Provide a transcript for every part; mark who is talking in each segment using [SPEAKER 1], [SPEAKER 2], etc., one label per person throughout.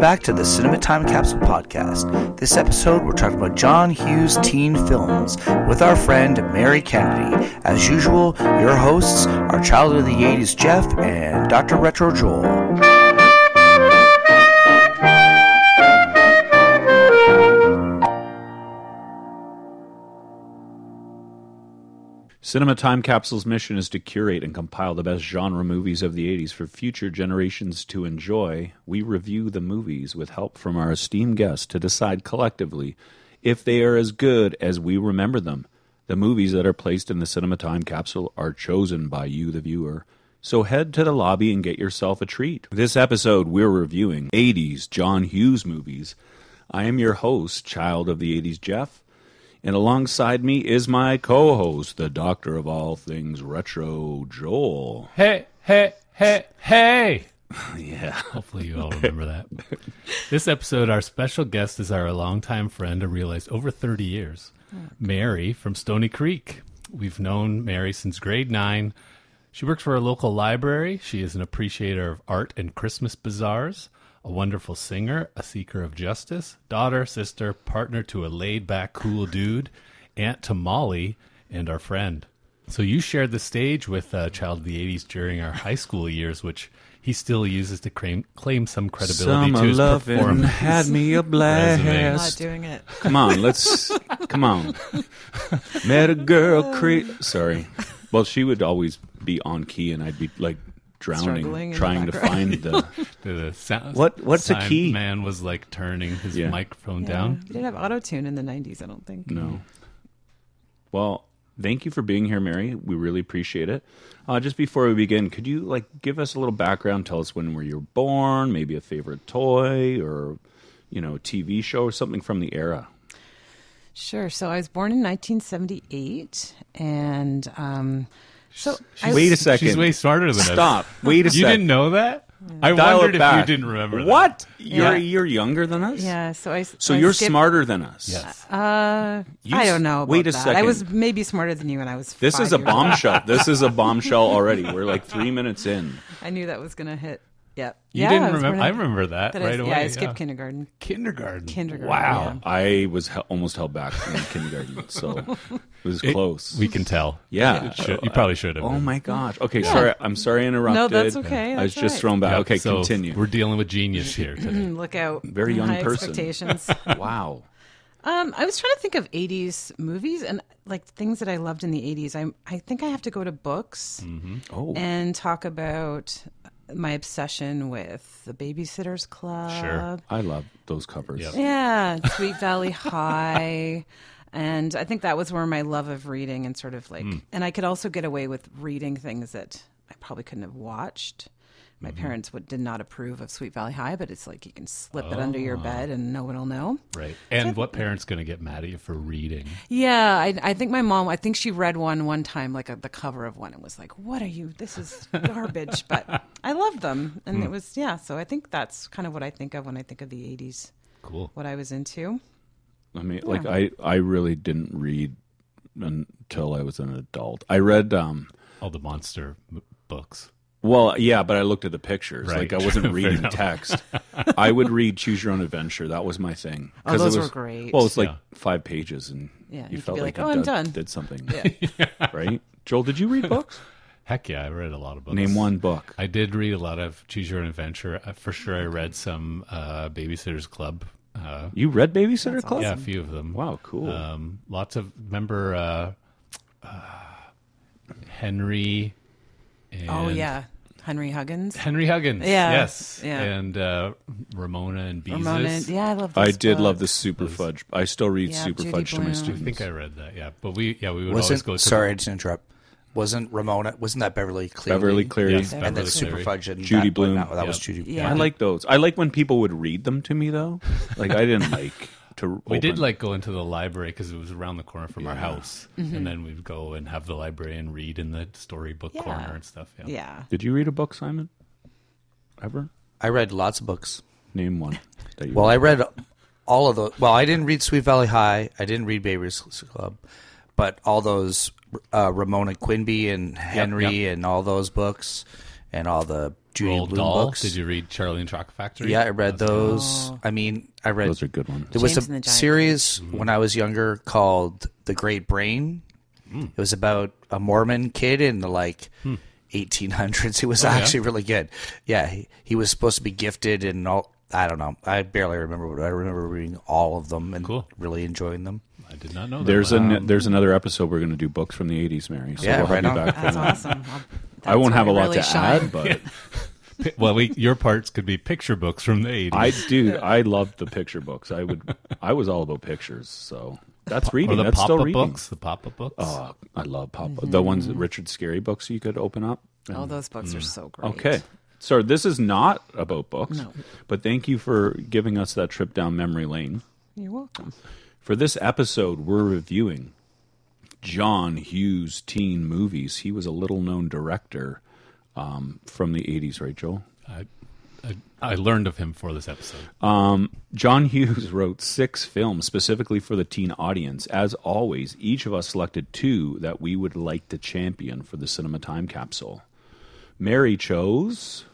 [SPEAKER 1] back to the Cinema Time Capsule podcast. This episode, we're talking about John Hughes teen films with our friend Mary Kennedy. As usual, your hosts are Child of the 80s Jeff and Dr. Retro Joel.
[SPEAKER 2] Cinema Time Capsule's mission is to curate and compile the best genre movies of the 80s for future generations to enjoy. We review the movies with help from our esteemed guests to decide collectively if they are as good as we remember them. The movies that are placed in the Cinema Time Capsule are chosen by you, the viewer. So head to the lobby and get yourself a treat. This episode, we're reviewing 80s John Hughes movies. I am your host, Child of the 80s Jeff. And alongside me is my co host, the doctor of all things retro, Joel.
[SPEAKER 3] Hey, hey, hey, hey!
[SPEAKER 2] Yeah.
[SPEAKER 3] Hopefully, you all remember that. This episode, our special guest is our longtime friend and realized over 30 years, Mary from Stony Creek. We've known Mary since grade nine. She works for a local library. She is an appreciator of art and Christmas bazaars, a wonderful singer, a seeker of justice, daughter, sister, partner to a laid back, cool dude, aunt to Molly, and our friend. So you shared the stage with uh, Child of the 80s during our high school years, which he still uses to claim, claim some credibility
[SPEAKER 2] Summer
[SPEAKER 3] to his
[SPEAKER 2] loving
[SPEAKER 3] performance.
[SPEAKER 2] had me a
[SPEAKER 3] Resume.
[SPEAKER 2] blast.
[SPEAKER 4] not doing it.
[SPEAKER 2] Come on, let's. Come on. Met a girl. Cre- Sorry. Well, she would always be on key, and I'd be like
[SPEAKER 4] Struggling in
[SPEAKER 2] drowning,
[SPEAKER 4] the
[SPEAKER 2] trying to find
[SPEAKER 4] background.
[SPEAKER 2] the.
[SPEAKER 3] The sound,
[SPEAKER 2] What- what's a
[SPEAKER 3] sign
[SPEAKER 2] key?
[SPEAKER 3] Man was like turning his
[SPEAKER 2] Yeah.
[SPEAKER 3] microphone
[SPEAKER 4] Yeah.
[SPEAKER 3] down.
[SPEAKER 4] We didn't have auto tune in the '90s, I don't think.
[SPEAKER 2] No. Well, thank you for being here, Mary. We really appreciate it. Uh, just before we begin, could you like give us a little background? Tell us when were you born? Maybe a favorite toy or you know TV show or something from the era.
[SPEAKER 4] Sure. So I was born in 1978, and um, so I,
[SPEAKER 2] Wait a second.
[SPEAKER 3] She's way smarter than
[SPEAKER 2] Stop.
[SPEAKER 3] us.
[SPEAKER 2] Wait a
[SPEAKER 3] You
[SPEAKER 2] second.
[SPEAKER 3] didn't know that? I
[SPEAKER 2] Dial
[SPEAKER 3] wondered
[SPEAKER 2] it
[SPEAKER 3] if
[SPEAKER 2] back.
[SPEAKER 3] you didn't remember that.
[SPEAKER 2] What? You're
[SPEAKER 4] Yeah.
[SPEAKER 2] a year younger than us.
[SPEAKER 4] yeah. So I. s-
[SPEAKER 2] So
[SPEAKER 4] I
[SPEAKER 2] you're
[SPEAKER 4] skipped-
[SPEAKER 2] smarter than us.
[SPEAKER 3] Yes.
[SPEAKER 4] Uh,
[SPEAKER 2] You
[SPEAKER 4] I
[SPEAKER 2] s-
[SPEAKER 4] don't know. About
[SPEAKER 2] wait a
[SPEAKER 4] that. I
[SPEAKER 2] second.
[SPEAKER 4] was maybe smarter than you, and I was.
[SPEAKER 2] This
[SPEAKER 4] five
[SPEAKER 2] is a
[SPEAKER 4] years old.
[SPEAKER 2] bombshell. this is a bombshell already. We're like three minutes in.
[SPEAKER 4] I knew that was gonna hit. Yep.
[SPEAKER 3] You
[SPEAKER 4] yeah,
[SPEAKER 3] didn't
[SPEAKER 4] was born
[SPEAKER 3] remember. I
[SPEAKER 4] in-
[SPEAKER 3] remember that,
[SPEAKER 4] that I-
[SPEAKER 3] right away.
[SPEAKER 4] Yeah, I skipped kindergarten.
[SPEAKER 3] kindergarten.
[SPEAKER 4] Kindergarten,
[SPEAKER 3] Wow.
[SPEAKER 2] I was he- almost held back in kindergarten, so it was
[SPEAKER 3] It-
[SPEAKER 2] close.
[SPEAKER 3] we can tell.
[SPEAKER 2] Yeah.
[SPEAKER 3] It should- you probably should have.
[SPEAKER 2] Oh
[SPEAKER 3] been.
[SPEAKER 2] my gosh. Okay, sorry. I'm sorry I interrupted.
[SPEAKER 4] No, that's okay,
[SPEAKER 2] I was
[SPEAKER 4] that's
[SPEAKER 2] just
[SPEAKER 4] all right.
[SPEAKER 2] thrown back.
[SPEAKER 3] Yep,
[SPEAKER 2] okay,
[SPEAKER 3] so
[SPEAKER 2] continue.
[SPEAKER 3] We're dealing with genius here today.
[SPEAKER 4] Look out.
[SPEAKER 2] Very young
[SPEAKER 4] High
[SPEAKER 2] person.
[SPEAKER 4] Expectations.
[SPEAKER 2] wow.
[SPEAKER 4] Um, I was trying to think of '80s movies and like things that I loved in the '80s. I I think I have to go to books
[SPEAKER 2] Oh.
[SPEAKER 4] and talk about my obsession with the Babysitters Club.
[SPEAKER 3] Sure.
[SPEAKER 2] I love those covers.
[SPEAKER 3] Yep.
[SPEAKER 4] Yeah, Sweet Valley High. And I think that was where my love of reading and sort of like, and I could also get away with reading things that I probably couldn't have watched. My parents would, did not approve of Sweet Valley High, but it's like you can slip it under your bed and no one will know.
[SPEAKER 3] Right. And what parent's going to get mad at you for reading?
[SPEAKER 4] Yeah, I, I think my mom. I think she read one one time, like a, the cover of one, and was like, "What are you? This is garbage." but I loved them,
[SPEAKER 2] Hmm.
[SPEAKER 4] and it was yeah. So I think that's kind of what I think of when I think of the '80s,
[SPEAKER 3] Cool.
[SPEAKER 4] what I was into.
[SPEAKER 2] I mean, like I I really didn't read until I was an adult. I read um
[SPEAKER 3] All the monster m- books.
[SPEAKER 2] well, yeah, but I looked at the pictures.
[SPEAKER 3] Right.
[SPEAKER 2] Like I wasn't
[SPEAKER 3] Fair
[SPEAKER 2] reading
[SPEAKER 3] enough.
[SPEAKER 2] text. I would read Choose Your Own Adventure. That was my thing.
[SPEAKER 4] Oh,
[SPEAKER 2] 'Cause it
[SPEAKER 4] those were
[SPEAKER 2] was-
[SPEAKER 4] great.
[SPEAKER 2] Well, it's like
[SPEAKER 3] Yeah.
[SPEAKER 2] five pages, and
[SPEAKER 4] Yeah,
[SPEAKER 2] you
[SPEAKER 4] you could
[SPEAKER 2] felt
[SPEAKER 4] be
[SPEAKER 2] like,
[SPEAKER 4] like,
[SPEAKER 2] you
[SPEAKER 4] "Oh, I'm
[SPEAKER 2] did-
[SPEAKER 4] done."
[SPEAKER 2] Did something, right? Joel, did you read books?
[SPEAKER 3] Heck yeah, I read a lot of books.
[SPEAKER 2] Name one book.
[SPEAKER 3] I did read a lot of Choose Your Own Adventure. Uh, For sure, I read some uh, Babysitters Club. Uh,
[SPEAKER 2] You read Babysitter Club?
[SPEAKER 3] yeah, a few of them.
[SPEAKER 2] Wow, cool.
[SPEAKER 3] Um, lots of remember uh, uh, Henry. And
[SPEAKER 4] oh yeah, Henry Huggins,
[SPEAKER 3] Henry Huggins.
[SPEAKER 4] Yeah,
[SPEAKER 3] Yes.
[SPEAKER 4] yeah.
[SPEAKER 3] And uh, Ramona and Beezus.
[SPEAKER 4] Ramona. Yeah, I love.
[SPEAKER 2] I
[SPEAKER 4] those
[SPEAKER 2] did love the
[SPEAKER 4] books.
[SPEAKER 2] super fudge. I still read
[SPEAKER 4] Yeah,
[SPEAKER 2] super
[SPEAKER 4] Judy
[SPEAKER 2] fudge to my
[SPEAKER 4] Blume.
[SPEAKER 3] I
[SPEAKER 2] students.
[SPEAKER 3] think I read that. Yeah, but we yeah we would always
[SPEAKER 1] Wasn't
[SPEAKER 3] go to
[SPEAKER 1] sorry to interrupt. Wasn't Ramona? Wasn't that Beverly Cleary?
[SPEAKER 2] Beverly Cleary.
[SPEAKER 3] Yes,
[SPEAKER 1] and then
[SPEAKER 3] Beverly
[SPEAKER 1] Super
[SPEAKER 3] Cleary.
[SPEAKER 1] Fudge and
[SPEAKER 2] Judy
[SPEAKER 1] that one,
[SPEAKER 2] Blume.
[SPEAKER 1] That, that was
[SPEAKER 3] Yep.
[SPEAKER 1] Judy.
[SPEAKER 4] Yeah.
[SPEAKER 2] I like those. I like when people would read them to me though. Like I didn't like to.
[SPEAKER 3] We
[SPEAKER 2] open-
[SPEAKER 3] did like go into the library because it was around the corner from our house, and then we'd go and have the librarian read in the storybook
[SPEAKER 4] Yeah.
[SPEAKER 3] corner and stuff. Yeah.
[SPEAKER 4] Yeah,
[SPEAKER 2] Did you read a book, Simon? Ever?
[SPEAKER 1] I read lots of books.
[SPEAKER 2] Name one. That you
[SPEAKER 1] Well, I read all of those. Well, I didn't read Sweet Valley High. I didn't read Baby's Club, but all those uh, Ramona Quinby and Henry and all those books, and all the Judy
[SPEAKER 3] Old
[SPEAKER 1] Blume
[SPEAKER 3] Doll.
[SPEAKER 1] books.
[SPEAKER 3] Did you read Charlie and the Chocolate Factory?
[SPEAKER 1] Yeah, I read those. I mean, I read
[SPEAKER 2] Those are good ones.
[SPEAKER 1] There was
[SPEAKER 4] James and
[SPEAKER 1] a
[SPEAKER 4] the Giant
[SPEAKER 1] series when I was younger called The Great Brain.
[SPEAKER 2] Hmm.
[SPEAKER 1] It was about a Mormon kid in the like 1800s. It
[SPEAKER 2] Oh,
[SPEAKER 1] was actually really good. Yeah, he, he was supposed to be gifted and all. I don't know. I barely remember, but I remember reading all of them and
[SPEAKER 3] Cool.
[SPEAKER 1] really enjoying them.
[SPEAKER 3] I did not know that.
[SPEAKER 2] There's an there's another episode we're going to do books from the 80s, Mary. So
[SPEAKER 1] Yeah,
[SPEAKER 2] we'll
[SPEAKER 1] right
[SPEAKER 2] have you
[SPEAKER 1] on.
[SPEAKER 2] back for
[SPEAKER 4] That's
[SPEAKER 2] that.
[SPEAKER 4] awesome. Well,
[SPEAKER 2] I won't
[SPEAKER 4] that's
[SPEAKER 2] have a
[SPEAKER 4] where
[SPEAKER 2] lot
[SPEAKER 4] you
[SPEAKER 2] to
[SPEAKER 4] really shine.
[SPEAKER 2] add, but
[SPEAKER 3] well, we, your parts could be picture books from the 80s.
[SPEAKER 2] I do. I loved the picture books. I would. I was all about pictures. So that's
[SPEAKER 3] or
[SPEAKER 2] reading.
[SPEAKER 3] the
[SPEAKER 2] That's
[SPEAKER 3] pop
[SPEAKER 2] still
[SPEAKER 3] up
[SPEAKER 2] reading.
[SPEAKER 3] books. The pop up books.
[SPEAKER 2] Uh, I love pop the ones that Richard Scary books you could open up.
[SPEAKER 4] Oh, those books are so great.
[SPEAKER 2] Mm. Okay. So this is not about books,
[SPEAKER 4] No.
[SPEAKER 2] but thank you for giving us that trip down memory lane.
[SPEAKER 4] You're welcome.
[SPEAKER 2] For this episode, we're reviewing John Hughes' teen movies. He was a little known director um, from the 80s, right, Joel?
[SPEAKER 3] I, I, I learned of him for this episode.
[SPEAKER 2] John Hughes wrote six films specifically for the teen audience. As always, each of us selected two that we would like to champion for the cinema time capsule. Mary chose.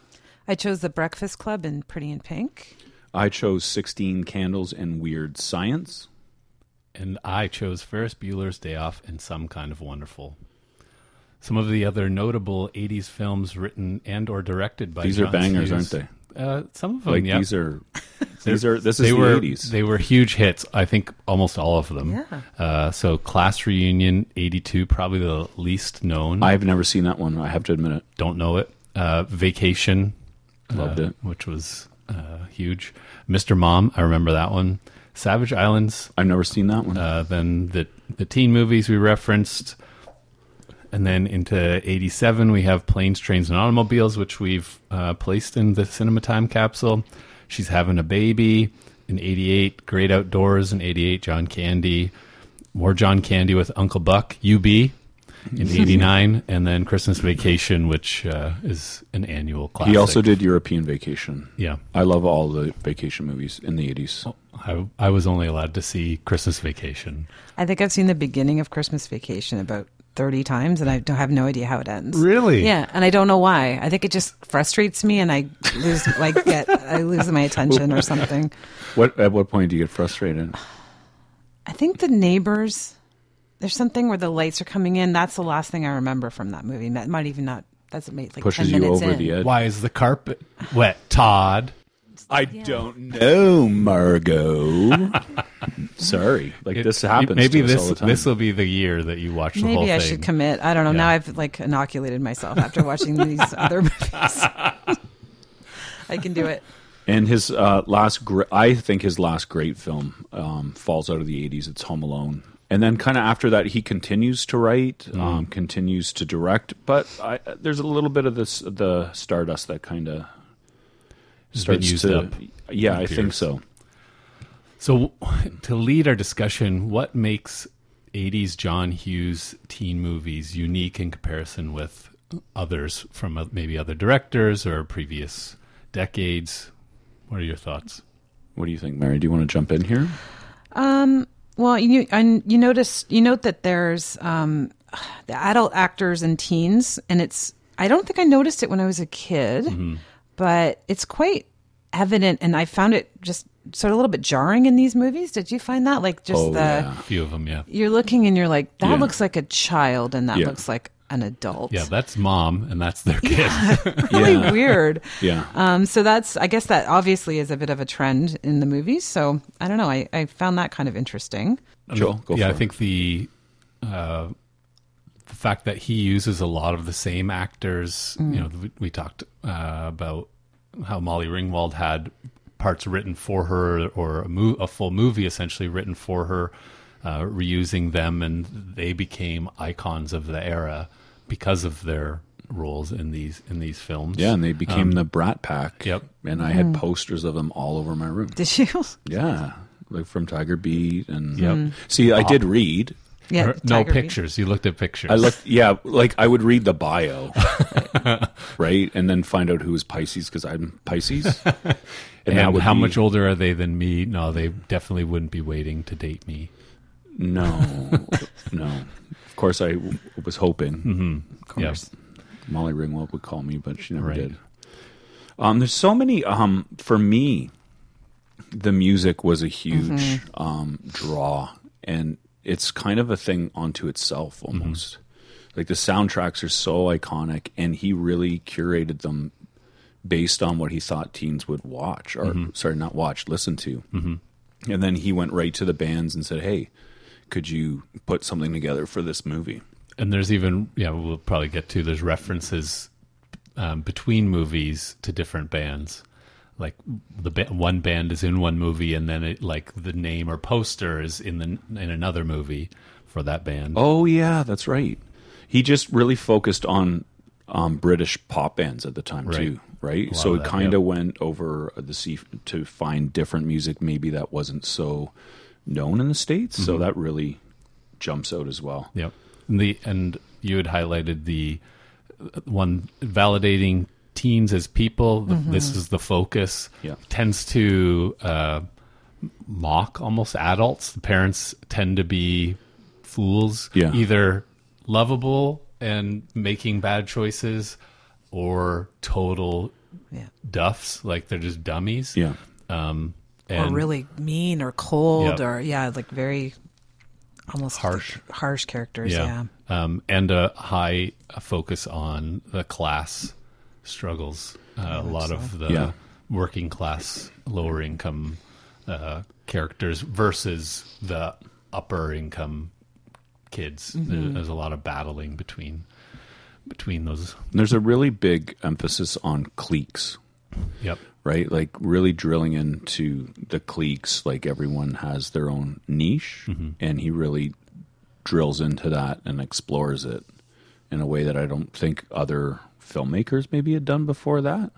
[SPEAKER 4] I chose The Breakfast Club and Pretty in Pink.
[SPEAKER 2] I chose 16 Candles and Weird Science.
[SPEAKER 3] and I chose Ferris Bueller's Day Off and Some Kind of Wonderful. Some of the other notable '80s films written and/or directed by
[SPEAKER 2] These are
[SPEAKER 3] John
[SPEAKER 2] bangers,
[SPEAKER 3] Hughes.
[SPEAKER 2] aren't
[SPEAKER 3] Uh, some of them,
[SPEAKER 2] Like
[SPEAKER 3] yeah.
[SPEAKER 2] these are these are this is
[SPEAKER 3] they
[SPEAKER 2] the
[SPEAKER 3] were
[SPEAKER 2] 80s.
[SPEAKER 3] they were huge hits. I think almost all of them.
[SPEAKER 4] Yeah.
[SPEAKER 3] Uh, so Class Reunion '82, probably the least known.
[SPEAKER 2] I've never seen that one. I have to admit it.
[SPEAKER 3] don't know it. Uh, Vacation,
[SPEAKER 2] Loved
[SPEAKER 3] uh,
[SPEAKER 2] it.
[SPEAKER 3] which was uh, huge. Mr. Mom, I remember that one. Savage Islands,
[SPEAKER 2] I've never seen that one.
[SPEAKER 3] uh, then the the teen movies we referenced, and then into '87 we have Planes, Trains, and Automobiles, which we've uh, placed in the cinema time capsule. She's having a baby in '88. Great Outdoors in '88. John Candy, more John Candy with Uncle Buck. UB in '89, and then Christmas Vacation, which uh, is an annual classic.
[SPEAKER 2] he also did European Vacation.
[SPEAKER 3] Yeah.
[SPEAKER 2] I love all the vacation movies in the 80s.
[SPEAKER 3] Oh. I, I was only allowed to see Christmas Vacation.
[SPEAKER 4] I think I've seen the beginning of Christmas Vacation about 30 times and I don't have no idea how it ends.
[SPEAKER 3] Really?
[SPEAKER 4] Yeah, and I don't know why. I think it just frustrates me and I lose like get I lose my attention or something.
[SPEAKER 2] What at what point do you get frustrated?
[SPEAKER 4] I think the neighbors there's something where the lights are coming in. That's the last thing I remember from that movie. That might even not that's made like
[SPEAKER 2] Pushes
[SPEAKER 4] 10
[SPEAKER 2] you
[SPEAKER 4] minutes
[SPEAKER 2] over
[SPEAKER 4] in.
[SPEAKER 2] the edge.
[SPEAKER 3] Why is the carpet wet, Todd?
[SPEAKER 2] I don't know, Oh, Margot. Sorry, like
[SPEAKER 3] It-
[SPEAKER 2] this happens.
[SPEAKER 3] Maybe
[SPEAKER 2] to us
[SPEAKER 3] this
[SPEAKER 2] all the time.
[SPEAKER 3] this will be the year that you watch the whole
[SPEAKER 4] Maybe I
[SPEAKER 3] thing.
[SPEAKER 4] should commit. I don't know. Now
[SPEAKER 3] Yeah.
[SPEAKER 4] I've like inoculated myself after watching these other movies. I can do it.
[SPEAKER 2] And his uh, last, gr- I think his last great film um, falls out of the '80s. It's Home Alone. And then, kind of after that, he continues to write,
[SPEAKER 3] Mm-hmm.
[SPEAKER 2] um, continues to direct. But I, there's a little bit of this the Stardust that kind of starts
[SPEAKER 3] used
[SPEAKER 2] to.
[SPEAKER 3] up,
[SPEAKER 2] yeah, I
[SPEAKER 3] appears.
[SPEAKER 2] think so.
[SPEAKER 3] So, to lead our discussion, what makes '80s John Hughes teen movies unique in comparison with others from uh, maybe other directors or previous decades? What are your thoughts?
[SPEAKER 2] What do you think, Mary? Do you want to jump in here?
[SPEAKER 4] Well, you and you notice you note that there's um, the adult actors and teens, and it's I don't think I noticed it when I was a kid,
[SPEAKER 2] Mm-hmm.
[SPEAKER 4] but it's quite evident, and I found it just sort of a little bit jarring in these movies. Did you find that like just
[SPEAKER 2] Oh,
[SPEAKER 4] the
[SPEAKER 2] yeah.
[SPEAKER 3] A few of them, yeah,
[SPEAKER 4] you're looking and you're like that
[SPEAKER 2] Yeah.
[SPEAKER 4] looks like a child, and that
[SPEAKER 2] Yeah.
[SPEAKER 4] looks like an adult.
[SPEAKER 3] yeah. That's mom, and that's their kid.
[SPEAKER 4] really weird.
[SPEAKER 2] Yeah.
[SPEAKER 4] Um, so that's I guess that obviously is a bit of a trend in the movies. So I don't know. I, I found that kind of interesting.
[SPEAKER 2] Joel, go
[SPEAKER 3] Um, yeah,
[SPEAKER 2] for
[SPEAKER 3] I think the uh, the fact that he uses a lot of the same actors. You know,
[SPEAKER 4] Mm.
[SPEAKER 3] we, we talked uh, about how Molly Ringwald had parts written for her, or a, mo- a full movie essentially written for her, uh, reusing them, and they became icons of the era because of their roles in these in these films.
[SPEAKER 2] Yeah, and they became the Brat Pack.
[SPEAKER 3] um, yep.
[SPEAKER 2] And I had posters of them all over my room.
[SPEAKER 4] Did you?
[SPEAKER 2] Yeah, like from Tiger Beat and
[SPEAKER 3] Yep. Mm.
[SPEAKER 2] See, I did read.
[SPEAKER 4] yeah.
[SPEAKER 2] Uh,
[SPEAKER 3] Or- no
[SPEAKER 4] Tiger Beat.
[SPEAKER 3] pictures. You looked at pictures.
[SPEAKER 2] I looked. Yeah, like I would read the bio, right, and then find out who was Pisces because I'm Pisces. And,
[SPEAKER 3] and
[SPEAKER 2] that would
[SPEAKER 3] how
[SPEAKER 2] be-
[SPEAKER 3] much older are they than me? No, they definitely wouldn't be waiting to date me.
[SPEAKER 2] No, no. Of course, I w- was hoping
[SPEAKER 3] Yes.
[SPEAKER 2] Molly Ringwald would call me, but she never
[SPEAKER 3] Right.
[SPEAKER 2] did. Um, there's so many. Um, for me, the music was a huge um, draw, and it's kind of a thing onto itself almost. Like the soundtracks are so iconic, and he really curated them based on what he thought teens would watch, or sorry, not watch, listen to. Mm-hmm. And then he went right to the bands and said, "Hey, could you put something together for this movie?"
[SPEAKER 3] And there's even yeah, we'll probably get to. There's references um, between movies to different bands. Like the ba- one band is in one movie, and then it like the name or poster is in the in another movie for that band.
[SPEAKER 2] Oh yeah, that's right. He just really focused on um, British pop bands at the time
[SPEAKER 3] Right.
[SPEAKER 2] too, right?
[SPEAKER 3] lot
[SPEAKER 2] So
[SPEAKER 3] of
[SPEAKER 2] it
[SPEAKER 3] that,
[SPEAKER 2] kind of went over uh, the sea f- to find different music, maybe that wasn't so known in the states. So
[SPEAKER 3] Mm-hmm.
[SPEAKER 2] that really jumps out as well.
[SPEAKER 3] Yep. And the and you had highlighted the uh, one validating teens as people. th- This is the focus.
[SPEAKER 2] Yeah.
[SPEAKER 3] Tends to uh, mock almost adults. The parents tend to be fools.
[SPEAKER 2] Yeah.
[SPEAKER 3] Either lovable and making bad choices, or total
[SPEAKER 4] Yeah.
[SPEAKER 3] duffs. Like they're just dummies.
[SPEAKER 2] Yeah,
[SPEAKER 3] Um,
[SPEAKER 4] Or
[SPEAKER 3] and
[SPEAKER 4] really mean or cold
[SPEAKER 3] Yeah.
[SPEAKER 4] or yeah, like very almost
[SPEAKER 3] Harsh.
[SPEAKER 4] like harsh characters. Yeah.
[SPEAKER 3] Um, and a high focus on the class struggles. Uh, a lot of the
[SPEAKER 2] Yeah.
[SPEAKER 3] working class, lower income uh, characters versus the upper income kids. There- There's a lot of battling between between those.
[SPEAKER 2] there's a really big emphasis on cliques
[SPEAKER 3] Yep.
[SPEAKER 2] right? Like really drilling into the cliques. Like everyone has their own niche,
[SPEAKER 3] Mm-hmm.
[SPEAKER 2] and he really drills into that and explores it in a way that I don't think other filmmakers maybe had done before that.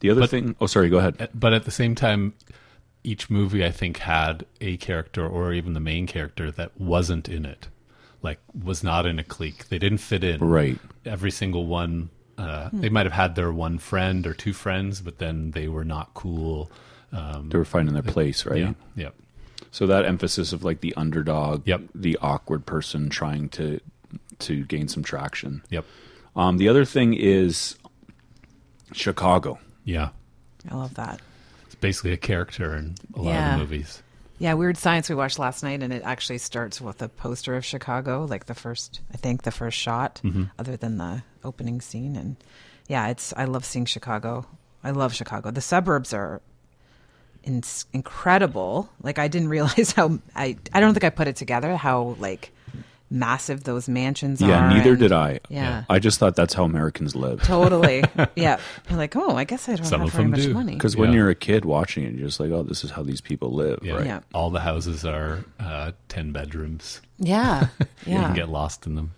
[SPEAKER 2] The other
[SPEAKER 3] But- Uh,
[SPEAKER 2] thing, oh, sorry, go ahead.
[SPEAKER 3] but at the same time each movie i think had a character or even the main character that wasn't in it like was not in a clique they didn't fit in
[SPEAKER 2] Right.
[SPEAKER 3] every single one uh, they might have had their one friend or two friends but then they were not cool
[SPEAKER 2] They were finding their place, right?
[SPEAKER 3] uh, yeah yeah
[SPEAKER 2] So that emphasis of like the underdog,
[SPEAKER 3] Yep.
[SPEAKER 2] the awkward person trying to to gain some traction.
[SPEAKER 3] yep
[SPEAKER 2] Um, the other thing is Chicago.
[SPEAKER 3] yeah
[SPEAKER 4] I love that.
[SPEAKER 3] it's basically a character in a lot
[SPEAKER 4] Yeah.
[SPEAKER 3] of the movies
[SPEAKER 4] Yeah, Weird Science we watched last night, and it actually starts with a poster of Chicago, like the first, I think, the first shot, other than the opening scene. And yeah, it's I love seeing Chicago. I love Chicago. The suburbs are in- incredible. Like I didn't realize how I I don't think I put it together how like massive those mansions are.
[SPEAKER 2] Yeah, neither
[SPEAKER 4] and-
[SPEAKER 2] did I.
[SPEAKER 4] Yeah.
[SPEAKER 2] I just thought that's how Americans lived.
[SPEAKER 4] Totally. yeah. You're like, oh, I guess I don't
[SPEAKER 3] Some
[SPEAKER 4] have
[SPEAKER 3] of
[SPEAKER 4] very
[SPEAKER 3] them
[SPEAKER 4] much
[SPEAKER 3] do.
[SPEAKER 4] money.
[SPEAKER 2] Because when
[SPEAKER 3] Yeah.
[SPEAKER 2] you're a kid watching it, you're just like, oh, this is how these people live,
[SPEAKER 3] yeah,
[SPEAKER 2] right?
[SPEAKER 4] Yeah.
[SPEAKER 3] all the houses are uh, 10 bedrooms
[SPEAKER 4] Yeah.
[SPEAKER 3] you
[SPEAKER 4] Yeah.
[SPEAKER 3] can get lost in them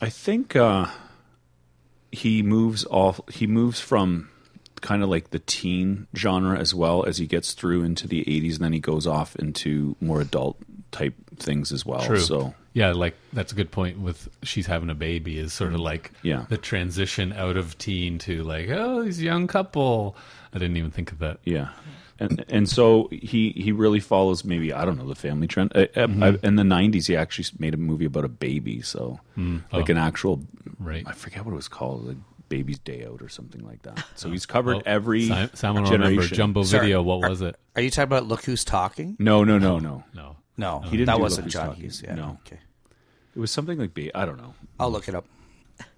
[SPEAKER 2] I think uh, he moves off. He moves from kind of like the teen genre as well as he gets through into the 80s, and then he goes off into more adult type things as well.
[SPEAKER 3] True.
[SPEAKER 2] So
[SPEAKER 3] yeah, like that's a good point. With she's having a baby is sort of like
[SPEAKER 2] Mm. Yeah.
[SPEAKER 3] the transition out of teen to like oh these young couple. I didn't even think of that.
[SPEAKER 2] Yeah. And, and so he, he really follows maybe I don't know the family trend. Uh, uh,
[SPEAKER 3] Mm-hmm.
[SPEAKER 2] in the '90s, he actually made a movie about a baby, so
[SPEAKER 3] Mm.
[SPEAKER 2] like
[SPEAKER 3] Oh.
[SPEAKER 2] an actual
[SPEAKER 3] Right.
[SPEAKER 2] I forget what it was called, like Baby's Day Out or something like that. So he's covered every
[SPEAKER 3] Si- Oh, Simon will remember
[SPEAKER 2] generation.
[SPEAKER 3] jumbo
[SPEAKER 1] Sorry.
[SPEAKER 3] video. What was it?
[SPEAKER 1] Are you talking about Look Who's Talking?
[SPEAKER 2] No, no, no, no.
[SPEAKER 3] No,
[SPEAKER 1] No,
[SPEAKER 2] He didn't
[SPEAKER 1] that
[SPEAKER 2] do
[SPEAKER 1] wasn't
[SPEAKER 2] Look Who's
[SPEAKER 1] John
[SPEAKER 2] Talking.
[SPEAKER 1] Hughes. Yeah.
[SPEAKER 2] No.
[SPEAKER 1] Okay.
[SPEAKER 2] It was something like baby. I don't know.
[SPEAKER 1] I'll look it up.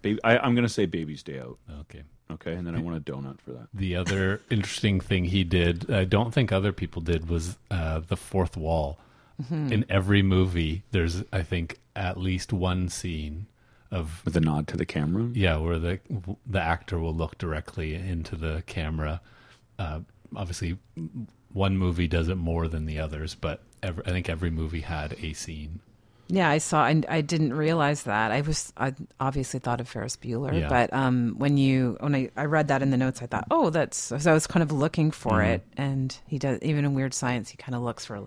[SPEAKER 2] Baby, I, I'm gonna say Baby's Day Out.
[SPEAKER 3] okay.
[SPEAKER 2] Okay, and then I want a donut for that.
[SPEAKER 3] The other interesting thing he did, I don't think other people did, was uh, the fourth wall.
[SPEAKER 4] Mm-hmm.
[SPEAKER 3] In every movie, there's I think at least one scene of
[SPEAKER 2] With a nod to the camera.
[SPEAKER 3] Yeah, where the the actor will look directly into the camera. Uh, obviously, one movie does it more than the others, but ev I think every movie had a scene.
[SPEAKER 4] Yeah, I saw. I, I didn't realize that. I was I obviously thought of Ferris Bueller,
[SPEAKER 3] Yeah.
[SPEAKER 4] but um, when you when I, I read that in the notes, I thought, oh, that's. So I was kind of looking for
[SPEAKER 3] Mm-hmm.
[SPEAKER 4] it, and he does. Even in Weird Science, he kind of looks for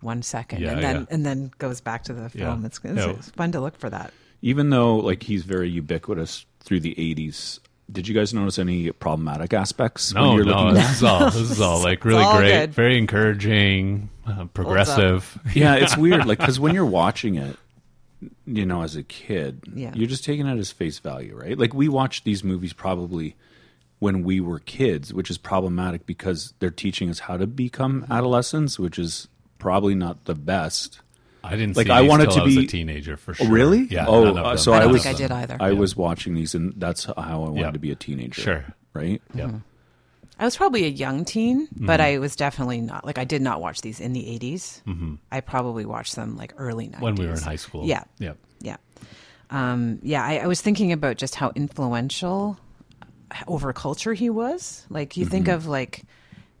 [SPEAKER 4] one second,
[SPEAKER 3] Yeah,
[SPEAKER 4] and then
[SPEAKER 3] yeah.
[SPEAKER 4] and then goes back to the film.
[SPEAKER 3] Yeah.
[SPEAKER 4] It's, it's,
[SPEAKER 3] No.
[SPEAKER 4] it's fun to look for that.
[SPEAKER 2] even though like he's very ubiquitous through the 80s did you guys notice any problematic aspects
[SPEAKER 3] No,
[SPEAKER 2] you're
[SPEAKER 3] no, this is all this is all like really
[SPEAKER 4] all
[SPEAKER 3] great,
[SPEAKER 4] good.
[SPEAKER 3] very encouraging, uh, progressive.
[SPEAKER 2] yeah it's weird like because when you're watching it you know, as a kid,
[SPEAKER 4] Yeah.
[SPEAKER 2] you're just taking it as face value, right? Like we watched these movies probably when we were kids, which is problematic because they're teaching us how to become
[SPEAKER 4] Mm-hmm.
[SPEAKER 2] adolescents, which is probably not the best.
[SPEAKER 3] I didn't
[SPEAKER 2] Like,
[SPEAKER 3] see
[SPEAKER 2] I
[SPEAKER 3] these
[SPEAKER 2] wanted
[SPEAKER 3] till
[SPEAKER 2] to
[SPEAKER 3] I was
[SPEAKER 2] be-
[SPEAKER 3] a teenager for sure.
[SPEAKER 2] really?
[SPEAKER 3] Yeah.
[SPEAKER 2] Oh,
[SPEAKER 3] none of
[SPEAKER 2] uh,
[SPEAKER 3] them.
[SPEAKER 2] so
[SPEAKER 4] I
[SPEAKER 2] I
[SPEAKER 4] don't
[SPEAKER 2] was-
[SPEAKER 4] think I did either.
[SPEAKER 2] I was watching these, and that's how I wanted
[SPEAKER 3] Yeah.
[SPEAKER 2] to be a teenager.
[SPEAKER 3] Sure.
[SPEAKER 2] right?
[SPEAKER 3] Yeah.
[SPEAKER 4] I was probably a young teen, but
[SPEAKER 3] Mm-hmm.
[SPEAKER 4] I was definitely not like I did not watch these in the 80s. Mm-hmm. I probably watched them like early 90s.
[SPEAKER 3] When we were in high school.
[SPEAKER 4] Yeah.
[SPEAKER 3] Yeah.
[SPEAKER 4] Yeah. Um, yeah, I, I was thinking about just how influential over culture he was. Like you
[SPEAKER 2] Mm-hmm.
[SPEAKER 4] think of like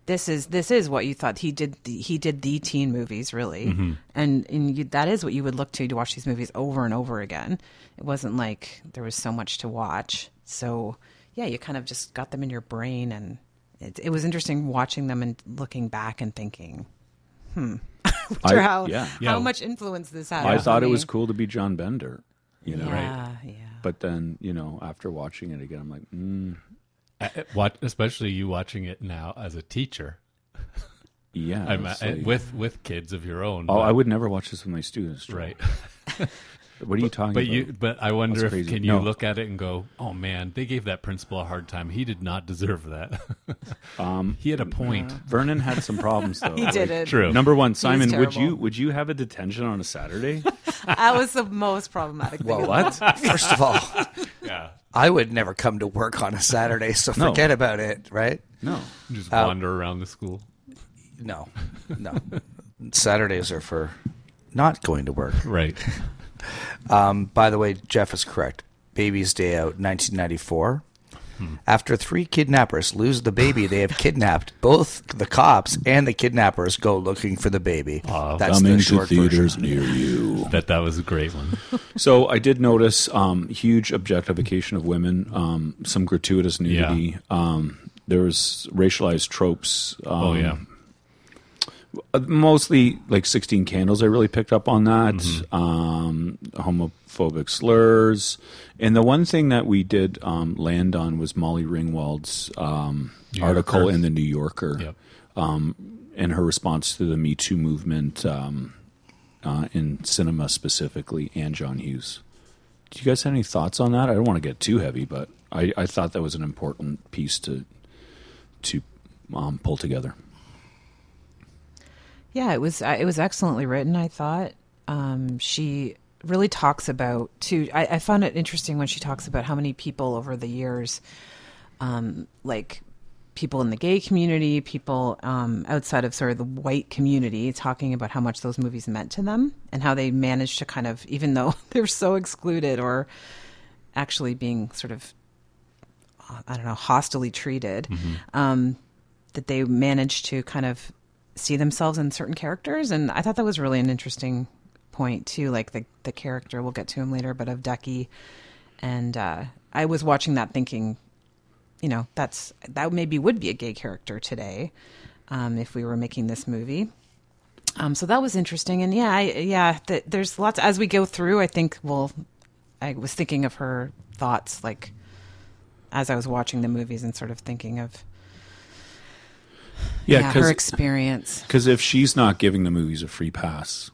[SPEAKER 4] this is this is what you thought he did the, he did the teen movies really.
[SPEAKER 2] Mm-hmm.
[SPEAKER 4] And and you, that is what you would look to to watch these movies over and over again. It wasn't like there was so much to watch. So yeah, you kind of just got them in your brain and it, it was interesting watching them and looking back and thinking, hmm, I wonder
[SPEAKER 2] I-
[SPEAKER 4] how,
[SPEAKER 2] yeah.
[SPEAKER 3] Yeah.
[SPEAKER 4] how much influence this had.
[SPEAKER 2] I
[SPEAKER 4] on
[SPEAKER 2] thought it
[SPEAKER 4] me.
[SPEAKER 2] was cool to be John Bender, you know.
[SPEAKER 4] Yeah, yeah.
[SPEAKER 2] But then, you know, after watching it again, I'm like, mm,
[SPEAKER 3] I- Uh, What, especially you watching it now as a teacher
[SPEAKER 2] yeah.
[SPEAKER 3] I'm,
[SPEAKER 2] it's
[SPEAKER 3] uh,
[SPEAKER 2] like-
[SPEAKER 3] with with kids of your own.
[SPEAKER 2] oh,
[SPEAKER 3] but-
[SPEAKER 2] I would never watch this with my students. Joel.
[SPEAKER 3] right.
[SPEAKER 2] What are you talking
[SPEAKER 3] But
[SPEAKER 2] about?
[SPEAKER 3] you, but I wonder
[SPEAKER 2] That's
[SPEAKER 3] if
[SPEAKER 2] crazy.
[SPEAKER 3] can you
[SPEAKER 2] No.
[SPEAKER 3] look at it and go, "Oh man, they gave that principal a hard time. He did not deserve that.
[SPEAKER 2] um,
[SPEAKER 3] he had a point."
[SPEAKER 2] Vernon had some problems though.
[SPEAKER 4] He did it.
[SPEAKER 3] True.
[SPEAKER 2] Number one, Simon, would
[SPEAKER 4] terrible.
[SPEAKER 2] you would you have a detention on a Saturday?
[SPEAKER 4] That was the most problematic thing.
[SPEAKER 1] Well, what? First of all,
[SPEAKER 3] Yeah,
[SPEAKER 1] I would never come to work on a Saturday, so
[SPEAKER 2] No.
[SPEAKER 1] forget about it, right?
[SPEAKER 2] no.
[SPEAKER 3] just
[SPEAKER 2] Uh,
[SPEAKER 3] wander around the school.
[SPEAKER 1] No, no. Saturdays are for not going to work.
[SPEAKER 3] Right.
[SPEAKER 2] Hmm.
[SPEAKER 1] Um, by the way, Jeff is correct. Baby's Day Out, 1994.
[SPEAKER 2] Hmm.
[SPEAKER 1] After three kidnappers lose the baby they have kidnapped, both the cops and the kidnappers go looking for the baby. That's the short version.
[SPEAKER 2] near you.
[SPEAKER 3] that that was a great one.
[SPEAKER 2] So I did notice um, huge objectification of women, um, some gratuitous nudity. Um, there was racialized tropes. Um,
[SPEAKER 3] Oh yeah.
[SPEAKER 2] mostly like 16 candles i really picked up on that
[SPEAKER 3] Mm-hmm.
[SPEAKER 2] um, homophobic slurs and the one thing that we did um, land on was molly ringwald's um,
[SPEAKER 3] New
[SPEAKER 2] article
[SPEAKER 3] Yorker.
[SPEAKER 2] in the new yorker
[SPEAKER 3] Yep.
[SPEAKER 2] and her response to the me too movement um, uh, in cinema specifically and john hughes do you guys have any thoughts on that i don't want to get too heavy but i, I thought that was an important piece to to um, pull together
[SPEAKER 4] Yeah, it was uh, it was excellently written. I thought um, she really talks about too. I, I found it interesting when she talks about how many people over the years, um, like people in the gay community, people um, outside of sort of the white community, talking about how much those movies meant to them and how they managed to kind of, even though they're so excluded or actually being sort of, uh, I don't know, hostily treated.
[SPEAKER 2] Mm-hmm.
[SPEAKER 4] Um, that they managed to kind of see themselves in certain characters and i thought that was really an interesting point too like the the character we'll get to him later but of ducky and uh i was watching that thinking you know that's that maybe would be a gay character today um if we were making this movie um so that was interesting and yeah I, yeah th- there's lots as we go through i think we'll i was thinking of her thoughts like as i was watching the movies and sort of thinking of yeah, her
[SPEAKER 2] 'cause-
[SPEAKER 4] experience.
[SPEAKER 2] Because if she's not giving the movies a free pass,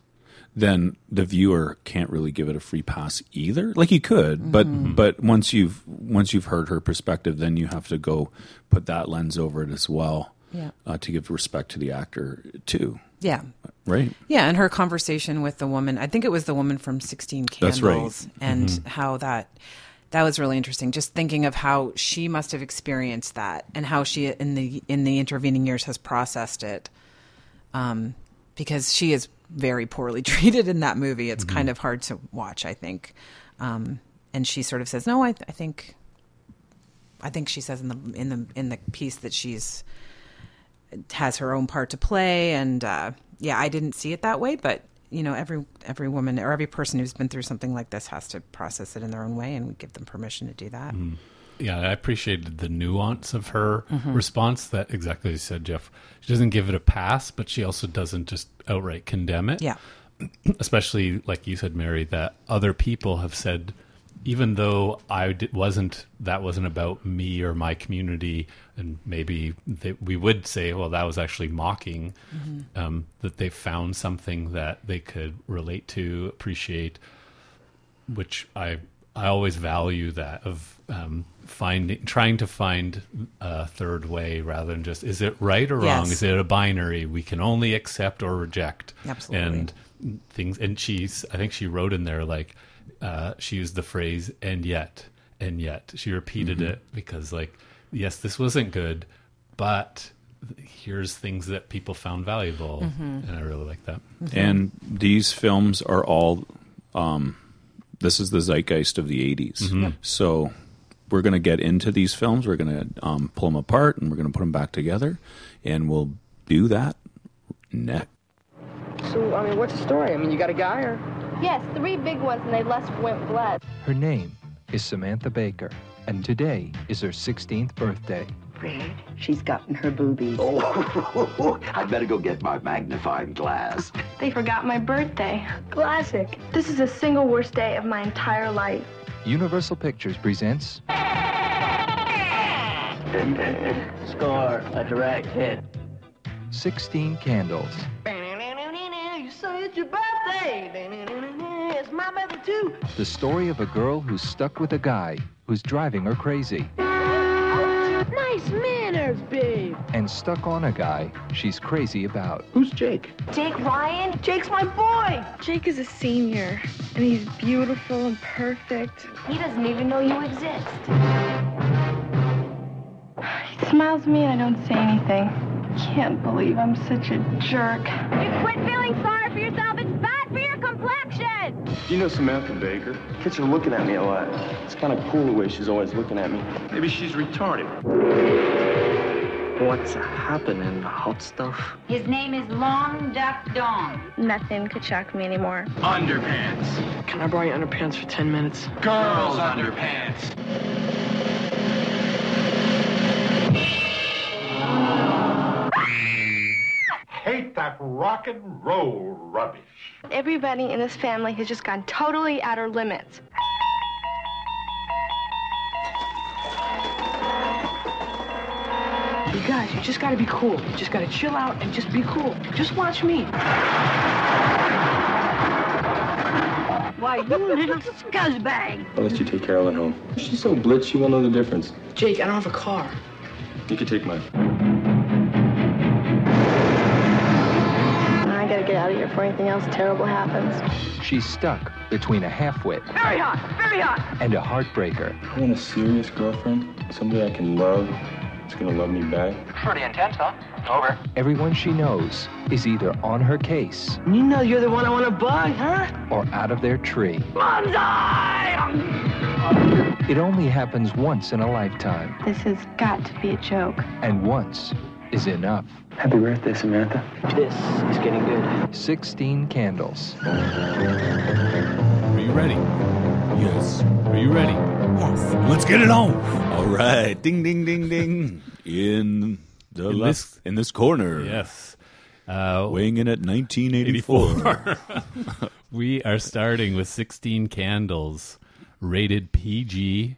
[SPEAKER 2] then the viewer can't really give it a free pass either. Like you could, but but once you've once you've heard her perspective, then you have to go put that lens over it as well
[SPEAKER 4] Yeah.
[SPEAKER 2] uh, to give respect to the actor too,
[SPEAKER 4] Yeah.
[SPEAKER 2] right?
[SPEAKER 4] Yeah, and her conversation with the woman, I think it was the woman from 16 Candles
[SPEAKER 2] That's right. Mm-hmm.
[SPEAKER 4] and how that that was really interesting just thinking of how she must have experienced that and how she in the in the intervening years has processed it. Um because she is very poorly treated in that movie.
[SPEAKER 2] Mm-hmm.
[SPEAKER 4] It's kind of hard to watch, I think. Um and she sort of says, "No, I, I think I think she says in the in the in the piece that she's has her own part to play and uh, yeah i didn't see it that way but you know every every woman or every person who's been through something like this has to process it in their own way and we give them permission to do that
[SPEAKER 3] Yeah, I appreciated the nuance of her response. That exactly as you said, Jeff. She doesn't give it a pass, but she also doesn't just outright condemn it.
[SPEAKER 4] yeah
[SPEAKER 3] especially like you said, Mary, that other people have said, even though I d- wasn't, that wasn't about me or my community, and maybe that we would say, well, that was actually mocking, um, that they found something that they could relate to, appreciate, which I I always value that of um, finding trying to find a third way rather than just is it right or wrong?
[SPEAKER 4] Yes.
[SPEAKER 3] Is it a binary? We can only accept or reject.
[SPEAKER 4] Absolutely.
[SPEAKER 3] And things and she's I think she wrote in there like uh, she used the phrase and yet and yet she repeated it because like yes this wasn't good but here's things that people found valuable and I really like that.
[SPEAKER 2] And these films are all. Um, this is the zeitgeist of the 80s.
[SPEAKER 3] Mm-hmm.
[SPEAKER 2] So we're going to get into these films. We're going to um, pull them apart and we're going to put them back together. And we'll do that next.
[SPEAKER 5] So, I mean, what's the story? I mean, you got a guy or?
[SPEAKER 6] Yes, three big ones, and they left went bled.
[SPEAKER 7] Her name is Samantha Baker, and today is her 16th birthday.
[SPEAKER 8] Brad, she's gotten her boobies.
[SPEAKER 9] Oh, I'd better go get my magnifying glass.
[SPEAKER 6] They forgot my birthday. Classic. This is the single worst day of my entire life.
[SPEAKER 7] Universal Pictures presents
[SPEAKER 8] Score a direct hit.
[SPEAKER 7] 16 Candles.
[SPEAKER 8] You say it's your birthday. It's my birthday too.
[SPEAKER 7] The story of a girl who's stuck with a guy who's driving her crazy
[SPEAKER 6] Nice manners, babe.
[SPEAKER 7] and stuck on a guy she's crazy about.
[SPEAKER 9] Who's Jake?
[SPEAKER 6] Jake Ryan. Jake's my boy. Jake is a senior, and he's beautiful and perfect. He doesn't even know you exist. He smiles at me, and I don't say anything. Can't believe I'm such a jerk. You quit feeling sorry for yourself. It's bad for your complexion.
[SPEAKER 10] You know Samantha Baker? Kids are looking at me a lot. It's kind of cool the way she's always looking at me. Maybe she's retarded.
[SPEAKER 8] What's happening? Hot stuff?
[SPEAKER 11] His name is Long Duck Dong.
[SPEAKER 6] Nothing could shock me anymore.
[SPEAKER 10] Underpants.
[SPEAKER 5] Can I borrow your underpants for 10 minutes?
[SPEAKER 10] Girls' underpants.
[SPEAKER 9] Hate that rock and roll rubbish.
[SPEAKER 6] Everybody in this family has just gone totally out of limits.
[SPEAKER 5] You guys, you just gotta be cool. You just gotta chill out and just be cool. Just watch me.
[SPEAKER 11] Why, you little scuzzbag.
[SPEAKER 10] I'll let you take Carolyn home. She's so blitz, she won't know the difference.
[SPEAKER 5] Jake, I don't have a car.
[SPEAKER 10] You can take mine.
[SPEAKER 6] I gotta get out of here before anything else terrible happens.
[SPEAKER 7] She's stuck between a halfwit
[SPEAKER 6] Very hot, very hot.
[SPEAKER 7] and a heartbreaker.
[SPEAKER 10] I want a serious girlfriend, somebody I can love. That's gonna love me back.
[SPEAKER 8] Pretty intense, huh? Over.
[SPEAKER 7] Everyone she knows is either on her case
[SPEAKER 5] You know you're the one I wanna bug, huh?
[SPEAKER 7] or out of their tree. It only happens once in a lifetime,
[SPEAKER 6] This has got to be a joke.
[SPEAKER 7] and once is enough.
[SPEAKER 10] Happy birthday, Samantha.
[SPEAKER 8] This is getting good.
[SPEAKER 7] 16 Candles.
[SPEAKER 3] Are you ready? Yes. Are you ready?
[SPEAKER 4] Yes.
[SPEAKER 2] Let's get it on. All right. Ding, ding, ding, ding. In the
[SPEAKER 3] In
[SPEAKER 2] left,
[SPEAKER 3] this-
[SPEAKER 2] in this corner.
[SPEAKER 3] Yes. Uh,
[SPEAKER 2] Weighing in at 1984.
[SPEAKER 3] we are starting with 16 Candles, rated PG.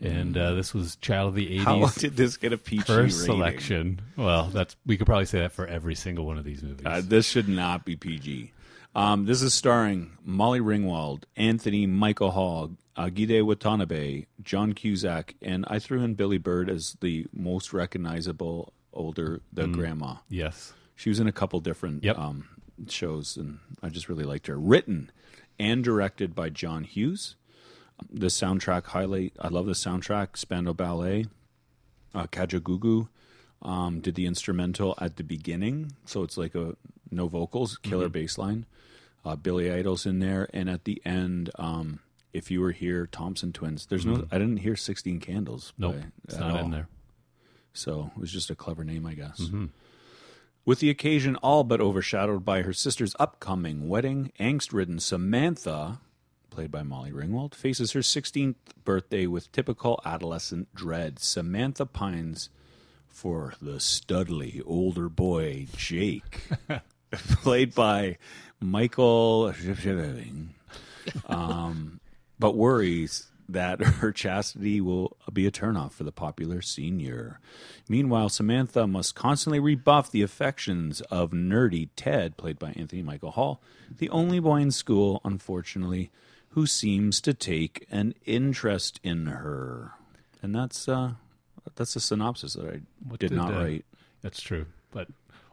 [SPEAKER 3] And uh, this was Child of the 80s.
[SPEAKER 2] How did this get a PG
[SPEAKER 3] First
[SPEAKER 2] rating?
[SPEAKER 3] selection. Well, that's we could probably say that for every single one of these movies.
[SPEAKER 2] Uh, this should not be PG. Um, this is starring Molly Ringwald, Anthony Michael Hall, Agide Watanabe, John Cusack, and I threw in Billy Bird as the most recognizable older the grandma.
[SPEAKER 3] yes.
[SPEAKER 2] She was in a couple different
[SPEAKER 3] Yep.
[SPEAKER 2] um, shows, and I just really liked her. Written and directed by John Hughes. The soundtrack highlight. I love the soundtrack. Spandau Ballet, uh, Kajagoogoo um, did the instrumental at the beginning, so it's like a no vocals, killer
[SPEAKER 3] Mm-hmm.
[SPEAKER 2] bass line. Uh, Billy Idol's in there, and at the end, um, if you were here, Thompson Twins. There's no. I didn't hear Sixteen Candles.
[SPEAKER 3] Mm-hmm. Nope.
[SPEAKER 2] by-
[SPEAKER 3] It's
[SPEAKER 2] at
[SPEAKER 3] not
[SPEAKER 2] all.
[SPEAKER 3] in there.
[SPEAKER 2] So it was just a clever name, I guess. With the occasion all but overshadowed by her sister's upcoming wedding, angst ridden Samantha, played by Molly Ringwald, faces her 16th birthday with typical adolescent dread. Samantha pines for the studly older boy, Jake, played by Michael. um, but worries that her chastity will be a turnoff for the popular senior. Meanwhile, Samantha must constantly rebuff the affections of nerdy Ted, played by Anthony Michael Hall, the only boy in school, unfortunately, who seems to take an interest in her. And that's uh, that's a synopsis that I did, not
[SPEAKER 3] uh,
[SPEAKER 2] write.
[SPEAKER 3] That's true. But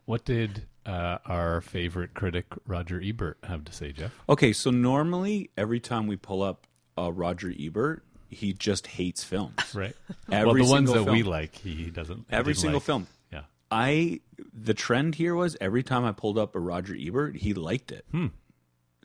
[SPEAKER 3] what did uh, our favorite critic Roger Ebert have to say, Jeff?
[SPEAKER 2] Okay, so normally every time we pull up uh, Roger Ebert, he just hates films.
[SPEAKER 3] Right.
[SPEAKER 2] Every
[SPEAKER 3] well, the ones
[SPEAKER 2] single
[SPEAKER 3] that we
[SPEAKER 2] film.
[SPEAKER 3] like, he doesn't. he
[SPEAKER 2] Every
[SPEAKER 3] didn't
[SPEAKER 2] single
[SPEAKER 3] like.
[SPEAKER 2] film.
[SPEAKER 3] Yeah.
[SPEAKER 2] I the trend here was every time I pulled up a Roger Ebert, he liked it.
[SPEAKER 3] Hmm.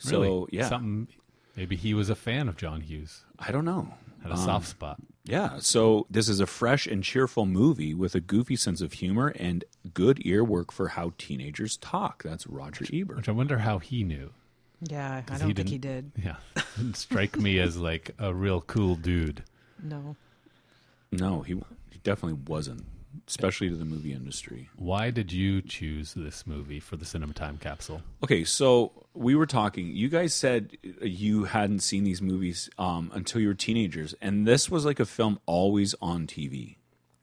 [SPEAKER 2] So
[SPEAKER 3] Really?
[SPEAKER 2] yeah,
[SPEAKER 3] something. Maybe he was a fan of John Hughes.
[SPEAKER 2] I don't know.
[SPEAKER 3] Had a
[SPEAKER 2] Um,
[SPEAKER 3] soft spot.
[SPEAKER 2] Yeah, so this is a fresh and cheerful movie with a goofy sense of humor and good earwork for how teenagers talk. That's Roger Ebert.
[SPEAKER 3] Which I wonder how he knew.
[SPEAKER 4] Yeah, I
[SPEAKER 3] 'cause
[SPEAKER 4] don't think he did.
[SPEAKER 3] didn't- Yeah, didn't strike me as like a real cool dude.
[SPEAKER 4] No.
[SPEAKER 2] No, he, he definitely wasn't, especially to the movie industry.
[SPEAKER 3] Why did you choose this movie for the Cinema Time Capsule?
[SPEAKER 2] Okay, so we were talking. You guys said you hadn't seen these movies um, until you were teenagers, and this was like a film always on TV.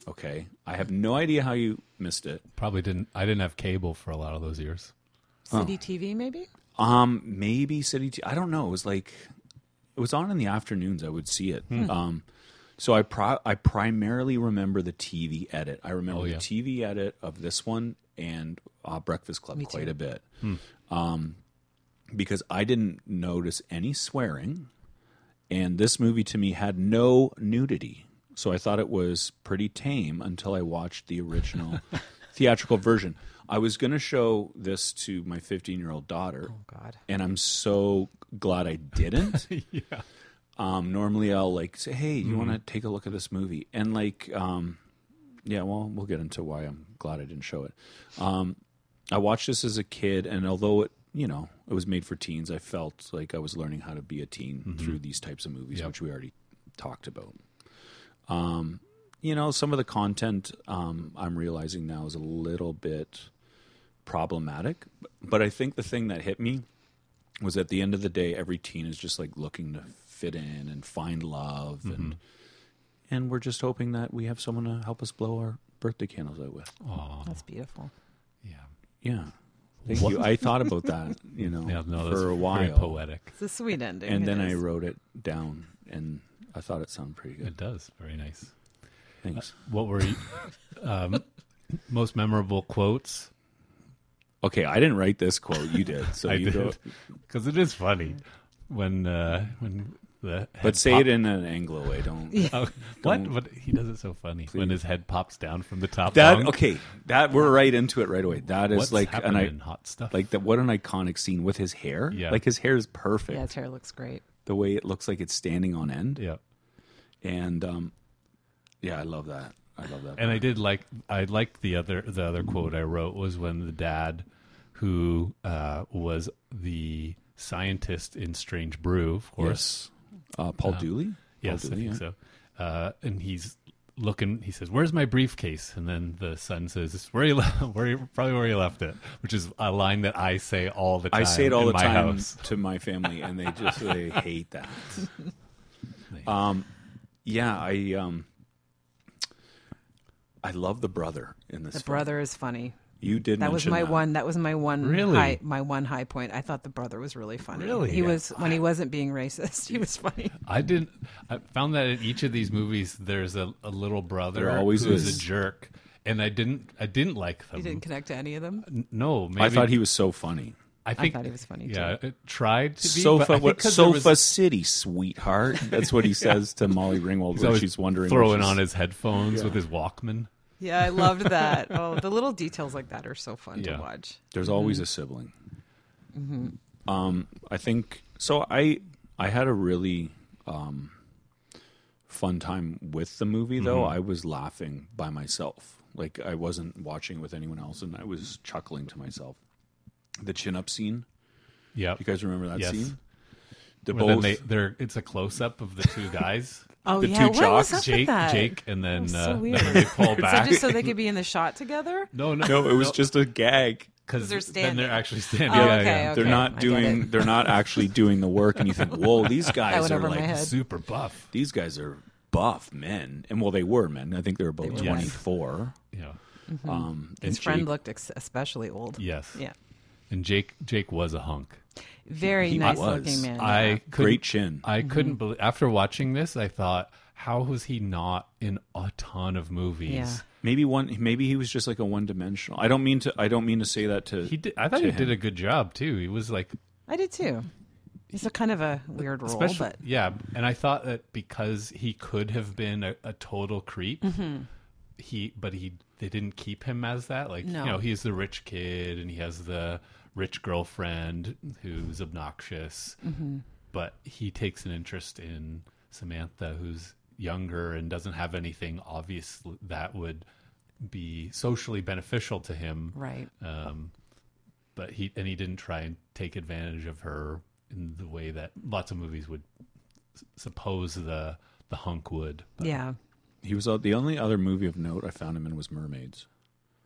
[SPEAKER 2] Okay, I have no idea how you missed it.
[SPEAKER 3] Probably didn't. I didn't have cable for a lot of those years.
[SPEAKER 4] City TV, maybe?
[SPEAKER 2] Um, maybe City. T- I don't know. It was like it was on in the afternoons. I would see it.
[SPEAKER 3] Hmm.
[SPEAKER 2] Um, so I pro- I primarily remember the TV edit. I remember
[SPEAKER 3] Oh, yeah.
[SPEAKER 2] the TV edit of this one and uh, Breakfast Club
[SPEAKER 4] Me
[SPEAKER 2] quite
[SPEAKER 4] too.
[SPEAKER 2] a bit.
[SPEAKER 3] Hmm.
[SPEAKER 2] Um, because I didn't notice any swearing, and this movie to me had no nudity. So I thought it was pretty tame until I watched the original theatrical version. I was going to show this to my 15 year old daughter
[SPEAKER 4] Oh, God.
[SPEAKER 2] and I'm so glad I didn't.
[SPEAKER 3] yeah. Mm-hmm.
[SPEAKER 2] Um, normally I'll like say, "Hey, you want to take a look at this movie?" And like, um, yeah, well, we'll get into why I'm glad I didn't show it. Um, I watched this as a kid, and although it, you know, it was made for teens, I felt like I was learning how to be a teen through these types of movies,
[SPEAKER 3] Mm-hmm. Yep.
[SPEAKER 2] which we already talked about. Um, you know, some of the content um, I'm realizing now is a little bit problematic, but I think the thing that hit me was at the end of the day, every teen is just like looking to fit in and find love, and Mm-hmm. and we're just hoping that we have someone to help us blow our birthday candles out with.
[SPEAKER 3] Oh,
[SPEAKER 4] That's beautiful.
[SPEAKER 3] yeah.
[SPEAKER 2] Yeah, thank you. I thought about that, you know,
[SPEAKER 3] Yeah, no, that's
[SPEAKER 2] for a while,
[SPEAKER 3] very poetic.
[SPEAKER 4] It's a sweet ending.
[SPEAKER 2] and then I
[SPEAKER 4] wrote.
[SPEAKER 2] wrote it down, and I thought it sounded pretty
[SPEAKER 3] It
[SPEAKER 2] good.
[SPEAKER 3] does. Very nice.
[SPEAKER 2] Thanks.
[SPEAKER 3] What were you, um, most memorable quotes?
[SPEAKER 2] Uh, Okay, I didn't write this quote. You did, so
[SPEAKER 3] I
[SPEAKER 2] you go.
[SPEAKER 3] did because it is funny when uh, when the
[SPEAKER 2] But
[SPEAKER 3] head
[SPEAKER 2] say
[SPEAKER 3] pop-
[SPEAKER 2] it in an Anglo way. Don't.
[SPEAKER 3] Oh, what?
[SPEAKER 2] Don't-
[SPEAKER 3] But he does it so funny when his head pops down from the top.
[SPEAKER 2] That
[SPEAKER 3] bunk.
[SPEAKER 2] okay. That we're right into it right away. That is
[SPEAKER 3] What's
[SPEAKER 2] like an
[SPEAKER 3] happening? hot stuff.
[SPEAKER 2] like that. What an iconic scene with his hair.
[SPEAKER 3] Yeah.
[SPEAKER 2] Like his hair is perfect.
[SPEAKER 4] Yeah, his hair looks great.
[SPEAKER 2] the way it looks like it's standing on end.
[SPEAKER 3] yeah.
[SPEAKER 2] And um, yeah, I love that. I love that.
[SPEAKER 3] And I did like I liked the other the other quote I wrote was when the dad who uh, was the scientist in Strange Brew, of course,
[SPEAKER 2] yes. Uh, Paul Dooley. Paul
[SPEAKER 3] Yes, I
[SPEAKER 2] Dooley,
[SPEAKER 3] think
[SPEAKER 2] yeah.
[SPEAKER 3] so. Uh, and he's looking. He says, "Where's my briefcase?" And then the son says, "It's where you le- where you, probably where you left it," which is a line that I say all the time.
[SPEAKER 2] I say it all
[SPEAKER 3] in
[SPEAKER 2] the
[SPEAKER 3] my
[SPEAKER 2] time
[SPEAKER 3] House.
[SPEAKER 2] to my family, and they just they hate that. Um, yeah, I um, I love the brother in this.
[SPEAKER 4] The
[SPEAKER 2] film.
[SPEAKER 4] brother is funny.
[SPEAKER 2] You did.
[SPEAKER 4] That was
[SPEAKER 2] mention
[SPEAKER 4] my
[SPEAKER 2] that.
[SPEAKER 4] one. That was my one.
[SPEAKER 3] Really?
[SPEAKER 4] High, my one high point. I thought the brother was really funny.
[SPEAKER 3] Really?
[SPEAKER 4] He
[SPEAKER 3] Yeah.
[SPEAKER 4] was when he wasn't being racist. He was funny.
[SPEAKER 3] I didn't. I found that in each of these movies, there's a, a little brother
[SPEAKER 2] There always
[SPEAKER 3] who's
[SPEAKER 2] is.
[SPEAKER 3] a jerk, and I didn't. I didn't like them.
[SPEAKER 4] He didn't connect to any of them.
[SPEAKER 3] N- No, maybe
[SPEAKER 2] I thought he was so funny.
[SPEAKER 3] I think
[SPEAKER 4] thought he was funny,
[SPEAKER 3] Yeah, it tried to be. but I
[SPEAKER 2] Sofa,
[SPEAKER 3] think
[SPEAKER 2] what,
[SPEAKER 3] 'cause there
[SPEAKER 2] sofa
[SPEAKER 3] was-
[SPEAKER 2] city, sweetheart. That's what he says to Molly Ringwald
[SPEAKER 3] he's
[SPEAKER 2] when
[SPEAKER 3] always
[SPEAKER 2] she's wondering. when
[SPEAKER 3] throwing
[SPEAKER 2] she's-
[SPEAKER 3] on his headphones with his Walkman.
[SPEAKER 4] Yeah, I loved that. oh, the little details like that are so fun
[SPEAKER 3] Yeah.
[SPEAKER 4] to watch.
[SPEAKER 2] There's always
[SPEAKER 4] Mm-hmm.
[SPEAKER 2] a sibling. Um, I think so. I I had a really um, fun time with the movie, though.
[SPEAKER 4] Mm-hmm.
[SPEAKER 2] I was laughing by myself. Like I wasn't watching with anyone else, and I was chuckling to myself. The chin up scene.
[SPEAKER 3] Yeah,
[SPEAKER 2] You guys remember that
[SPEAKER 3] Yes.
[SPEAKER 2] scene? They're
[SPEAKER 3] Where then
[SPEAKER 2] both.
[SPEAKER 3] they, they're it's a close up of the two guys,
[SPEAKER 4] Oh
[SPEAKER 2] The
[SPEAKER 4] yeah,
[SPEAKER 2] two
[SPEAKER 4] what
[SPEAKER 2] jocks,
[SPEAKER 4] was up
[SPEAKER 3] Jake,
[SPEAKER 4] with that?
[SPEAKER 3] Jake, and then,
[SPEAKER 4] so
[SPEAKER 3] uh,
[SPEAKER 4] weird.
[SPEAKER 3] then they pull
[SPEAKER 4] So
[SPEAKER 3] back.
[SPEAKER 4] just so they could be in the shot together.
[SPEAKER 3] no, no,
[SPEAKER 2] no, it was just a gag.
[SPEAKER 3] because
[SPEAKER 4] they're
[SPEAKER 3] Then
[SPEAKER 4] standing.
[SPEAKER 3] they're actually standing.
[SPEAKER 4] Oh,
[SPEAKER 3] yeah,
[SPEAKER 4] okay,
[SPEAKER 3] yeah.
[SPEAKER 2] They're
[SPEAKER 4] I
[SPEAKER 2] not
[SPEAKER 4] get
[SPEAKER 2] doing.
[SPEAKER 4] it.
[SPEAKER 2] They're not actually doing the work, and you think, "Whoa, these guys
[SPEAKER 4] went
[SPEAKER 2] are
[SPEAKER 4] over my
[SPEAKER 2] like
[SPEAKER 4] head.
[SPEAKER 3] Super buff.
[SPEAKER 2] these guys are buff men, and well, they were men. I think they were both
[SPEAKER 3] men.
[SPEAKER 2] twenty four.
[SPEAKER 3] Yeah.
[SPEAKER 2] Um,
[SPEAKER 4] His
[SPEAKER 2] and
[SPEAKER 4] friend
[SPEAKER 2] Jake-
[SPEAKER 4] looked ex- especially old.
[SPEAKER 3] Yes.
[SPEAKER 4] Yeah.
[SPEAKER 3] And Jake Jake was a hunk.
[SPEAKER 4] Very He nice was. looking man.
[SPEAKER 3] I
[SPEAKER 4] Yeah.
[SPEAKER 3] couldn't-
[SPEAKER 2] Great chin.
[SPEAKER 3] I couldn't
[SPEAKER 4] Mhm.
[SPEAKER 3] believe after watching this. I thought, how was he not in a ton of movies?
[SPEAKER 2] Yeah. Maybe one. Maybe he was just like a one dimensional. I don't mean to. I don't mean to say that to.
[SPEAKER 3] He did. I thought
[SPEAKER 2] to
[SPEAKER 3] he
[SPEAKER 2] him.
[SPEAKER 3] did a good job too. He was like
[SPEAKER 4] I did too. It's a kind of a weird role,
[SPEAKER 3] Especially-
[SPEAKER 4] but
[SPEAKER 3] yeah, and I thought that because he could have been a, a total creep,
[SPEAKER 4] Mhm.
[SPEAKER 3] he but he they didn't keep him as that. Like
[SPEAKER 4] No.
[SPEAKER 3] you know, he's the rich kid and he has the rich girlfriend who's obnoxious,
[SPEAKER 4] Mhm.
[SPEAKER 3] but he takes an interest in Samantha, who's younger and doesn't have anything obvious that would be socially beneficial to him,
[SPEAKER 4] Right.
[SPEAKER 3] Um, but he and he didn't try and take advantage of her in the way that lots of movies would s- suppose the the hunk would. But
[SPEAKER 4] yeah.
[SPEAKER 2] He was uh, the only other movie of note I found him in was Mermaids,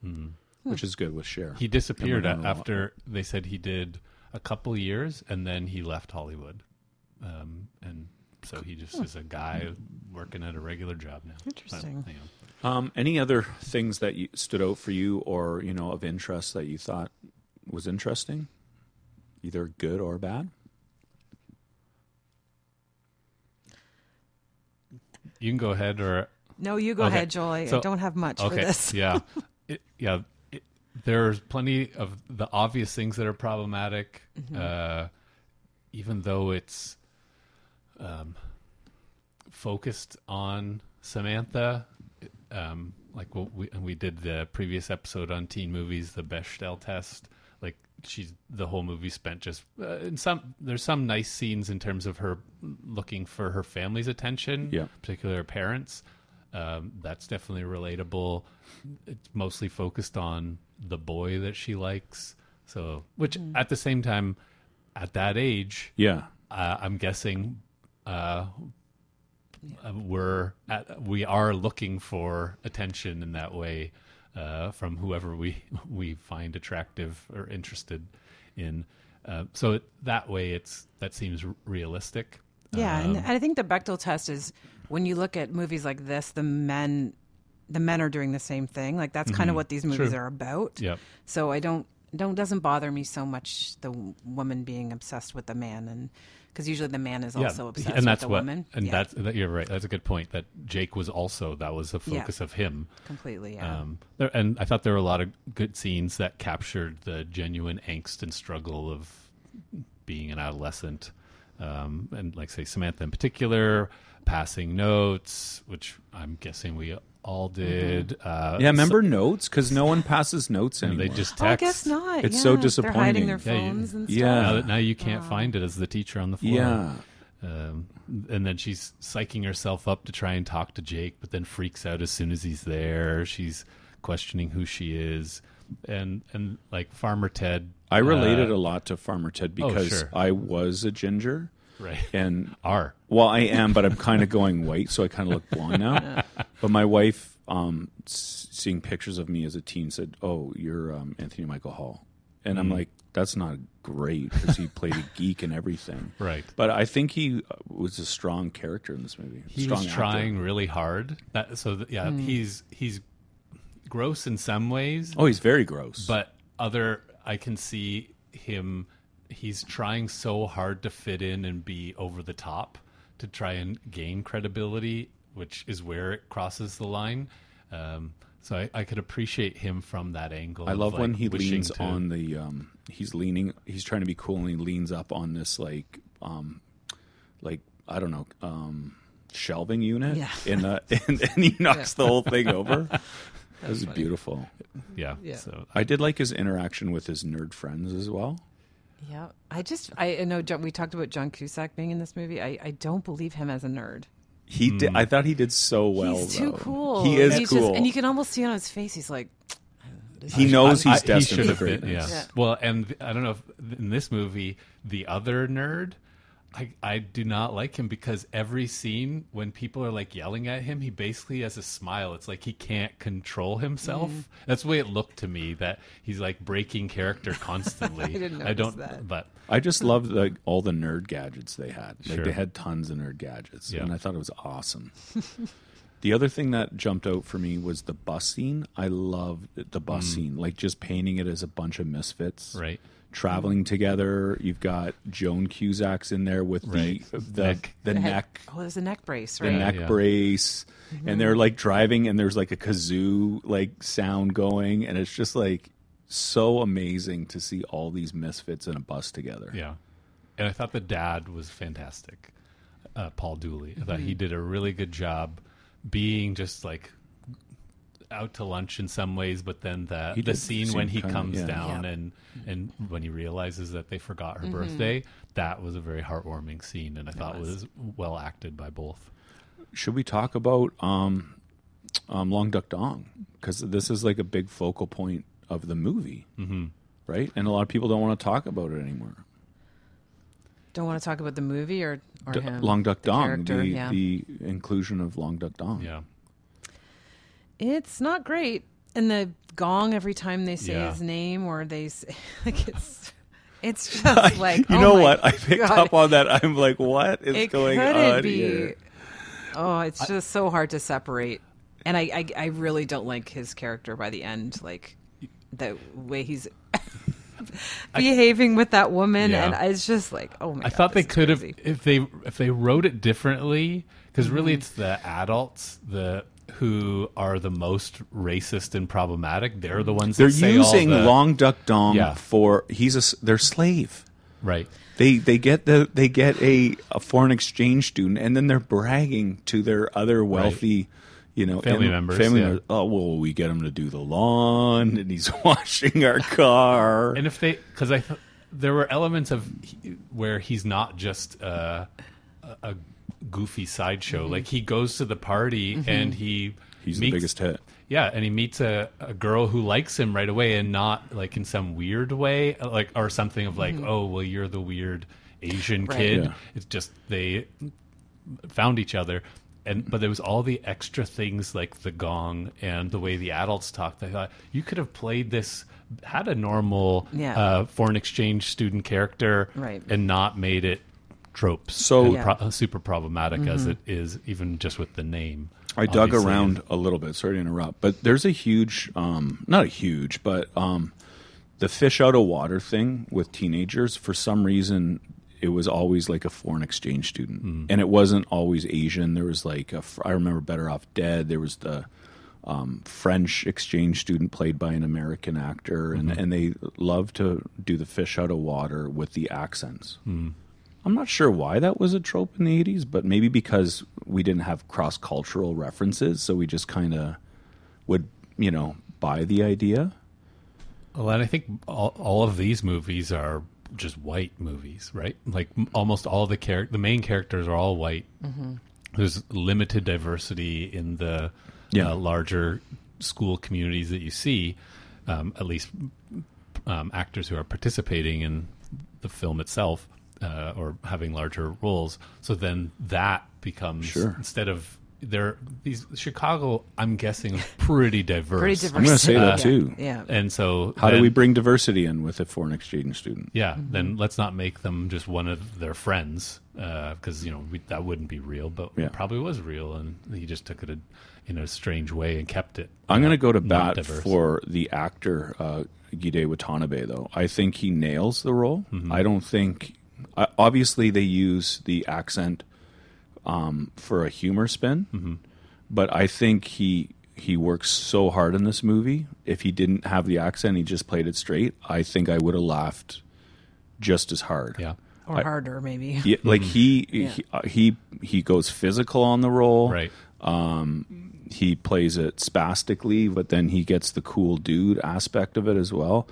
[SPEAKER 3] Hmm.
[SPEAKER 2] which is good with Cher.
[SPEAKER 3] He disappeared
[SPEAKER 2] And
[SPEAKER 3] a-
[SPEAKER 2] Winona Ryder.
[SPEAKER 3] after they said he did a couple years, and then he left Hollywood. Um, and so he just is a guy working at a regular job now. But,
[SPEAKER 4] Interesting.
[SPEAKER 3] you know.
[SPEAKER 2] Um, any other things that you, stood out for you, or you know, of interest that you thought was interesting, either good or bad?
[SPEAKER 3] You can go ahead, or
[SPEAKER 4] No, you go ahead, Joel. I don't have much for this.
[SPEAKER 3] yeah, It- yeah. It, there's plenty of the obvious things that are problematic,
[SPEAKER 4] Mm-hmm.
[SPEAKER 3] uh, even though it's um, focused on Samantha. Um, like what we and we did the previous episode on teen movies, the Bechdel test. Like she's the whole movie spent just uh, in some. There's some nice scenes in terms of her looking for her family's attention,
[SPEAKER 2] Yeah.
[SPEAKER 3] particularly her parents. Um, that's definitely relatable. It's mostly focused on the boy that she likes. So, which at the same time, at that age,
[SPEAKER 2] Yeah.
[SPEAKER 3] uh, I'm guessing uh, uh, we're at, we are looking for attention in that way uh, from whoever we we find attractive or interested in. Uh, so it, that way, it's that seems r- realistic.
[SPEAKER 4] Yeah, and
[SPEAKER 3] Um,
[SPEAKER 4] and I think the Bechtel test is when you look at movies like this, the men, the men are doing the same thing. Like that's kind
[SPEAKER 3] Mhm.
[SPEAKER 4] of what these movies
[SPEAKER 3] True.
[SPEAKER 4] are about.
[SPEAKER 3] Yep.
[SPEAKER 4] So I don't don't doesn't bother me so much the w- woman being obsessed with the man, and because usually the man is also obsessed
[SPEAKER 3] and that's
[SPEAKER 4] with the
[SPEAKER 3] what,
[SPEAKER 4] woman.
[SPEAKER 3] And
[SPEAKER 4] Yeah.
[SPEAKER 3] that's that, you're right. That's a good point. That Jake was also that was the
[SPEAKER 4] Yeah.
[SPEAKER 3] focus of him
[SPEAKER 4] Completely, yeah.
[SPEAKER 3] Um, there, and I thought there were a lot of good scenes that captured the genuine angst and struggle of being an adolescent. Um, and like say Samantha in particular, passing notes, which I'm guessing we all did. Uh,
[SPEAKER 2] Mm-hmm. yeah,
[SPEAKER 3] so-
[SPEAKER 2] remember notes? Because no one passes notes
[SPEAKER 3] and
[SPEAKER 2] anymore.
[SPEAKER 3] they just
[SPEAKER 4] Oh, I
[SPEAKER 3] text.
[SPEAKER 4] guess not.
[SPEAKER 2] It's
[SPEAKER 4] Yeah,
[SPEAKER 2] so
[SPEAKER 4] they're
[SPEAKER 2] disappointing.
[SPEAKER 4] hiding their phones and stuff.
[SPEAKER 2] Yeah.
[SPEAKER 3] Now, that- now you can't find it as the teacher on the floor.
[SPEAKER 2] Yeah.
[SPEAKER 3] Um, and then she's psyching herself up to try and talk to Jake, but then freaks out as soon as he's there. She's questioning who she is, and and like Farmer Ted.
[SPEAKER 2] I related
[SPEAKER 3] uh,
[SPEAKER 2] a lot to Farmer Ted
[SPEAKER 3] Oh,
[SPEAKER 2] because
[SPEAKER 3] sure.
[SPEAKER 2] I was a ginger.
[SPEAKER 3] Right.
[SPEAKER 2] And
[SPEAKER 3] are.
[SPEAKER 2] Well, I am, but I'm kind of going white, so I kind of look blonde now. but my wife, um, s- seeing pictures of me as a teen, said, "Oh, you're um, Anthony Michael Hall," and I'm
[SPEAKER 3] Mm.
[SPEAKER 2] like, "That's not great because he played a geek and everything."
[SPEAKER 3] Right.
[SPEAKER 2] But I think he uh, was a strong character in this movie.
[SPEAKER 3] he
[SPEAKER 2] strong
[SPEAKER 3] was
[SPEAKER 2] actor.
[SPEAKER 3] trying really hard. That so th- yeah,
[SPEAKER 2] Mm.
[SPEAKER 3] he's he's gross in some ways.
[SPEAKER 2] Oh, he's very gross.
[SPEAKER 3] But other, I can see him. He's trying so hard to fit in and be over the top to try and gain credibility, which is where it crosses the line. Um, so I, I could appreciate him from that angle.
[SPEAKER 2] I
[SPEAKER 3] of,
[SPEAKER 2] love
[SPEAKER 3] like,
[SPEAKER 2] when he
[SPEAKER 3] wishing
[SPEAKER 2] leans
[SPEAKER 3] to-
[SPEAKER 2] on the um he's leaning he's trying to be cool and he leans up on this like um like I don't know um shelving unit
[SPEAKER 3] Yeah.
[SPEAKER 2] in the and, and he knocks
[SPEAKER 3] Yeah.
[SPEAKER 2] the whole thing over.
[SPEAKER 3] That's
[SPEAKER 2] That was
[SPEAKER 3] funny.
[SPEAKER 2] beautiful.
[SPEAKER 3] Yeah, Yeah. so-
[SPEAKER 2] I did like his interaction with his nerd friends as well.
[SPEAKER 4] Yeah, I just I I know John, we talked about John Cusack being in this movie. I, I don't believe him as a nerd.
[SPEAKER 2] He
[SPEAKER 3] Hmm.
[SPEAKER 2] did I thought he did so well
[SPEAKER 4] he's too
[SPEAKER 2] though.
[SPEAKER 4] cool.
[SPEAKER 2] He is
[SPEAKER 4] He's just-
[SPEAKER 2] cool.
[SPEAKER 4] and you can almost see it on his face. He's like,
[SPEAKER 2] He knows
[SPEAKER 3] I-
[SPEAKER 2] he's
[SPEAKER 3] I-
[SPEAKER 2] destined
[SPEAKER 3] should
[SPEAKER 2] for
[SPEAKER 3] have been-
[SPEAKER 2] greatness.
[SPEAKER 3] Yeah.
[SPEAKER 2] Yeah.
[SPEAKER 3] Well, and th- I don't know if th- in this movie the other nerd, I I do not like him because every scene when people are like yelling at him, he basically has a smile. It's like he can't control himself.
[SPEAKER 2] Mm.
[SPEAKER 3] That's the way it looked to me that he's like breaking character constantly.
[SPEAKER 2] I didn't
[SPEAKER 3] I
[SPEAKER 2] notice
[SPEAKER 3] don't.
[SPEAKER 2] that.
[SPEAKER 3] But
[SPEAKER 2] I just loved the, all the nerd gadgets they had. Like
[SPEAKER 3] Sure.
[SPEAKER 2] they had tons of nerd gadgets,
[SPEAKER 3] Yeah.
[SPEAKER 2] and I thought it was awesome. The other thing that jumped out for me was the bus scene. I loved the bus
[SPEAKER 3] Mm.
[SPEAKER 2] scene, like just painting it as a bunch of misfits,
[SPEAKER 3] Right.
[SPEAKER 2] Traveling together. You've got Joan Cusack's in there with
[SPEAKER 3] Right.
[SPEAKER 2] the the
[SPEAKER 3] Neck.
[SPEAKER 2] the
[SPEAKER 4] The head-
[SPEAKER 2] neck
[SPEAKER 4] Oh, there's a neck brace,
[SPEAKER 2] the
[SPEAKER 4] right?
[SPEAKER 2] neck brace
[SPEAKER 4] Mhm.
[SPEAKER 2] and they're like driving and there's like a kazoo like sound going and it's just like so amazing to see all these misfits in a bus together
[SPEAKER 3] Yeah. And I thought the dad was fantastic, uh, Paul Dooley. I thought he
[SPEAKER 2] Mhm.
[SPEAKER 3] did a really good job being just like out to lunch in some ways, but then the
[SPEAKER 2] He
[SPEAKER 3] the
[SPEAKER 2] did
[SPEAKER 3] scene
[SPEAKER 2] seem
[SPEAKER 3] when he
[SPEAKER 2] kinda-
[SPEAKER 3] comes
[SPEAKER 2] yeah.
[SPEAKER 3] down
[SPEAKER 2] Yeah.
[SPEAKER 3] and and when he realizes that they forgot her
[SPEAKER 2] Mhm.
[SPEAKER 3] birthday, that was a very heartwarming scene, and I
[SPEAKER 2] It
[SPEAKER 3] thought
[SPEAKER 2] was.
[SPEAKER 3] was well acted by both.
[SPEAKER 2] should we talk about um um long duck dong because this is like a big focal point of the movie
[SPEAKER 3] mm-hmm.
[SPEAKER 2] right and a lot of people don't want to talk about it anymore
[SPEAKER 4] Don't want to talk about the movie or, or
[SPEAKER 2] D-
[SPEAKER 4] him.
[SPEAKER 2] long duck
[SPEAKER 4] the
[SPEAKER 2] dong
[SPEAKER 4] character,
[SPEAKER 2] the,
[SPEAKER 4] yeah.
[SPEAKER 2] the inclusion of long duck dong
[SPEAKER 3] yeah
[SPEAKER 4] It's not great. And the gong every time they say
[SPEAKER 2] Yeah.
[SPEAKER 4] his name or they say, like it's it's just like
[SPEAKER 2] you
[SPEAKER 4] oh
[SPEAKER 2] know
[SPEAKER 4] my
[SPEAKER 2] what i picked
[SPEAKER 4] God.
[SPEAKER 2] up on that i'm like what is
[SPEAKER 4] it
[SPEAKER 2] going
[SPEAKER 4] couldn't
[SPEAKER 2] on
[SPEAKER 4] be.
[SPEAKER 2] here
[SPEAKER 4] Oh, it's
[SPEAKER 2] I-
[SPEAKER 4] just so hard to separate. And I, I I really don't like his character by the end, like the way he's behaving with that woman
[SPEAKER 3] Yeah.
[SPEAKER 4] and it's just like oh my
[SPEAKER 3] I
[SPEAKER 4] God,
[SPEAKER 3] thought they
[SPEAKER 4] this is
[SPEAKER 3] could have
[SPEAKER 4] crazy.
[SPEAKER 3] if they if they wrote it differently because really
[SPEAKER 4] Mhm.
[SPEAKER 2] Mm-hmm.
[SPEAKER 3] it's the adults the who are the most racist and problematic. They're the ones
[SPEAKER 2] Mm-hmm. They're
[SPEAKER 3] that say
[SPEAKER 2] using
[SPEAKER 3] all the,
[SPEAKER 2] Long Duck Dong
[SPEAKER 3] Yeah.
[SPEAKER 2] for he's a s- their slave.
[SPEAKER 3] Right.
[SPEAKER 2] They they get the they get a, a foreign exchange student and then they're bragging to their other wealthy, you know,
[SPEAKER 3] Family
[SPEAKER 2] and-
[SPEAKER 3] members,
[SPEAKER 2] Family
[SPEAKER 3] yeah.
[SPEAKER 2] members. Oh well, we get him to do the lawn and he's washing our car.
[SPEAKER 3] And if they, because I, th- there were elements of he- where he's not just uh, a, a goofy sideshow.
[SPEAKER 2] Mhm.
[SPEAKER 3] Like he goes to the party
[SPEAKER 2] Mhm.
[SPEAKER 3] and he
[SPEAKER 2] He's the biggest hit.
[SPEAKER 3] Yeah, and he meets a, a girl who likes him right away, and not like in some weird way, uh, like or something of like,
[SPEAKER 2] Mhm.
[SPEAKER 3] oh well, you're the weird Asian
[SPEAKER 2] Right.
[SPEAKER 3] kid.
[SPEAKER 2] Yeah.
[SPEAKER 3] It's just they found each other. And but there was all the extra things like the gong and the way the adults talked. I thought you could have played this had a normal
[SPEAKER 4] Yeah.
[SPEAKER 3] uh, foreign exchange student character
[SPEAKER 4] Right.
[SPEAKER 3] and not made it tropes.
[SPEAKER 2] So-
[SPEAKER 3] and
[SPEAKER 2] Yeah.
[SPEAKER 3] pro- super problematic as
[SPEAKER 2] Mhm.
[SPEAKER 3] it is, even just with the name.
[SPEAKER 2] I dug
[SPEAKER 3] Obviously,
[SPEAKER 2] around a little bit. Sorry to interrupt, but there's a huge, um, not a huge, but um, the fish out of water thing with teenagers. For some reason, it was always like a foreign exchange student, and it wasn't always Asian. There was like a, fr- I remember Better Off Dead. There was the um, French exchange student played by an American actor, and
[SPEAKER 3] Mhm.
[SPEAKER 2] and they love to do the fish out of water with the accents.
[SPEAKER 3] Mm.
[SPEAKER 2] I'm not sure why that was a trope in the 80s, but maybe because we didn't have cross cultural references, so we just kind of would, you know, buy the idea.
[SPEAKER 3] Well, and I think all, all of these movies are just white movies, right? Like m- almost all the character, the main characters are all white.
[SPEAKER 12] Mhm.
[SPEAKER 3] There's limited diversity in the
[SPEAKER 2] Yeah.
[SPEAKER 3] uh, larger school communities that you see, um, at least um, actors who are participating in the film itself uh, or having larger roles. So then that becomes
[SPEAKER 2] Sure.
[SPEAKER 3] instead of there these Chicago, I'm guessing, is pretty diverse.
[SPEAKER 4] Pretty
[SPEAKER 2] I'm going to say that
[SPEAKER 3] Uh,
[SPEAKER 2] too.
[SPEAKER 3] And so
[SPEAKER 2] how do
[SPEAKER 3] then-
[SPEAKER 2] we bring diversity in with a foreign exchange student?
[SPEAKER 3] yeah, then let's not make them just one of their friends because you know we, that wouldn't be real, but
[SPEAKER 2] Yeah.
[SPEAKER 3] it probably was real, and he just took it a, in a strange way and kept it.
[SPEAKER 2] I'm going to go to
[SPEAKER 3] Not
[SPEAKER 2] bat
[SPEAKER 3] diverse.
[SPEAKER 2] for the actor uh, Gide Watanabe, though. I think he nails the role.
[SPEAKER 3] Mm-hmm.
[SPEAKER 2] I don't think. I, obviously, they use the accent um, for a humor spin,
[SPEAKER 3] Mm-hmm.
[SPEAKER 2] but I think he he works so hard in this movie. If he didn't have the accent, he just played it straight. I think I would have laughed just as hard.
[SPEAKER 3] Yeah, Mm-hmm.
[SPEAKER 4] Or harder, maybe.
[SPEAKER 2] Yeah, like he
[SPEAKER 4] Yeah.
[SPEAKER 2] he, uh, he he goes physical on the role.
[SPEAKER 3] Right.
[SPEAKER 2] Um, he plays it spastically, but then he gets the cool dude aspect of it as well.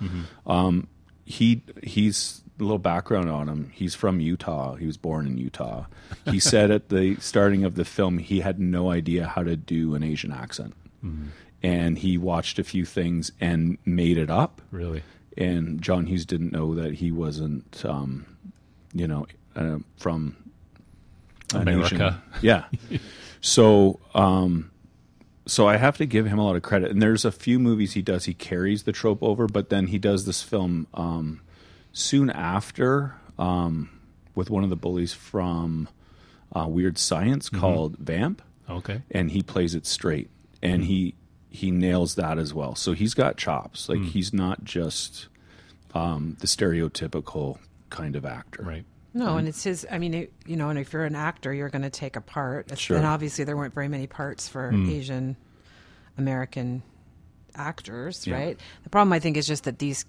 [SPEAKER 2] Um, he he's a little background on him. He's from Utah. He was born in Utah. He said at the starting of the film he had no idea how to do an Asian accent,
[SPEAKER 3] Mhm.
[SPEAKER 2] and he watched a few things and made it up
[SPEAKER 3] Really?
[SPEAKER 2] and John Hughes didn't know that he wasn't, um, you know, uh, from an Asian-
[SPEAKER 3] America.
[SPEAKER 2] Yeah. so, um, so I have to give him a lot of credit. And there's a few movies he does. He carries the trope over, but then he does this film um, soon after um, with one of the bullies from uh, Weird Science called Vamp.
[SPEAKER 3] Okay.
[SPEAKER 2] and he plays it straight and he he nails that as well so he's got chops like
[SPEAKER 3] Mm.
[SPEAKER 2] he's not just um, the stereotypical kind of actor
[SPEAKER 3] right
[SPEAKER 4] No,
[SPEAKER 2] Mm-hmm.
[SPEAKER 4] and it's his. I mean, it, you know, and if you're an actor, you're going to take a part. It's-
[SPEAKER 2] Sure.
[SPEAKER 4] And obviously, there weren't very many parts for
[SPEAKER 2] Mm.
[SPEAKER 4] Asian American actors,
[SPEAKER 2] Yeah.
[SPEAKER 4] right? The problem, I think, is just that these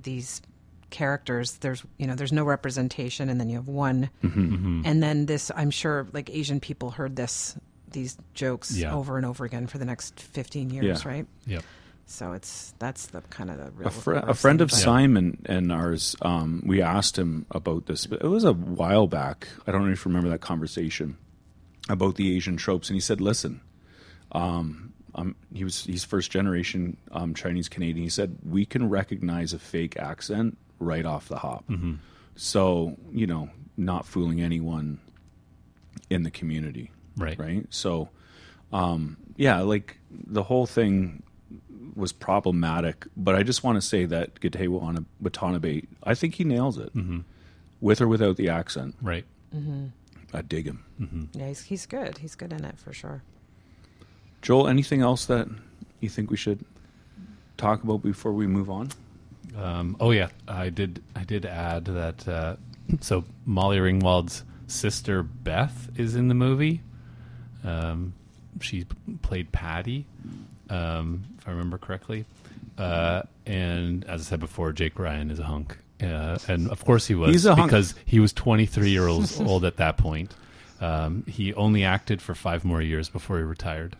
[SPEAKER 4] these characters there's you know there's no representation and then you have one
[SPEAKER 2] Mm-hmm,
[SPEAKER 12] Mhm. Mhm.
[SPEAKER 4] and then this i'm sure like asian people heard this these jokes
[SPEAKER 2] Yeah.
[SPEAKER 4] over and over again for the next 15 years
[SPEAKER 2] Yeah.
[SPEAKER 4] right
[SPEAKER 3] Yep.
[SPEAKER 4] so it's that's the kind of the real
[SPEAKER 2] a, fri a
[SPEAKER 4] worst
[SPEAKER 2] friend
[SPEAKER 4] thing
[SPEAKER 2] of
[SPEAKER 4] about it.
[SPEAKER 2] Simon and ours, um, we asked him about this. But it was a while back. I don't know if you remember that conversation about the Asian tropes, and he said, "Listen, um, um, he was he's first generation um, Chinese Canadian. He said we can recognize a fake accent right off the hop.
[SPEAKER 3] Mhm.
[SPEAKER 2] So you know, not fooling anyone in the community,
[SPEAKER 3] Right.
[SPEAKER 2] Right. So, um, yeah, like the whole thing was problematic, but I just want to say that Gatewa Watanabe, I think he nails it,
[SPEAKER 3] Mhm.
[SPEAKER 2] with or without the accent.
[SPEAKER 3] Right.
[SPEAKER 4] Mhm.
[SPEAKER 2] I dig him.
[SPEAKER 4] yeah he's, he's good he's good in it for sure
[SPEAKER 2] Joel, anything else that you think we should talk about before we move on?
[SPEAKER 3] Um, oh yeah, I did. I did add that. Uh, so Molly Ringwald's sister Beth is in the movie. Um, she p- played Patty, um, if I remember correctly. Uh, and as I said before, Jake Ryan is a hunk, uh, and of course he was
[SPEAKER 2] He's a hunk.
[SPEAKER 3] because he was 23 years old at that point. Um, he only acted for five more years before he retired.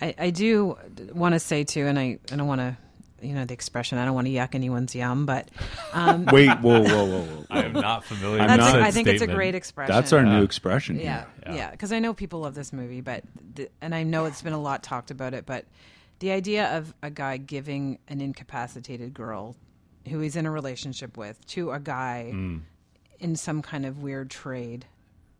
[SPEAKER 4] I, I do want to say too, and I, I don't want to, you know, the expression. I don't want to yuck anyone's yum, but um,
[SPEAKER 2] Wait, whoa, whoa, whoa, whoa.
[SPEAKER 3] I am not familiar
[SPEAKER 4] That's
[SPEAKER 2] with
[SPEAKER 4] a-
[SPEAKER 2] that
[SPEAKER 4] I think it's a
[SPEAKER 2] statement.
[SPEAKER 4] great expression.
[SPEAKER 2] That's our new expression
[SPEAKER 4] Yeah,
[SPEAKER 2] here.
[SPEAKER 4] yeah, because I know people love this movie, but the, and I know it's been a lot talked about it, but the idea of a guy giving an incapacitated girl who he's in a relationship with to a guy
[SPEAKER 3] Mm.
[SPEAKER 4] in some kind of weird trade,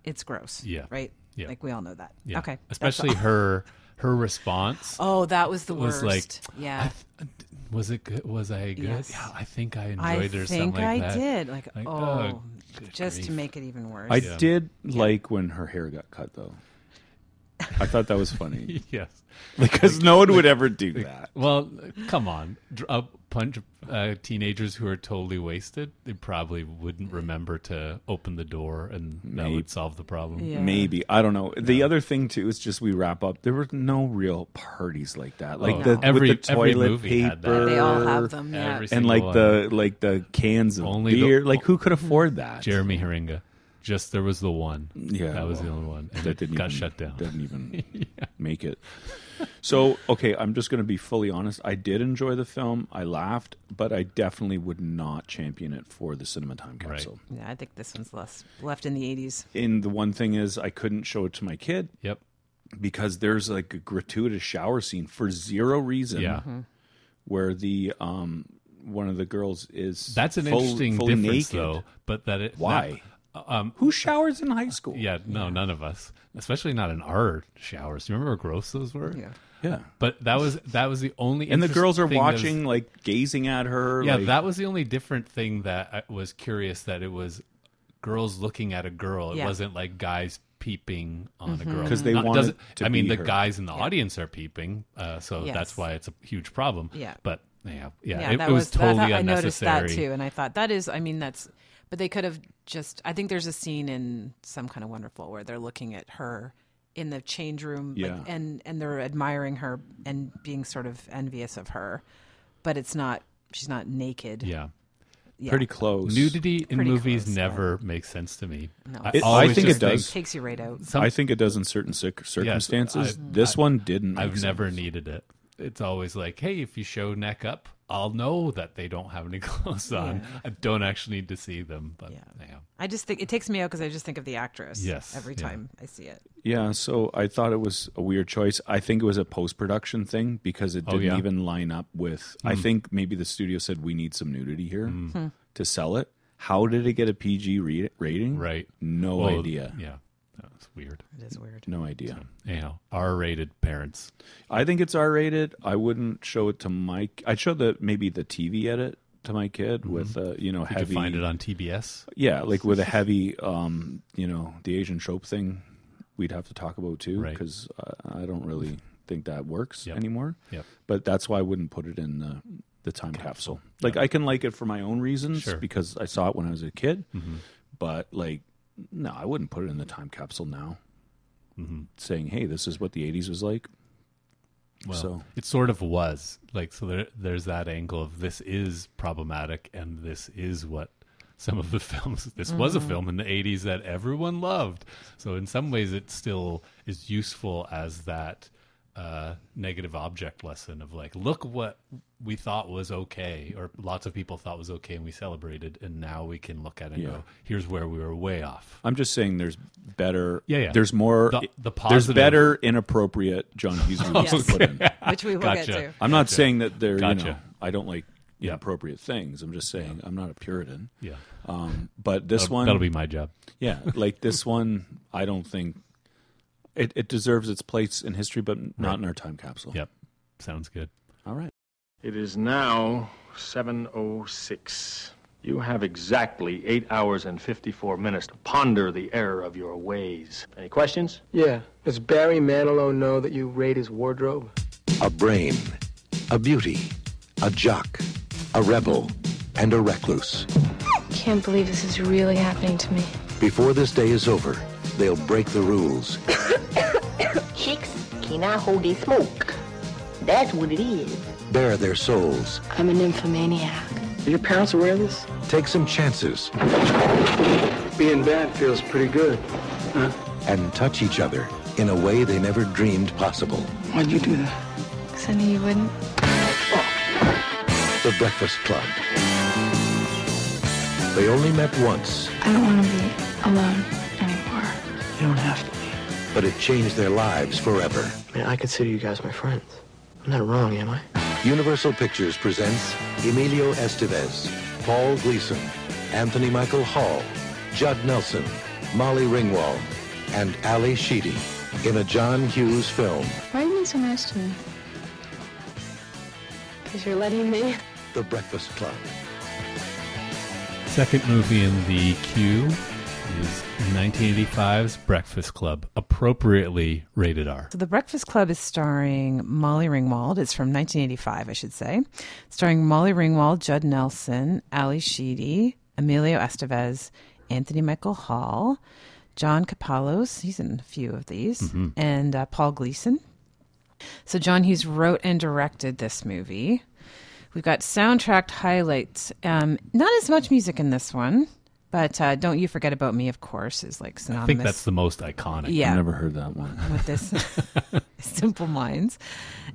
[SPEAKER 4] it's gross.
[SPEAKER 3] Yeah.
[SPEAKER 4] right.
[SPEAKER 3] Yeah.
[SPEAKER 4] like we all know that.
[SPEAKER 3] Yeah.
[SPEAKER 4] Okay, that's
[SPEAKER 3] Especially
[SPEAKER 4] all.
[SPEAKER 3] her her response.
[SPEAKER 4] Oh, that was the
[SPEAKER 3] was
[SPEAKER 4] worst.
[SPEAKER 3] Like,
[SPEAKER 4] Yeah.
[SPEAKER 3] I th- was it good? Was I good?
[SPEAKER 4] Yes.
[SPEAKER 3] Yeah, I think I enjoyed
[SPEAKER 4] I
[SPEAKER 3] it or something
[SPEAKER 4] think
[SPEAKER 3] like
[SPEAKER 4] I
[SPEAKER 3] that.
[SPEAKER 4] did. Like, oh,
[SPEAKER 3] good
[SPEAKER 4] just to
[SPEAKER 3] grief.
[SPEAKER 4] make it even worse.
[SPEAKER 2] I did like when her hair got cut, though. I thought that was funny.
[SPEAKER 3] yes.
[SPEAKER 2] Because no one would ever do
[SPEAKER 3] Like,
[SPEAKER 2] that.
[SPEAKER 3] Well, come on, Dr- a bunch of uh, teenagers who are totally wasted, they probably wouldn't remember to open the door, and that
[SPEAKER 2] Maybe.
[SPEAKER 3] would solve the problem.
[SPEAKER 2] Maybe I don't know. The other thing too is just we wrap up. There were no real parties like that. Like
[SPEAKER 3] Oh,
[SPEAKER 2] the
[SPEAKER 3] no. Every-
[SPEAKER 2] with the
[SPEAKER 3] every
[SPEAKER 2] toilet
[SPEAKER 3] movie
[SPEAKER 2] paper.
[SPEAKER 3] had that. They all have them, yeah. Every
[SPEAKER 2] And
[SPEAKER 3] single
[SPEAKER 2] like
[SPEAKER 3] one.
[SPEAKER 2] the like the cans of
[SPEAKER 3] Only the-
[SPEAKER 2] beer. like who could afford that?
[SPEAKER 3] Jeremy Herringa. Just there was the one.
[SPEAKER 2] Yeah,
[SPEAKER 3] that was the
[SPEAKER 2] well,
[SPEAKER 3] only one. And
[SPEAKER 2] that
[SPEAKER 3] it
[SPEAKER 2] didn't
[SPEAKER 3] got
[SPEAKER 2] even-
[SPEAKER 3] shut down.
[SPEAKER 2] Didn't even make it. So okay, I'm just going to be fully honest. I did enjoy the film. I laughed, but I definitely would not champion it for the cinema time capsule.
[SPEAKER 4] Yeah, I think this one's less left in the eighties.
[SPEAKER 2] And the one thing is, I couldn't show it to my kid.
[SPEAKER 3] Yep.
[SPEAKER 2] Because there's like a gratuitous shower scene for zero reason.
[SPEAKER 3] Yeah.
[SPEAKER 4] Mm-hmm.
[SPEAKER 3] Mhm.
[SPEAKER 2] Where the um one of the girls is
[SPEAKER 3] That's an
[SPEAKER 2] full-
[SPEAKER 3] interesting
[SPEAKER 2] fully
[SPEAKER 3] difference,
[SPEAKER 2] naked.
[SPEAKER 3] though. But that it
[SPEAKER 2] Why?
[SPEAKER 3] that- um,
[SPEAKER 2] Who showers in high school?
[SPEAKER 3] Yeah, no, none of us, especially not in our showers. Do you remember how gross those were?
[SPEAKER 2] Yeah. Yeah.
[SPEAKER 3] But that was that was the only
[SPEAKER 2] And the
[SPEAKER 3] interest-
[SPEAKER 2] girls are
[SPEAKER 3] thing that was-
[SPEAKER 2] watching, like gazing at her.
[SPEAKER 3] yeah,
[SPEAKER 2] like-
[SPEAKER 3] that was the only different thing that I was curious that it was girls looking at a girl. It
[SPEAKER 2] Yeah.
[SPEAKER 3] wasn't like guys peeping on a
[SPEAKER 4] Mm-hmm.
[SPEAKER 2] Mhm.
[SPEAKER 3] girl
[SPEAKER 2] 'Cause they
[SPEAKER 3] Not-
[SPEAKER 2] wanted
[SPEAKER 3] doesn't-
[SPEAKER 2] to
[SPEAKER 3] I mean,
[SPEAKER 2] be
[SPEAKER 3] the
[SPEAKER 2] her.
[SPEAKER 3] guys in the audience are peeping, uh, so
[SPEAKER 4] Yes.
[SPEAKER 3] that's why it's a huge problem.
[SPEAKER 4] Yeah.
[SPEAKER 3] but yeah, yeah, it, it was
[SPEAKER 4] that-
[SPEAKER 3] totally
[SPEAKER 4] I noticed
[SPEAKER 3] unnecessary.
[SPEAKER 4] that too, and I thought that is. I mean, that's. But they could have just. I think there's a scene in some kind of wonderful where they're looking at her in the change room,
[SPEAKER 2] Yeah.
[SPEAKER 4] like, and and they're admiring her and being sort of envious of her, but it's not. She's not naked.
[SPEAKER 3] Yeah.
[SPEAKER 4] Yeah.
[SPEAKER 2] Pretty close.
[SPEAKER 3] Nudity in
[SPEAKER 4] Pretty
[SPEAKER 3] movies
[SPEAKER 4] close, yeah.
[SPEAKER 3] never makes sense to me.
[SPEAKER 4] No.
[SPEAKER 2] It- I
[SPEAKER 3] always
[SPEAKER 2] think it
[SPEAKER 3] just
[SPEAKER 2] does.
[SPEAKER 4] Takes you right out.
[SPEAKER 3] Some-
[SPEAKER 2] I think it does in certain cir-
[SPEAKER 3] Yes,
[SPEAKER 2] circumstances.
[SPEAKER 3] I-
[SPEAKER 2] this
[SPEAKER 3] I-
[SPEAKER 2] one didn't. make
[SPEAKER 3] I've
[SPEAKER 2] sense.
[SPEAKER 3] never needed it. It's always like, hey, if you show neck up, I'll know that they don't have any clothes on.
[SPEAKER 4] Yeah.
[SPEAKER 3] I don't actually need to see them. But yeah,
[SPEAKER 4] I just think it takes me out because I just think of the actress.
[SPEAKER 2] Yes,
[SPEAKER 4] Every
[SPEAKER 2] yeah.
[SPEAKER 4] time I see it.
[SPEAKER 2] Yeah, so I thought it was a weird choice. I think it was a post production thing because it
[SPEAKER 3] Oh,
[SPEAKER 2] didn't
[SPEAKER 3] yeah.
[SPEAKER 2] even line up with. I
[SPEAKER 3] Mm.
[SPEAKER 2] think maybe the studio said we need some nudity here
[SPEAKER 3] Hmm.
[SPEAKER 2] to sell it. How did it get a PG re- rating?
[SPEAKER 3] Right.
[SPEAKER 2] No
[SPEAKER 3] Well,
[SPEAKER 2] idea.
[SPEAKER 3] Yeah, that's weird.
[SPEAKER 4] It is weird.
[SPEAKER 2] No idea.
[SPEAKER 3] Anyhow, R-rated parents.
[SPEAKER 2] I think it's R rated. I wouldn't show it to my. I'd show the maybe the TV edit to my kid with uh, you know
[SPEAKER 3] Mm-hmm. You could
[SPEAKER 2] heavy.
[SPEAKER 3] find it on TBS.
[SPEAKER 2] Yeah, like with a heavy um, you know the Asian trope thing we'd have to talk about too,
[SPEAKER 3] Right.
[SPEAKER 2] because I, I don't really think that works anymore.
[SPEAKER 3] Yep.
[SPEAKER 2] But that's why I wouldn't put it in the, the time capsule. Like I can like it for my own reasons
[SPEAKER 3] Sure. Mm-hmm.
[SPEAKER 2] because I saw it when I was a kid, but like no, I wouldn't put it in the time capsule now.
[SPEAKER 3] Mm-hmm.
[SPEAKER 2] Saying, "Hey, this is what the '80s was like."
[SPEAKER 3] Well,
[SPEAKER 2] So-
[SPEAKER 3] it sort of was like so. There, there's that angle of this is problematic, and this is what some of the films. This was a
[SPEAKER 2] Mhm.
[SPEAKER 3] film in the '80s that everyone loved. So in some ways, it still is useful as that uh, negative object lesson of like, look what we thought was okay, or lots of people thought was okay, and we celebrated, and now we can look at it and
[SPEAKER 2] Yeah.
[SPEAKER 3] go, here's where we were way off.
[SPEAKER 2] I'm just saying there's better.
[SPEAKER 3] Yeah, yeah.
[SPEAKER 2] There's more.
[SPEAKER 3] The- the
[SPEAKER 2] There's
[SPEAKER 3] positive-
[SPEAKER 2] better inappropriate John Hughes movies to put in.
[SPEAKER 3] Okay. Which we will get Gotcha. to.
[SPEAKER 2] I'm not
[SPEAKER 3] Gotcha.
[SPEAKER 2] saying that they're. You know,
[SPEAKER 3] Gotcha.
[SPEAKER 2] I don't like inappropriate things. I'm just saying I'm not a Puritan.
[SPEAKER 3] Yeah.
[SPEAKER 2] Um, but this
[SPEAKER 3] That'll-
[SPEAKER 2] one
[SPEAKER 3] Oh, that'll be my job.
[SPEAKER 2] Yeah, like this one, I don't think it, it deserves its place in history, but not in our time capsule.
[SPEAKER 3] Yep. Sounds good.
[SPEAKER 2] All right.
[SPEAKER 10] It is now 7.06. You have exactly 8 hours and 54 minutes to ponder the error of your ways. Any questions?
[SPEAKER 12] Yeah. Does Barry Manilow know that you raid his wardrobe?
[SPEAKER 13] A brain, a beauty, a jock, a rebel, and a recluse.
[SPEAKER 6] Can't believe this is really happening to me.
[SPEAKER 13] Before this day is over, they'll break the rules
[SPEAKER 14] Chicks cannot hold their smoke. That's what it is.
[SPEAKER 13] bare their souls,
[SPEAKER 14] I'm a nymphomaniac.
[SPEAKER 12] Are your parents aware of this?
[SPEAKER 13] take some chances,
[SPEAKER 12] Being bad feels pretty good. Huh?
[SPEAKER 13] and touch each other in a way they never dreamed possible.
[SPEAKER 12] Why'd you do that?
[SPEAKER 6] Because I knew you wouldn't.
[SPEAKER 13] The Breakfast Club. They only met once,
[SPEAKER 6] I don't want to be alone anymore.
[SPEAKER 12] You don't have to.
[SPEAKER 13] but it changed their lives forever.
[SPEAKER 12] Man, I consider you guys my friends. I'm not wrong, am I?
[SPEAKER 13] Universal Pictures presents Emilio Estevez, Paul Gleason, Anthony Michael Hall, Judd Nelson, Molly Ringwald, and Ali Sheedy in a John Hughes film,
[SPEAKER 6] Why are you being so nice to me? Because you're letting me.
[SPEAKER 13] The Breakfast Club.
[SPEAKER 3] Second movie in the queue is 1985's Breakfast Club, appropriately rated R.
[SPEAKER 4] So The Breakfast Club is starring Molly Ringwald. It's from 1985, I should say. Starring Molly Ringwald, Judd Nelson, Ali Sheedy, Emilio Estevez, Anthony Michael Hall, John Capalos. He's in a few of these,
[SPEAKER 3] Mm-hmm.
[SPEAKER 15] Mhm.
[SPEAKER 4] and uh, Paul Gleason. So John Hughes wrote and directed this movie. We've got soundtrack highlights. Um, not as much music in this one, but uh, "Don't You Forget About Me," of course, is like synonymous.
[SPEAKER 3] I think that's the most iconic.
[SPEAKER 4] Yeah. I've never
[SPEAKER 2] heard that one.
[SPEAKER 4] with this Simple Minds.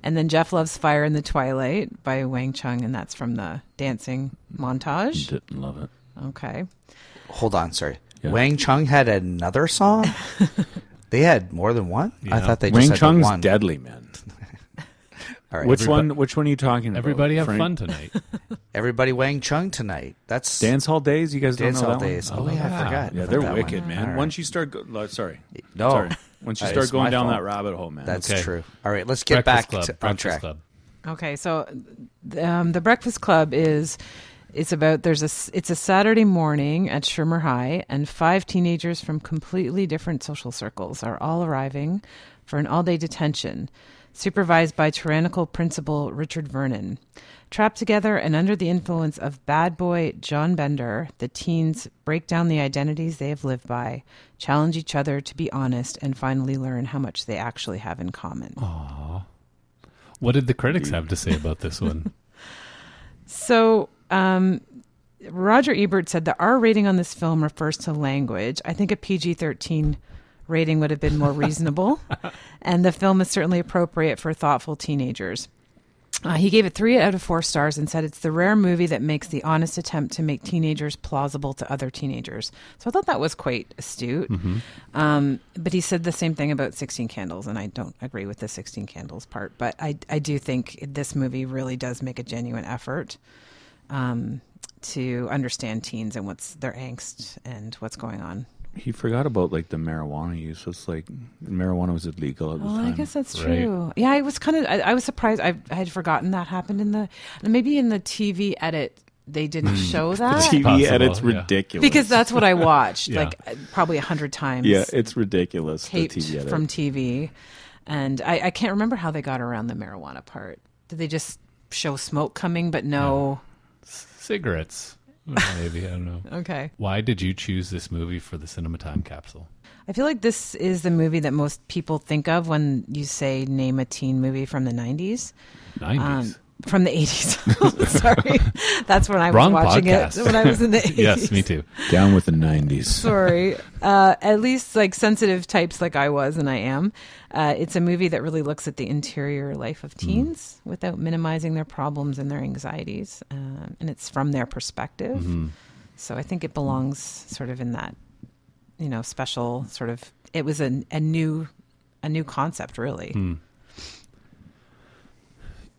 [SPEAKER 4] And then Jeff Loves Fire in the Twilight by Wang Chung, and that's from the dancing montage.
[SPEAKER 2] Didn't love it.
[SPEAKER 4] Okay.
[SPEAKER 1] Hold on, sorry. Wang Chung had another song. they had more than one. I thought they
[SPEAKER 2] Wang
[SPEAKER 1] just had the
[SPEAKER 2] Chung's
[SPEAKER 1] one.
[SPEAKER 2] deadly man.
[SPEAKER 1] All right.
[SPEAKER 2] Which one? Which one are you talking about?
[SPEAKER 3] Everybody have
[SPEAKER 2] Frank?
[SPEAKER 3] fun tonight.
[SPEAKER 1] Everybody Wang Chung tonight. That's
[SPEAKER 2] Dance Hall Days. You guys don't
[SPEAKER 1] Dance
[SPEAKER 2] know
[SPEAKER 1] Hall
[SPEAKER 2] that one?
[SPEAKER 1] Days. Oh, yeah, I forgot.
[SPEAKER 2] Yeah,
[SPEAKER 1] about
[SPEAKER 2] they're
[SPEAKER 1] that one.
[SPEAKER 2] wicked, man.
[SPEAKER 1] All right.
[SPEAKER 2] Once you start, go, lo- sorry,
[SPEAKER 1] No.
[SPEAKER 2] sorry. Once you
[SPEAKER 1] Uh,
[SPEAKER 2] start
[SPEAKER 1] it's
[SPEAKER 2] going
[SPEAKER 1] my
[SPEAKER 2] down
[SPEAKER 1] fault.
[SPEAKER 2] that rabbit hole, man.
[SPEAKER 1] That's Okay. true. All right, let's get back
[SPEAKER 3] Breakfast Club,
[SPEAKER 1] to- on
[SPEAKER 3] Breakfast
[SPEAKER 1] track.
[SPEAKER 3] Club.
[SPEAKER 4] Okay. So th- um, the Breakfast Club is. It's about there's a s- it's a Saturday morning at Shermer High and five teenagers from completely different social circles are all arriving for an all-day detention supervised by tyrannical principal Richard Vernon. Trapped together and under the influence of bad boy John Bender, the teens break down the identities they have lived by, challenge each other to be honest and finally learn how much they actually have in common.
[SPEAKER 3] What did the critics have to say about this one?
[SPEAKER 4] So, um, Roger Ebert said the R rating on this film refers to language. I think a PG 13 rating would have been more reasonable. and the film is certainly appropriate for thoughtful teenagers. Uh, he gave it three out of four stars and said it's the rare movie that makes the honest attempt to make teenagers plausible to other teenagers. So I thought that was quite astute.
[SPEAKER 15] Mhm.
[SPEAKER 4] Um, but he said the same thing about 16 Candles, and I don't agree with the 16 Candles part, but I, I do think this movie really does make a genuine effort um, to understand teens and what's their angst and what's going on.
[SPEAKER 2] He forgot about like the marijuana use. It's like marijuana was illegal at the
[SPEAKER 4] Well,
[SPEAKER 2] time.
[SPEAKER 4] I guess that's true. Yeah, I was kind of I, I was surprised. I, I had forgotten that happened in the maybe in the TV edit. they didn't
[SPEAKER 15] Mm.
[SPEAKER 4] show that.
[SPEAKER 15] TV Possible, edit's yeah. ridiculous.
[SPEAKER 4] Because that's what I watched,
[SPEAKER 15] Yeah.
[SPEAKER 4] like uh, probably a hundred times.
[SPEAKER 15] Yeah, it's ridiculous. The
[SPEAKER 4] Taped
[SPEAKER 15] TV edit.
[SPEAKER 4] from TV, and I, I can't remember how they got around the marijuana part. Did they just show smoke coming, but no?
[SPEAKER 3] Cigarettes. Maybe, I don't know.
[SPEAKER 4] Okay.
[SPEAKER 3] Why did you choose this movie for the Cinema Time Capsule?
[SPEAKER 4] I feel like this is the movie that most people think of when you say name a teen movie from the 90s.
[SPEAKER 3] 90s?
[SPEAKER 4] Um, from the 80s. Sorry. That's when I was
[SPEAKER 2] Wrong
[SPEAKER 4] watching
[SPEAKER 2] podcast.
[SPEAKER 4] it when I was in the 80s.
[SPEAKER 2] too. Down with the 90s.
[SPEAKER 4] Sorry. Uh, at least like sensitive types like I was and I am. Uh, it's a movie that really looks at the interior life
[SPEAKER 2] Hmm.
[SPEAKER 4] of teens without minimizing their problems and their anxieties. Um, and it's from their perspective.
[SPEAKER 2] Mm-hmm.
[SPEAKER 3] Mhm.
[SPEAKER 4] So I think it belongs sort of in that, you know, special sort of, it was a, a new, a new concept really.
[SPEAKER 3] Hmm.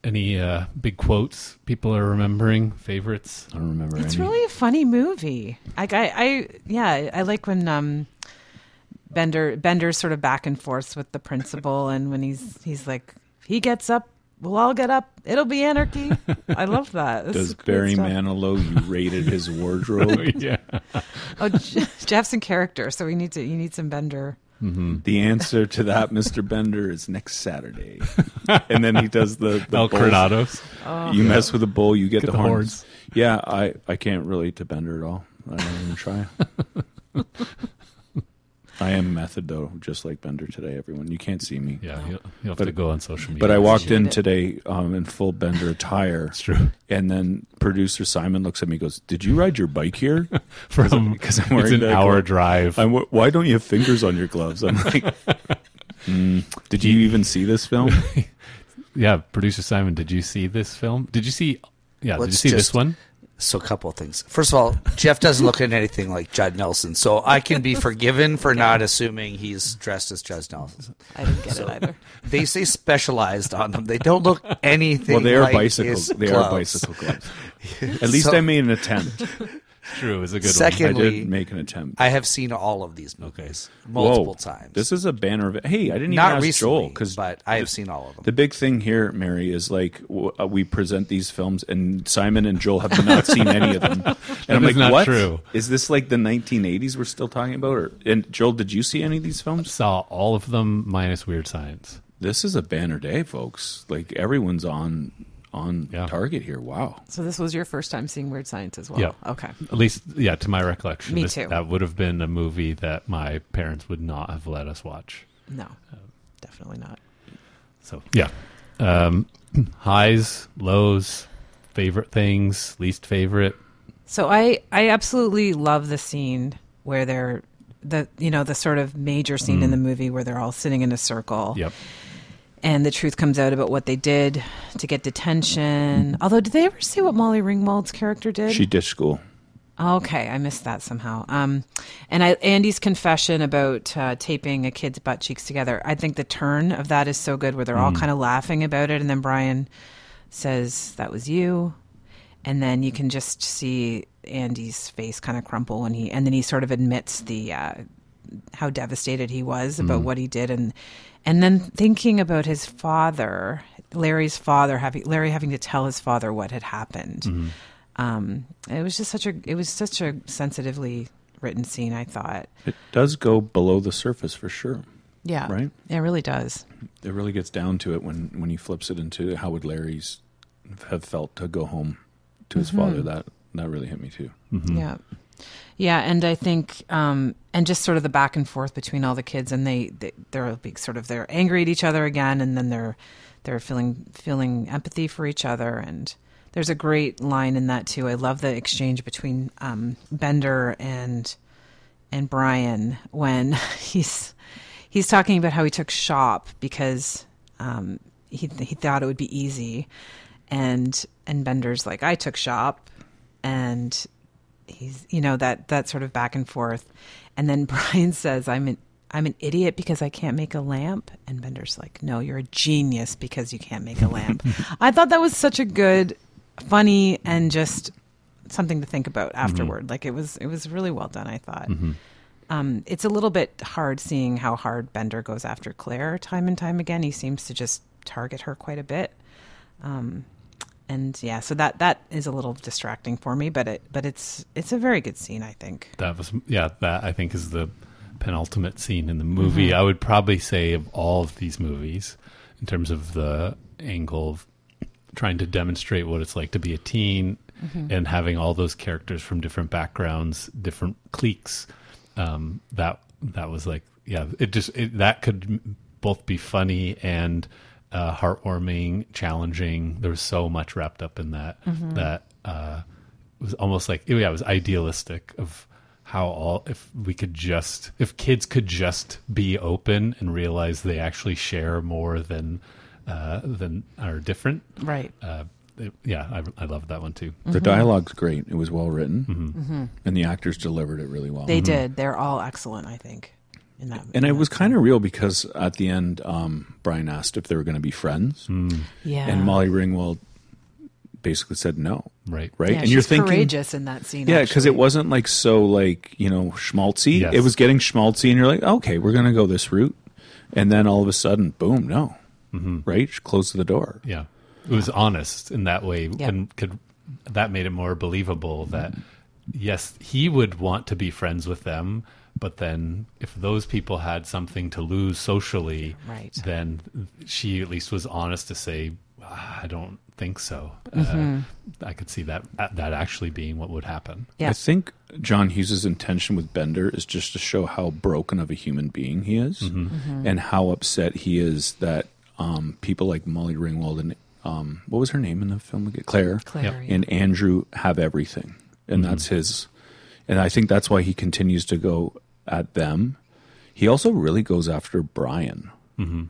[SPEAKER 3] Any uh, big quotes people are remembering? Favorites?
[SPEAKER 2] I don't remember
[SPEAKER 4] It's really a funny movie. Like I, I yeah, I like when um Bender Bender's sort of back and forth with the principal and when he's he's like he gets up, we'll all get up. It'll be anarchy. I love that. This
[SPEAKER 2] Does
[SPEAKER 4] is great
[SPEAKER 2] Barry
[SPEAKER 4] stuff.
[SPEAKER 2] Manilow you rated his wardrobe?
[SPEAKER 3] yeah.
[SPEAKER 4] Oh, Je- Jeff's in character, so we need to you need some Bender.
[SPEAKER 2] The answer to that, Mr. Bender, is next Saturday. and then he does the, the
[SPEAKER 3] El
[SPEAKER 2] bowls.
[SPEAKER 3] Granados.
[SPEAKER 4] Oh.
[SPEAKER 2] You
[SPEAKER 3] Yeah.
[SPEAKER 2] mess with the bowl, you get,
[SPEAKER 3] Get
[SPEAKER 2] the,
[SPEAKER 3] the
[SPEAKER 2] horns. Yeah, I, I can't relate to Bender at all. I don't even try. I am method though, just like Bender today. Everyone, you can't see me.
[SPEAKER 3] Yeah, you'll- you'll have to go on social media
[SPEAKER 2] But I
[SPEAKER 3] to
[SPEAKER 2] walked
[SPEAKER 3] see
[SPEAKER 2] in
[SPEAKER 3] it.
[SPEAKER 2] today um, in full Bender attire. It's true. And then producer Simon looks at me, and goes, "Did you ride your bike here?"
[SPEAKER 3] From-
[SPEAKER 2] because I'm
[SPEAKER 3] it's
[SPEAKER 2] wearing
[SPEAKER 3] an
[SPEAKER 2] the
[SPEAKER 3] hour
[SPEAKER 2] glove-
[SPEAKER 3] drive.
[SPEAKER 2] I'm, wa- why don't you have fingers on your gloves? I'm like, "Mm, did you even see this film?
[SPEAKER 3] Yeah, producer Simon, did you see this film? Did you see? Yeah, did you
[SPEAKER 1] Let's
[SPEAKER 3] see this
[SPEAKER 1] just-
[SPEAKER 3] one?
[SPEAKER 1] So, a couple of things. First of all, Jeff doesn't look at anything like Judd Nelson, so I can be forgiven for not assuming he's dressed as Judd Nelson.
[SPEAKER 4] I didn't get it either.
[SPEAKER 1] They say specialized on them. They don't look anything.
[SPEAKER 2] Well, they are
[SPEAKER 1] like
[SPEAKER 2] bicycles.
[SPEAKER 1] his
[SPEAKER 2] They are
[SPEAKER 1] gloves.
[SPEAKER 2] bicycle gloves. At least I made an attempt.
[SPEAKER 3] True, it was a
[SPEAKER 2] good one. I did
[SPEAKER 1] Secondly,
[SPEAKER 2] make an attempt.
[SPEAKER 1] I have seen all of these movies multiple
[SPEAKER 2] Whoa,
[SPEAKER 1] times.
[SPEAKER 2] This is a banner of Hey, I didn't
[SPEAKER 1] Not
[SPEAKER 2] even ask
[SPEAKER 1] recently,
[SPEAKER 2] Joel because
[SPEAKER 1] but I have seen all of them.
[SPEAKER 2] The big thing here, Mary, is like w- uh, we present these films, and Simon and Joel have not seen any of them. And
[SPEAKER 3] That
[SPEAKER 2] I'm
[SPEAKER 3] is
[SPEAKER 2] like,
[SPEAKER 3] not
[SPEAKER 2] what?
[SPEAKER 3] true.
[SPEAKER 2] Is this like the 1980s we're still talking about? Or and Joel, did you see any of these films?
[SPEAKER 3] Saw all of them minus Weird Science.
[SPEAKER 2] This is a banner day, folks. Like everyone's on on target here. Wow.
[SPEAKER 4] So this was your first time seeing Weird Science as well.
[SPEAKER 3] yeah.
[SPEAKER 4] Okay.
[SPEAKER 3] At least, yeah, to my recollection,
[SPEAKER 4] Me
[SPEAKER 3] this-
[SPEAKER 4] too.
[SPEAKER 3] That would have been a movie that my parents would not have let us watch.
[SPEAKER 4] No. Definitely not.
[SPEAKER 3] So yeah, um, highs, lows, favorite things, least favorite.
[SPEAKER 4] So I I absolutely love the scene where they're the you know the sort of major scene in
[SPEAKER 3] Mm.
[SPEAKER 4] the movie where they're all sitting in a circle.
[SPEAKER 3] Yep.
[SPEAKER 4] And the truth comes out about what they did to get detention. Although, did they ever see what Molly Ringwald's character did?
[SPEAKER 2] She ditched school.
[SPEAKER 4] Okay, I missed that somehow. Um, and I, Andy's confession about uh, taping a kid's butt cheeks together. I think the turn of that is so good, where they're all
[SPEAKER 16] Mm.
[SPEAKER 4] kind of laughing about it, and then Brian says, "That was you," and then you can just see Andy's face kind of crumple when he, and then he sort of admits the uh, how devastated he was about
[SPEAKER 16] Mm.
[SPEAKER 4] what he did, and and then thinking about his father, Larry's father having Larry having to tell his father what had happened
[SPEAKER 16] Mhm.
[SPEAKER 4] um, it was just such a it was such a sensitively written scene. I thought,
[SPEAKER 2] It does go below the surface for sure.
[SPEAKER 4] yeah,
[SPEAKER 2] Right?
[SPEAKER 4] it really does.
[SPEAKER 2] It really gets down to it when when he flips it into how would Larry's have felt to go home to his
[SPEAKER 4] Mhm.
[SPEAKER 2] father. That that really hit me too.
[SPEAKER 4] Yeah, yeah, and I think um, and just sort of the back and forth between all the kids, and they, they they're like sort of they're angry at each other again, and then they're they're feeling feeling empathy for each other and. There's a great line in that too. I love the exchange between um, Bender and and Brian when he's he's talking about how he took shop because um, he he thought it would be easy, and and Bender's like I took shop, and he's you know that that sort of back and forth, and then Brian says I'm an I'm an idiot because I can't make a lamp, and Bender's like No, you're a genius because you can't make a lamp. I thought that was such a good, funny, and just something to think about afterward. Like it was it was really well done. I thought. Um, it's a little bit hard seeing how hard Bender goes after Claire time and time again. He seems to just target her quite a bit. Um, and yeah, so that that is a little distracting for me, but it but it's it's a very good scene, I think.
[SPEAKER 3] That was yeah. That I think is the penultimate scene in the movie.
[SPEAKER 4] Mhm.
[SPEAKER 3] I would probably say of all of these movies, in terms of the angle of trying to demonstrate what it's like to be a teen
[SPEAKER 16] Mhm.
[SPEAKER 3] and having all those characters from different backgrounds, different cliques. Um, that that was like yeah. It just it, that could both be funny and uh, heartwarming, challenging. There was so much wrapped up in that
[SPEAKER 16] Mhm.
[SPEAKER 3] that uh, it was almost like yeah, it was idealistic of how all if we could just if kids could just be open and realize they actually share more than uh, than are different.
[SPEAKER 4] Right.
[SPEAKER 3] Uh, it- yeah, I, I love that one too.
[SPEAKER 4] Mm-hmm.
[SPEAKER 2] The dialogue's great. It was well written,
[SPEAKER 4] Mhm.
[SPEAKER 2] and the actors delivered it really well.
[SPEAKER 4] They did. They're all excellent, I think. In that,
[SPEAKER 2] Mm-hmm. And it was kind of real because at the end, um, Brian asked if they were going to be friends.
[SPEAKER 4] Yeah.
[SPEAKER 2] And Molly Ringwald basically said no.
[SPEAKER 3] Right.
[SPEAKER 2] Right.
[SPEAKER 4] Yeah,
[SPEAKER 2] and you're
[SPEAKER 4] she's
[SPEAKER 2] thinking.
[SPEAKER 4] courageous in that scene.
[SPEAKER 2] Yeah, because it wasn't like so like you know schmaltzy.
[SPEAKER 3] Yes.
[SPEAKER 2] It was getting schmaltzy, and you're like, okay, we're gonna go this route, and then all of a sudden, boom, no,
[SPEAKER 3] Mhm.
[SPEAKER 2] right? Close the door.
[SPEAKER 3] Yeah, it was honest in that way,
[SPEAKER 2] Yeah.
[SPEAKER 3] and could that made it more believable that yes, he would want to be friends with them, but then if those people had something to lose socially,
[SPEAKER 4] Right.
[SPEAKER 3] then she at least was honest to say, "Ah, I don't think so.
[SPEAKER 2] Mhm.
[SPEAKER 3] Uh, I could see that that actually being what would happen.
[SPEAKER 2] I think John Hughes's intention with Bender is just to show how broken of a human being he is,
[SPEAKER 3] Mhm.
[SPEAKER 16] Mhm.
[SPEAKER 2] and how upset he is that um, people like Molly Ringwald and um, what was her name in the film again? Claire,
[SPEAKER 16] Claire, Yep. yeah.
[SPEAKER 2] and Andrew have everything, and
[SPEAKER 16] Mhm.
[SPEAKER 2] that's his. And I think that's why he continues to go at them. He also really goes after Brian
[SPEAKER 3] Mm-hmm.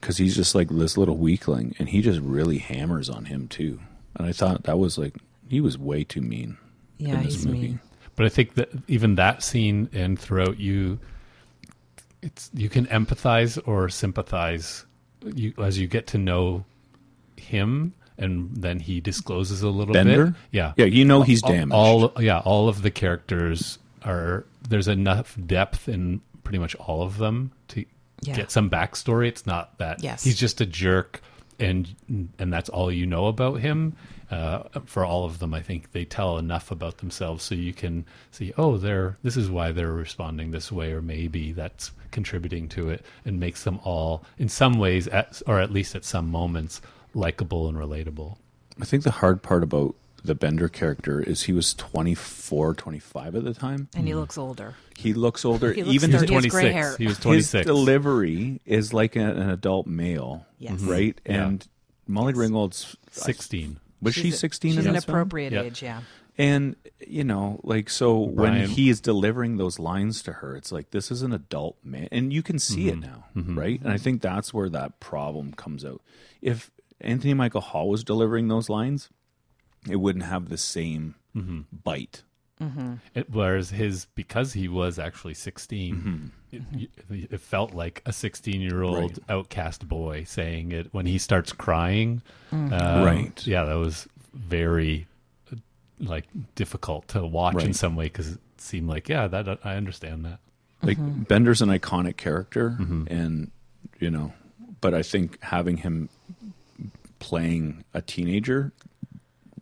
[SPEAKER 2] because he's just like this little weakling, and he just really hammers on him too. And I thought that was like he was way too mean.
[SPEAKER 4] Yeah, he's mean.
[SPEAKER 3] But I think that even that scene and throughout you, it's you can empathize or sympathize you as you get to know him, and then he discloses a little bit.
[SPEAKER 2] Bender?
[SPEAKER 3] Yeah,
[SPEAKER 2] Yeah, you know he's
[SPEAKER 3] All-
[SPEAKER 2] damaged.
[SPEAKER 3] All yeah, all of the characters are there's enough depth in pretty much all of them to
[SPEAKER 16] Yeah.
[SPEAKER 3] get some backstory. It's not that
[SPEAKER 16] Yes.
[SPEAKER 3] he's just a jerk and and that's all you know about him uh, for all of them i think they tell enough about themselves so you can see oh they're this is why they're responding this way or maybe that's contributing to it and makes them all in some ways at, or at least at some moments likable and relatable
[SPEAKER 2] I think the hard part about the Bender character is he was 24, 25 at the time.
[SPEAKER 4] And he looks older.
[SPEAKER 2] He looks older.
[SPEAKER 4] He looks
[SPEAKER 2] even
[SPEAKER 4] older. He has gray 26. hair. He was 26.
[SPEAKER 2] His delivery is like a- an adult male.
[SPEAKER 4] Yes.
[SPEAKER 2] Right?
[SPEAKER 3] Mm-hmm. Yeah.
[SPEAKER 2] And Molly Ringwald's
[SPEAKER 3] 16.
[SPEAKER 2] Was she
[SPEAKER 4] She's a-
[SPEAKER 2] 16
[SPEAKER 4] she's
[SPEAKER 2] in
[SPEAKER 4] an
[SPEAKER 2] this film?
[SPEAKER 4] appropriate Yeah. age, yeah.
[SPEAKER 2] And, you know, like, so when
[SPEAKER 3] Brian-
[SPEAKER 2] he is delivering those lines to her, it's like, this is an adult man. And you can see it
[SPEAKER 3] Mhm.
[SPEAKER 2] now,
[SPEAKER 3] Mhm.
[SPEAKER 2] right? And I think that's where that problem comes out. If Anthony Michael Hall was delivering those lines, it wouldn't have the same
[SPEAKER 3] Mhm.
[SPEAKER 2] bite.
[SPEAKER 4] Mhm.
[SPEAKER 3] It, whereas his, because he was actually 16, it,
[SPEAKER 2] Mm-hmm.
[SPEAKER 3] y- it felt like a 16 year old outcast boy saying it when he starts crying.
[SPEAKER 4] Mm-hmm.
[SPEAKER 2] Mhm.
[SPEAKER 3] Um,
[SPEAKER 2] Right.
[SPEAKER 3] Yeah, that was very uh, like difficult to watch in
[SPEAKER 2] Right.
[SPEAKER 3] some way because it seemed like, yeah, that I understand that.
[SPEAKER 2] Like Bender's an iconic character, and you know, but I think having him playing a teenager,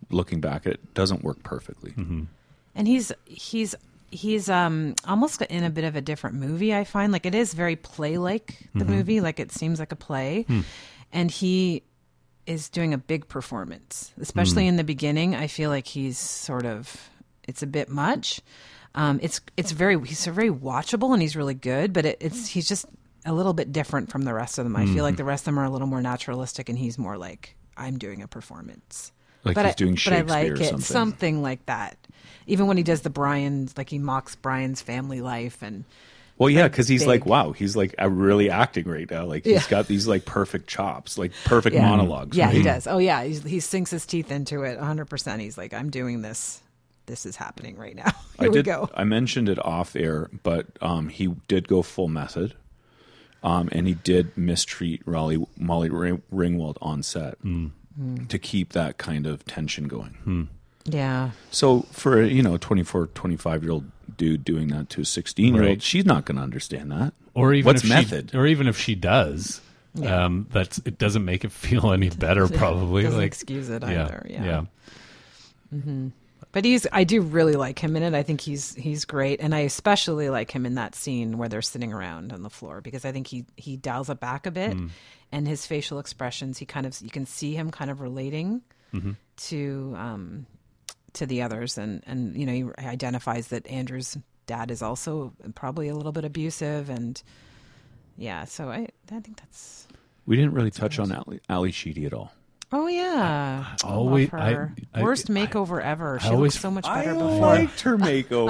[SPEAKER 2] looking back at it, doesn't work perfectly.
[SPEAKER 4] and he's he's he's um almost in a bit of a different movie i find like it is very play like the
[SPEAKER 16] Mhm.
[SPEAKER 2] Mm-hmm.
[SPEAKER 4] movie like it seems like a play
[SPEAKER 16] Hmm.
[SPEAKER 4] and he is doing a big performance especially
[SPEAKER 16] Hmm.
[SPEAKER 4] in the beginning i feel like he's sort of it's a bit much um it's it's very he's very watchable and he's really good but it, it's he's just a little bit different from the rest of them i
[SPEAKER 2] Hmm.
[SPEAKER 4] feel like the rest of them are a little more naturalistic and he's more like i'm doing a performance
[SPEAKER 2] Like he's doing
[SPEAKER 4] but I like
[SPEAKER 2] Shakespeare or
[SPEAKER 4] it,
[SPEAKER 2] something.
[SPEAKER 4] something like that. Even when he does the Brian's, like he mocks Brian's family life, and
[SPEAKER 2] Well, yeah, because he's like,
[SPEAKER 4] big.
[SPEAKER 2] wow, he's like uh, really acting right now. Like he's
[SPEAKER 4] Yeah.
[SPEAKER 2] got these like perfect chops, like perfect
[SPEAKER 4] yeah.
[SPEAKER 2] monologues.
[SPEAKER 4] Yeah, he
[SPEAKER 2] right?
[SPEAKER 4] does. Oh yeah, he's, he sinks his teeth into it 100. percent He's like, I'm doing this. This is happening right now. Here
[SPEAKER 2] I
[SPEAKER 4] we
[SPEAKER 2] did.
[SPEAKER 4] go.
[SPEAKER 2] I mentioned it off air, but um, he did go full method, um, and he did mistreat Raleigh, Molly Ring- Ringwald on set
[SPEAKER 3] Hmm.
[SPEAKER 4] Mm.
[SPEAKER 2] to keep that kind of tension going.
[SPEAKER 4] Yeah.
[SPEAKER 2] So for a, you know 24, 25 year old dude doing that to a sixteen year old,
[SPEAKER 3] Right.
[SPEAKER 2] she's not going to understand that.
[SPEAKER 3] Or even
[SPEAKER 2] what's
[SPEAKER 3] if
[SPEAKER 2] method?
[SPEAKER 3] She, or even if she does,
[SPEAKER 4] Yeah.
[SPEAKER 3] Um, that's it doesn't make it feel any better, probably.
[SPEAKER 4] Doesn't
[SPEAKER 3] like,
[SPEAKER 4] excuse it
[SPEAKER 3] yeah,
[SPEAKER 4] either, yeah.
[SPEAKER 3] yeah.
[SPEAKER 4] hmm But he's, I do really like him in it. I think he's he's great, and I especially like him in that scene where they're sitting around on the floor because I think he he dials it back a bit,
[SPEAKER 3] Mm.
[SPEAKER 4] and his facial expressions, he kind of you can see him kind of relating
[SPEAKER 3] Mhm.
[SPEAKER 4] to um to the others, and and you know he identifies that Andrew's dad is also probably a little bit abusive, and yeah, so I I think that's
[SPEAKER 2] We didn't really touch on Ali, Ali Sheedy at all.
[SPEAKER 4] oh yeah,
[SPEAKER 2] I
[SPEAKER 4] love
[SPEAKER 2] always- I-
[SPEAKER 4] her.
[SPEAKER 2] I-
[SPEAKER 4] worst makeover ever. She
[SPEAKER 3] always-
[SPEAKER 4] looks so much better before.
[SPEAKER 2] her makeover.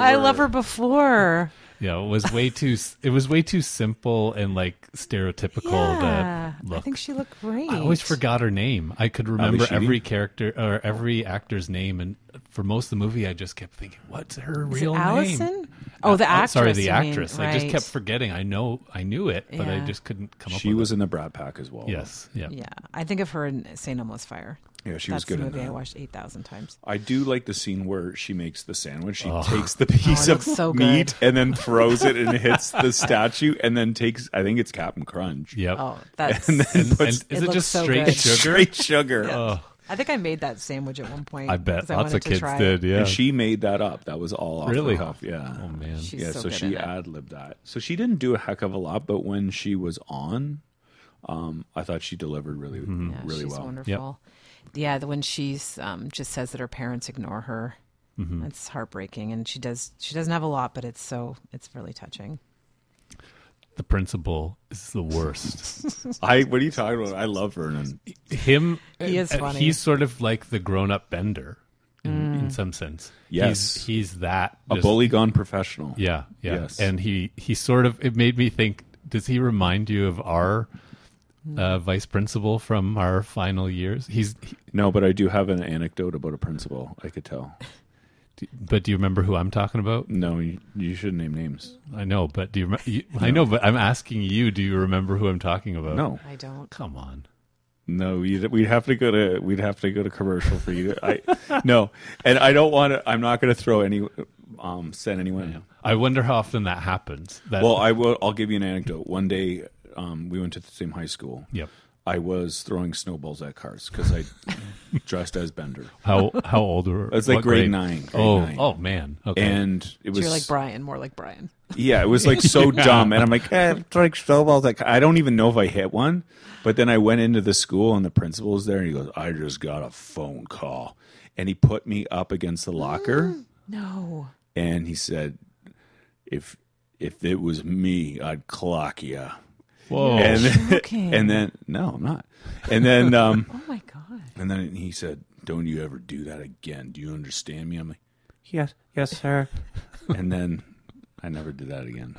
[SPEAKER 4] I love her before.
[SPEAKER 3] Yeah, it was way too. It was way too simple and like stereotypical.
[SPEAKER 4] Yeah,
[SPEAKER 3] that look.
[SPEAKER 4] I think she looked great.
[SPEAKER 3] I always forgot her name. I could remember
[SPEAKER 2] Sheedy?
[SPEAKER 3] every character or every actor's name, and for most of the movie, I just kept thinking, "What's her
[SPEAKER 4] Is it
[SPEAKER 3] real name?"
[SPEAKER 4] Allison? Oh, the
[SPEAKER 3] uh, Sorry,
[SPEAKER 4] actress,
[SPEAKER 3] the
[SPEAKER 4] you mean,
[SPEAKER 3] actress. I just
[SPEAKER 4] right.
[SPEAKER 3] kept forgetting. I know, I knew it, but I
[SPEAKER 4] Yeah.
[SPEAKER 3] just couldn't come up.
[SPEAKER 2] She
[SPEAKER 3] with
[SPEAKER 2] was
[SPEAKER 3] it.
[SPEAKER 2] in the Brad Pack as well.
[SPEAKER 3] Yes. Yeah.
[SPEAKER 4] Yeah, I think of her in St. Elmo's Fire.
[SPEAKER 2] Yeah, she
[SPEAKER 4] That's
[SPEAKER 2] was good
[SPEAKER 4] The
[SPEAKER 2] in
[SPEAKER 4] movie I
[SPEAKER 2] that.
[SPEAKER 4] watched eight thousand times.
[SPEAKER 2] I do like the scene where she makes the sandwich. She
[SPEAKER 3] Oh.
[SPEAKER 2] takes the piece
[SPEAKER 4] Oh, it
[SPEAKER 2] of
[SPEAKER 4] looks so good.
[SPEAKER 2] meat and then throws it and hits the statue and then takes, I think it's Captain Crunch.
[SPEAKER 3] Yep.
[SPEAKER 4] Oh, that's-
[SPEAKER 2] and
[SPEAKER 4] And-
[SPEAKER 2] then
[SPEAKER 4] and
[SPEAKER 2] puts,
[SPEAKER 4] is it It just looks so straight good.
[SPEAKER 2] It's
[SPEAKER 3] sugar? Oh,
[SPEAKER 2] Straight sugar.
[SPEAKER 4] Yeah. I think I made that sandwich at one point.
[SPEAKER 2] I bet
[SPEAKER 4] 'cause
[SPEAKER 2] lots
[SPEAKER 4] wanted
[SPEAKER 2] of
[SPEAKER 4] to
[SPEAKER 2] kids
[SPEAKER 4] try it.
[SPEAKER 3] did, yeah.
[SPEAKER 2] And she made that up. That was all off
[SPEAKER 3] Really?
[SPEAKER 2] the cuff. Yeah.
[SPEAKER 3] Oh, man.
[SPEAKER 4] She's
[SPEAKER 2] yeah.
[SPEAKER 4] so
[SPEAKER 2] So,
[SPEAKER 4] good in
[SPEAKER 2] she
[SPEAKER 4] it.
[SPEAKER 2] ad libbed that. So she didn't do a heck of a lot, but when she was on, um, I thought she delivered really,
[SPEAKER 3] Mm-hmm.
[SPEAKER 4] Yeah,
[SPEAKER 2] really
[SPEAKER 4] she's
[SPEAKER 2] well.
[SPEAKER 4] wonderful. Yeah, the when she's um, just says that her parents ignore her.
[SPEAKER 2] Mhm.
[SPEAKER 4] That's heartbreaking, and she does. She doesn't have a lot, but it's so it's really touching.
[SPEAKER 3] the principal is the worst.
[SPEAKER 2] I. What are you talking about? I love Vernon.
[SPEAKER 3] Him.
[SPEAKER 4] He is
[SPEAKER 3] uh,
[SPEAKER 4] funny.
[SPEAKER 3] He's sort of like the grown-up Bender in, in
[SPEAKER 2] Mm.
[SPEAKER 3] some sense.
[SPEAKER 2] Yes.
[SPEAKER 3] He's, he's that
[SPEAKER 2] A
[SPEAKER 3] just-
[SPEAKER 2] bully gone professional.
[SPEAKER 3] Yeah, yeah.
[SPEAKER 2] Yes.
[SPEAKER 3] And he he sort of it made me think. Does he remind you of our
[SPEAKER 4] Mm.
[SPEAKER 3] uh, vice principal from our final years? He's. he-
[SPEAKER 2] no, but I do have an anecdote about a principal. I could tell.
[SPEAKER 3] but do you remember who I'm talking about?
[SPEAKER 2] No, you, you shouldn't name names.
[SPEAKER 3] I know, but do you? rem- you I know, but I'm asking you. Do you remember who I'm talking about?
[SPEAKER 2] No.
[SPEAKER 4] I don't.
[SPEAKER 3] Come on.
[SPEAKER 2] No, you'd, we'd have to go to we'd have to go to commercial for you. I no, and I don't want to. I'm not going to throw any um send anyone.
[SPEAKER 3] I wonder how often that happens. That,
[SPEAKER 2] well, I will. I'll give you an anecdote. One day, um, we went to the same high school.
[SPEAKER 3] Yep.
[SPEAKER 2] I was throwing snowballs at cars because I dressed as Bender.
[SPEAKER 3] How- how old were-
[SPEAKER 2] I was like
[SPEAKER 3] what
[SPEAKER 2] grade,
[SPEAKER 3] grade?
[SPEAKER 2] nine. grade
[SPEAKER 3] Oh,
[SPEAKER 2] nine.
[SPEAKER 3] oh, man. Okay.
[SPEAKER 2] And it
[SPEAKER 4] So
[SPEAKER 2] was
[SPEAKER 4] you're like Brian, more like Brian.
[SPEAKER 2] Yeah, it was like so
[SPEAKER 3] Yeah.
[SPEAKER 2] dumb, and I'm like, eh, like snowballs. Like I don't even know if I hit one. But then I went into the school, and the principal was there, and he goes, "I just got a phone call," and he put me up against the locker,
[SPEAKER 16] Mm.
[SPEAKER 4] No.
[SPEAKER 2] and he said, "If if it was me, I'd clock you."
[SPEAKER 16] Oh,
[SPEAKER 3] Whoa.
[SPEAKER 2] And then,
[SPEAKER 4] joking.
[SPEAKER 2] and then no, I'm not. And then um,
[SPEAKER 4] Oh my god.
[SPEAKER 2] and then he said, "Don't you ever do that again? Do you understand me?" I'm like,
[SPEAKER 16] Yes, yes, sir.
[SPEAKER 2] and then I never did that again.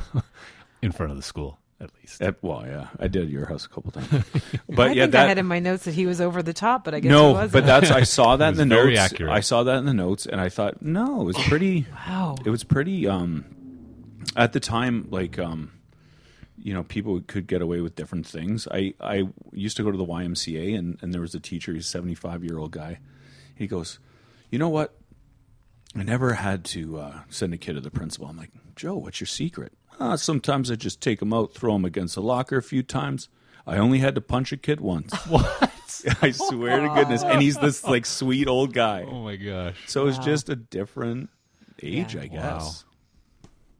[SPEAKER 3] in front of the school, at least.
[SPEAKER 2] At, well, yeah, I did at your house a couple times, but
[SPEAKER 4] I
[SPEAKER 2] yeah,
[SPEAKER 4] think I
[SPEAKER 2] that
[SPEAKER 4] had in my notes that he was over the top, but I guess he
[SPEAKER 2] no,
[SPEAKER 4] wasn't.
[SPEAKER 2] but that's I saw that
[SPEAKER 3] It
[SPEAKER 2] in the
[SPEAKER 3] was very
[SPEAKER 2] notes.
[SPEAKER 3] accurate.
[SPEAKER 2] I saw that in the notes, and I thought, no, it was pretty.
[SPEAKER 4] Wow.
[SPEAKER 2] it was pretty. Um, at the time, like um, you know, people could get away with different things. I I used to go to the YMCA, and and there was a teacher. He's a seventy five year old guy. He goes, you know what? I never had to uh, send a kid to the principal. I'm like, Joe, what's your secret? Ah, sometimes I just take him out, throw him against the locker a few times. I only had to punch a kid once.
[SPEAKER 3] What?
[SPEAKER 2] I swear to goodness. And he's this like sweet old guy.
[SPEAKER 3] Oh my gosh.
[SPEAKER 2] So it's
[SPEAKER 3] Wow.
[SPEAKER 2] just a different age, I guess.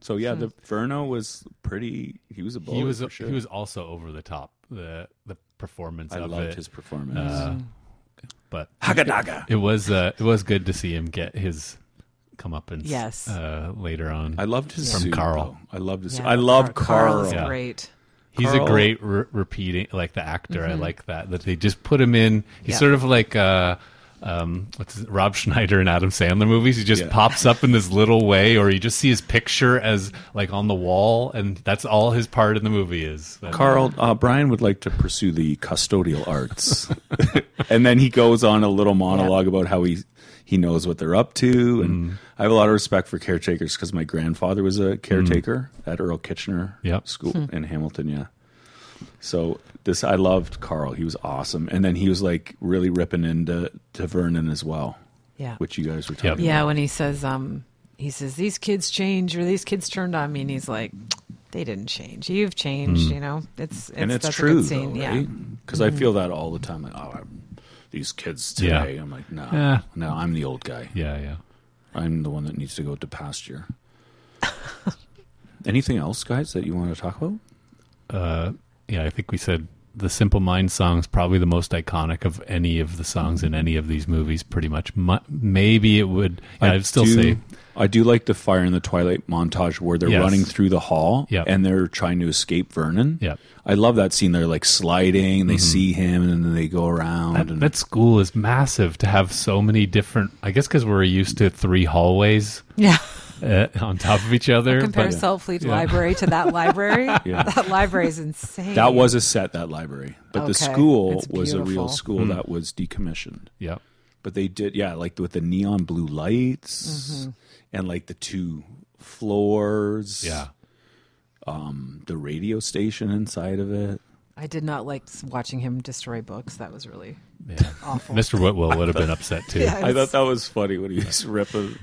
[SPEAKER 2] So yeah, the Verno was pretty. He was a bully.
[SPEAKER 3] he was
[SPEAKER 2] for sure.
[SPEAKER 3] he was also over the top the the performance.
[SPEAKER 2] I
[SPEAKER 3] of
[SPEAKER 2] loved
[SPEAKER 3] it.
[SPEAKER 2] his performance.
[SPEAKER 3] Uh, but
[SPEAKER 2] Haganaga.
[SPEAKER 3] It was uh, it was good to see him get his comeuppance.
[SPEAKER 4] Yes.
[SPEAKER 3] uh, later on,
[SPEAKER 2] I loved his
[SPEAKER 3] from
[SPEAKER 2] suit,
[SPEAKER 3] Carl.
[SPEAKER 2] though. I loved his- Yeah, I love Carl- Carl is Carl. great.
[SPEAKER 3] He's
[SPEAKER 2] Carl-
[SPEAKER 3] a great re- repeating, like the actor. I
[SPEAKER 2] Mhm.
[SPEAKER 3] like that that they just put him in. He's
[SPEAKER 2] Yeah.
[SPEAKER 3] sort of like. Uh, um, what's his, Rob Schneider in Adam Sandler movies? He just pops up in this little way, or you just see his picture as like on the wall, and that's all his part in the movie is.
[SPEAKER 2] Carl uh, Brian would like to pursue the custodial arts, and then he goes on a little monologue about how he he knows what they're up to, and I have a lot of respect for caretakers because my grandfather was a caretaker at Earl Kitchener
[SPEAKER 3] Yep.
[SPEAKER 2] School
[SPEAKER 3] Hmm.
[SPEAKER 2] in Hamilton. Yeah, so this I loved Carl; he was awesome, and then he was like really ripping into to Vernon as well.
[SPEAKER 4] Yeah.
[SPEAKER 2] which you guys were talking.
[SPEAKER 4] yeah,
[SPEAKER 2] about.
[SPEAKER 4] when he says, um, he says these kids change or these kids turned on me, and he's like, They didn't change. You've changed.
[SPEAKER 2] Mm.
[SPEAKER 4] You know, it's, it's
[SPEAKER 2] and it's
[SPEAKER 4] that's
[SPEAKER 2] true,
[SPEAKER 4] A good scene.
[SPEAKER 2] though,
[SPEAKER 4] yeah.
[SPEAKER 2] right? Because I
[SPEAKER 4] Mhm.
[SPEAKER 2] feel that all the time. Like, oh, I'm, these kids
[SPEAKER 3] Yeah.
[SPEAKER 2] today. I'm like, no,
[SPEAKER 3] Yeah.
[SPEAKER 2] no, I'm the old guy.
[SPEAKER 3] Yeah, yeah.
[SPEAKER 2] I'm the one that needs to go to pasture. Anything else, guys, that you want to talk about?
[SPEAKER 3] uh, yeah, I think we said the Simple Minds song is probably the most iconic of any of the songs in any of these movies. Pretty much, Mu- maybe it would. Yeah, I'd still
[SPEAKER 2] do,
[SPEAKER 3] say
[SPEAKER 2] I do like the Fire in the Twilight montage where they're
[SPEAKER 3] Yes.
[SPEAKER 2] running through the hall
[SPEAKER 3] Yep.
[SPEAKER 2] and they're trying to escape Vernon.
[SPEAKER 3] Yep.
[SPEAKER 2] I love that scene. They're like sliding, they
[SPEAKER 3] Mhm.
[SPEAKER 2] see him, and then they go around.
[SPEAKER 3] that, that school is massive to have so many different. I guess because we're used to three hallways,
[SPEAKER 4] Yeah.
[SPEAKER 3] uh, on top of each other.
[SPEAKER 4] Compare
[SPEAKER 3] but-
[SPEAKER 4] Salt Fleet
[SPEAKER 3] Yeah.
[SPEAKER 4] Library to that library.
[SPEAKER 2] Yeah.
[SPEAKER 4] That library is insane.
[SPEAKER 2] That was a set, that library. But the
[SPEAKER 4] Okay.
[SPEAKER 2] school
[SPEAKER 4] It's
[SPEAKER 2] was a real
[SPEAKER 4] beautiful.
[SPEAKER 2] school
[SPEAKER 3] Mm.
[SPEAKER 2] that was decommissioned.
[SPEAKER 3] Yeah.
[SPEAKER 2] But they did, yeah, like with the neon blue lights
[SPEAKER 4] Mm-hmm.
[SPEAKER 3] Mhm.
[SPEAKER 2] and like the two floors.
[SPEAKER 3] Yeah.
[SPEAKER 2] Um, the radio station inside of it.
[SPEAKER 4] I did not like s- watching him destroy books. That was really awful.
[SPEAKER 3] Mr. Whitwell would have been upset too.
[SPEAKER 4] Yeah, I
[SPEAKER 2] I thought that was funny when he was ripping.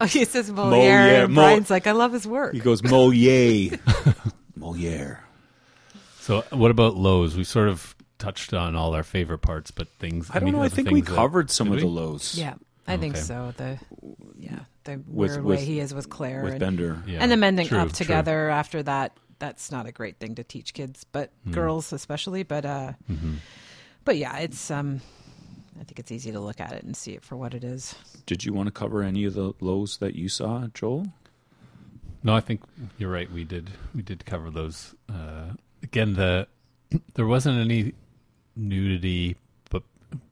[SPEAKER 4] Oh, he says Molière,
[SPEAKER 2] Molière,
[SPEAKER 4] and
[SPEAKER 2] Mo-
[SPEAKER 4] Brian's like, I love his work.
[SPEAKER 2] He goes Moliere, Moliere.
[SPEAKER 3] So, what about lows? We sort of touched on all our favorite parts, but things.
[SPEAKER 2] I don't
[SPEAKER 3] any
[SPEAKER 2] know. I
[SPEAKER 3] other
[SPEAKER 2] think we
[SPEAKER 3] things that-
[SPEAKER 2] covered some
[SPEAKER 3] Did
[SPEAKER 2] of the
[SPEAKER 3] we?
[SPEAKER 2] lows.
[SPEAKER 4] Yeah, I think
[SPEAKER 3] Okay.
[SPEAKER 4] so. The yeah, the
[SPEAKER 2] With-
[SPEAKER 4] weird
[SPEAKER 2] with-
[SPEAKER 4] way he is with Claire
[SPEAKER 2] with
[SPEAKER 4] and,
[SPEAKER 2] Bender. Yeah.
[SPEAKER 4] and them ending
[SPEAKER 2] True,
[SPEAKER 4] up
[SPEAKER 2] true.
[SPEAKER 4] together after that. That's not a great thing to teach kids, but
[SPEAKER 2] Mm.
[SPEAKER 4] girls especially. But uh,
[SPEAKER 2] Mhm.
[SPEAKER 4] but yeah, it's um, I think it's easy to look at it and see it for what it is.
[SPEAKER 2] Did you want to cover any of the lows that you saw, Joel?
[SPEAKER 3] No, I think you're right. We did we did cover those. Uh, again, the there wasn't any nudity, but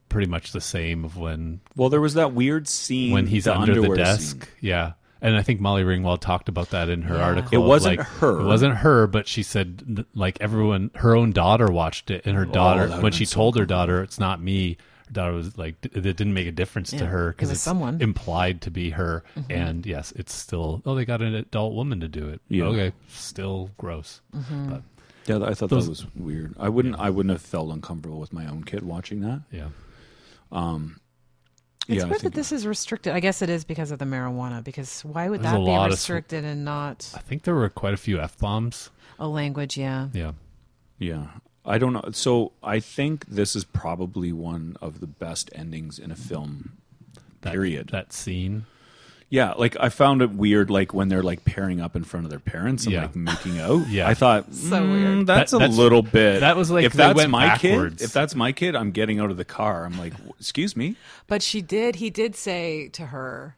[SPEAKER 3] pretty much the same of when
[SPEAKER 2] Well, there was that weird scene
[SPEAKER 3] when he's
[SPEAKER 2] the
[SPEAKER 3] under the
[SPEAKER 2] underwear
[SPEAKER 3] desk. Yeah. And I think Molly Ringwald talked about that in her
[SPEAKER 2] Yeah.
[SPEAKER 3] article.
[SPEAKER 2] It
[SPEAKER 3] of,
[SPEAKER 2] wasn't
[SPEAKER 3] like,
[SPEAKER 2] her.
[SPEAKER 3] It wasn't her, but she said th- like everyone, her own daughter watched it, and her
[SPEAKER 2] Oh,
[SPEAKER 3] daughter
[SPEAKER 2] that would've
[SPEAKER 3] when
[SPEAKER 2] been
[SPEAKER 3] she
[SPEAKER 2] so
[SPEAKER 3] told her daughter, "It's not me." Her daughter was like, d- "It didn't make a difference to
[SPEAKER 4] Yeah,
[SPEAKER 3] her
[SPEAKER 4] it was
[SPEAKER 3] it's
[SPEAKER 4] someone. Mm-hmm.
[SPEAKER 3] implied to be her." And yes, it's still oh, they got an adult woman to do it.
[SPEAKER 2] Yeah.
[SPEAKER 3] Okay, still gross.
[SPEAKER 4] Mhm.
[SPEAKER 3] But
[SPEAKER 2] Yeah, I thought
[SPEAKER 3] Those-
[SPEAKER 2] that was weird. I wouldn't. I wouldn't have felt uncomfortable with my own kid watching that.
[SPEAKER 3] Yeah.
[SPEAKER 2] Um.
[SPEAKER 4] It's
[SPEAKER 2] yeah, I
[SPEAKER 4] weird that
[SPEAKER 2] think
[SPEAKER 4] this is restricted. I guess it is because of the marijuana. Because why would
[SPEAKER 3] There's a
[SPEAKER 4] that be
[SPEAKER 3] lot of sw-
[SPEAKER 4] restricted and not
[SPEAKER 3] I think there were quite a few f bombs.
[SPEAKER 4] a language? Yeah,
[SPEAKER 3] Yeah.
[SPEAKER 2] Yeah. I don't know. So I think this is probably one of the best endings in a film. period.
[SPEAKER 3] That scene.
[SPEAKER 2] Yeah, like I found it weird, like when they're like pairing up in front of their parents and
[SPEAKER 3] Yeah.
[SPEAKER 2] like making out.
[SPEAKER 3] Yeah.
[SPEAKER 2] I thought
[SPEAKER 4] So
[SPEAKER 2] "Mm,
[SPEAKER 4] weird.
[SPEAKER 2] That's
[SPEAKER 3] That-
[SPEAKER 2] a
[SPEAKER 3] that's-
[SPEAKER 2] little bit.
[SPEAKER 3] that was like
[SPEAKER 2] if
[SPEAKER 3] they
[SPEAKER 2] that's
[SPEAKER 3] went
[SPEAKER 2] my
[SPEAKER 3] backwards.
[SPEAKER 2] kid. If that's my kid, I'm getting out of the car. I'm like, "W- excuse me.
[SPEAKER 4] But she did. He did say to her,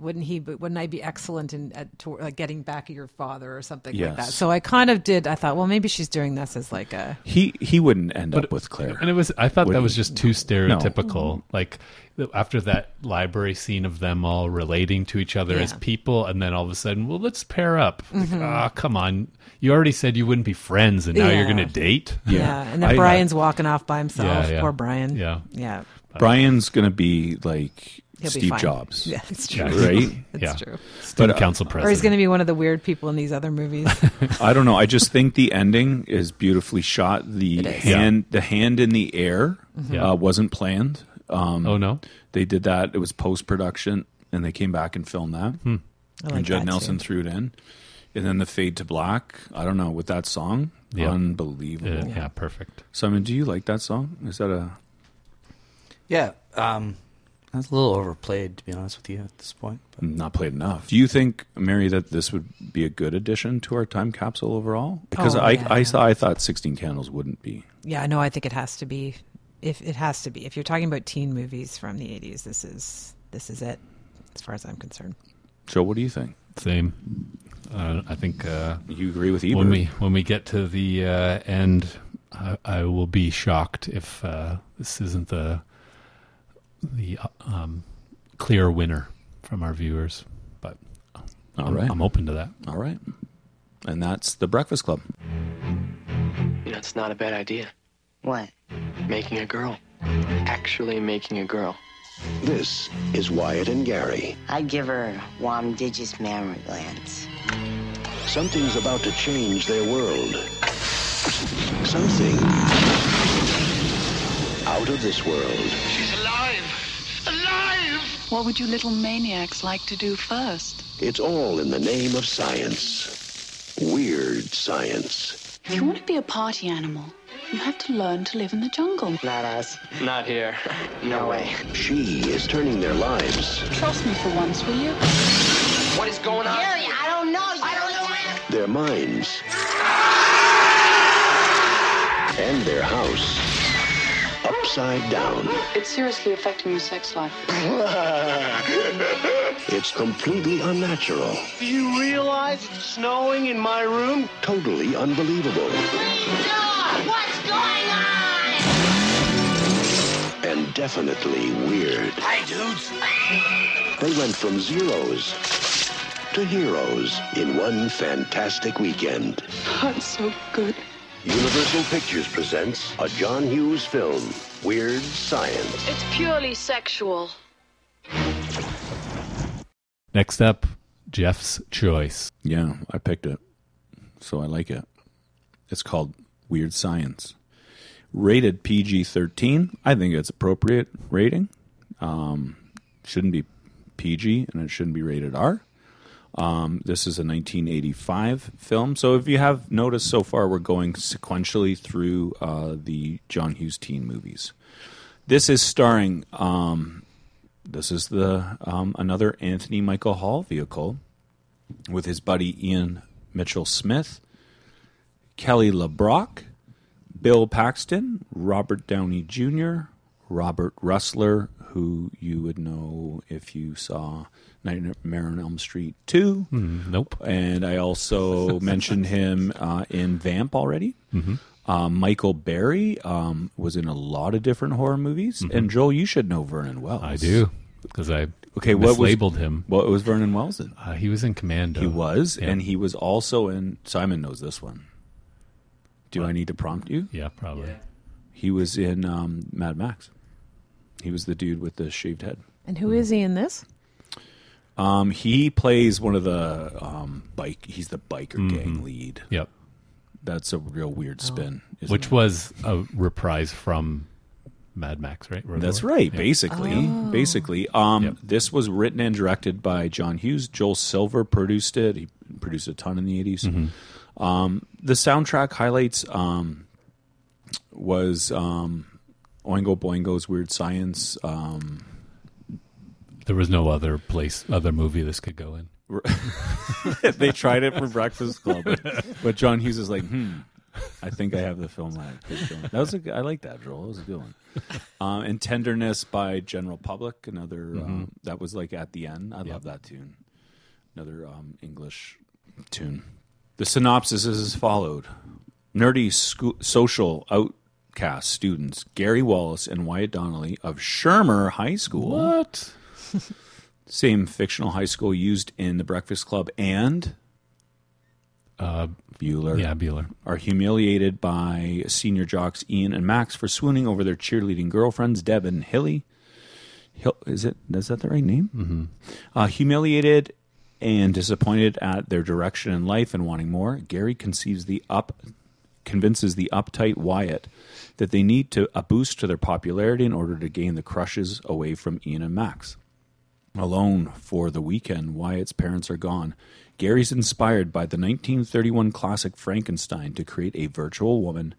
[SPEAKER 4] "Wouldn't he? Wouldn't I be excellent in at to, like getting back at your father or something like that?"
[SPEAKER 2] Yes.
[SPEAKER 4] So I kind of did. I thought, well, maybe she's doing this as like a.
[SPEAKER 2] He he wouldn't end
[SPEAKER 3] But-
[SPEAKER 2] up with Claire.
[SPEAKER 3] And it was I thought
[SPEAKER 2] Would
[SPEAKER 3] that
[SPEAKER 2] he?
[SPEAKER 3] was just too stereotypical. Like th- after that library scene of them all relating to each other as
[SPEAKER 4] Yeah. Mm-hmm.
[SPEAKER 3] people, and then all of a sudden, well, let's pair up. Like, Ah, come on! You already said you wouldn't be friends, and now you're
[SPEAKER 4] Yeah.
[SPEAKER 3] going to date.
[SPEAKER 4] Yeah, and then
[SPEAKER 2] I-
[SPEAKER 4] Brian's walking off by himself.
[SPEAKER 3] Yeah, yeah.
[SPEAKER 4] Poor Brian.
[SPEAKER 3] Yeah.
[SPEAKER 4] yeah,
[SPEAKER 2] Brian's gonna be like
[SPEAKER 4] He'll be
[SPEAKER 2] Steve
[SPEAKER 4] fine.
[SPEAKER 2] Jobs.
[SPEAKER 4] Yeah, it's true.
[SPEAKER 2] Yeah, right?
[SPEAKER 4] It's
[SPEAKER 3] Yeah.
[SPEAKER 4] true.
[SPEAKER 2] uh,
[SPEAKER 3] Student
[SPEAKER 4] Or
[SPEAKER 3] council
[SPEAKER 4] he's
[SPEAKER 3] president.
[SPEAKER 4] going to be one of the weird people in these other movies.
[SPEAKER 2] I don't know. I just think the ending is beautifully shot. The
[SPEAKER 4] It is.
[SPEAKER 2] hand, the hand in the air,
[SPEAKER 3] Mhm.
[SPEAKER 2] uh, wasn't planned. Um,
[SPEAKER 3] Oh, no?
[SPEAKER 2] they did that. It was post production, and they came back and filmed that.
[SPEAKER 3] Hmm.
[SPEAKER 4] I like
[SPEAKER 2] and Judd
[SPEAKER 4] that,
[SPEAKER 2] Nelson
[SPEAKER 4] too.
[SPEAKER 2] threw it in, and then the fade to black. I don't know with that song.
[SPEAKER 3] Yeah.
[SPEAKER 2] Unbelievable.
[SPEAKER 3] Uh, Yeah, yeah, perfect.
[SPEAKER 2] Simon, do you like that song? Is that a
[SPEAKER 16] Yeah, um, that's a little overplayed, to be honest with you, at this point.
[SPEAKER 2] not played enough? Do you think, Mary, that this would be a good addition to our time capsule overall? Because
[SPEAKER 4] Oh,
[SPEAKER 2] I,
[SPEAKER 4] yeah.
[SPEAKER 2] I, saw, I thought Sixteen Candles wouldn't be.
[SPEAKER 4] yeah, no, I think it has to be. If it has to be, if you're talking about teen movies from the '80s, this is this is it, as far as I'm concerned.
[SPEAKER 2] Joe, what do you think?
[SPEAKER 3] Same. Uh, I think uh,
[SPEAKER 2] you agree with Ebert.
[SPEAKER 3] when we when we get to the uh, end. I, I will be shocked if uh, this isn't the the uh, um, clear winner from our viewers. But
[SPEAKER 2] All
[SPEAKER 3] I'm,
[SPEAKER 2] right.
[SPEAKER 3] I'm open to that.
[SPEAKER 2] All right. And that's the Breakfast Club.
[SPEAKER 17] You know, it's not a bad idea. What? Making a girl. Actually making a girl.
[SPEAKER 13] This is Wyatt and Gary.
[SPEAKER 17] I'd give her one digis mammary glands.
[SPEAKER 13] Something's about to change their world. Something out of this world.
[SPEAKER 18] What would you little maniacs like to do first?
[SPEAKER 13] It's all in the name of science. Weird
[SPEAKER 9] weird science.
[SPEAKER 18] If you want to be a party animal, you have to learn to live in the jungle.
[SPEAKER 17] Not us. Not here. No way.
[SPEAKER 9] She is turning their lives,
[SPEAKER 18] Trust me for once, will you?
[SPEAKER 17] What is going on?
[SPEAKER 14] Gary, I don't know. You I don't know.
[SPEAKER 9] their minds, and their house upside down.
[SPEAKER 18] It's seriously affecting your sex life.
[SPEAKER 9] It's completely unnatural,
[SPEAKER 8] Do you realize it's snowing in my room?
[SPEAKER 9] totally unbelievable,
[SPEAKER 8] What's going on?
[SPEAKER 9] and definitely weird.
[SPEAKER 8] Hey, dudes.
[SPEAKER 9] They went from zeros to heroes in one fantastic weekend.
[SPEAKER 18] That's so good.
[SPEAKER 9] Universal Pictures presents a John Hughes film, Weird Science.
[SPEAKER 18] It's purely sexual.
[SPEAKER 3] Next up, Jeff's choice.
[SPEAKER 2] Yeah, I picked it. So I like it. It's called Weird Science. Rated PG 13. I think it's appropriate rating. Um, shouldn't be PG and it shouldn't be rated R. Um, this is a 1985 film. So if you have noticed so far, we're going sequentially through uh, the John Hughes teen movies. This is starring. Um, this is the um, another Anthony Michael Hall vehicle with his buddy Ian Mitchell Smith, Kelly LeBrock, Bill Paxton, Robert Downey Jr., Robert Russler, who you would know if you saw Nightmare on Elm Street 2.
[SPEAKER 3] nope.
[SPEAKER 2] And I also mentioned him uh, in Vamp already.
[SPEAKER 3] Mhm.
[SPEAKER 2] Uh, Michael Berry um, was in a lot of different horror movies. And Joel, you should know Vernon Wells.
[SPEAKER 3] Mm-hmm. I do because I
[SPEAKER 2] Okay, what was
[SPEAKER 3] labeled him?
[SPEAKER 2] What was Vernon Wells in?
[SPEAKER 3] Uh, he was in Commando.
[SPEAKER 2] He was,
[SPEAKER 3] Yeah.
[SPEAKER 2] and he was also in. Simon knows this one. Do I need to prompt you?
[SPEAKER 3] Yeah, probably.
[SPEAKER 2] He was in um, Mad Max. He was the dude with the shaved head.
[SPEAKER 4] And who is he in this?
[SPEAKER 2] Um, he plays one of the um, bike. He's the biker
[SPEAKER 3] Mm-hmm.
[SPEAKER 2] gang lead.
[SPEAKER 3] Yep.
[SPEAKER 2] That's a real weird spin. isn't
[SPEAKER 3] which
[SPEAKER 2] it?
[SPEAKER 3] was a reprise from Mad Max, right? Road
[SPEAKER 2] That's
[SPEAKER 3] Warrior?
[SPEAKER 2] right.
[SPEAKER 3] Yeah.
[SPEAKER 2] Basically, basically, um, this was written and directed by John Hughes. Joel Silver produced it. He produced a ton in the 80s Um, the soundtrack highlights um, was um, Oingo Boingo's Weird Science. Um,
[SPEAKER 3] There was no other place, other movie this could go in.
[SPEAKER 2] they tried it for Breakfast Club, but, but John Hughes is like, hmm, I think I have the film line. That was a good- I like that, Joel. That was a good one. Um, and Tenderness by General Public, another um, that was like at the end. I love that tune. Another um, English tune. The synopsis is as followed: Nerdy sco- social outcast students Gary Wallace and Wyatt Donnelly of Shermer High School
[SPEAKER 3] What?
[SPEAKER 2] same fictional high school used in The Breakfast Club and
[SPEAKER 3] uh,
[SPEAKER 2] Bueller.
[SPEAKER 3] Yeah, Bueller.
[SPEAKER 2] Are humiliated by senior jocks Ian and Max for swooning over their cheerleading girlfriends Deb and Hilly. Hill, is it? Is that the right name? Mm-hmm. Uh, humiliated and disappointed at their direction in life and wanting more, Gary conceives the up convinces the uptight Wyatt that they need to a boost to their popularity in order to gain the crushes away from Ian and Max. Alone for the weekend, Wyatt's parents are gone. Gary's inspired by the 1931 classic Frankenstein to create a virtual woman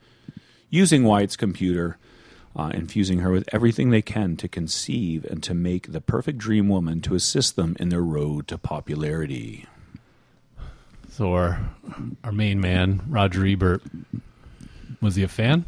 [SPEAKER 2] using Wyatt's computer, uh, infusing her with everything they can to conceive and to make the perfect dream woman to assist them in their road to popularity.
[SPEAKER 3] So our our main man, Roger Ebert, was he a fan?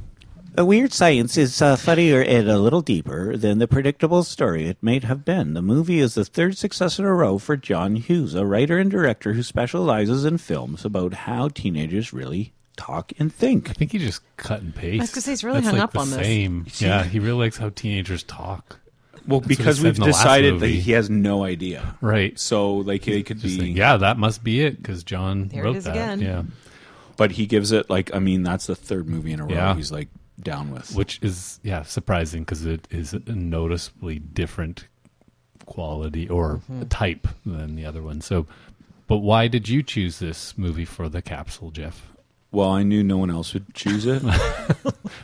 [SPEAKER 19] A Weird Science is uh, funnier and a little deeper than the predictable story it may have been. The movie is the third success in a row for John Hughes, a writer and director who specializes in films about how teenagers really talk and think. I
[SPEAKER 3] think he just cut and
[SPEAKER 4] I
[SPEAKER 3] paste.
[SPEAKER 4] was gonna say he's really
[SPEAKER 3] That's
[SPEAKER 4] hung
[SPEAKER 3] like
[SPEAKER 4] up
[SPEAKER 3] the
[SPEAKER 4] on this.
[SPEAKER 3] same. Yeah, he really likes how teenagers talk.
[SPEAKER 2] Well,
[SPEAKER 3] That's what he
[SPEAKER 2] because
[SPEAKER 3] said
[SPEAKER 2] we've
[SPEAKER 3] in the last
[SPEAKER 2] decided that
[SPEAKER 3] movie.
[SPEAKER 2] he has no idea.
[SPEAKER 3] Right.
[SPEAKER 2] So, like, they could be.
[SPEAKER 3] yeah, that must be it because John
[SPEAKER 2] There it
[SPEAKER 3] wrote
[SPEAKER 2] is
[SPEAKER 3] that.
[SPEAKER 2] again.
[SPEAKER 3] Yeah,
[SPEAKER 2] But he gives it, like, I mean, that's the third movie in a row
[SPEAKER 3] Yeah.
[SPEAKER 2] he's, like, down with.
[SPEAKER 3] which is yeah surprising because it is a noticeably different quality or
[SPEAKER 4] Mm-hmm.
[SPEAKER 3] type than the other one. So, but why did you choose this movie for the capsule, Jeff?
[SPEAKER 2] Well, I knew no one else would choose it,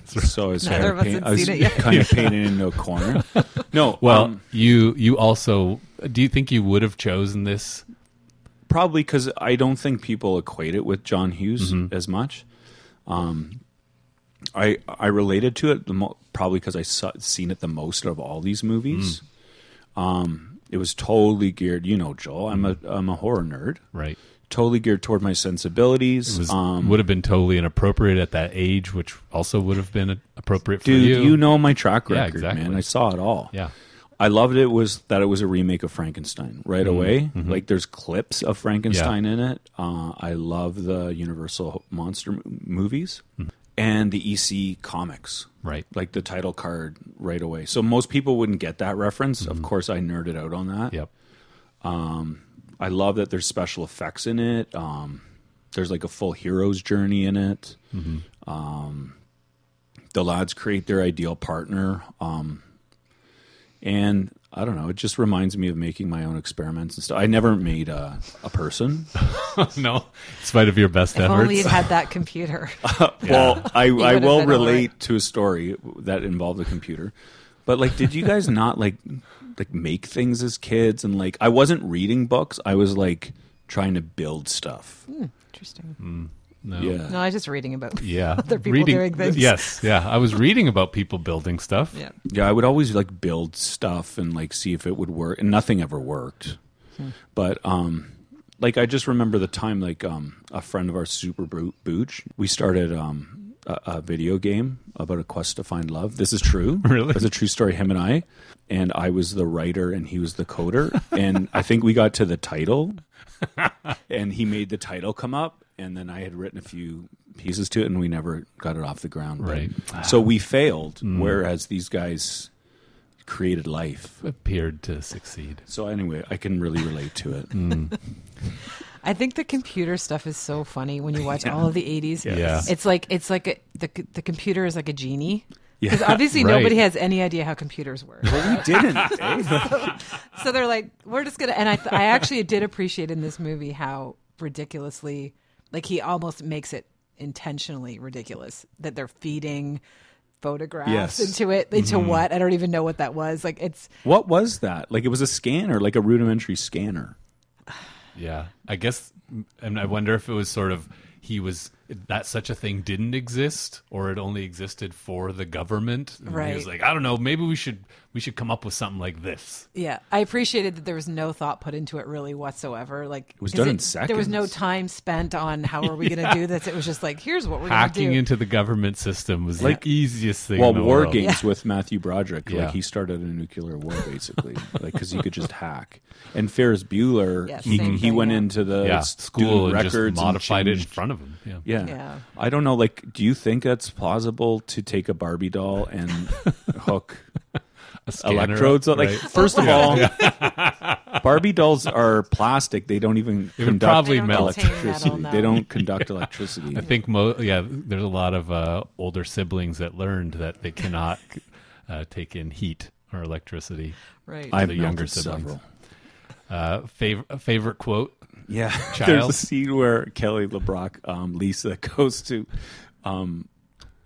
[SPEAKER 2] so I was,
[SPEAKER 3] Neither of
[SPEAKER 2] kind of,
[SPEAKER 3] us
[SPEAKER 2] paint,
[SPEAKER 3] had
[SPEAKER 2] I was
[SPEAKER 3] seen it yet.
[SPEAKER 2] kind of painted into a corner. No,
[SPEAKER 3] well,
[SPEAKER 2] um,
[SPEAKER 3] you you also do you think you would have chosen this
[SPEAKER 2] probably because I don't think people equate it with John Hughes
[SPEAKER 3] Mm-hmm.
[SPEAKER 2] as much. Um, I I related to it the mo- probably because I saw, seen it the most of all these movies.
[SPEAKER 3] Mm.
[SPEAKER 2] Um, it was totally geared, you know, Joel. I'm
[SPEAKER 3] Mm-hmm.
[SPEAKER 2] a I'm a horror nerd,
[SPEAKER 3] right?
[SPEAKER 2] Totally geared toward my sensibilities.
[SPEAKER 3] It was,
[SPEAKER 2] um,
[SPEAKER 3] would have been totally inappropriate at that age, which also would have been appropriate for
[SPEAKER 2] dude,
[SPEAKER 3] you.
[SPEAKER 2] know my track
[SPEAKER 3] Yeah,
[SPEAKER 2] record,
[SPEAKER 3] exactly.
[SPEAKER 2] man. I saw it all.
[SPEAKER 3] Yeah.
[SPEAKER 2] I loved it was that it was a remake of Frankenstein right
[SPEAKER 3] Mhm,
[SPEAKER 2] away.
[SPEAKER 3] mhm.
[SPEAKER 2] Like there's clips of Frankenstein in it. Uh, I love the Universal monster m- movies and the EC comics.
[SPEAKER 3] Right.
[SPEAKER 2] Like the title card right away. So most people wouldn't get that reference. Of course I nerded out on that.
[SPEAKER 3] Yep.
[SPEAKER 2] Um I love that there's special effects in it. Um there's like a full hero's journey in it.
[SPEAKER 3] Mhm.
[SPEAKER 2] Um, the lads create their ideal partner. Um, and I don't know, it just reminds me of making my own experiments and stuff. I never made a, a person.
[SPEAKER 3] no, in spite of your best
[SPEAKER 4] If
[SPEAKER 3] efforts.
[SPEAKER 4] only you'd had that computer.
[SPEAKER 2] well, I,
[SPEAKER 4] You
[SPEAKER 2] I
[SPEAKER 4] would've
[SPEAKER 2] will
[SPEAKER 4] been all right.
[SPEAKER 2] relate to a story that involved a computer. But like, did you guys not like like make things as kids? And like, I wasn't reading books. I was like trying to build stuff. Um,
[SPEAKER 4] Hmm, interesting.
[SPEAKER 3] no.
[SPEAKER 2] Yeah.
[SPEAKER 4] No, I was just reading about
[SPEAKER 3] Yeah.
[SPEAKER 4] other people
[SPEAKER 3] reading,
[SPEAKER 4] doing things.
[SPEAKER 3] Yes. Yeah. I was reading about people building stuff.
[SPEAKER 4] Yeah.
[SPEAKER 2] Yeah, I would always like build stuff and like see if it would work, and nothing ever worked.
[SPEAKER 3] Hmm.
[SPEAKER 2] But um, like I just remember the time like um a friend of our super Boo- booch, we started um a, a video game about a quest to find love. This is true,
[SPEAKER 3] Really?
[SPEAKER 2] It's a true story. Him and I, and I was the writer and he was the coder, and I think we got to the title, and he made the title come up, and then I had written a few pieces to it, and we never got it off the ground. But-
[SPEAKER 3] Right.
[SPEAKER 2] so we failed,
[SPEAKER 3] Mm.
[SPEAKER 2] whereas these guys created life.
[SPEAKER 3] Appeared to succeed.
[SPEAKER 2] So anyway, I can really relate to it.
[SPEAKER 4] I think the computer stuff is so funny when you watch all of the 80s.
[SPEAKER 2] Yes. Yeah.
[SPEAKER 4] It's like it's like a, the the computer is like a genie. Because
[SPEAKER 2] Yeah.
[SPEAKER 4] obviously
[SPEAKER 2] Right.
[SPEAKER 4] nobody has any idea how computers work.
[SPEAKER 2] Well, we didn't, eh?
[SPEAKER 4] so, so they're like, we're just gonna. And I, th- I actually did appreciate in this movie how ridiculously, like he almost makes it intentionally ridiculous that they're feeding photographs
[SPEAKER 2] Yes.
[SPEAKER 4] into it into
[SPEAKER 3] Mm-hmm.
[SPEAKER 2] Mhm.
[SPEAKER 4] what I don't even know what that was. Like it's
[SPEAKER 2] What was that? Like it was a scanner, like a rudimentary scanner.
[SPEAKER 3] Yeah. I guess, and I wonder if it was sort of he was that such a thing didn't exist or it only existed for the government. And He
[SPEAKER 4] Right.
[SPEAKER 3] was like, I don't know, maybe we should we should come up with something like this.
[SPEAKER 4] Yeah, I appreciated that there was no thought put into it really whatsoever. Like it
[SPEAKER 3] was done in
[SPEAKER 4] There was no
[SPEAKER 3] seconds.
[SPEAKER 4] time spent on how are we going to do this. It was just like here's what we're going to do.
[SPEAKER 3] Hacking into the government system was
[SPEAKER 2] Like-
[SPEAKER 3] the easiest thing.
[SPEAKER 2] well,
[SPEAKER 3] in the
[SPEAKER 2] war
[SPEAKER 3] world.
[SPEAKER 2] games with Matthew Broderick,
[SPEAKER 3] Yeah.
[SPEAKER 2] like he started a nuclear war basically, like because he could just hack. And Ferris Bueller,
[SPEAKER 3] Yes,
[SPEAKER 2] he
[SPEAKER 3] same
[SPEAKER 2] he
[SPEAKER 3] thing,
[SPEAKER 2] went
[SPEAKER 3] yeah.
[SPEAKER 2] into the
[SPEAKER 3] Yeah,
[SPEAKER 2] student
[SPEAKER 3] school and just
[SPEAKER 2] records
[SPEAKER 3] modified it in
[SPEAKER 2] changed-
[SPEAKER 3] front of him. Yeah.
[SPEAKER 2] yeah,
[SPEAKER 3] Yeah.
[SPEAKER 2] I don't know. Like, do you think that's plausible to take a Barbie doll and hook
[SPEAKER 3] scanner up,
[SPEAKER 2] electrodes? on- Like,
[SPEAKER 3] right.
[SPEAKER 2] first of
[SPEAKER 3] Yeah.
[SPEAKER 2] all,
[SPEAKER 3] Yeah.
[SPEAKER 2] Barbie dolls are plastic. They don't even
[SPEAKER 3] It would
[SPEAKER 2] conduct
[SPEAKER 3] probably melt.
[SPEAKER 2] electricity. They don't conduct electricity.
[SPEAKER 3] I think mo- yeah, there's a lot of uh, older siblings that learned that they cannot uh, take in heat or electricity.
[SPEAKER 4] Right.
[SPEAKER 3] to
[SPEAKER 2] I've
[SPEAKER 3] the younger
[SPEAKER 2] melted
[SPEAKER 3] siblings.
[SPEAKER 2] several.
[SPEAKER 3] Uh, fav- a favorite quote.
[SPEAKER 2] Yeah, there's
[SPEAKER 3] Child.
[SPEAKER 2] a scene where Kelly LeBrock, um, Lisa, goes to, um,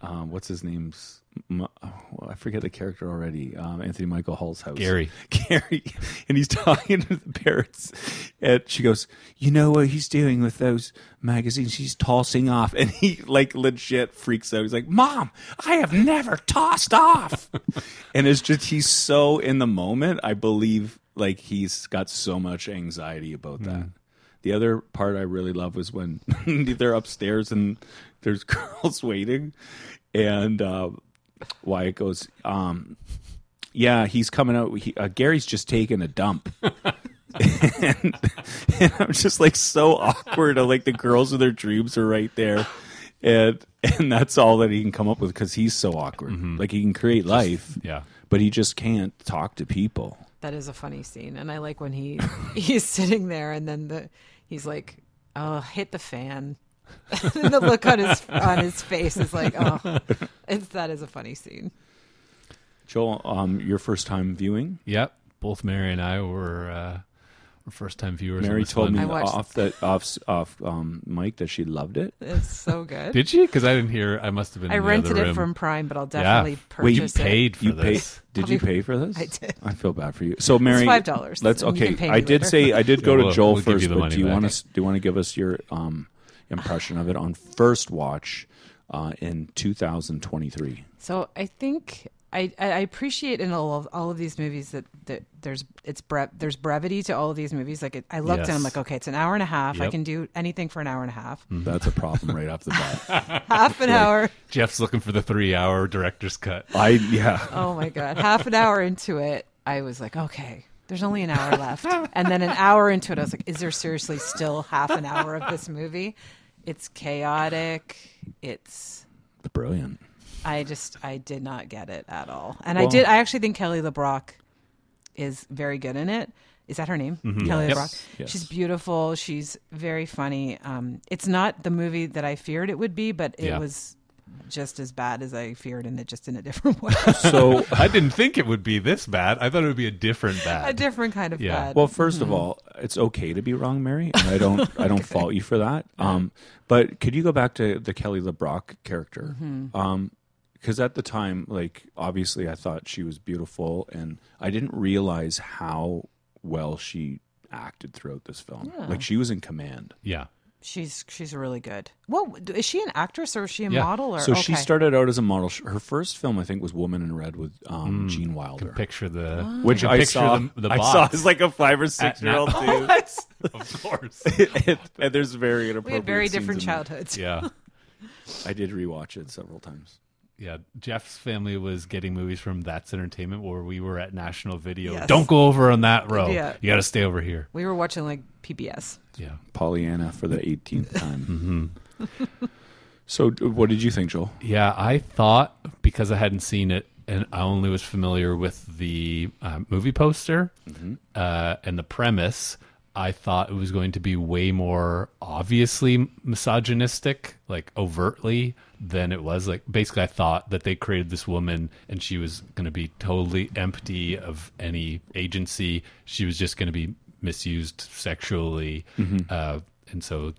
[SPEAKER 2] um, what's his name's, m- oh, I forget the character already. Um, Anthony Michael Hall's house,
[SPEAKER 3] Gary.
[SPEAKER 2] Gary, and he's talking to the parents, and she goes, "You know what he's doing with those magazines? He's tossing off," and he like legit freaks out. He's like, "Mom, I have never tossed off," and it's just he's so in the moment. I believe like he's got so much anxiety about that. The other part I really love was when they're upstairs and there's girls waiting, and uh, Wyatt goes, um, "Yeah, he's coming out. He, uh, Gary's just taking a dump." and, and I'm just like so awkward. I'm like the girls of their dreams are right there, and and that's all that he can come up with because he's so awkward.
[SPEAKER 3] Mm-hmm.
[SPEAKER 2] Like he can create life,
[SPEAKER 3] yeah,
[SPEAKER 2] but he just can't talk to people.
[SPEAKER 4] That is a funny scene, and I like when he he's sitting there, and then the he's like, "Oh, hit the fan." and the look on his on his face is like, "Oh, it's that is a funny scene."
[SPEAKER 2] Joel, um, your first time viewing?
[SPEAKER 3] Yep. Both Mary and I were uh, for first time viewers. on
[SPEAKER 2] Mary
[SPEAKER 3] this
[SPEAKER 2] told
[SPEAKER 3] one.
[SPEAKER 2] me off the off off um, mic that she loved it.
[SPEAKER 4] It's so good.
[SPEAKER 3] Did she? Because I didn't hear. I must have been.
[SPEAKER 4] I
[SPEAKER 3] in the
[SPEAKER 4] rented
[SPEAKER 3] other
[SPEAKER 4] it
[SPEAKER 3] room.
[SPEAKER 4] from Prime, but I'll
[SPEAKER 3] Yeah.
[SPEAKER 4] definitely
[SPEAKER 3] Wait, you
[SPEAKER 4] purchase it.
[SPEAKER 3] paid for
[SPEAKER 4] You
[SPEAKER 2] Pay-
[SPEAKER 3] this.
[SPEAKER 2] did you pay for this?
[SPEAKER 4] I did.
[SPEAKER 2] I feel bad for you. So Mary,
[SPEAKER 4] $5,
[SPEAKER 2] Let's
[SPEAKER 4] and you
[SPEAKER 2] okay.
[SPEAKER 4] can pay
[SPEAKER 2] I
[SPEAKER 4] me
[SPEAKER 2] did
[SPEAKER 4] later.
[SPEAKER 2] say I did go
[SPEAKER 3] Yeah,
[SPEAKER 2] to
[SPEAKER 3] we'll-
[SPEAKER 2] Joel
[SPEAKER 3] we'll give you
[SPEAKER 2] first,
[SPEAKER 3] the
[SPEAKER 2] but
[SPEAKER 3] money
[SPEAKER 2] do you
[SPEAKER 3] back.
[SPEAKER 2] want to do you want to give us your um, impression of it on first watch uh, in 2023?
[SPEAKER 4] So I think I, I I appreciate in all of all of these movies that, that there's it's brev there's brevity to all of these movies. Like it, I looked and I'm
[SPEAKER 2] Yes.
[SPEAKER 4] like, okay, it's an hour and a half. I
[SPEAKER 2] Yep.
[SPEAKER 4] can do anything for an hour and a half.
[SPEAKER 3] Mm. Mm-hmm.
[SPEAKER 2] That's a problem right off the bat.
[SPEAKER 4] Half an hour.
[SPEAKER 3] Jeff's looking for the three-hour director's cut.
[SPEAKER 2] I yeah.
[SPEAKER 4] Oh my god, half an hour into it, I was like, okay. There's only an hour left. And then an hour into it, I was like, is there seriously still half an hour of this movie? It's chaotic. It's
[SPEAKER 2] Brilliant.
[SPEAKER 4] I just I did not get it at all. And I
[SPEAKER 2] Well-
[SPEAKER 4] did I actually think Kelly LeBrock is very good in it. Is that her name?
[SPEAKER 2] Mhm.
[SPEAKER 4] Kelly
[SPEAKER 2] Yes.
[SPEAKER 4] LeBrock.
[SPEAKER 2] Yes.
[SPEAKER 4] She's beautiful. She's very funny. Um, it's not the movie that I feared it would be, but it
[SPEAKER 3] Yeah.
[SPEAKER 4] was just as bad as I feared, and it just in a different way.
[SPEAKER 2] So-
[SPEAKER 3] I didn't think it would be this bad. I thought it would be a different bad.
[SPEAKER 4] a different kind of bad.
[SPEAKER 2] Well, 1st of
[SPEAKER 4] Mhm.
[SPEAKER 2] all, it's okay to be wrong, Mary. And I don't I don't fault you for that. Um, but could you go back to the Kelly LeBrock character?
[SPEAKER 20] Mhm.
[SPEAKER 4] Mm-hmm.
[SPEAKER 2] Um, because at the time, like obviously, I thought she was beautiful, and I didn't realize how well she acted throughout this film.
[SPEAKER 4] Yeah.
[SPEAKER 2] Like she was in command.
[SPEAKER 3] Yeah.
[SPEAKER 4] she's she's really good. Well, is she an actress or is she a model? Or
[SPEAKER 2] so she
[SPEAKER 4] okay.
[SPEAKER 2] started out as a model. Sh- Her first film, I think, was Woman in Red with um,
[SPEAKER 3] Mm.
[SPEAKER 2] Gene Wilder.
[SPEAKER 3] picture the
[SPEAKER 4] Ah. Oh
[SPEAKER 2] which
[SPEAKER 3] you can
[SPEAKER 2] I
[SPEAKER 3] picture
[SPEAKER 2] saw.
[SPEAKER 3] The, the
[SPEAKER 2] I
[SPEAKER 3] box.
[SPEAKER 2] saw as like a five or
[SPEAKER 3] At
[SPEAKER 2] six year old
[SPEAKER 3] Nat-
[SPEAKER 2] dude.
[SPEAKER 3] of course.
[SPEAKER 2] and, and there's very inappropriate.
[SPEAKER 4] Oh, we had very
[SPEAKER 2] scenes
[SPEAKER 4] different
[SPEAKER 2] in there.
[SPEAKER 4] childhoods.
[SPEAKER 3] Yeah.
[SPEAKER 2] I did rewatch it several times.
[SPEAKER 3] Yeah, Jeff's family was getting movies from That's Entertainment where we were at National Video.
[SPEAKER 4] Yes.
[SPEAKER 3] Don't go over on that row.
[SPEAKER 4] Yeah.
[SPEAKER 3] You got to stay over here.
[SPEAKER 4] we were watching like PBS.
[SPEAKER 3] Yeah.
[SPEAKER 2] Pollyanna for the 18th time.
[SPEAKER 3] Mm-hmm.
[SPEAKER 2] So, d- what did you think, Joel?
[SPEAKER 3] Yeah, I thought because I hadn't seen it and I only was familiar with the uh, movie poster uh, and the premise, I thought it was going to be way more obviously misogynistic, like overtly, than it was. Like, basically, I thought that they created this woman and she was going to be totally empty of any agency. She was just going to be misused sexually.
[SPEAKER 2] Mhm.
[SPEAKER 3] Uh, and so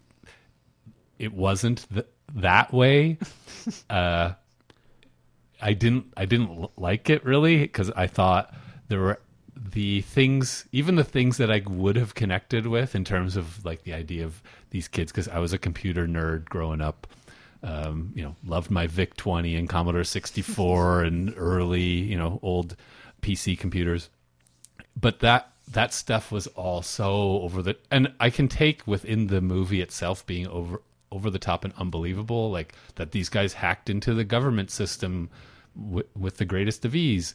[SPEAKER 3] it wasn't th- that way. uh, I didn't I didn't l- like it really because I thought there were the things even the things that I would have connected with in terms of like the idea of these kids because I was a computer nerd growing up. Um, you know, loved my VIC 20 and Commodore 64 and early, you know, old PC computers but that that stuff was all so over the and I can take within the movie itself being over over the top and unbelievable like that these guys hacked into the government system w- with the greatest of ease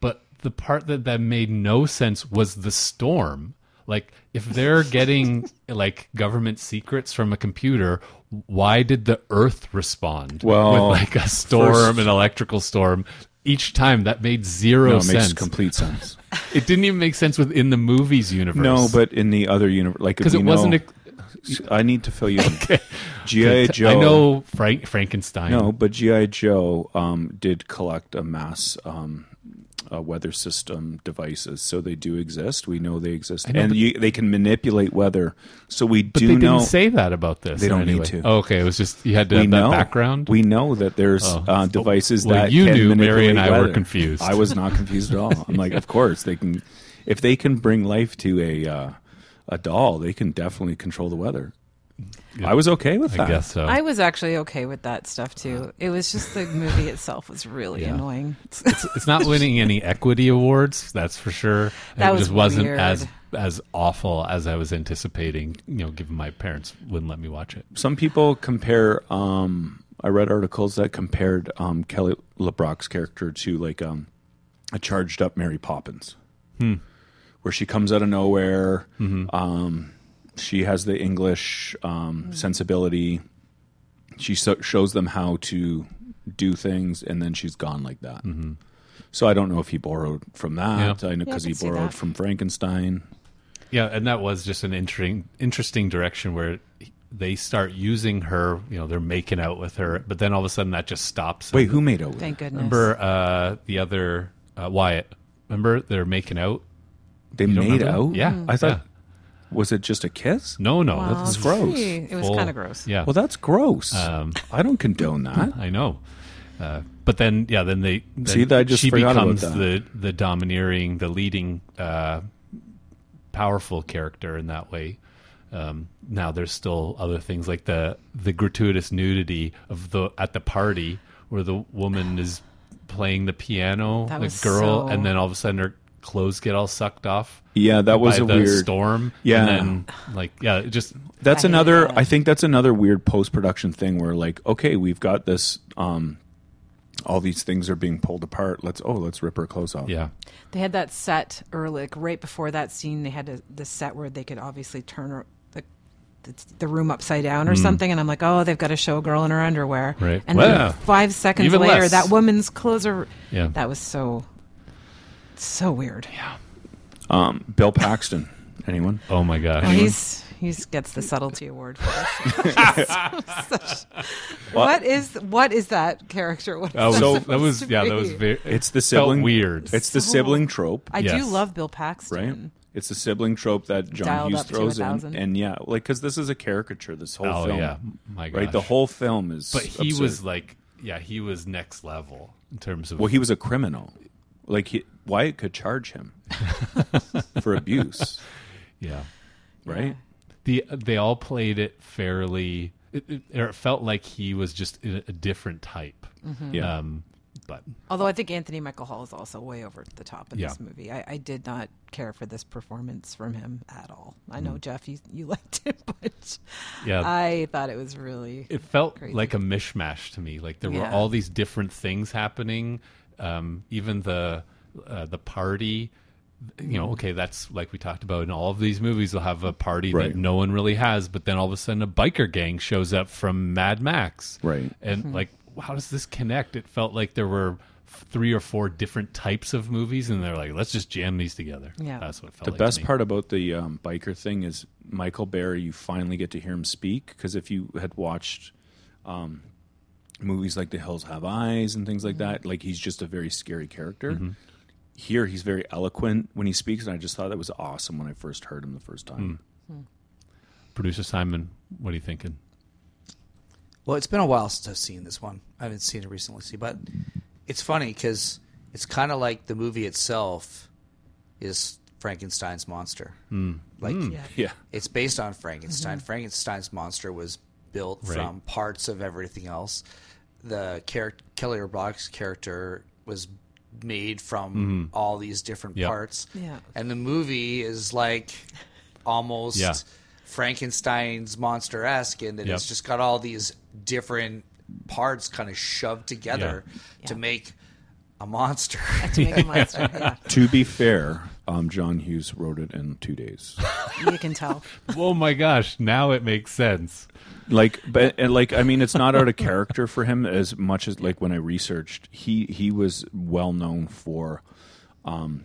[SPEAKER 3] but the part that that made no sense was the storm like if they're getting like government secrets from a computer why did the earth respond
[SPEAKER 2] Well,
[SPEAKER 3] with like a storm
[SPEAKER 2] first-
[SPEAKER 3] an electrical storm each time that made zero
[SPEAKER 2] No, it makes
[SPEAKER 3] sense
[SPEAKER 2] complete sense
[SPEAKER 3] it didn't even make sense within the movies universe.
[SPEAKER 2] No, but in the other universe, like if
[SPEAKER 3] 'Cause it
[SPEAKER 2] you know-
[SPEAKER 3] wasn't
[SPEAKER 2] I need to fill you in. GI
[SPEAKER 3] Okay,
[SPEAKER 2] Joe.
[SPEAKER 3] I know Frank Frankenstein.
[SPEAKER 2] No, but GI Joe um, did collect a mass um, uh, weather system devices, so they do exist. We know they exist,
[SPEAKER 3] I know,
[SPEAKER 2] and
[SPEAKER 3] but-
[SPEAKER 2] you, they can manipulate weather. So we
[SPEAKER 3] But
[SPEAKER 2] do
[SPEAKER 3] they
[SPEAKER 2] know
[SPEAKER 3] didn't say that about this.
[SPEAKER 2] They don't
[SPEAKER 3] anyway.
[SPEAKER 2] need to.
[SPEAKER 3] Oh, okay, it was just you had to
[SPEAKER 2] We
[SPEAKER 3] have that
[SPEAKER 2] know.
[SPEAKER 3] background.
[SPEAKER 2] We know that there's
[SPEAKER 3] Oh.
[SPEAKER 2] uh, devices
[SPEAKER 3] Well,
[SPEAKER 2] that
[SPEAKER 3] you
[SPEAKER 2] can
[SPEAKER 3] knew, Mary and
[SPEAKER 2] manipulate
[SPEAKER 3] I were
[SPEAKER 2] weather.
[SPEAKER 3] confused.
[SPEAKER 2] I was not confused at all. I'm like, of course they can. If they can bring life to a uh, a doll, they can definitely control the weather. I was okay with
[SPEAKER 3] I
[SPEAKER 2] that.
[SPEAKER 3] guess so.
[SPEAKER 4] I was actually okay with that stuff too. It was just the movie itself was really
[SPEAKER 3] Uh-huh. Yeah.
[SPEAKER 4] annoying.
[SPEAKER 3] It's, it's not winning any equity awards, that's for sure.
[SPEAKER 4] That
[SPEAKER 3] it
[SPEAKER 4] was
[SPEAKER 3] just wasn't
[SPEAKER 4] weird.
[SPEAKER 3] as as awful as I was anticipating. You know, given my parents wouldn't let me watch it.
[SPEAKER 2] Some people compare. Um, I read articles that compared um, Kelly LeBrock's character to like um, a charged up Mary Poppins,
[SPEAKER 3] Hmm.
[SPEAKER 2] where she comes out of nowhere.
[SPEAKER 3] Mhm.
[SPEAKER 2] Um, she has the English
[SPEAKER 3] Hmm.
[SPEAKER 2] um, sensibility. She so- shows them how to do things, and then she's gone like that. So I don't know if he borrowed from that.
[SPEAKER 3] Yeah.
[SPEAKER 2] I
[SPEAKER 3] Yeah,
[SPEAKER 2] know
[SPEAKER 3] I
[SPEAKER 2] because
[SPEAKER 3] could
[SPEAKER 2] he
[SPEAKER 3] see
[SPEAKER 2] borrowed
[SPEAKER 3] that.
[SPEAKER 2] from Frankenstein.
[SPEAKER 3] Yeah, and that was just an interesting interesting direction where they start using her. You know, they're making out with her, but then all of a sudden that just stops.
[SPEAKER 2] Wait, who made out with
[SPEAKER 4] Thank her? goodness.
[SPEAKER 3] Remember uh, the other uh, Wyatt? Remember they're making out.
[SPEAKER 2] They
[SPEAKER 3] You don't
[SPEAKER 2] made
[SPEAKER 3] remember?
[SPEAKER 2] out.
[SPEAKER 3] Yeah,
[SPEAKER 2] I thought.
[SPEAKER 3] yeah.
[SPEAKER 2] Was it just a kiss?
[SPEAKER 3] No, no,
[SPEAKER 4] Well,
[SPEAKER 2] that's gross.
[SPEAKER 4] Oh, gee, it was
[SPEAKER 3] full-
[SPEAKER 4] kinda gross.
[SPEAKER 3] Yeah.
[SPEAKER 2] Well, that's gross. I don't condone that.
[SPEAKER 3] I know. Uh, but then, yeah, then they then
[SPEAKER 2] See, I just
[SPEAKER 3] she
[SPEAKER 2] forgot about
[SPEAKER 3] becomes
[SPEAKER 2] that.
[SPEAKER 3] the the domineering, the leading, uh, powerful character in that way. Um, now there's still other things like the the gratuitous nudity of the at the party where the woman is playing the piano,
[SPEAKER 2] That
[SPEAKER 3] the
[SPEAKER 2] was
[SPEAKER 3] girl,
[SPEAKER 2] so-
[SPEAKER 3] and then all of a sudden her clothes get all sucked off.
[SPEAKER 2] Yeah, that was
[SPEAKER 3] by
[SPEAKER 2] a
[SPEAKER 3] the
[SPEAKER 2] weird-
[SPEAKER 3] storm.
[SPEAKER 2] Yeah.
[SPEAKER 3] and then, like yeah, it just
[SPEAKER 2] That's another. I think that's another weird post production thing where like, okay, we've got this. um All these things are being pulled apart. Let's oh, let's rip her clothes off.
[SPEAKER 3] Yeah.
[SPEAKER 4] They had that set early, like right before that scene. They had a, the set where they could obviously turn her- the, the, the room upside down or
[SPEAKER 3] Mm.
[SPEAKER 4] something. And I'm like, oh, they've got to show a girl in her underwear.
[SPEAKER 3] Right.
[SPEAKER 4] And
[SPEAKER 3] Well,
[SPEAKER 4] then
[SPEAKER 3] yeah.
[SPEAKER 4] five seconds
[SPEAKER 3] Even
[SPEAKER 4] later,
[SPEAKER 3] less.
[SPEAKER 4] that woman's clothes are.
[SPEAKER 2] Yeah.
[SPEAKER 4] That was so, so weird. Yeah.
[SPEAKER 2] Um, Bill Paxton. Anyone?
[SPEAKER 3] Oh my gosh.
[SPEAKER 4] Well, he's he's gets the subtlety award for this. Such-
[SPEAKER 2] Well-
[SPEAKER 4] what is what is that character? What is
[SPEAKER 3] That was-
[SPEAKER 4] supposed
[SPEAKER 3] that was-
[SPEAKER 4] to
[SPEAKER 3] yeah, that was
[SPEAKER 4] be?
[SPEAKER 3] very- it
[SPEAKER 2] it's the
[SPEAKER 3] felt
[SPEAKER 2] sibling
[SPEAKER 3] weird.
[SPEAKER 2] It's the
[SPEAKER 4] So-
[SPEAKER 2] sibling trope.
[SPEAKER 4] I do love Bill Paxton.
[SPEAKER 2] Right. It's the sibling trope that John
[SPEAKER 4] Dialed
[SPEAKER 2] Hughes
[SPEAKER 4] up to
[SPEAKER 2] throws
[SPEAKER 4] a
[SPEAKER 2] in,
[SPEAKER 4] thousand.
[SPEAKER 2] and yeah, like because this is a caricature. This whole
[SPEAKER 3] Oh,
[SPEAKER 2] film,
[SPEAKER 3] yeah. My
[SPEAKER 2] right? The
[SPEAKER 3] gosh.
[SPEAKER 2] whole film is.
[SPEAKER 3] But he
[SPEAKER 2] absurd.
[SPEAKER 3] was like, yeah, he was next level in terms of.
[SPEAKER 2] Well, he was a criminal. Like he, Wyatt could charge him for abuse.
[SPEAKER 3] Yeah.
[SPEAKER 2] Right?
[SPEAKER 3] The they all played it fairly. It, it, or it felt like he was just a, a different type.
[SPEAKER 4] Mhm. Yeah.
[SPEAKER 3] Um, but
[SPEAKER 4] Although I think Anthony Michael Hall is also way over the top in
[SPEAKER 3] Yeah.
[SPEAKER 4] this movie. I, I did not care for this performance from him at all. I know
[SPEAKER 3] Mm.
[SPEAKER 4] Jeff, you, you liked it, but
[SPEAKER 3] Yeah.
[SPEAKER 4] I thought it was really
[SPEAKER 3] it felt
[SPEAKER 4] crazy.
[SPEAKER 3] like a mishmash to me. Like there were
[SPEAKER 4] Yeah.
[SPEAKER 3] all these different things happening. Um, even the uh, the party, you know,
[SPEAKER 2] Mhm.
[SPEAKER 3] okay, that's like we talked about in all of these movies. They'll have a party
[SPEAKER 2] Right.
[SPEAKER 3] that no one really has, but then all of a sudden a biker gang shows up from Mad Max,
[SPEAKER 2] Right.
[SPEAKER 3] And
[SPEAKER 4] Mm-hmm.
[SPEAKER 2] Mhm.
[SPEAKER 3] like, how does this connect? It felt like there were three or four different types of movies, and they're like, let's just jam these together. that's what it felt
[SPEAKER 2] The
[SPEAKER 3] like to
[SPEAKER 2] best
[SPEAKER 3] me.
[SPEAKER 2] part about the um, biker thing is Michael Berry. You finally get to hear him speak because if you had watched um, movies like The Hills Have Eyes and things like
[SPEAKER 3] Mm-hmm.
[SPEAKER 2] that, like he's just a very scary character.
[SPEAKER 3] Mhm.
[SPEAKER 2] Here, he's very eloquent when he speaks, and I just thought that was awesome when I first heard him the first
[SPEAKER 3] Mm.
[SPEAKER 2] time.
[SPEAKER 3] Producer Simon, what are you thinking?
[SPEAKER 16] Well, it's been a while since I've seen this one. I haven't seen it recently, see, but it's funny because it's kind of like the movie itself is Frankenstein's monster.
[SPEAKER 3] Mm.
[SPEAKER 16] Like,
[SPEAKER 3] Mm. Yeah. Yeah.
[SPEAKER 16] it's based on Frankenstein.
[SPEAKER 3] Mhm.
[SPEAKER 16] Frankenstein's monster was built
[SPEAKER 3] Right.
[SPEAKER 16] from parts of everything else. The character Kelly Robotics character was made
[SPEAKER 3] Mhm.
[SPEAKER 16] from all these different
[SPEAKER 3] Yep.
[SPEAKER 16] parts.
[SPEAKER 4] Yeah.
[SPEAKER 16] And the movie is like almost
[SPEAKER 3] Yeah.
[SPEAKER 16] Frankenstein's monster esque in that
[SPEAKER 3] Yep.
[SPEAKER 16] it's just got all these different parts kind of shoved together to make a monster.
[SPEAKER 4] to make a monster, yeah.
[SPEAKER 2] To be fair, um, John Hughes wrote it in two days.
[SPEAKER 4] you can tell.
[SPEAKER 3] oh my gosh, now it makes sense.
[SPEAKER 2] like but and like i mean it's not out of character for him as much as like when i researched he he was well known for um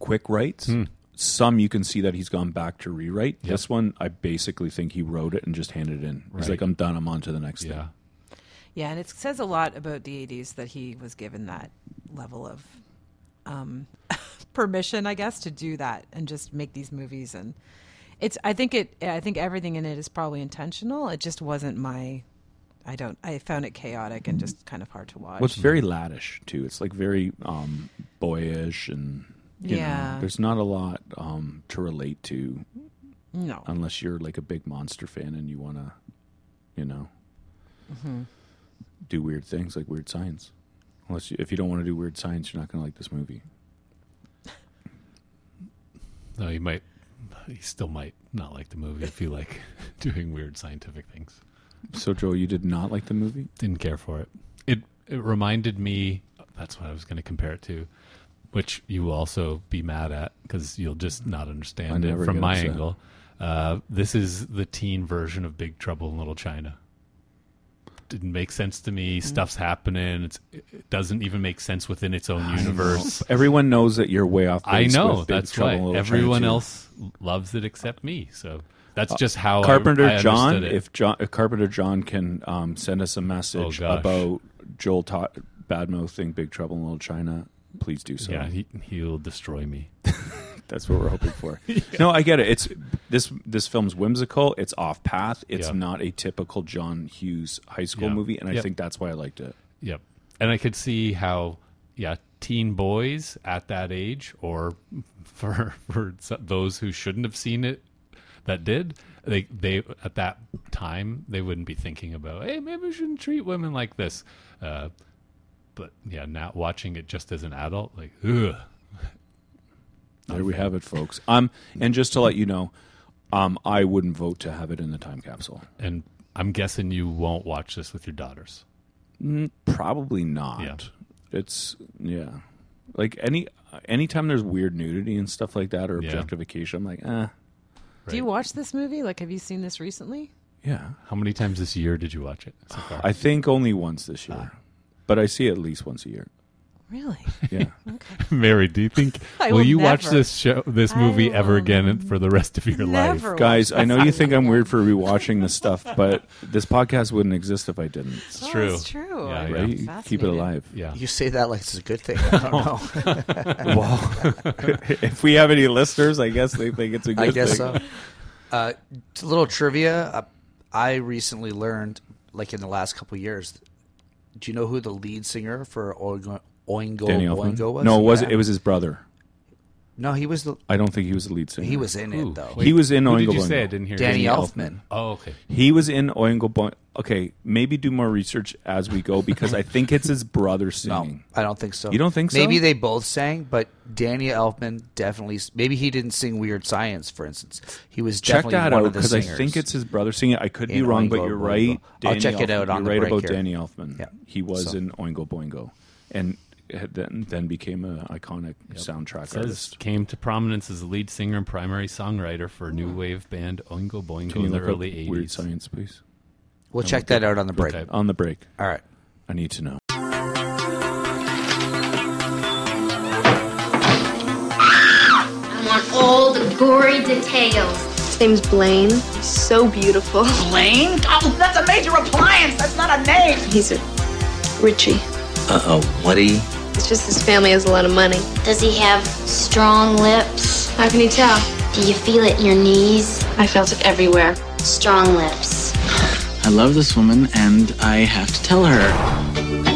[SPEAKER 2] quick writes some you can see that he's gone back to rewrite
[SPEAKER 3] Hmm. Yep.
[SPEAKER 2] this one i basically think he wrote it and just handed it in he's
[SPEAKER 3] Right.
[SPEAKER 2] like i'm done i'm on to the next thing
[SPEAKER 4] Yeah, and it says a lot about the 80s that he was given that level of um, permission, I guess, to do that and just make these movies. And it's, I think it, I think everything in it is probably intentional. It just wasn't my, I don't, I found it chaotic and just kind of hard to watch.
[SPEAKER 2] well, it's very laddish too it's like very um boyish and you
[SPEAKER 4] Yeah.
[SPEAKER 2] know, there's not a lot um to relate to
[SPEAKER 4] No.
[SPEAKER 2] unless you're like a big monster fan and you want to you know
[SPEAKER 4] Mhm.
[SPEAKER 2] do weird things like weird science. Unless you, if you don't want to do weird science, you're not going to like this movie.
[SPEAKER 3] No, you might. You still might not like the movie if you like doing weird scientific things.
[SPEAKER 2] So, Joel, you did not like the movie?
[SPEAKER 3] Didn't care for it. It it reminded me. That's what I was going to compare it to, which you will also be mad at because you'll just not understand
[SPEAKER 2] I
[SPEAKER 3] it
[SPEAKER 2] never
[SPEAKER 3] from
[SPEAKER 2] get
[SPEAKER 3] my
[SPEAKER 2] upset.
[SPEAKER 3] angle. Uh, this is the teen version of Big Trouble in Little China. Didn't make sense to me. Stuff's happening. It's, it doesn't even make sense within its own universe.
[SPEAKER 2] Everyone knows that you're way off.
[SPEAKER 3] I
[SPEAKER 2] base
[SPEAKER 3] know
[SPEAKER 2] with Big
[SPEAKER 3] that's
[SPEAKER 2] Trouble
[SPEAKER 3] why
[SPEAKER 2] in Little China
[SPEAKER 3] everyone
[SPEAKER 2] 2.
[SPEAKER 3] else loves it except me. So that's
[SPEAKER 2] Uh,
[SPEAKER 3] just how I-
[SPEAKER 2] Carpenter
[SPEAKER 3] I understood
[SPEAKER 2] John.
[SPEAKER 3] it. Oh,
[SPEAKER 2] If John, if Carpenter John can um, send us a message
[SPEAKER 3] gosh.
[SPEAKER 2] about Joel ta- Badmouth thing, Big Trouble in Little China, please do so.
[SPEAKER 3] yeah, he, he'll destroy me.
[SPEAKER 15] That's what we're hoping for.
[SPEAKER 2] No, I get it. It's this this film's whimsical. It's off path. It's
[SPEAKER 3] Yeah.
[SPEAKER 2] not a typical John Hughes high school
[SPEAKER 3] Yeah.
[SPEAKER 2] movie, and I
[SPEAKER 3] Yep.
[SPEAKER 2] think that's why I liked it.
[SPEAKER 3] Yep. And I could see how, yeah, teen boys at that age, or for for so- those who shouldn't have seen it that did, they they at that time they wouldn't be thinking about, hey, maybe we shouldn't treat women like this. Uh, but yeah, now watching it just as an adult, like, ugh.
[SPEAKER 2] There we have it, folks. Um, and just to let you know, um, I wouldn't vote to have it in the time capsule.
[SPEAKER 3] And I'm guessing you won't watch this with your daughters.
[SPEAKER 2] Mm, probably not. It's yeah, like any anytime there's weird nudity and stuff like that or
[SPEAKER 3] Yeah.
[SPEAKER 2] objectification, I'm like, eh.
[SPEAKER 4] Do you watch this movie? Like, have you seen this recently?
[SPEAKER 2] Yeah.
[SPEAKER 3] How many times this year did you watch it? So far?
[SPEAKER 2] I think only once this year,
[SPEAKER 3] Ah.
[SPEAKER 2] but I see it at least once a year.
[SPEAKER 4] Really?
[SPEAKER 2] Yeah.
[SPEAKER 3] Mary, do you think
[SPEAKER 4] I
[SPEAKER 3] will,
[SPEAKER 4] will
[SPEAKER 3] you watch
[SPEAKER 4] never.
[SPEAKER 3] this show, this movie ever again for the rest of your
[SPEAKER 4] never
[SPEAKER 3] life?
[SPEAKER 4] watch
[SPEAKER 2] Guys, I know you think I'm weird for rewatching this stuff, but this podcast wouldn't exist if I didn't. It's
[SPEAKER 3] true.
[SPEAKER 4] It's true.
[SPEAKER 3] Yeah,
[SPEAKER 2] Right? You Keep it alive.
[SPEAKER 3] Yeah.
[SPEAKER 16] You say that like it's a good thing. I don't know.
[SPEAKER 2] Wow.
[SPEAKER 15] if we have any listeners, I guess they think it's a good
[SPEAKER 16] I guess
[SPEAKER 15] thing.
[SPEAKER 16] so. Uh, t- little trivia. Uh, I recently learned, like in the last couple years, do you know who the lead singer for Oingo Oingo,
[SPEAKER 2] Danny Elfman?
[SPEAKER 16] Boingo was?
[SPEAKER 2] No, it was
[SPEAKER 16] Yeah.
[SPEAKER 2] it was his brother.
[SPEAKER 16] No, he was the.
[SPEAKER 2] I don't think he was the lead singer.
[SPEAKER 16] He was in it, Who? though.
[SPEAKER 2] he was in
[SPEAKER 3] Who
[SPEAKER 2] Oingo
[SPEAKER 3] did you
[SPEAKER 2] Boingo.
[SPEAKER 3] say? I didn't hear.
[SPEAKER 16] Danny
[SPEAKER 3] his name.
[SPEAKER 16] Elfman.
[SPEAKER 3] Oh, okay.
[SPEAKER 2] He was in Oingo Boingo. Okay, maybe do more research as we go because I think it's his brother singing.
[SPEAKER 16] Um, I don't think so.
[SPEAKER 2] You don't think so?
[SPEAKER 16] Maybe they both sang, but Danny Elfman definitely. s- Maybe he didn't sing "Weird Science," for instance. He was
[SPEAKER 2] check
[SPEAKER 16] definitely
[SPEAKER 2] that
[SPEAKER 16] one
[SPEAKER 2] out
[SPEAKER 16] of the
[SPEAKER 2] because I
[SPEAKER 16] singers.
[SPEAKER 2] think it's his brother singing. I could be
[SPEAKER 16] in
[SPEAKER 2] wrong, but
[SPEAKER 16] Oingo
[SPEAKER 2] you're
[SPEAKER 16] Boingo.
[SPEAKER 2] right.
[SPEAKER 16] I'll
[SPEAKER 2] Danny
[SPEAKER 16] check it out
[SPEAKER 2] Elfman.
[SPEAKER 16] on
[SPEAKER 2] You're
[SPEAKER 16] the
[SPEAKER 2] right
[SPEAKER 16] break
[SPEAKER 2] about
[SPEAKER 16] here.
[SPEAKER 2] Danny Elfman.
[SPEAKER 16] Yeah.
[SPEAKER 2] he was
[SPEAKER 16] So-
[SPEAKER 2] in Oingo Boingo, and had then then became an iconic soundtrack
[SPEAKER 3] Says
[SPEAKER 2] artist.
[SPEAKER 3] came to prominence as the lead singer and primary songwriter for new wave band Oingo Boingo
[SPEAKER 2] Can you
[SPEAKER 3] in the
[SPEAKER 2] look up
[SPEAKER 3] early '80s.
[SPEAKER 2] Weird Science, please?
[SPEAKER 16] We'll
[SPEAKER 2] I
[SPEAKER 16] check
[SPEAKER 2] don't
[SPEAKER 16] that out on the break.
[SPEAKER 3] Okay.
[SPEAKER 2] On the break.
[SPEAKER 16] All right.
[SPEAKER 2] I need to know.
[SPEAKER 20] I want all the gory details. His name's Blaine. He's so beautiful. Blaine?
[SPEAKER 5] Oh, that's a major appliance. That's not a name.
[SPEAKER 20] He's a Richie.
[SPEAKER 21] Uh oh, Woody.
[SPEAKER 20] It's just his family has a lot of money. Does he have strong lips? How can you tell? Do you feel it in your knees? I felt it everywhere. Strong lips.
[SPEAKER 21] I love this woman and I have to tell her.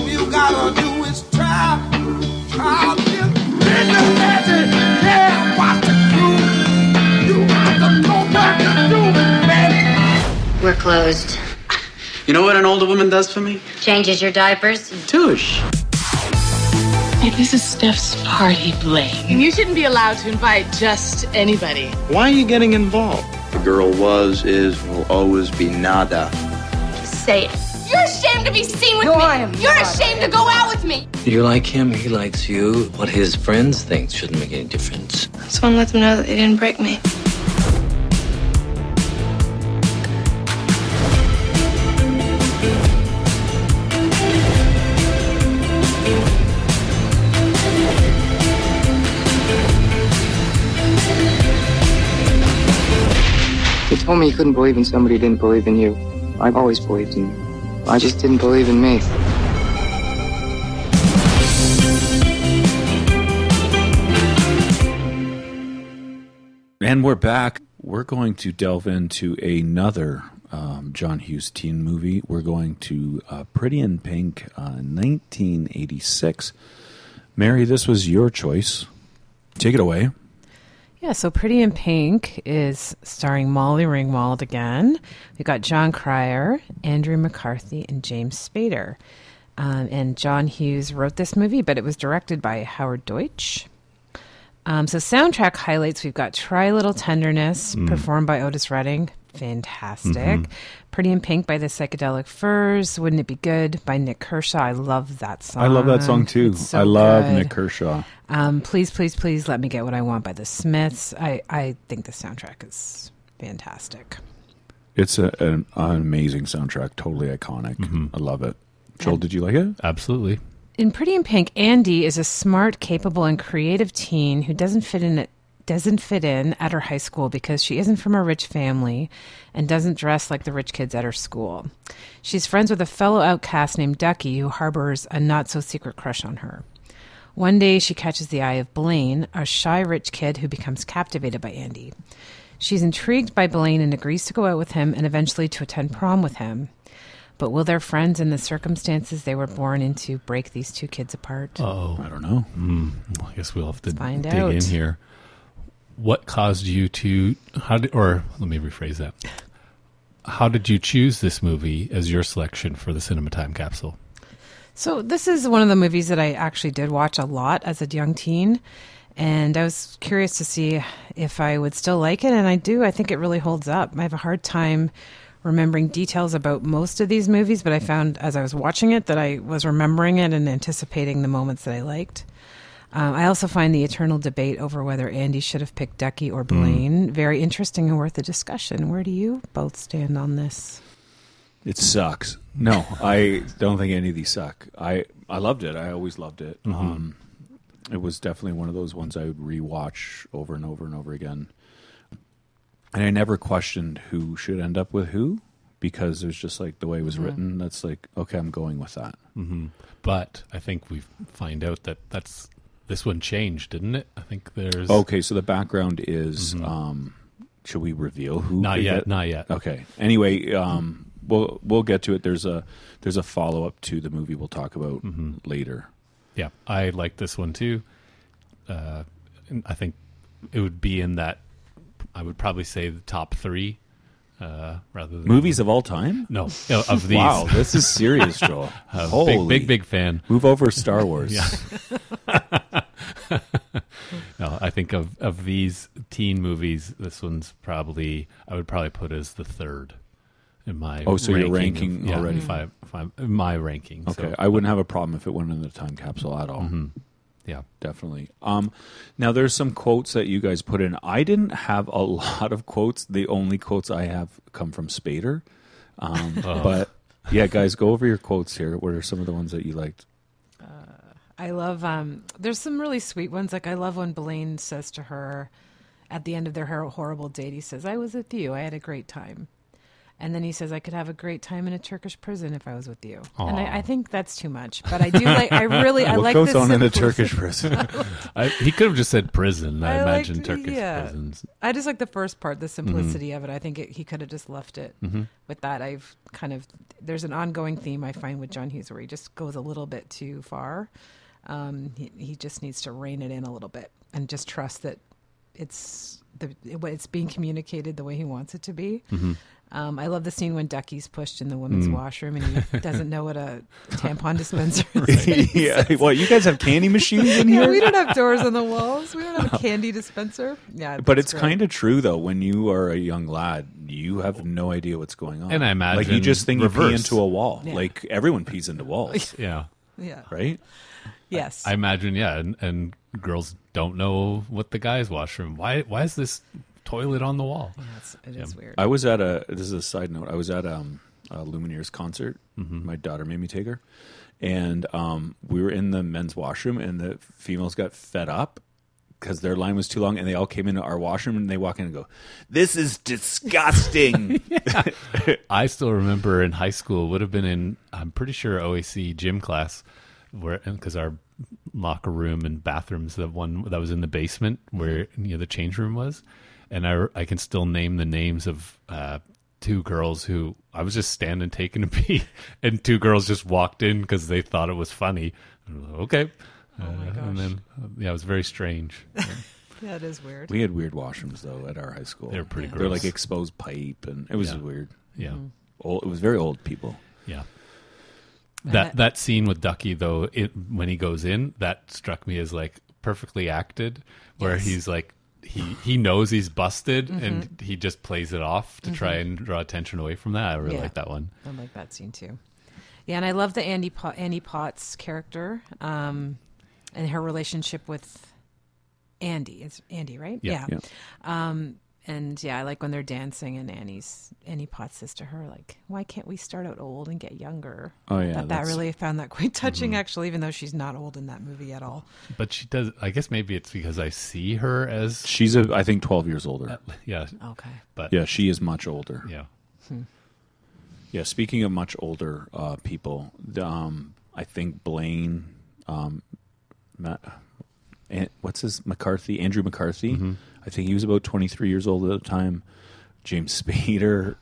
[SPEAKER 5] You gotta do is try. Try them. Then the magic. Yeah, what to do. You got to know what to do, baby.
[SPEAKER 22] We're closed.
[SPEAKER 21] You know what an older woman does for me?
[SPEAKER 22] Changes your diapers.
[SPEAKER 21] Touche.
[SPEAKER 22] Hey, this is Steph's party, Blaine.
[SPEAKER 23] You shouldn't be allowed to invite just anybody.
[SPEAKER 21] Why are you getting involved?
[SPEAKER 24] The girl was, is, will always be nada.
[SPEAKER 23] Say it.
[SPEAKER 6] You're ashamed to be seen with me. I am You're ashamed to go out with me.
[SPEAKER 21] You like him, he likes you. What his friends think shouldn't make any difference.
[SPEAKER 20] Someone let them know that they didn't break me.
[SPEAKER 24] You told me you couldn't believe in somebody who didn't believe in you. I've always believed in you. I just didn't believe in me.
[SPEAKER 2] And we're back. We're going to delve into another um, John Hughes teen movie. We're going to uh, Pretty in Pink, uh, 1986. Mary, this was your choice. Take it away.
[SPEAKER 4] Yeah, so Pretty in Pink is starring Molly Ringwald again. We've got John Cryer, Andrew McCarthy, and James Spader. Um, and John Hughes wrote this movie, but it was directed by Howard Deutsch. Um, so, soundtrack highlights we've got Try Little Tenderness,
[SPEAKER 25] Mm.
[SPEAKER 4] performed by Otis Redding. Fantastic.
[SPEAKER 25] Mhm.
[SPEAKER 2] Mm-hmm.
[SPEAKER 4] Pretty in Pink by the Psychedelic Furs. Wouldn't It Be Good by Nick Kershaw. I love that song.
[SPEAKER 2] I love that song too.
[SPEAKER 4] It's so
[SPEAKER 2] I love
[SPEAKER 4] good.
[SPEAKER 2] Nick Kershaw.
[SPEAKER 4] Um, please, please, please let me get what I want by the Smiths. I, I think the soundtrack is fantastic.
[SPEAKER 2] It's a, an, an amazing soundtrack, totally iconic.
[SPEAKER 3] Mm-hmm.
[SPEAKER 2] I love it. Joel, did you like it?
[SPEAKER 3] Absolutely.
[SPEAKER 4] In Pretty in Pink, Andy is a smart, capable, and creative teen who doesn't fit in at doesn't fit in at her high school because she isn't from a rich family and doesn't dress like the rich kids at her school. She's friends with a fellow outcast named Ducky who harbors a not so secret crush on her. One day, she catches the eye of Blaine, a shy rich kid who becomes captivated by Andy. She's intrigued by Blaine and agrees to go out with him and eventually to attend prom with him. But will their friends and the circumstances they were born into break these two kids apart?
[SPEAKER 3] Oh, I don't know. Mm, I guess we'll have to
[SPEAKER 4] find
[SPEAKER 3] dig
[SPEAKER 4] out.
[SPEAKER 3] in here. What caused you to how did or let me rephrase that? How did you choose this movie as your selection for the cinema time capsule?
[SPEAKER 4] So this is one of the movies that I actually did watch a lot as a young teen, and I was curious to see if I would still like it, and I do. I think it really holds up. I have a hard time remembering details about most of these movies, but I found as I was watching it that I was remembering it and anticipating the moments that I liked. Um, I also find the eternal debate over whether Andy should have picked Ducky or Blaine very interesting and worth a discussion. Where do you both stand on this?
[SPEAKER 2] It sucks. No, I don't think any of these suck. I I loved it. I always loved it.
[SPEAKER 3] Mhm.
[SPEAKER 2] Um, it was definitely one of those ones I would rewatch over and over and over again. And I never questioned who should end up with who because it was just like the way it was
[SPEAKER 4] Mm-hmm.
[SPEAKER 3] Yeah.
[SPEAKER 2] written. That's like okay, I'm going with that.
[SPEAKER 3] Mm-hmm. But I think we find out that that's this one changed, didn't it? I think there's
[SPEAKER 2] Okay, so the background is um should we reveal who
[SPEAKER 3] Mm-hmm. Not
[SPEAKER 2] they
[SPEAKER 3] yet,
[SPEAKER 2] get?
[SPEAKER 3] not yet.
[SPEAKER 2] Okay. Anyway, um we'll we'll get to it. There's a there's a follow up to the movie we'll talk about
[SPEAKER 3] Mm-hmm.
[SPEAKER 2] later.
[SPEAKER 3] Yeah, I like this one too. Uh, and I think it would be in that. I would probably say the top three, uh, rather than
[SPEAKER 2] Movies of all time?
[SPEAKER 3] No, no, of these.
[SPEAKER 2] Wow, this is serious, Joel.
[SPEAKER 3] Uh,
[SPEAKER 2] Holy.
[SPEAKER 3] Big, big, big fan.
[SPEAKER 2] Move over Star Wars.
[SPEAKER 3] Yeah. no, I think of of these teen movies, this one's probably I would probably put as the third in my.
[SPEAKER 2] Oh, so
[SPEAKER 3] ranking
[SPEAKER 2] you're
[SPEAKER 3] of-
[SPEAKER 2] ranking
[SPEAKER 3] yeah,
[SPEAKER 2] already.
[SPEAKER 3] Five, five, my ranking. so- Mm-hmm.
[SPEAKER 2] Okay, I wouldn't have a problem if it went in the time capsule at all.
[SPEAKER 3] Yeah,
[SPEAKER 2] definitely. Um, now there's some quotes that you guys put in. I didn't have a lot of quotes. The only quotes I have come from Spader. Um,
[SPEAKER 3] Oh.
[SPEAKER 2] But yeah, guys, go over your quotes here. What are some of the ones that you liked?
[SPEAKER 4] I love um there's some really sweet ones like I love when Blaine says to her at the end of their hor- horrible date he says I was with you I had a great time and then he says I could have a great time in a Turkish prison if I was with you and
[SPEAKER 3] Aw.
[SPEAKER 4] I, I think that's too much but I do like I really I
[SPEAKER 3] What
[SPEAKER 4] like
[SPEAKER 3] goes
[SPEAKER 4] this
[SPEAKER 3] on in a
[SPEAKER 4] simplicity.
[SPEAKER 3] Turkish prison? I, he could have just said prison. I,
[SPEAKER 4] I
[SPEAKER 3] imagine
[SPEAKER 4] liked-
[SPEAKER 3] Turkish
[SPEAKER 4] yeah.
[SPEAKER 3] prisons.
[SPEAKER 4] I just like the first part the simplicity
[SPEAKER 2] Mm-hmm.
[SPEAKER 4] of it I think it, he could have just left it
[SPEAKER 3] Mhm.
[SPEAKER 4] with that I've kind of there's an ongoing theme I find with John Hughes where he just goes a little bit too far um, he, he just needs to rein it in a little bit and just trust that it's the it's being communicated the way he wants it to be.
[SPEAKER 5] Mhm.
[SPEAKER 4] Um, I love the scene when Ducky's pushed in the women's
[SPEAKER 2] Mm-hmm. Mm.
[SPEAKER 4] washroom and he doesn't know what a tampon dispenser is.
[SPEAKER 2] yeah. Well, you guys have candy machines in here.
[SPEAKER 4] yeah, we don't have doors on the walls. We don't have a candy dispenser. Yeah,
[SPEAKER 2] but
[SPEAKER 4] that's
[SPEAKER 2] it's
[SPEAKER 4] great.
[SPEAKER 2] kind of true though. When you are a young lad, you have no idea what's going on,
[SPEAKER 3] And I imagine
[SPEAKER 2] like you just think you pee
[SPEAKER 3] reverse.
[SPEAKER 2] into a wall.
[SPEAKER 4] Yeah.
[SPEAKER 2] Like everyone pees into walls.
[SPEAKER 3] Yeah.
[SPEAKER 4] yeah.
[SPEAKER 2] Right.
[SPEAKER 4] Yes.
[SPEAKER 3] I imagine, yeah, and, and girls don't know what the guy's washroom. Why? Why is this toilet on the wall?
[SPEAKER 4] Yes, it is weird.
[SPEAKER 2] I was at a. This is a side note. I was at um, a Lumineers concert.
[SPEAKER 3] Mm-hmm.
[SPEAKER 2] My daughter made me take her, and um, we were in the men's washroom, and the females got fed up because their line was too long, and they all came into our washroom, and they walk in and go, "This is disgusting."
[SPEAKER 3] I still remember in high school would have been in I'm pretty sure OAC gym class where because our locker room and bathrooms the one that was in the basement where you know the change room was and I I can still name the names of uh two girls who I was just standing taking a pee and two girls just walked in cuz they thought it was funny And I was like, okay Uh, and then uh, yeah it was very strange
[SPEAKER 4] Yeah, it is weird.
[SPEAKER 2] We had weird washrooms though at our high school.
[SPEAKER 3] They're pretty
[SPEAKER 2] They're
[SPEAKER 3] gross.
[SPEAKER 2] like exposed pipe, and it was
[SPEAKER 3] Yeah.
[SPEAKER 2] weird.
[SPEAKER 3] Yeah. Mhm.
[SPEAKER 2] old, it was very old people.
[SPEAKER 3] Yeah. That that scene with Ducky though, it, when he goes in, that struck me as like perfectly acted, where
[SPEAKER 2] Yes.
[SPEAKER 3] he's like he he knows he's busted
[SPEAKER 4] Mhm.
[SPEAKER 3] and he just plays it off to try
[SPEAKER 4] Mhm.
[SPEAKER 3] and draw attention away from that. I really
[SPEAKER 4] Yeah.
[SPEAKER 3] like that one.
[SPEAKER 4] I like that scene too. Yeah, and I love the Andy po- Annie Potts character um, and her relationship with Andy. It's Andy, right?
[SPEAKER 5] Yeah.
[SPEAKER 4] Um, and yeah, I like when they're dancing and Annie's Annie Potts says to her, like, "Why can't we start out old and get younger?"
[SPEAKER 3] Oh,
[SPEAKER 4] I
[SPEAKER 3] yeah,
[SPEAKER 4] thought that
[SPEAKER 3] that's-
[SPEAKER 4] really I found that quite touching,
[SPEAKER 3] Mhm.
[SPEAKER 4] actually, even though she's not old in that movie at all.
[SPEAKER 3] But she does. I guess maybe it's because I see her as
[SPEAKER 2] She's a, I think, twelve years older.
[SPEAKER 3] yeah.
[SPEAKER 4] Okay.
[SPEAKER 3] But
[SPEAKER 2] yeah, she is much older.
[SPEAKER 3] Yeah.
[SPEAKER 4] Hmm.
[SPEAKER 2] Yeah, speaking of much older uh, people, the, um, I think Blaine, um, Matt, and what's his McCarthy? Andrew McCarthy.
[SPEAKER 3] Mm-hmm.
[SPEAKER 2] I think he was about 23 years old at the time. James Spader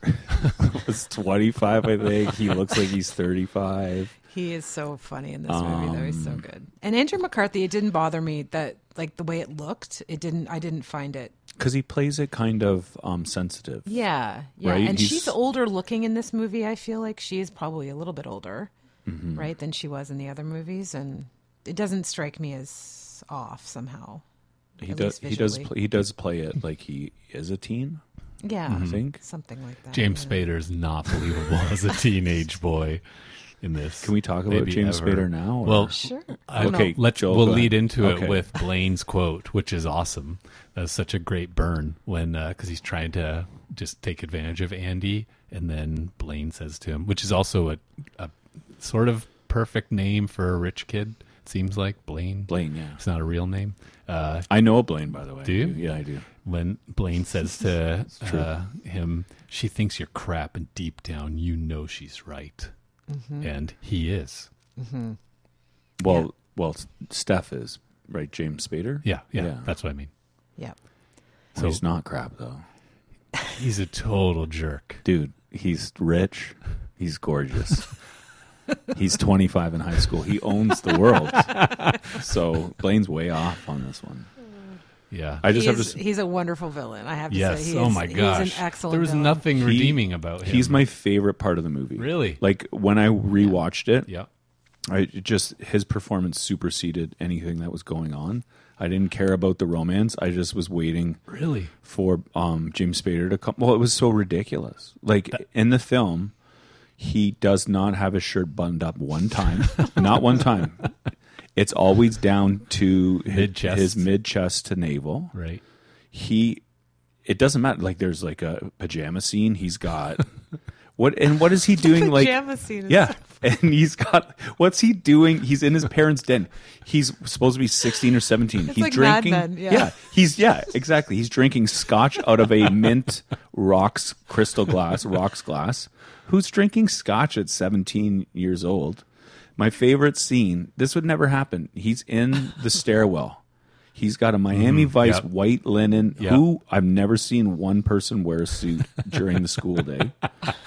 [SPEAKER 2] was 25, I think. He looks like he's 35.
[SPEAKER 4] He is so funny in this movie, though. He's so
[SPEAKER 2] Um,
[SPEAKER 4] good. And Andrew McCarthy, it didn't bother me that like the way it looked. It didn't. I didn't find it.
[SPEAKER 2] Because he plays it kind of um, sensitive.
[SPEAKER 4] Yeah, yeah.
[SPEAKER 2] Right?
[SPEAKER 4] And
[SPEAKER 2] He's-
[SPEAKER 4] she's older looking in this movie. I feel like she is probably a little bit older,
[SPEAKER 2] Mhm.
[SPEAKER 4] right, than she was in the other movies, and it doesn't strike me as off somehow.
[SPEAKER 2] He
[SPEAKER 4] at
[SPEAKER 2] does.
[SPEAKER 4] least
[SPEAKER 2] He does.
[SPEAKER 4] visually.
[SPEAKER 2] Pl- he does play it like he is a teen.
[SPEAKER 4] Yeah,
[SPEAKER 3] Mm-hmm.
[SPEAKER 2] I think
[SPEAKER 4] something like that.
[SPEAKER 3] James Spader is not believable as a teenage boy in this. Can
[SPEAKER 2] we talk about James Spader now, or-
[SPEAKER 3] Well,
[SPEAKER 2] Sure.
[SPEAKER 3] I,
[SPEAKER 2] Okay,
[SPEAKER 3] okay, let's
[SPEAKER 2] Joel,
[SPEAKER 3] we'll
[SPEAKER 2] go ahead.
[SPEAKER 3] lead into
[SPEAKER 2] Okay.
[SPEAKER 3] it with Blaine's quote, which is awesome. That's such a great burn when because he's trying to just take advantage of Andy, and then Blaine says to him, which is also a, a sort of perfect name for a rich kid. it Seems like Blaine.
[SPEAKER 2] Blaine, yeah,
[SPEAKER 3] it's not a real name. Uh,
[SPEAKER 2] I know a Blaine, by the way.
[SPEAKER 3] Do you?
[SPEAKER 2] Yeah, I do.
[SPEAKER 3] When Blaine says to
[SPEAKER 2] true.
[SPEAKER 3] uh, him, she thinks you're crap, and deep down, you know she's right.
[SPEAKER 2] Mhm.
[SPEAKER 3] And he is.
[SPEAKER 13] Mm-hmm.
[SPEAKER 4] Mhm.
[SPEAKER 2] Well, well, S- Steph is right. James Spader.
[SPEAKER 3] Yeah, yeah, that's what I mean.
[SPEAKER 4] Yeah.
[SPEAKER 2] So he's not crap though.
[SPEAKER 3] He's a total jerk,
[SPEAKER 2] dude. He's rich. He's gorgeous. he's 25 in high school. He owns the world. so Blaine's way off on this one.
[SPEAKER 3] Yeah,
[SPEAKER 2] I just
[SPEAKER 4] He
[SPEAKER 2] have to.
[SPEAKER 4] is-
[SPEAKER 2] s-
[SPEAKER 4] He's a wonderful villain. I have to
[SPEAKER 2] Yes.
[SPEAKER 4] say. He
[SPEAKER 3] Oh
[SPEAKER 4] is,
[SPEAKER 3] my
[SPEAKER 4] He's
[SPEAKER 3] gosh.
[SPEAKER 4] an excellent.
[SPEAKER 3] There was
[SPEAKER 4] villain.
[SPEAKER 3] nothing
[SPEAKER 2] He-
[SPEAKER 3] redeeming about him.
[SPEAKER 2] He's my favorite part of the movie.
[SPEAKER 3] Really?
[SPEAKER 2] Like when I rewatched it.
[SPEAKER 3] Yeah.
[SPEAKER 2] I it just his performance superseded anything that was going on. I didn't care about the romance. I just was waiting
[SPEAKER 3] Really?
[SPEAKER 2] for um James Spader to come. Well, it was so ridiculous. Like in the film, he does not have his shirt buttoned up one time. not one time. It's always down to hi-
[SPEAKER 3] Mid-chest.
[SPEAKER 2] his mid chest to navel.
[SPEAKER 3] right?
[SPEAKER 2] He it doesn't matter. Like there's like a pajama scene. He's got what and what is he doing? like
[SPEAKER 4] pajama scene is
[SPEAKER 2] yeah. And he's got what's he doing? He's in his parents' den. He's supposed to be sixteen or seventeen.
[SPEAKER 4] It's
[SPEAKER 2] he's
[SPEAKER 4] like Mad
[SPEAKER 2] drinking.
[SPEAKER 4] Men, yeah.
[SPEAKER 2] he's yeah, exactly. He's drinking scotch out of a mint rocks crystal glass, rocks glass. Who's drinking scotch at seventeen years old? My favorite scene. This would never happen. He's in the stairwell. He's got a Miami
[SPEAKER 3] Mhm,
[SPEAKER 2] Vice
[SPEAKER 3] yep.
[SPEAKER 2] white linen.
[SPEAKER 3] Yep.
[SPEAKER 2] Who I've never seen one person wear a suit during the school day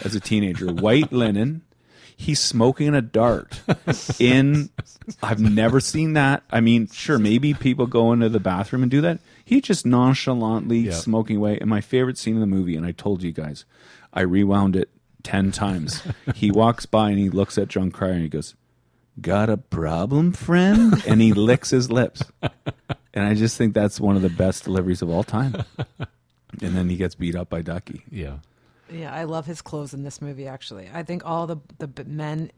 [SPEAKER 2] as a teenager. White linen. He's smoking a dart. In I've never seen that. I mean, sure, maybe people go into the bathroom and do that. He just nonchalantly
[SPEAKER 3] Yep.
[SPEAKER 2] smoking away. And my favorite scene in the movie, and I told you guys, I rewound it ten times. he walks by and he looks at John Cryer and he goes, "Got a problem, friend?" and he licks his lips. And I just think that's one of the best deliveries of all time. And then he gets beat up by Ducky.
[SPEAKER 3] Yeah.
[SPEAKER 4] Yeah, I love his clothes in this movie. Actually, I think all the the b- men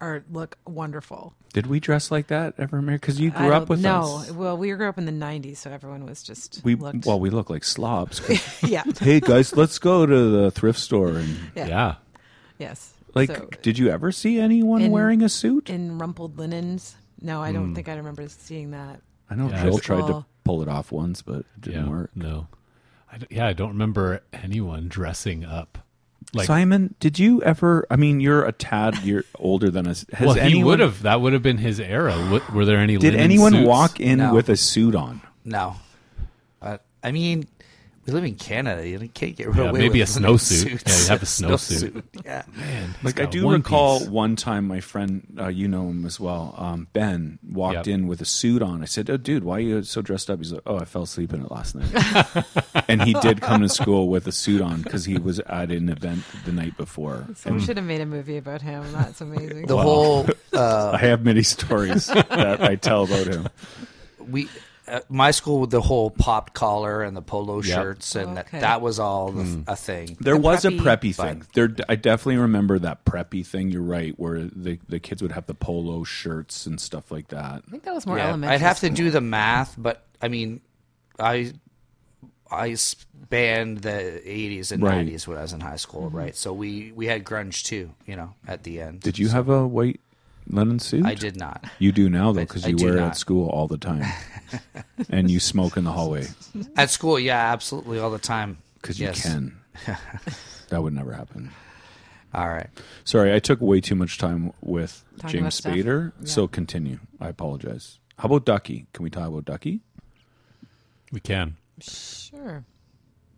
[SPEAKER 4] are look wonderful.
[SPEAKER 2] Did we dress like that ever, Mary? Because you
[SPEAKER 4] I
[SPEAKER 2] grew up
[SPEAKER 4] don't-
[SPEAKER 2] with
[SPEAKER 4] no.
[SPEAKER 2] us.
[SPEAKER 4] Well, we grew up in the '90s, so everyone was just
[SPEAKER 2] We
[SPEAKER 4] looked.
[SPEAKER 2] well, we look like slobs. 'cause-
[SPEAKER 4] Yeah.
[SPEAKER 2] Hey guys, let's go to the thrift store and
[SPEAKER 4] Yeah. Yeah. yes,
[SPEAKER 2] Like,
[SPEAKER 4] So-
[SPEAKER 2] did you ever see anyone
[SPEAKER 4] in-
[SPEAKER 2] wearing a suit?
[SPEAKER 4] in rumpled linens. No, I don't
[SPEAKER 2] Mm.
[SPEAKER 4] think I remember seeing that.
[SPEAKER 2] I know
[SPEAKER 3] Yeah,
[SPEAKER 2] Joel
[SPEAKER 3] it's-
[SPEAKER 2] tried to
[SPEAKER 4] Well-
[SPEAKER 2] pull it off once, but it didn't
[SPEAKER 3] Yeah,
[SPEAKER 2] work.
[SPEAKER 3] No. I d yeah, I don't remember anyone dressing up. Like,
[SPEAKER 2] Simon, did you ever? I mean, you're a tad you're older than us. Has
[SPEAKER 3] well, he
[SPEAKER 2] anyone,
[SPEAKER 3] would have. That would have been his era. What, were there any?
[SPEAKER 2] Did
[SPEAKER 3] linen
[SPEAKER 2] anyone
[SPEAKER 3] suits?
[SPEAKER 2] walk in
[SPEAKER 16] No.
[SPEAKER 2] with a suit on?
[SPEAKER 16] No. Uh, I mean, we live in Canada. You can't get
[SPEAKER 3] Yeah,
[SPEAKER 16] away
[SPEAKER 3] maybe
[SPEAKER 16] with
[SPEAKER 3] a snowsuit.
[SPEAKER 16] suits.
[SPEAKER 3] Yeah, you have a
[SPEAKER 16] Snowsuit,
[SPEAKER 3] snowsuit.
[SPEAKER 16] Yeah.
[SPEAKER 3] Man,
[SPEAKER 2] Like I do recall one time, my friend, uh, you know him as well, um, Ben walked in with a suit on. I said, "Oh, dude, why are you so dressed up?" He's like, "Oh, I fell asleep in it last night." and he did come to school with a suit on because he was at an event the night before.
[SPEAKER 4] So we should have made a movie about him. That's amazing.
[SPEAKER 2] Wow.
[SPEAKER 16] Oh.
[SPEAKER 2] I have many stories that I tell about him.
[SPEAKER 16] we at my school with the whole pop collar and the polo
[SPEAKER 2] Yep.
[SPEAKER 16] shirts and
[SPEAKER 4] Okay.
[SPEAKER 16] that, that was all the,
[SPEAKER 2] Hmm.
[SPEAKER 16] a thing.
[SPEAKER 2] There was a preppy
[SPEAKER 16] But-
[SPEAKER 2] thing. There, d- I definitely remember that preppy thing. You're right, where the the kids would have the polo shirts and stuff like that.
[SPEAKER 4] I think that was more
[SPEAKER 16] Yeah,
[SPEAKER 4] elementary.
[SPEAKER 16] I'd have to do the math, but I mean, I I spanned the 80s and
[SPEAKER 2] Right.
[SPEAKER 16] 90s when I was in high school,
[SPEAKER 4] Mm-hmm.
[SPEAKER 2] Mhm.
[SPEAKER 16] right? So we we had grunge too, you know, at the end.
[SPEAKER 2] Did you have a white linen suit?
[SPEAKER 16] I did not.
[SPEAKER 2] You do now though, because
[SPEAKER 16] I
[SPEAKER 2] you
[SPEAKER 16] do
[SPEAKER 2] wear it
[SPEAKER 16] not.
[SPEAKER 2] at school all the time, and you smoke in the hallway
[SPEAKER 16] At school, yeah, absolutely, all the time.
[SPEAKER 2] because you
[SPEAKER 16] Yes.
[SPEAKER 2] can. that would never happen.
[SPEAKER 16] All right.
[SPEAKER 2] Sorry, I took way too much time with
[SPEAKER 16] Talking about
[SPEAKER 2] James
[SPEAKER 16] stuff.
[SPEAKER 2] Spader. So continue. I apologize. How about Ducky? Can we talk about Ducky?
[SPEAKER 3] We can.
[SPEAKER 4] Sure.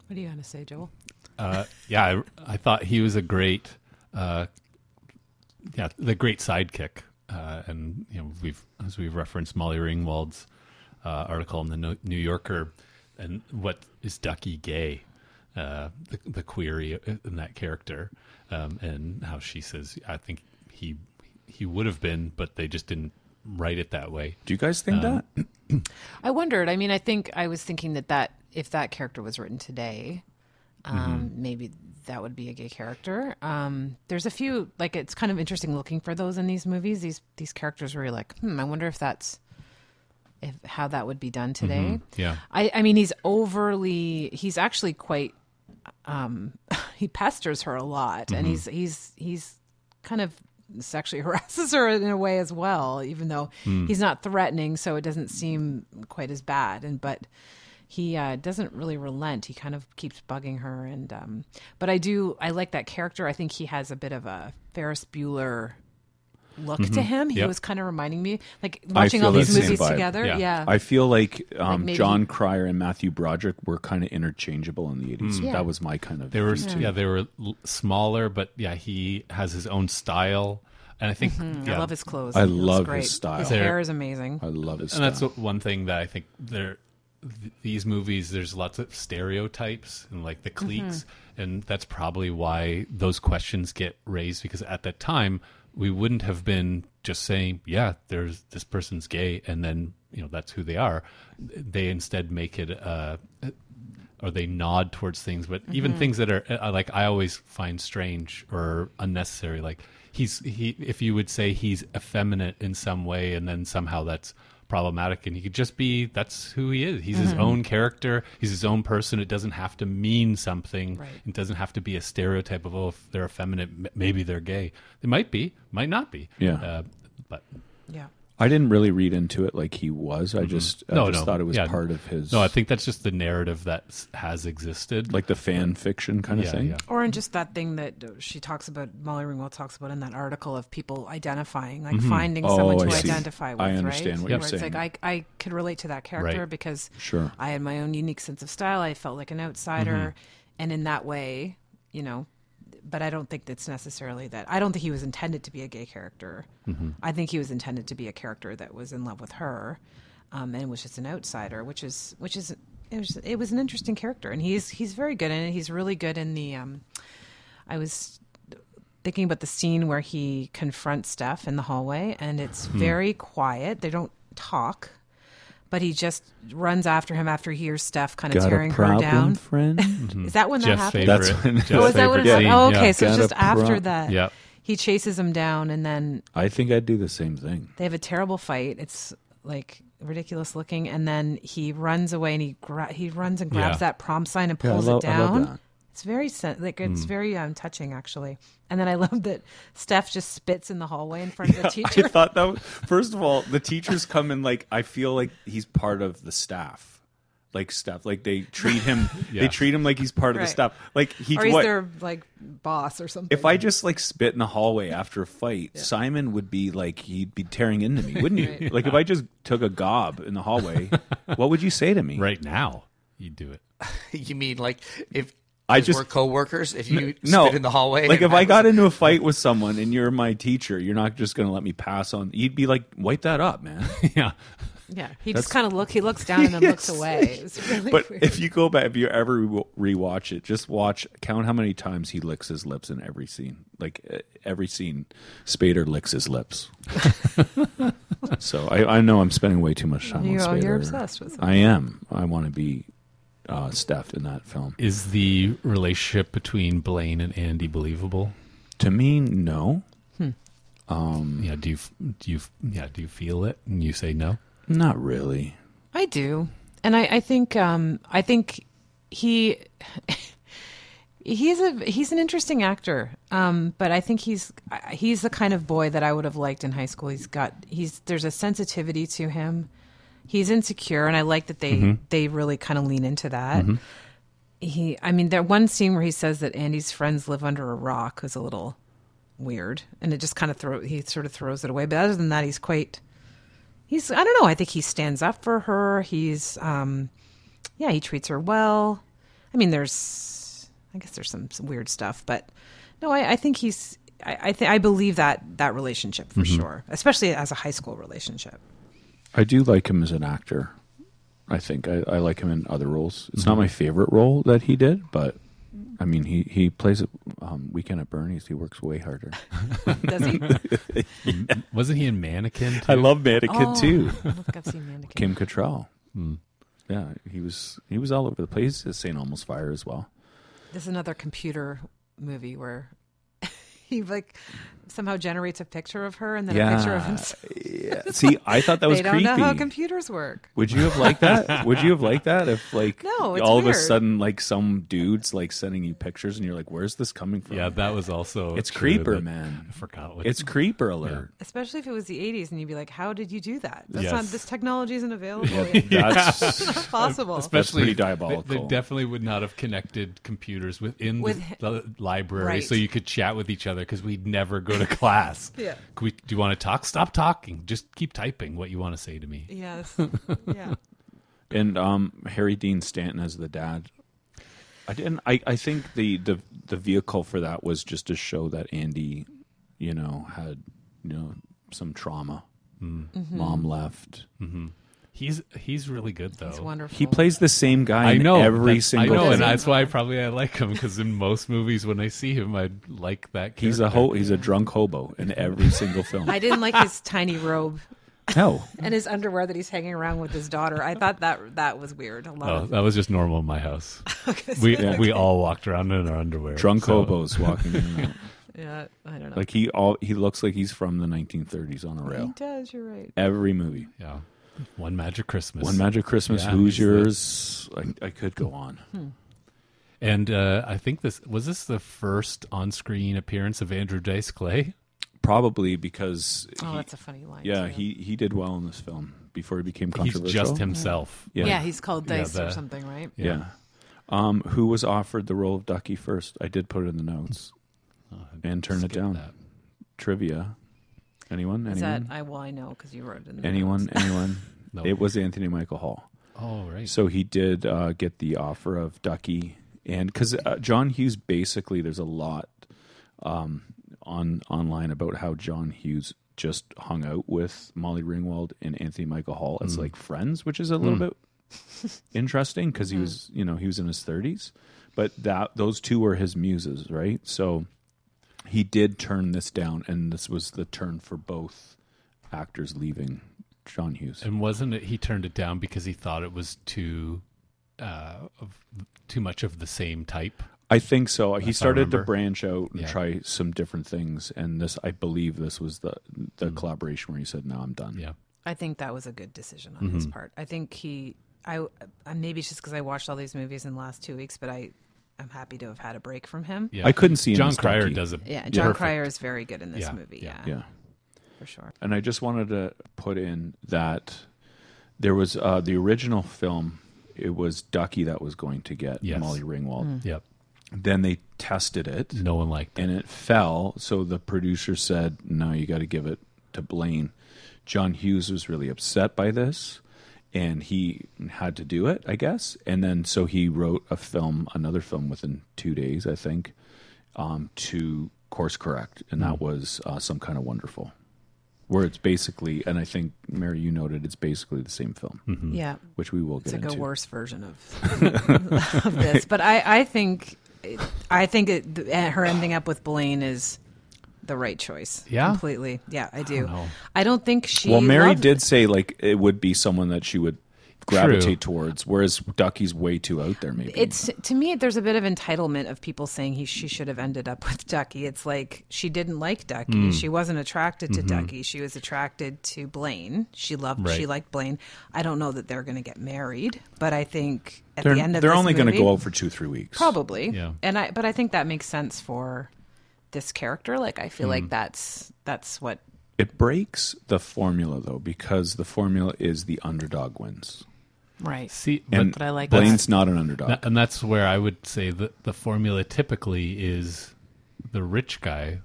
[SPEAKER 4] What do you got to say, Joel?
[SPEAKER 3] Uh, yeah, I, I thought he was a great, uh, yeah, the great sidekick. Uh, and you know, we've as we've referenced Molly Ringwald's uh, article in the No- New Yorker, and what is Ducky gay? Uh, the, the query in that character, um, and how she says, I think he he would have been, but they just didn't write it that way.
[SPEAKER 2] Do you guys
[SPEAKER 3] Uh,
[SPEAKER 2] think that?
[SPEAKER 4] I wondered. I mean, I think I was thinking that that if that character was written today, um, maybe that would be a gay character. Um, there's a few like it's kind of interesting looking for those in these movies. These these characters where you're like, hmm, I wonder if that's if how that would be done today.
[SPEAKER 3] Mhm. Yeah.
[SPEAKER 4] I, I mean, he's overly. He's actually quite. Um, he pesters her a lot, and
[SPEAKER 2] Mm-hmm.
[SPEAKER 8] Mhm.
[SPEAKER 4] he's he's he's kind of sexually harasses her in a way as well, even though
[SPEAKER 8] Hmm.
[SPEAKER 4] he's not threatening, so it doesn't seem quite as bad. And but he uh, doesn't really relent. He kind of keeps bugging her, and um, but I do I like that character. I think he has a bit of a Ferris Bueller look to
[SPEAKER 2] Mhm.
[SPEAKER 4] him. He
[SPEAKER 2] Yep.
[SPEAKER 4] was kind of reminding me like
[SPEAKER 2] I
[SPEAKER 4] watching all
[SPEAKER 2] feel
[SPEAKER 4] these
[SPEAKER 2] that same
[SPEAKER 4] movies
[SPEAKER 2] vibe.
[SPEAKER 4] together. Yeah.
[SPEAKER 2] I feel like, um,
[SPEAKER 4] maybe-
[SPEAKER 2] John Cryer and Matthew Broderick were kind of interchangeable in the 80s.
[SPEAKER 3] Mm. Yeah.
[SPEAKER 2] That was my kind of.
[SPEAKER 3] They were
[SPEAKER 2] view,
[SPEAKER 4] Hmm.
[SPEAKER 3] yeah.
[SPEAKER 2] too.
[SPEAKER 3] they were l- smaller, but yeah, he has his own style, and I think
[SPEAKER 4] Mhm. I
[SPEAKER 3] yeah,
[SPEAKER 4] love his clothes. I He looks love his great. style. His hair is amazing. I
[SPEAKER 2] love his
[SPEAKER 3] And that's what- one thing that I think there. th- These movies, there's lots of stereotypes and like the cliques, and that's probably why those questions get raised because at that time we wouldn't have been just saying, "Yeah, there's this person's gay," and then you know that's who they are. They instead make it uh, or they nod towards things, but even
[SPEAKER 26] Mhm.
[SPEAKER 3] things that are uh, like I always find strange or unnecessary. Like he's he, if you would say he's effeminate in some way, and then somehow that's problematic, and he could just be that's who he is. He's his
[SPEAKER 26] Mhm.
[SPEAKER 3] own character. He's his own person. It doesn't have to mean something. It doesn't have to be a stereotype of oh, if they're effeminate, m- maybe they're gay. They might be, might not be.
[SPEAKER 2] Yeah.
[SPEAKER 3] uh, but
[SPEAKER 2] I didn't really read into it like he was. I
[SPEAKER 3] Mhm.
[SPEAKER 2] just, I just thought it was
[SPEAKER 3] Yeah.
[SPEAKER 2] part of his.
[SPEAKER 3] No, I think that's just the narrative that s- has existed,
[SPEAKER 2] like the fan fiction kind of
[SPEAKER 3] Yeah,
[SPEAKER 2] thing.
[SPEAKER 3] yeah.
[SPEAKER 4] Or in just that thing that she talks about, Molly Ringwald talks about in that article of people identifying, like
[SPEAKER 2] Mhm.
[SPEAKER 4] finding
[SPEAKER 2] Oh,
[SPEAKER 4] someone
[SPEAKER 2] I
[SPEAKER 4] to
[SPEAKER 2] see.
[SPEAKER 4] identify with,
[SPEAKER 2] I understand
[SPEAKER 4] right?
[SPEAKER 2] what you're
[SPEAKER 4] Where
[SPEAKER 2] saying.
[SPEAKER 4] It's like I, I could relate to that character
[SPEAKER 2] Right.
[SPEAKER 4] because
[SPEAKER 2] Sure.
[SPEAKER 4] I had my own unique sense of style. I felt like an outsider, and in that way, you know. But I don't think that's necessarily that. I don't think he was intended to be a gay character.
[SPEAKER 8] Mhm.
[SPEAKER 4] I think he was intended to be a character that was in love with her, um, and was just an outsider, which is which is it was, it was an interesting character, and he's he's very good in it. He's really good in the. Um, I was thinking about the scene where he confronts Steph in the hallway, and it's
[SPEAKER 8] Hmm.
[SPEAKER 4] very quiet. They don't talk, but he just runs after him after he hears Steph kind of
[SPEAKER 2] Got a
[SPEAKER 4] tearing her
[SPEAKER 2] problem,
[SPEAKER 4] down.
[SPEAKER 2] friend?
[SPEAKER 4] is that when that
[SPEAKER 2] Jeff's
[SPEAKER 4] happens?
[SPEAKER 2] favorite- That's when-
[SPEAKER 4] oh, is that what it
[SPEAKER 2] Jeff's
[SPEAKER 4] was? Oh,
[SPEAKER 2] favorite
[SPEAKER 4] okay, so it's
[SPEAKER 2] scene,
[SPEAKER 4] just
[SPEAKER 2] yeah. Got a
[SPEAKER 4] after
[SPEAKER 2] pro-
[SPEAKER 4] that.
[SPEAKER 2] Yep.
[SPEAKER 4] He chases him down, and then
[SPEAKER 2] I think I'd do the same thing.
[SPEAKER 4] they have a terrible fight. It's like ridiculous looking, and then he runs away and he gra- he runs and grabs
[SPEAKER 8] Yeah.
[SPEAKER 4] that prom sign and
[SPEAKER 8] Yeah, I
[SPEAKER 4] pulls
[SPEAKER 8] love-
[SPEAKER 4] it
[SPEAKER 8] I love
[SPEAKER 4] down.
[SPEAKER 8] that.
[SPEAKER 4] It's very sen- like it's
[SPEAKER 8] Mm.
[SPEAKER 4] very um, touching actually. And then I love that Steph just spits in the hallway in front of the
[SPEAKER 2] Yeah,
[SPEAKER 4] teacher.
[SPEAKER 2] I thought that. Was, first of all, the teachers come in like I feel like he's part of the staff, like staff. Like they treat him. They
[SPEAKER 3] Yeah.
[SPEAKER 2] treat him like he's part of
[SPEAKER 4] Right.
[SPEAKER 2] the staff. Like he.
[SPEAKER 4] or he's
[SPEAKER 2] what,
[SPEAKER 4] their like boss or something.
[SPEAKER 2] if I just like spit in the hallway after a fight, Simon would be like he'd be tearing into me, wouldn't he?
[SPEAKER 4] Right.
[SPEAKER 2] Like if I just took a gob in the hallway, what would you say to me
[SPEAKER 3] right now? You do it.
[SPEAKER 16] you mean like if
[SPEAKER 2] I
[SPEAKER 16] if
[SPEAKER 2] just
[SPEAKER 16] we're coworkers? If you
[SPEAKER 2] N-
[SPEAKER 16] spit in the hallway,
[SPEAKER 2] Like
[SPEAKER 16] and
[SPEAKER 2] if I
[SPEAKER 16] was-
[SPEAKER 2] got into a fight with someone and you're my teacher, you're not just going to let me pass on. You'd be like, wipe that up, man.
[SPEAKER 3] yeah.
[SPEAKER 4] yeah, he
[SPEAKER 2] That's-
[SPEAKER 4] just kind of look. He looks down and then looks away. It was really
[SPEAKER 2] But
[SPEAKER 4] weird.
[SPEAKER 2] if you go back, if you ever re- rewatch it, just watch count how many times he licks his lips in every scene. Like uh, every scene, Spader licks his lips. so I, I know I'm spending way too much time.
[SPEAKER 4] You
[SPEAKER 2] on
[SPEAKER 4] are-
[SPEAKER 2] Spader.
[SPEAKER 4] you're obsessed with him.
[SPEAKER 2] I am. I want to be uh, Steph in that film.
[SPEAKER 3] Is the relationship between Blaine and Andy believable?
[SPEAKER 2] To me, no.
[SPEAKER 3] Hmm.
[SPEAKER 2] Um,
[SPEAKER 3] yeah. Do you f- do you f- yeah do you feel it? And you say no.
[SPEAKER 2] Not really.
[SPEAKER 4] I do, and I, I think um, I think he he's a he's an interesting actor, um, but I think he's I- he's the kind of boy that I would have liked in high school. He's got he's there's a sensitivity to him. He's insecure, and I like that they
[SPEAKER 8] Mhm.
[SPEAKER 4] they really kind of lean into that.
[SPEAKER 8] Mhm.
[SPEAKER 4] He, I mean, there one scene where he says that Andy's friends live under a rock is a little weird, and it just kind of throw he sort of throws it away. But other than that, he's quite
[SPEAKER 27] He's I don't know. I think he stands up for her. He's um, yeah, he treats her well. I mean, there's I guess there's some, some weird stuff, but no, I, I think he's I I, th- I believe that that relationship for
[SPEAKER 2] Mhm.
[SPEAKER 27] sure, especially as a high school relationship.
[SPEAKER 2] I do like him as an actor. I think I, I like him in other roles. It's not
[SPEAKER 28] Mhm.
[SPEAKER 2] my favorite role that he did, but I mean, he he plays it, um, Weekend at Bernie's. He works way harder.
[SPEAKER 27] Does he?
[SPEAKER 3] Wasn't he in Mannequin?
[SPEAKER 2] I
[SPEAKER 3] too?
[SPEAKER 2] love Mannequin
[SPEAKER 3] Oh,
[SPEAKER 2] too.
[SPEAKER 3] I don't think I've seen Mannequin.
[SPEAKER 2] Kim Cattrall.
[SPEAKER 3] Mm.
[SPEAKER 2] Yeah, he was he was all over the place. He's at St. Elmo's Fire as well.
[SPEAKER 4] This is another computer movie where he like somehow generates a picture of her and then a picture of
[SPEAKER 2] Yeah.
[SPEAKER 4] himself.
[SPEAKER 2] Yeah. See, I thought that was
[SPEAKER 4] they don't know how
[SPEAKER 2] creepy.
[SPEAKER 4] computers work.
[SPEAKER 2] Would you have liked that? Would you have liked that if like
[SPEAKER 4] No, it's
[SPEAKER 2] all of a
[SPEAKER 4] weird.
[SPEAKER 2] sudden like some dudes like sending you pictures and you're like, where's this coming from? Yeah, that was also it's
[SPEAKER 3] true,
[SPEAKER 2] creeper,
[SPEAKER 3] but
[SPEAKER 2] man.
[SPEAKER 3] I forgot what
[SPEAKER 2] It's creeper alert.
[SPEAKER 4] Especially if it was the 80s and you'd be like, how did you do that? That's
[SPEAKER 2] Yes.
[SPEAKER 4] not, this technology isn't available.
[SPEAKER 2] Yeah,
[SPEAKER 4] yet.
[SPEAKER 2] that's-
[SPEAKER 4] It's not possible.
[SPEAKER 3] Especially
[SPEAKER 2] pretty diabolical.
[SPEAKER 3] They, they definitely would not have connected computers within
[SPEAKER 4] With-
[SPEAKER 3] the, the library
[SPEAKER 4] Right.
[SPEAKER 3] so you could chat with each other because we'd never go to class.
[SPEAKER 4] Yeah.
[SPEAKER 3] Could we, do you want to talk? Stop talking. Just keep typing what you want to say to me.
[SPEAKER 4] Yes. Yeah.
[SPEAKER 2] And um, Harry Dean Stanton as the dad. I didn't. I, I think the, the the vehicle for that was just to show that Andy, you know, had you know some trauma.
[SPEAKER 3] Mm. Mhm.
[SPEAKER 2] Mom left.
[SPEAKER 3] Mm-hmm. He's he's really good though. He's
[SPEAKER 4] wonderful.
[SPEAKER 2] He plays the same guy
[SPEAKER 3] I
[SPEAKER 2] in
[SPEAKER 3] know
[SPEAKER 2] every
[SPEAKER 3] that's-
[SPEAKER 2] single
[SPEAKER 3] I know,
[SPEAKER 2] thing.
[SPEAKER 3] and that's why probably I like him because in most movies when I see him, I like that.
[SPEAKER 2] He's a ho- he's a drunk hobo in every single film.
[SPEAKER 27] I didn't like his tiny robe
[SPEAKER 2] No.
[SPEAKER 27] and his underwear that he's hanging around with his daughter. I thought that that was weird. A lot
[SPEAKER 2] Oh.
[SPEAKER 27] of
[SPEAKER 3] No, Oh, that was just normal in my house. we
[SPEAKER 2] Yeah.
[SPEAKER 3] we all walked around in our underwear.
[SPEAKER 2] Drunk
[SPEAKER 3] so-
[SPEAKER 2] hobos walking in and out.
[SPEAKER 4] Yeah, I don't know.
[SPEAKER 2] Like he all he looks like he's from the 1930s on a rail.
[SPEAKER 4] He does, you're right.
[SPEAKER 2] Every movie.
[SPEAKER 3] Yeah. One Magic Christmas.
[SPEAKER 2] One Magic Christmas,
[SPEAKER 3] Yeah, he's
[SPEAKER 2] Who's
[SPEAKER 3] the-
[SPEAKER 2] Yours? I, I could go on.
[SPEAKER 3] And uh, I think this was this the first on-screen appearance of Andrew Dice Clay.
[SPEAKER 2] Probably because
[SPEAKER 4] Oh, that's a funny line,
[SPEAKER 2] Yeah,
[SPEAKER 4] too.
[SPEAKER 2] he he did well in this film before he became
[SPEAKER 3] He's just
[SPEAKER 2] controversial.
[SPEAKER 3] himself.
[SPEAKER 4] Yeah, he's called Yeah, Dice or the- something, right?
[SPEAKER 2] Yeah. Um, who was offered the role of Ducky first? I did put it in the notes
[SPEAKER 3] Oh,
[SPEAKER 2] and turn it down. Trivia. Anyone?
[SPEAKER 4] Is that,
[SPEAKER 2] anyone?
[SPEAKER 4] I, well, I know because you wrote it in the
[SPEAKER 2] anyone?
[SPEAKER 4] notes.
[SPEAKER 2] Anyone? It was Anthony Michael Hall.
[SPEAKER 3] Oh, right.
[SPEAKER 2] So he did uh, get the offer of Ducky, and because uh, John Hughes basically, there's a lot um, on online about how John Hughes just hung out with Molly Ringwald and Anthony Michael Hall as
[SPEAKER 28] Mm.
[SPEAKER 2] like friends, which is a
[SPEAKER 28] Mm.
[SPEAKER 2] little bit interesting because he was, you know, he was in his 30s, but that those two were his muses, right? So he did turn this down, and this was the turn for both actors leaving John Hughes.
[SPEAKER 3] And wasn't it he turned it down because he thought it was too uh, of, too much of the same type?
[SPEAKER 2] I think so. he
[SPEAKER 3] If I
[SPEAKER 2] started to
[SPEAKER 3] remember.
[SPEAKER 2] branch out and
[SPEAKER 3] Yeah.
[SPEAKER 2] try some different things, and this, I believe, this was the the collaboration where he said, "No, I'm done."
[SPEAKER 3] Mm. Yeah,
[SPEAKER 4] I think that was a good decision on his
[SPEAKER 2] Mhm.
[SPEAKER 4] part. I think he, I, I maybe it's just because I watched all these movies in the last two weeks, but I, I'm happy to have had a break from him.
[SPEAKER 2] I couldn't see him
[SPEAKER 3] John
[SPEAKER 2] as
[SPEAKER 3] Cryer
[SPEAKER 2] Ducky.
[SPEAKER 3] does a
[SPEAKER 4] Yeah, John Cryer is very good in this
[SPEAKER 2] Yeah,
[SPEAKER 4] movie. Yeah,
[SPEAKER 2] yeah.
[SPEAKER 4] for sure.
[SPEAKER 2] And I just wanted to put in that there was uh, the original film. It was Ducky that was going to get
[SPEAKER 3] Yes. Mm-hmm.
[SPEAKER 2] Molly Ringwald.
[SPEAKER 3] Mm. Yep.
[SPEAKER 2] Then they tested it.
[SPEAKER 3] No one liked
[SPEAKER 2] it, and it fell. So the producer said, "No, you got to give it to Blaine." John Hughes was really upset by this, and he had to do it, I guess. And then so he wrote a film, another film, within two days, I think, um, to course correct, and that
[SPEAKER 3] Mm.
[SPEAKER 2] was uh, some kind of wonderful where it's basically, and I think Mary, you noted it's basically the same film.
[SPEAKER 4] Mhm. Yeah.
[SPEAKER 2] which we will
[SPEAKER 4] it's like
[SPEAKER 2] get Mm-hmm. into.
[SPEAKER 4] a worse version of, of this. But I, I think, it, I think it, th- eh, her ending up with Blaine is the right choice.
[SPEAKER 2] Yeah?
[SPEAKER 4] completely. Yeah, I do. I
[SPEAKER 2] know.
[SPEAKER 4] don't, think she.
[SPEAKER 2] well, Mary
[SPEAKER 4] loved-
[SPEAKER 2] did say like it would be someone that she would gravitate towards, whereas Ducky's way too out there. Maybe
[SPEAKER 4] It's to me, there's a bit of entitlement of people saying he she should have ended up with Ducky. It's like she didn't like Ducky.
[SPEAKER 2] Mm.
[SPEAKER 4] She wasn't attracted to
[SPEAKER 2] Mhm.
[SPEAKER 4] Ducky. She was attracted to Blaine. She loved. She
[SPEAKER 2] Right.
[SPEAKER 4] liked Blaine. I don't know that they're going to get married, but I think at
[SPEAKER 2] they're,
[SPEAKER 4] the end of
[SPEAKER 2] they're
[SPEAKER 4] this
[SPEAKER 2] only gonna
[SPEAKER 4] movie-
[SPEAKER 2] go out for two three weeks.
[SPEAKER 4] probably.
[SPEAKER 2] Yeah.
[SPEAKER 4] And I, but I think that makes sense for this character. Like I feel like
[SPEAKER 2] Mhm.
[SPEAKER 4] that's that's what
[SPEAKER 2] It breaks the formula though, because the formula is the underdog wins.
[SPEAKER 4] right.
[SPEAKER 3] See,
[SPEAKER 2] And
[SPEAKER 4] but I like
[SPEAKER 2] Blaine's not an underdog.
[SPEAKER 3] Tha- and that's where I would say that the formula typically is the rich guy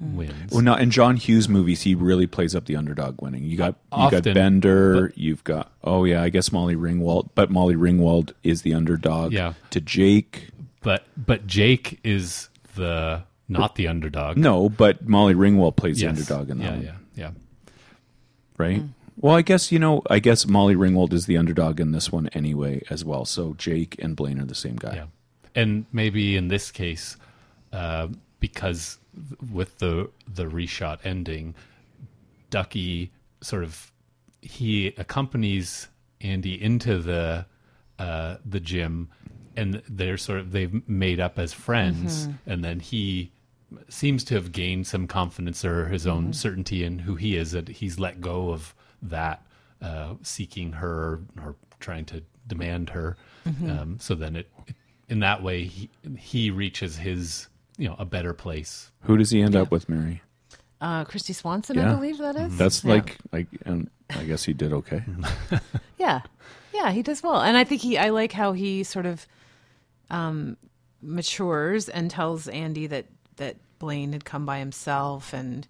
[SPEAKER 4] Mm.
[SPEAKER 3] wins.
[SPEAKER 2] Well, Oh, no, in John Hughes movies, he really plays up the underdog winning. You got you
[SPEAKER 3] Often,
[SPEAKER 2] got Bender, you've got oh yeah, I guess Molly Ringwald, but Molly Ringwald is the underdog.
[SPEAKER 3] Yeah.
[SPEAKER 2] to Jake.
[SPEAKER 3] But but Jake is the not the underdog.
[SPEAKER 2] No, but Molly Ringwald plays
[SPEAKER 3] Yes.
[SPEAKER 2] the underdog in that.
[SPEAKER 3] Yeah,
[SPEAKER 2] one,
[SPEAKER 3] yeah, yeah.
[SPEAKER 2] Right. Well, I guess you know. I guess Molly Ringwald is the underdog in this one anyway, as well. So Jake and Blaine are the same guy.
[SPEAKER 3] Yeah. and maybe in this case, uh, because with the the reshot ending, Ducky sort of he accompanies Andy into the uh, the gym, and they're sort of they've made up as friends,
[SPEAKER 29] Mhm.
[SPEAKER 3] and then he seems to have gained some confidence or his own
[SPEAKER 29] Mhm.
[SPEAKER 3] certainty in who he is that he's let go of that uh, seeking her or trying to demand her
[SPEAKER 29] Mhm.
[SPEAKER 3] um, so then it in that way he, he reaches his you know a better place
[SPEAKER 2] Who does he end up with, Mary?
[SPEAKER 4] Uh, Christy Swanson, I believe that is.
[SPEAKER 2] Mm-hmm. That's
[SPEAKER 4] Yeah.
[SPEAKER 2] like like, and I guess he did okay.
[SPEAKER 4] Yeah. Yeah, he does well. And I think he I like how he sort of um matures and tells Andy that that Blaine had come by himself and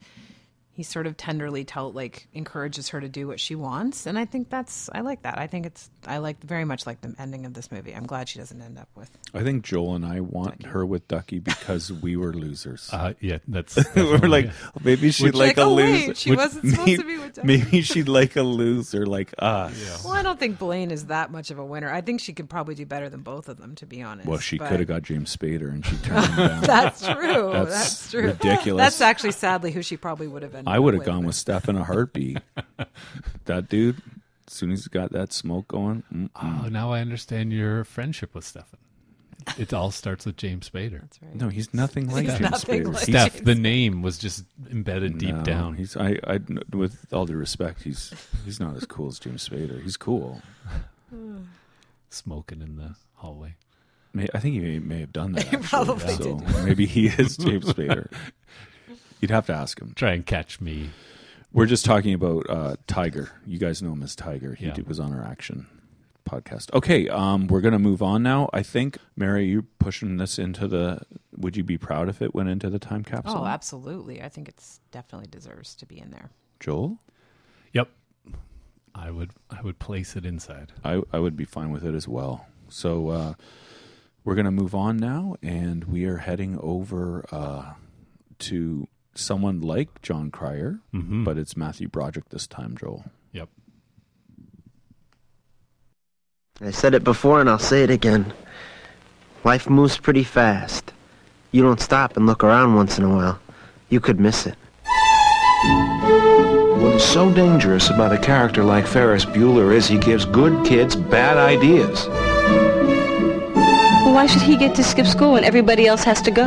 [SPEAKER 4] he sort of tenderly tell like encourages her to do what she wants and I think that's I like that. I think it's I like very much like the ending of this movie. I'm glad she doesn't end up with.
[SPEAKER 2] I think Joel and I want her with Ducky because we were losers.
[SPEAKER 3] Uh, yeah, that's
[SPEAKER 30] We're like
[SPEAKER 2] oh,
[SPEAKER 30] maybe she'd like, a loser. Would- maybe, Maybe she'd like a loser like us.
[SPEAKER 4] Well, I don't think Blaine is that much of a winner. I think she could probably do better than both of them to be honest.
[SPEAKER 2] Well, she
[SPEAKER 4] but-
[SPEAKER 2] could have got James Spader, and she turned him down.
[SPEAKER 4] That's true. That's, true.
[SPEAKER 2] Ridiculous.
[SPEAKER 4] That's actually sadly who she probably would have ended
[SPEAKER 2] I would
[SPEAKER 4] up
[SPEAKER 2] have gone with Steph in a heartbeat. that dude, as soon as he got that smoke going, mm. mm-mm.
[SPEAKER 3] oh now i understand your friendship with stefan it all starts with james spader that's
[SPEAKER 4] right
[SPEAKER 2] No, he's nothing like He's James nothing Spader. like
[SPEAKER 3] steph
[SPEAKER 2] James-
[SPEAKER 3] the name was just embedded deep
[SPEAKER 2] No,
[SPEAKER 3] down
[SPEAKER 2] He's I, I with all due respect, he's he's not as cool as James Spader. He's cool.
[SPEAKER 3] smoking in the hallway
[SPEAKER 2] May, I think he may, may have done that.
[SPEAKER 3] He
[SPEAKER 2] actually.
[SPEAKER 3] probably
[SPEAKER 2] So
[SPEAKER 3] did.
[SPEAKER 2] maybe he is James Spader. You'd have to ask him.
[SPEAKER 3] Try and catch me.
[SPEAKER 2] We're just talking about uh, Tiger. You guys know him as Tiger. He
[SPEAKER 3] Yeah.
[SPEAKER 2] did- was on our action podcast. Okay, um, we're going to move on now. I think, Mary, you're pushing this into the. Would you be proud if it went into the time capsule?
[SPEAKER 4] Oh, absolutely. I think it's definitely deserves to be in there.
[SPEAKER 2] Joel?
[SPEAKER 3] Yep. I would I would place it inside.
[SPEAKER 2] I, I would be fine with it as well. So uh, we're going to move on now, and we are heading over uh, to someone like John Cryer,
[SPEAKER 3] Mhm.
[SPEAKER 2] Mm-hmm. but it's Matthew Broderick this time, Joel.
[SPEAKER 7] I said it before and I'll say it again. Life moves pretty fast. You don't stop and look around once in a while. You could miss it.
[SPEAKER 13] What is so dangerous about a character like Ferris Bueller is he gives good kids bad ideas.
[SPEAKER 6] Well, why should he get to skip school when everybody else has to go?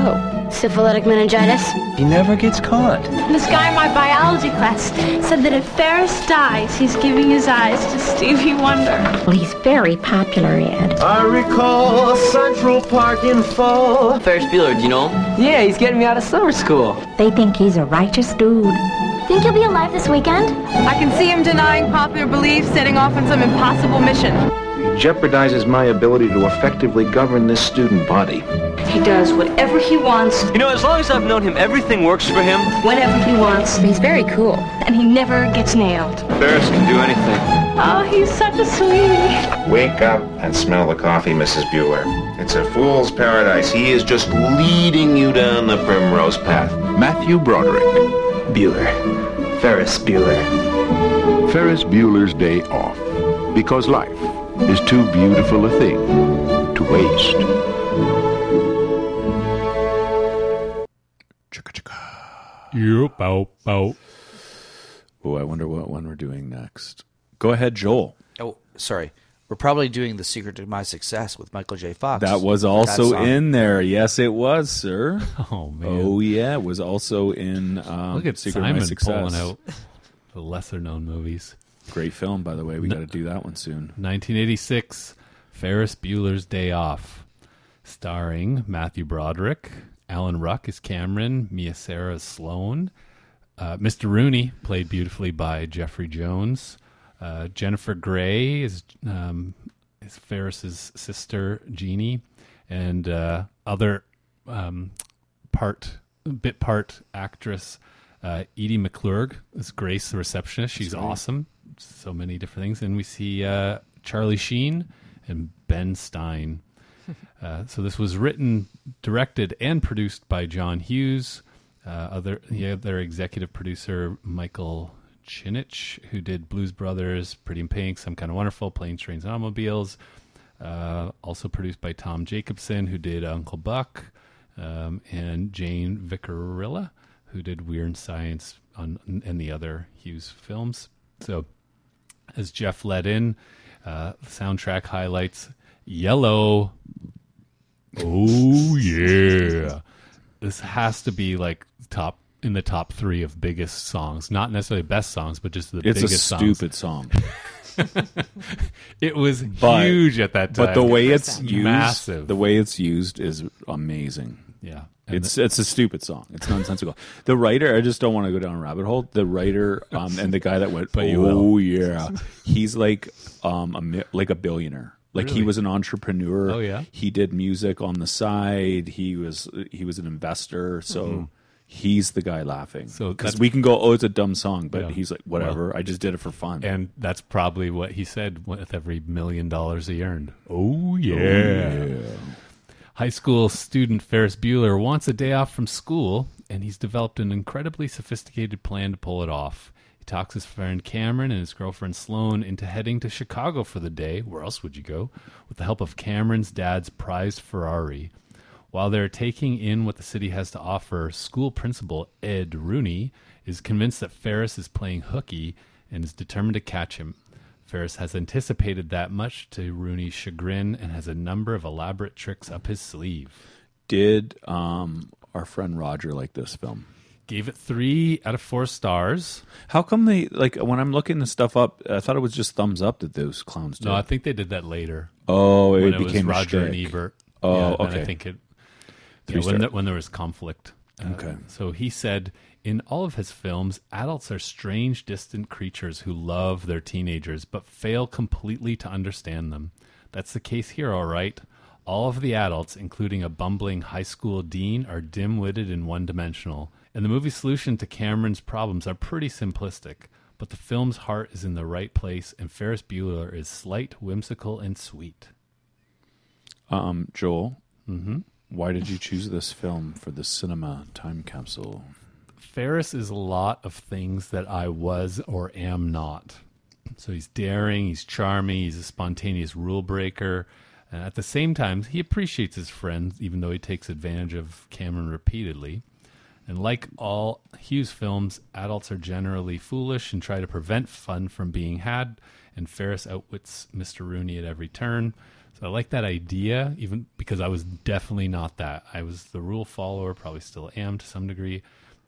[SPEAKER 6] Syphilitic meningitis.
[SPEAKER 7] He never gets caught.
[SPEAKER 6] This guy in my biology class said that if Ferris dies, he's giving his eyes to Stevie Wonder.
[SPEAKER 31] Well, he's very popular, Ed.
[SPEAKER 7] I recall Central Park in fall.
[SPEAKER 31] Ferris Bueller, do you know him? Yeah, he's getting me out of summer school. They think he's a righteous dude.
[SPEAKER 6] Think he'll be alive this weekend? I can see him denying popular belief, setting off on some impossible mission.
[SPEAKER 13] He jeopardizes my ability to effectively govern this student body.
[SPEAKER 6] He does whatever he wants,
[SPEAKER 31] You know, as long as I've known him, everything works for him.
[SPEAKER 6] whenever he wants. He's very cool, and he never gets nailed.
[SPEAKER 13] Ferris can do anything.
[SPEAKER 6] Oh, he's such a sweetie.
[SPEAKER 13] Wake up and smell the coffee, Mrs. Bueller. It's a fool's paradise. He is just leading you down the primrose path. Matthew Broderick. Bueller. Ferris Bueller.
[SPEAKER 32] Ferris Bueller's Day Off. Because life is too beautiful a thing to waste.
[SPEAKER 3] You bow bow.
[SPEAKER 2] Oh, I wonder what one we're doing next. Go ahead, Joel.
[SPEAKER 16] Oh, sorry. We're probably doing The Secret to My Success with Michael J. Fox.
[SPEAKER 2] That was also
[SPEAKER 16] song.
[SPEAKER 2] in there. Yes, it was, sir.
[SPEAKER 3] Oh man.
[SPEAKER 2] Oh yeah, it was also in. Um,
[SPEAKER 3] Look at
[SPEAKER 2] Secret of My
[SPEAKER 3] Simon
[SPEAKER 2] Success.
[SPEAKER 3] pulling out the lesser known movies.
[SPEAKER 2] Great film, by the way. We got to do that one soon.
[SPEAKER 3] 1986, Ferris Bueller's Day Off, starring Matthew Broderick, Alan Ruck is Cameron, Mia Sarah is Sloan, uh, Mr. Rooney, played beautifully by Jeffrey Jones, uh, Jennifer Gray is, um, is Ferris's sister, Jeannie, and uh, other um, part bit part actress uh, Edie McClurg is Grace, the receptionist. She's
[SPEAKER 15] That's right.
[SPEAKER 3] awesome. So many different things. And we see uh, Charlie Sheen and Ben Stein. Uh, so this was written, directed, and produced by John Hughes. Uh, other yeah, their executive producer Michael Chinich, who did Blues Brothers, Pretty in Pink, Some Kind of Wonderful, Planes, Trains, and Automobiles. Uh, also produced by Tom Jacobson, who did Uncle Buck, um, and Jane Vicarilla, who did Weird Science on and the other Hughes films. So as Jeff led in, uh, soundtrack highlights yellow. Oh yeah, this has to be like top in the top three of biggest songs. Not necessarily best songs, but just the
[SPEAKER 2] It's a
[SPEAKER 3] biggest songs.
[SPEAKER 2] stupid song.
[SPEAKER 3] it was
[SPEAKER 2] But-
[SPEAKER 3] huge at that time.
[SPEAKER 2] But the way it's used,
[SPEAKER 3] massive.
[SPEAKER 2] the way it's used is amazing.
[SPEAKER 3] Yeah. And
[SPEAKER 2] It's it's a stupid song. It's nonsensical. the writer, I just don't want to go down a rabbit hole. The writer um, and the guy that went,
[SPEAKER 3] But you
[SPEAKER 2] oh yeah, he's like um a mi- like a billionaire. Like he
[SPEAKER 3] Really?
[SPEAKER 2] was an entrepreneur.
[SPEAKER 3] Oh, yeah?
[SPEAKER 2] he did music on the side. He was he was an investor. So.
[SPEAKER 3] Mhm.
[SPEAKER 2] He's the guy laughing.
[SPEAKER 3] So
[SPEAKER 2] because
[SPEAKER 3] that's-
[SPEAKER 2] we can go, oh, it's a dumb song, but
[SPEAKER 3] Yeah.
[SPEAKER 2] he's like, whatever. I just did it for fun.
[SPEAKER 3] And that's probably what he said with every million dollars he earned. Oh, yeah.
[SPEAKER 2] yeah.
[SPEAKER 3] High school student Ferris Bueller wants a day off from school, and he's developed an incredibly sophisticated plan to pull it off. He talks his friend Cameron and his girlfriend Sloan into heading to Chicago for the day. Where else would you go? With the help of Cameron's dad's prized Ferrari. While they're taking in what the city has to offer, school principal Ed Rooney is convinced that Ferris is playing hooky and is determined to catch him. Ferris has anticipated that much to Rooney's chagrin and has a number of elaborate tricks up his sleeve.
[SPEAKER 2] Did um, our friend Roger like this film?
[SPEAKER 3] Gave it three out of four stars.
[SPEAKER 2] How come they like when I'm looking this stuff up? I thought it was just thumbs up that those clowns did.
[SPEAKER 3] No, I think they did that later.
[SPEAKER 2] Oh, it
[SPEAKER 3] When
[SPEAKER 2] became a
[SPEAKER 3] was Roger and
[SPEAKER 2] shtick.
[SPEAKER 3] Ebert.
[SPEAKER 2] Oh,
[SPEAKER 3] Yeah, then
[SPEAKER 2] okay.
[SPEAKER 3] I think it. Yeah,
[SPEAKER 2] Three star.
[SPEAKER 3] when, there, when there was conflict. Uh,
[SPEAKER 2] Okay.
[SPEAKER 3] so he said, in all of his films, adults are strange, distant creatures who love their teenagers but fail completely to understand them. That's the case here, all right. All of the adults, including a bumbling high school dean, are dim witted and one dimensional. And the movie's solution to Cameron's problems are pretty simplistic, but the film's heart is in the right place, and Ferris Bueller is slight, whimsical, and sweet.
[SPEAKER 2] Um, Joel, Mm-hmm.
[SPEAKER 3] Mhm.
[SPEAKER 2] why did you choose this film for the cinema time capsule?
[SPEAKER 3] Ferris is a lot of things that I was or am not. So he's daring, he's charming, he's a spontaneous rule breaker. And at the same time, he appreciates his friends, even though he takes advantage of Cameron repeatedly. And like all Hughes films, adults are generally foolish and try to prevent fun from being had. And Ferris outwits Mr. Rooney at every turn. So I like that idea, even because I was definitely not that. I was the rule follower, probably still am to some degree.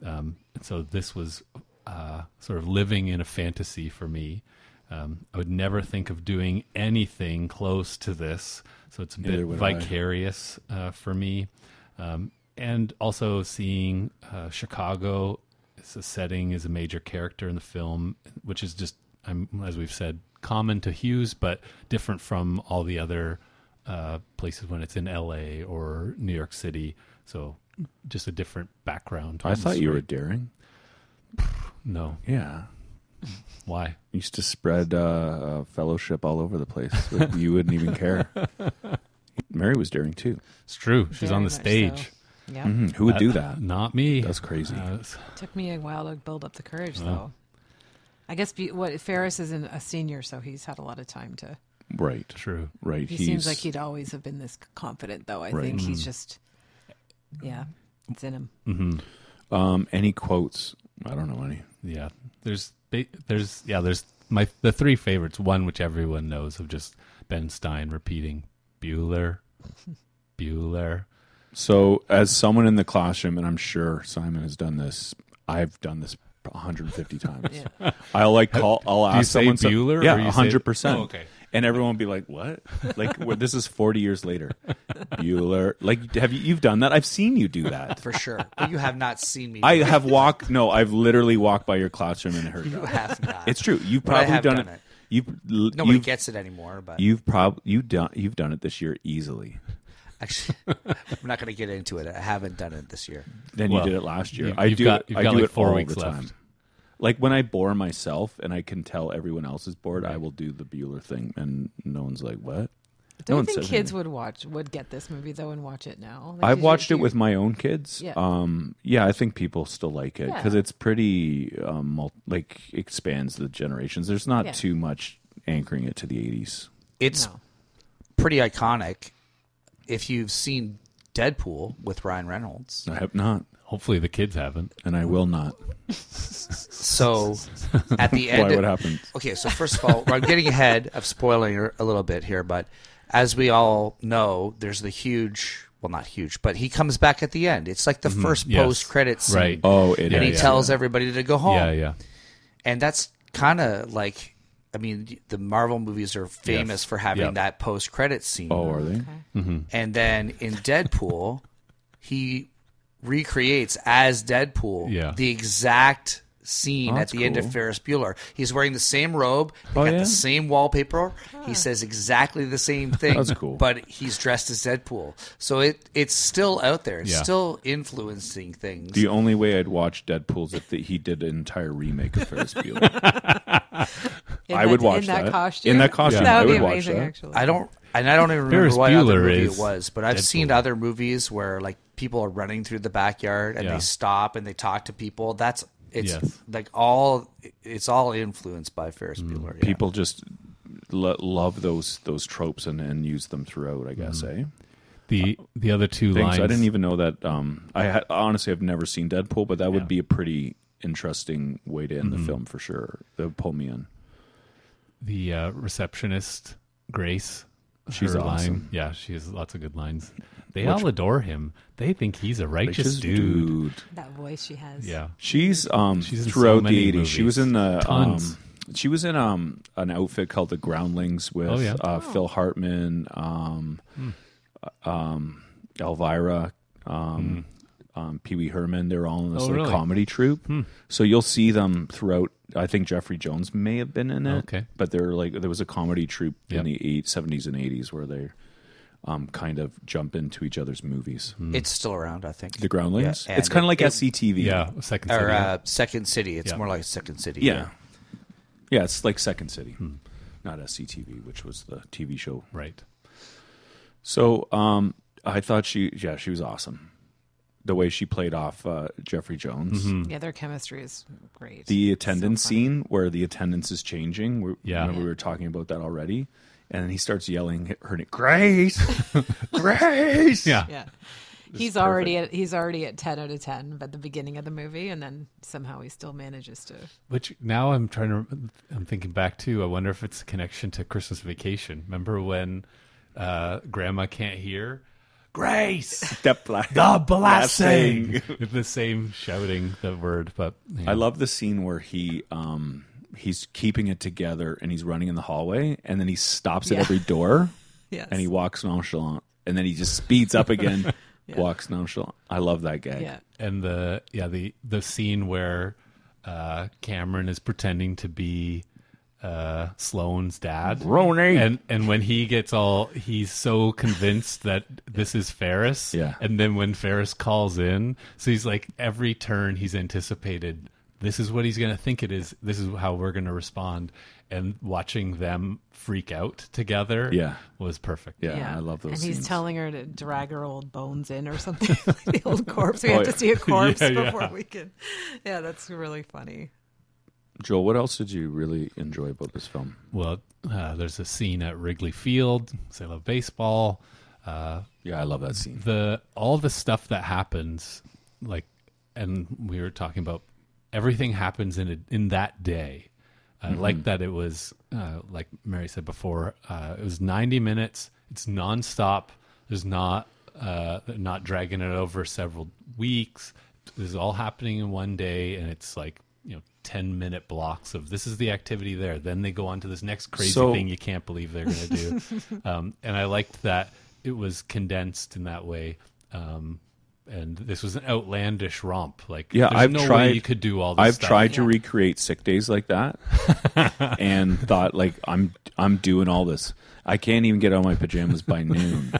[SPEAKER 3] Um, and so this was uh, sort of living in a fantasy for me. Um, I would never think of doing anything close to this. So it's a bit
[SPEAKER 2] Neither would I.
[SPEAKER 3] vicarious uh, for me. Um, and also seeing uh, Chicago as a setting is a major character in the film, which is just, I'm, as we've said, common to Hughes, but different from all the other uh, places when it's in LA or New York City. So just a different background.
[SPEAKER 2] I thought you were
[SPEAKER 3] Right.
[SPEAKER 2] daring.
[SPEAKER 3] No.
[SPEAKER 2] Yeah.
[SPEAKER 3] Why?
[SPEAKER 2] Used to spread uh, uh, fellowship all over the place. but you wouldn't even care. Mary was daring too.
[SPEAKER 3] It's true. She's
[SPEAKER 7] Very
[SPEAKER 3] on the
[SPEAKER 7] much so.
[SPEAKER 3] stage. Uh,
[SPEAKER 7] Yeah.
[SPEAKER 2] Mhm. Who would do that?
[SPEAKER 3] Not me.
[SPEAKER 2] That's crazy.
[SPEAKER 3] Uh, it's-
[SPEAKER 7] Mm. Took me a while to build up the courage,
[SPEAKER 3] Oh.
[SPEAKER 7] though. I guess be, what Ferris isn't a senior, so he's had a lot of time to.
[SPEAKER 2] Right.
[SPEAKER 3] True.
[SPEAKER 2] Right.
[SPEAKER 7] He
[SPEAKER 2] he's
[SPEAKER 7] seems like he'd always have been this confident, though. I
[SPEAKER 2] Right.
[SPEAKER 7] think he's
[SPEAKER 2] Mhm.
[SPEAKER 7] just, yeah, it's in him.
[SPEAKER 2] Mm-hmm. Um, any quotes? I don't know any.
[SPEAKER 3] Yeah, there's ba- there's yeah there's my the three favorites. One which everyone knows of just Ben Stein repeating Bueller, Bueller.
[SPEAKER 2] So, as someone in the classroom, and I'm sure Simon has done this, I've done this 150 times. I'll like call, I'll
[SPEAKER 3] Do you
[SPEAKER 2] ask
[SPEAKER 3] say
[SPEAKER 2] Uh, someone, some-
[SPEAKER 3] Bueller or
[SPEAKER 2] yeah,
[SPEAKER 3] you say-
[SPEAKER 2] 100. percent
[SPEAKER 3] Oh, okay.
[SPEAKER 2] And everyone will be like, "What? Like well, this is 40 years later, Bueller? Like, have you you've done that? I've seen you do that
[SPEAKER 16] for sure. But you have not seen me.
[SPEAKER 2] I
[SPEAKER 16] do
[SPEAKER 2] have
[SPEAKER 16] it.
[SPEAKER 2] walked. No, I've literally walked by your classroom and heard.
[SPEAKER 16] You
[SPEAKER 2] that.
[SPEAKER 16] have not.
[SPEAKER 2] It's true. You've
[SPEAKER 16] But I
[SPEAKER 2] probably
[SPEAKER 16] have
[SPEAKER 2] done,
[SPEAKER 16] done
[SPEAKER 2] it.
[SPEAKER 16] it.
[SPEAKER 2] You've l-
[SPEAKER 16] Nobody
[SPEAKER 2] you've-
[SPEAKER 16] gets it anymore, but-
[SPEAKER 2] you've probably you done you've done it this year easily.
[SPEAKER 16] Actually, I'm not going to get into it. I haven't done it this year.
[SPEAKER 2] Then you did it last year. I do. it- I do it all the time. Like when I bore myself and I can tell everyone else is bored, I will do the Bueller thing, and no one's like, "What?" no
[SPEAKER 7] Do you
[SPEAKER 2] one
[SPEAKER 7] think
[SPEAKER 2] says
[SPEAKER 7] kids
[SPEAKER 2] anything.
[SPEAKER 7] would watch would get this movie though and watch it now? Like,
[SPEAKER 2] I've
[SPEAKER 7] do you-
[SPEAKER 2] watched
[SPEAKER 7] do
[SPEAKER 2] it
[SPEAKER 7] you-
[SPEAKER 2] with my own kids.
[SPEAKER 7] Yeah.
[SPEAKER 2] Um, yeah, I think people still like it because
[SPEAKER 7] Yeah.
[SPEAKER 2] it's pretty um, mul- like expands the generations. There's not
[SPEAKER 16] Yeah.
[SPEAKER 2] too much anchoring it to the 80s.
[SPEAKER 16] It's pretty iconic. If you've seen Deadpool with Ryan Reynolds,
[SPEAKER 2] I have not.
[SPEAKER 3] Hopefully, the kids haven't,
[SPEAKER 2] and I will not.
[SPEAKER 16] So at the
[SPEAKER 2] Why,
[SPEAKER 16] end,
[SPEAKER 2] what happened?
[SPEAKER 16] Okay, so first of all, I'm getting ahead of spoiling her a little bit here, but as we all know, there's the huge. Well, not huge, but he comes back at the end. It's like the
[SPEAKER 2] Mhm,
[SPEAKER 16] first
[SPEAKER 2] yes,
[SPEAKER 16] post credit scene.
[SPEAKER 2] right. Oh, it
[SPEAKER 16] and he
[SPEAKER 2] is, yeah.
[SPEAKER 16] tells everybody to go home.
[SPEAKER 2] Yeah, yeah.
[SPEAKER 16] And that's kind of like, I mean, the Marvel movies are famous
[SPEAKER 2] Yes,
[SPEAKER 16] for having
[SPEAKER 2] yep.
[SPEAKER 16] that post credit scene.
[SPEAKER 2] Oh, are they? Mm-hmm.
[SPEAKER 16] And then in Deadpool, he recreates as Deadpool
[SPEAKER 2] Yeah.
[SPEAKER 16] the exact scene
[SPEAKER 2] Oh,
[SPEAKER 16] at
[SPEAKER 2] that's
[SPEAKER 16] the end of
[SPEAKER 2] cool.
[SPEAKER 16] Ferris Bueller. He's wearing the same robe, they
[SPEAKER 2] Oh,
[SPEAKER 16] got
[SPEAKER 2] yeah?
[SPEAKER 16] the same wallpaper. He says exactly the same thing.
[SPEAKER 2] That's cool.
[SPEAKER 16] But he's dressed as Deadpool. So it it's still out there. It's
[SPEAKER 2] Yeah.
[SPEAKER 16] still influencing things.
[SPEAKER 2] The only way I'd watch Deadpool's if the, he did an entire remake of Ferris Bueller.
[SPEAKER 7] In
[SPEAKER 2] I
[SPEAKER 7] that-
[SPEAKER 2] would watch
[SPEAKER 7] in that
[SPEAKER 2] that.
[SPEAKER 7] costume?
[SPEAKER 2] In that costume,
[SPEAKER 7] That
[SPEAKER 2] I
[SPEAKER 7] would
[SPEAKER 2] would
[SPEAKER 7] be
[SPEAKER 2] watch
[SPEAKER 7] amazing,
[SPEAKER 2] that.
[SPEAKER 7] actually.
[SPEAKER 16] I don't and I don't even remember
[SPEAKER 3] Ferris
[SPEAKER 16] what other
[SPEAKER 3] Bueller
[SPEAKER 16] movie
[SPEAKER 3] is
[SPEAKER 16] it was, but I've seen other movies where like people are running through the backyard and
[SPEAKER 3] Yeah.
[SPEAKER 16] they stop and they talk to people. That's it's
[SPEAKER 3] Yes.
[SPEAKER 16] like all it's all influenced by Ferris Bueller. yeah.
[SPEAKER 2] People just lo- love those those tropes and, and use them throughout. I guess, eh?
[SPEAKER 3] The the other two
[SPEAKER 2] Things. I
[SPEAKER 3] Mm-hmm. lines-
[SPEAKER 2] didn't even know that. Um, I ha- honestly have never seen Deadpool, but that would be a pretty interesting way to end
[SPEAKER 3] Mhm.
[SPEAKER 2] the film for sure. That would pull me in.
[SPEAKER 3] the uh, receptionist Grace.
[SPEAKER 2] She's
[SPEAKER 3] her
[SPEAKER 2] awesome.
[SPEAKER 3] Line, yeah, she has lots of good lines. They
[SPEAKER 2] Which-
[SPEAKER 3] all adore him. They think he's a righteous,
[SPEAKER 2] Righteous
[SPEAKER 3] dude.
[SPEAKER 7] that voice she has?
[SPEAKER 3] Yeah.
[SPEAKER 2] She's um
[SPEAKER 3] She's in so
[SPEAKER 2] throughout
[SPEAKER 3] many
[SPEAKER 2] the eighties. She was
[SPEAKER 3] movies.
[SPEAKER 2] in the
[SPEAKER 3] Tons.
[SPEAKER 2] um she was in um an outfit called the Groundlings with
[SPEAKER 3] Oh, yeah. Hmm.
[SPEAKER 2] uh, Phil Hartman, um, um Elvira, um, um Pee Wee Herman. They're all in this
[SPEAKER 3] Hmm. Oh,
[SPEAKER 2] like,
[SPEAKER 3] really?
[SPEAKER 2] comedy troupe.
[SPEAKER 3] Hmm.
[SPEAKER 2] So you'll see them throughout. I think Jeffrey Jones may have been in it.
[SPEAKER 3] Okay.
[SPEAKER 2] but they're like there was a comedy troupe
[SPEAKER 3] Yep.
[SPEAKER 2] in the eight seventies and eighties where they. Um, kind of jump into each other's movies.
[SPEAKER 3] Hmm.
[SPEAKER 16] It's still around, I think.
[SPEAKER 2] The Groundlings.
[SPEAKER 16] Yeah,
[SPEAKER 2] it's
[SPEAKER 16] and
[SPEAKER 2] kind
[SPEAKER 16] it-
[SPEAKER 2] of like
[SPEAKER 16] it-
[SPEAKER 2] SCTV.
[SPEAKER 16] Or, uh, Second City. It's more like Second City.
[SPEAKER 2] Yeah. Yeah, it's like Second City, not SCTV, which was the TV show.
[SPEAKER 3] Right.
[SPEAKER 2] So um, I thought she, yeah, she was awesome. The way she played off uh, Jeffrey Jones.
[SPEAKER 4] Mm-hmm.
[SPEAKER 7] Yeah, their chemistry is great.
[SPEAKER 2] The attendance scene where the attendance is changing. we
[SPEAKER 3] Yeah.
[SPEAKER 2] remember we were talking about that already. And then he starts yelling, her name, Grace, Grace.
[SPEAKER 7] yeah.
[SPEAKER 2] It's
[SPEAKER 7] He's already at he's already at ten out of ten by the beginning of the movie, and then somehow he still manages to.
[SPEAKER 3] Which now I'm trying to, I'm thinking back to, I wonder if it's a connection to Christmas vacation. Remember when uh, grandma can't hear? Grace!
[SPEAKER 2] Step like
[SPEAKER 3] the blessing! With the same shouting the word, but
[SPEAKER 2] I love the scene where he um he's keeping it together and he's running in the hallway and then he stops at
[SPEAKER 7] Yeah.
[SPEAKER 2] every door
[SPEAKER 7] Yes.
[SPEAKER 2] and he walks nonchalant and then he just speeds up again,
[SPEAKER 7] Yeah.
[SPEAKER 2] walks nonchalant. I love that guy.
[SPEAKER 7] Yeah.
[SPEAKER 3] and the yeah the the scene where uh Cameron is pretending to be uh Sloane's dad
[SPEAKER 2] Rony.
[SPEAKER 3] and and when he gets all he's so convinced that this is Ferris
[SPEAKER 2] Yeah.
[SPEAKER 3] and then when Ferris calls in so he's like every turn he's anticipated this is what he's going to think it is this is how we're going to respond and watching them freak out together
[SPEAKER 2] Yeah.
[SPEAKER 3] was perfect
[SPEAKER 7] And he's telling her to drag her old bones in or something, like the old corpse. We
[SPEAKER 2] Oh,
[SPEAKER 7] have
[SPEAKER 2] yeah.
[SPEAKER 7] to see a corpse
[SPEAKER 2] Yeah, yeah.
[SPEAKER 7] before we can. Yeah, that's really funny.
[SPEAKER 2] Joel, what else did you really enjoy about this film?
[SPEAKER 3] Well, uh, there's a scene at Wrigley Field. So I love baseball. Uh,
[SPEAKER 2] yeah, I love that scene.
[SPEAKER 3] The all the stuff that happens, like, and we were talking about everything happens in a, in that day. I like
[SPEAKER 2] Mhm.
[SPEAKER 3] that it was, uh, like Mary said before, uh, it was 90 minutes. It's nonstop. There's not uh, they're not dragging it over several weeks. This is all happening in one day, and it's like you know 10 minute blocks of this is the activity there. Then they go on to this next crazy
[SPEAKER 2] So-
[SPEAKER 3] thing you can't believe they're going to do. um, and I liked that it was condensed in that way. Um, and this was an outlandish romp. Like,
[SPEAKER 2] Yeah,
[SPEAKER 3] there's
[SPEAKER 2] I've
[SPEAKER 3] no way
[SPEAKER 2] tried.
[SPEAKER 3] you could do all this.
[SPEAKER 2] I've
[SPEAKER 3] stuff.
[SPEAKER 2] tried to recreate sick days like that, and thought like I'm I'm doing all this. I can't even get out of my pajamas by noon.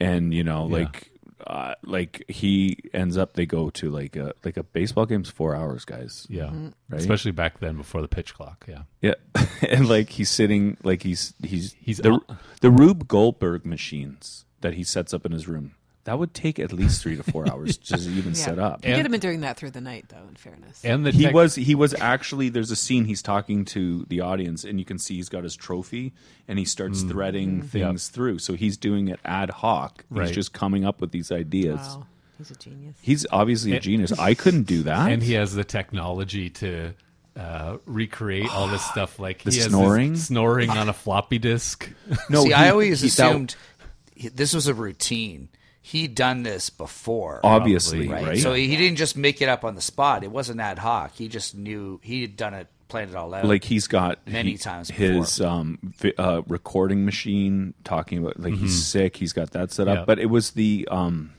[SPEAKER 2] and you know like uh, like he ends up they go to like a like a baseball game's four hours guys
[SPEAKER 3] Yeah. Mhm.
[SPEAKER 2] right
[SPEAKER 3] Especially back then before the pitch clock. Yeah.
[SPEAKER 2] yeah and like he's sitting like he's he's he's the, the rube goldberg machines that he sets up in his room that would take at least three to four hours to even set up
[SPEAKER 4] You could have been doing that through the night, though. In fairness,
[SPEAKER 3] And the
[SPEAKER 2] he
[SPEAKER 3] tech-
[SPEAKER 2] was he was actually there's a scene he's talking to the audience and you can see he's got his trophy and he starts
[SPEAKER 3] Mm.
[SPEAKER 2] threading
[SPEAKER 3] Mm.
[SPEAKER 2] things through. So he's doing it ad hoc.
[SPEAKER 3] Right.
[SPEAKER 2] He's just coming up with these ideas.
[SPEAKER 4] Wow. He's a genius.
[SPEAKER 2] He's obviously a
[SPEAKER 3] And-
[SPEAKER 2] genius. I couldn't do that.
[SPEAKER 3] And he has the technology to uh, recreate all this stuff like
[SPEAKER 2] The
[SPEAKER 3] he has this
[SPEAKER 2] snoring?
[SPEAKER 3] snoring on a floppy disk.
[SPEAKER 16] No, see, I always assumed he- this was a routine. He'd done this before,
[SPEAKER 2] Obviously, right?
[SPEAKER 16] So he didn't just make it up on the spot. It wasn't ad hoc. He just knew he had done it, planned it all out.
[SPEAKER 2] like he's got
[SPEAKER 16] many
[SPEAKER 2] he-
[SPEAKER 16] times
[SPEAKER 2] his um vi- uh recording machine talking about like
[SPEAKER 16] Mhm.
[SPEAKER 2] he's
[SPEAKER 3] Mm-hmm.
[SPEAKER 2] sick he's got that set up
[SPEAKER 16] Yeah.
[SPEAKER 2] but it was the um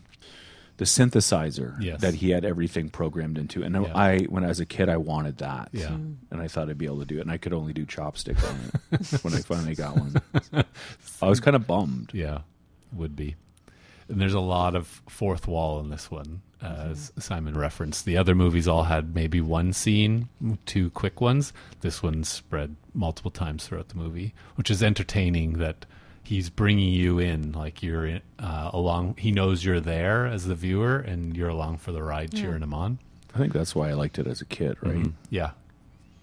[SPEAKER 2] the synthesizer
[SPEAKER 3] Yes.
[SPEAKER 2] that he had everything programmed into and i when i was a kid i wanted that Mm-hmm.
[SPEAKER 3] Yeah. Mm.
[SPEAKER 2] and i thought i'd be able to do it and i could only do chopstick on it when i finally got one i was kind of bummed
[SPEAKER 3] Yeah, would be. And there's a lot of fourth wall in this one, uh, as Simon referenced. The other movies all had maybe one scene, two quick ones. This one spread multiple times throughout the movie, which is entertaining that he's bringing you in, like you're in, uh, along. He knows you're there as the viewer, and you're along for the ride,
[SPEAKER 2] Yeah.
[SPEAKER 3] cheering him on.
[SPEAKER 2] i think that's why i liked it as a kid right
[SPEAKER 3] Mhm. Yeah.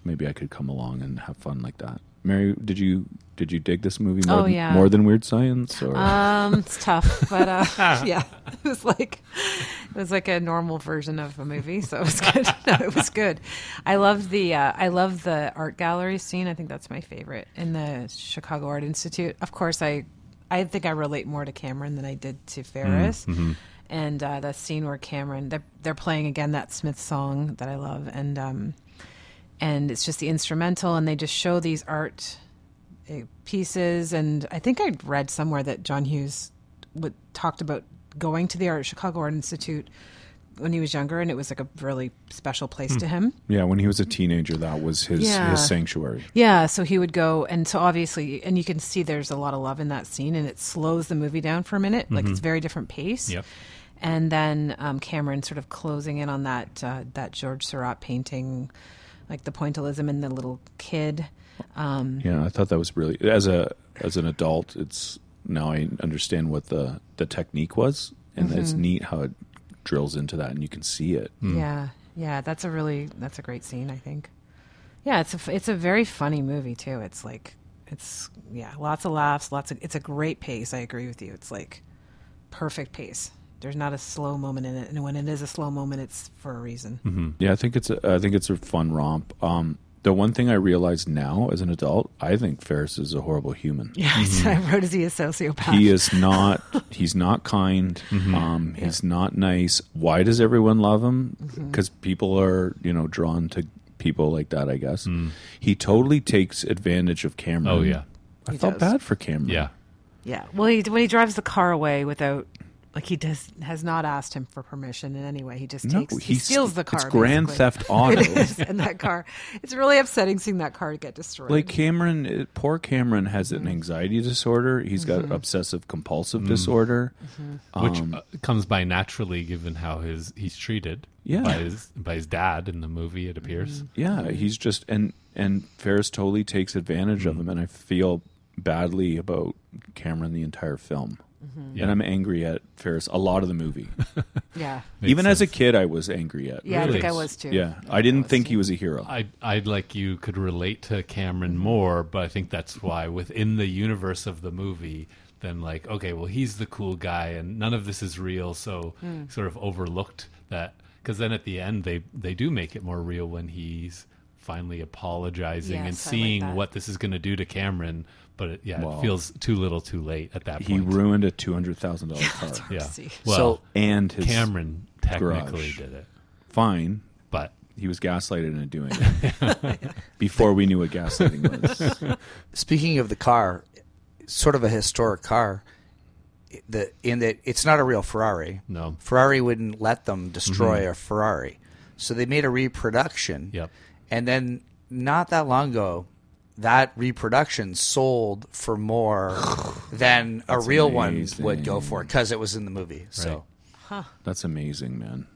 [SPEAKER 2] maybe i could come along and have fun like that mary did you did you dig this movie
[SPEAKER 4] Oh,
[SPEAKER 2] more, than,
[SPEAKER 4] yeah.
[SPEAKER 2] more than weird science or
[SPEAKER 4] Um, it's tough, but uh, yeah, it was like it was like a normal version of a movie, so it was good. No, it was good. I love the uh, I love the art gallery scene. I think that's my favorite in the Chicago Art Institute. Of course, I I think I relate more to Cameron than I did to Ferris.
[SPEAKER 7] mhm.
[SPEAKER 4] And uh, that scene where Cameron they're, they're playing again that Smith song that I love, and um, and it's just the instrumental, and they just show these art uh, pieces and i think i read somewhere that john hughes would, talked about going to the art chicago art institute when he was younger and it was like a really special place to him
[SPEAKER 2] Yeah, when he was a teenager, that was his
[SPEAKER 4] Yeah.
[SPEAKER 2] his sanctuary.
[SPEAKER 4] yeah so he would go and so obviously and you can see there's a lot of love in that scene and it slows the movie down for a minute like it's
[SPEAKER 7] Mhm.
[SPEAKER 4] very different pace
[SPEAKER 7] Yep.
[SPEAKER 4] and then um, cameron sort of closing in on that uh, that george Surratt painting like the pointillism and the little kid um,
[SPEAKER 2] Yeah, I thought that was really as a as an adult. It's now I understand what the the technique was, and it's
[SPEAKER 4] Mhm.
[SPEAKER 2] neat how it drills into that, and you can see it.
[SPEAKER 4] Yeah, yeah, that's a really that's a great scene. I think. Yeah, it's a f- it's a very funny movie too. It's like it's yeah, lots of laughs, lots of it's a great pace. I agree with you. It's like perfect pace. There's not a slow moment in it, and when it is a slow moment, it's for a reason.
[SPEAKER 2] Yeah, I think it's a, I think it's a fun romp. Um, the one thing I realize now as an adult, I think Ferris is a horrible human.
[SPEAKER 4] Yeah, I wrote as he a sociopath.
[SPEAKER 2] Mm-hmm. He is not. He's not kind.
[SPEAKER 3] Mm-hmm.
[SPEAKER 2] Um, he's not nice. Why does everyone love him?
[SPEAKER 4] Mm-hmm.
[SPEAKER 2] Because people are, you know, drawn to people like that. I guess he totally takes advantage of Cameron.
[SPEAKER 3] Mm. Oh, yeah.
[SPEAKER 2] I
[SPEAKER 4] He
[SPEAKER 2] felt
[SPEAKER 4] does.
[SPEAKER 2] bad for Cameron.
[SPEAKER 3] Yeah,
[SPEAKER 4] Yeah. Well, he, when he drives the car away without. Like he does, has not asked him for permission in any way. He just
[SPEAKER 2] No,
[SPEAKER 4] takes, he,
[SPEAKER 2] he
[SPEAKER 4] steals
[SPEAKER 2] st-
[SPEAKER 4] the car.
[SPEAKER 2] it's Grand
[SPEAKER 4] basically.
[SPEAKER 2] Theft Auto.
[SPEAKER 4] It is, and that car, it's really upsetting seeing that car get destroyed.
[SPEAKER 2] Like Cameron, it- poor Cameron has
[SPEAKER 4] Mm-hmm.
[SPEAKER 2] an anxiety disorder. He's got obsessive compulsive
[SPEAKER 3] Mm.
[SPEAKER 2] disorder,
[SPEAKER 4] Mm-hmm.
[SPEAKER 3] which
[SPEAKER 2] Um,
[SPEAKER 3] uh, comes by naturally given how his he's treated
[SPEAKER 2] Yeah.
[SPEAKER 3] by his by his dad in the movie it appears
[SPEAKER 2] yeah, he's just and and Ferris totally takes advantage
[SPEAKER 3] Mm-hmm.
[SPEAKER 2] of him, and I feel badly about Cameron the entire film,
[SPEAKER 3] Yeah.
[SPEAKER 2] and I'm angry at Ferris a lot of the movie.
[SPEAKER 4] Yeah.
[SPEAKER 3] Makes
[SPEAKER 2] even as a kid, I was angry at.
[SPEAKER 4] Yeah, I think
[SPEAKER 2] Ferris.
[SPEAKER 4] I was too.
[SPEAKER 2] Yeah, I didn't think he was a hero.
[SPEAKER 3] I, I'd like you could relate to Cameron
[SPEAKER 2] Mm-hmm.
[SPEAKER 3] more, but I think that's why within the universe of the movie, then like, okay, well, he's the cool guy, and none of this is real, so
[SPEAKER 2] Hmm.
[SPEAKER 3] sort of overlooked that. Because then at the end, they they do make it more real when he's finally apologizing and
[SPEAKER 2] Yes, I like
[SPEAKER 3] seeing
[SPEAKER 2] that.
[SPEAKER 3] what this is going to do to Cameron. But it, yeah,
[SPEAKER 2] Wow.
[SPEAKER 3] it feels too little, too late at that
[SPEAKER 2] He
[SPEAKER 3] point.
[SPEAKER 2] ruined a two hundred thousand dollars car.
[SPEAKER 3] yeah. Well,
[SPEAKER 2] Well, and his
[SPEAKER 3] Cameron technically
[SPEAKER 2] garage.
[SPEAKER 3] did it.
[SPEAKER 2] Fine,
[SPEAKER 3] but
[SPEAKER 2] he was gaslighted into doing it before we knew what gaslighting was.
[SPEAKER 16] Speaking of the car, sort of a historic car. The in that it's not a real Ferrari.
[SPEAKER 3] No,
[SPEAKER 16] Ferrari wouldn't let them destroy
[SPEAKER 3] Mhm.
[SPEAKER 16] a Ferrari, so they made a reproduction.
[SPEAKER 3] Yep.
[SPEAKER 16] And then not that long ago, that reproduction sold for more than a
[SPEAKER 2] That's
[SPEAKER 16] real
[SPEAKER 2] amazing.
[SPEAKER 16] one would go for because it was in the movie. So
[SPEAKER 2] Right.
[SPEAKER 7] Huh.
[SPEAKER 2] That's amazing, man.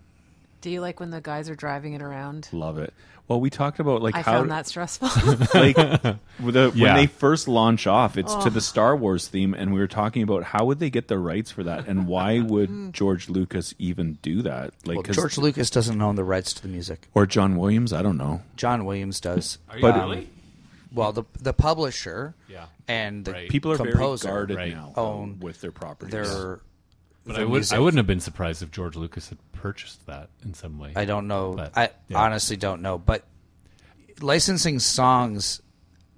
[SPEAKER 7] Do you like when the guys are driving it around?
[SPEAKER 2] Love it. Well, we talked about like
[SPEAKER 7] I
[SPEAKER 2] how
[SPEAKER 7] found that stressful.
[SPEAKER 2] like the, when
[SPEAKER 3] Yeah.
[SPEAKER 2] they first launch off, it's
[SPEAKER 7] Oh.
[SPEAKER 2] to the Star Wars theme, and we were talking about how would they get the rights for that, and why would George Lucas even do that? Like
[SPEAKER 16] Well,
[SPEAKER 2] 'cause-
[SPEAKER 16] George Lucas doesn't own the rights to the music.
[SPEAKER 2] or John Williams, I don't know.
[SPEAKER 16] John Williams does.
[SPEAKER 2] Are you But- really?
[SPEAKER 16] Well, the the publisher,
[SPEAKER 3] Yeah.
[SPEAKER 16] and the
[SPEAKER 3] Right.
[SPEAKER 2] People are very
[SPEAKER 16] composer
[SPEAKER 2] guarded Right. now, though,
[SPEAKER 16] own
[SPEAKER 2] with their properties.
[SPEAKER 16] Their,
[SPEAKER 3] But
[SPEAKER 16] their
[SPEAKER 3] I, would,
[SPEAKER 16] music.
[SPEAKER 3] I wouldn't have been surprised if George Lucas had purchased that in some way.
[SPEAKER 16] I don't know.
[SPEAKER 3] But-
[SPEAKER 16] I
[SPEAKER 3] yeah.
[SPEAKER 16] honestly don't know. But licensing songs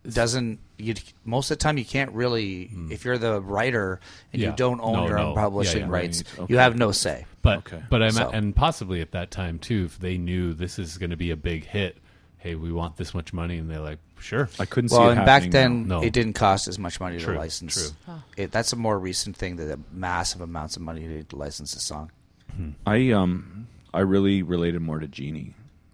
[SPEAKER 16] doesn't. You most of the time you can't really. If you're the writer and
[SPEAKER 3] Hmm. Yeah.
[SPEAKER 16] you don't own
[SPEAKER 3] No,
[SPEAKER 16] your
[SPEAKER 3] no.
[SPEAKER 16] own publishing
[SPEAKER 3] Yeah, yeah.
[SPEAKER 16] rights,
[SPEAKER 3] Right.
[SPEAKER 16] you
[SPEAKER 3] Okay.
[SPEAKER 16] have no say.
[SPEAKER 3] But but I'm
[SPEAKER 16] So-
[SPEAKER 3] and possibly at that time too, if they knew this is going to be a big hit, hey, we want this much money, and they're like, sure.
[SPEAKER 2] I couldn't
[SPEAKER 16] well, and back then
[SPEAKER 3] No.
[SPEAKER 16] it didn't cost as much money
[SPEAKER 3] True,
[SPEAKER 16] to license.
[SPEAKER 3] true.
[SPEAKER 16] It, that's a more recent thing that the massive amounts of money to license a song.
[SPEAKER 2] I um I really related more to Genie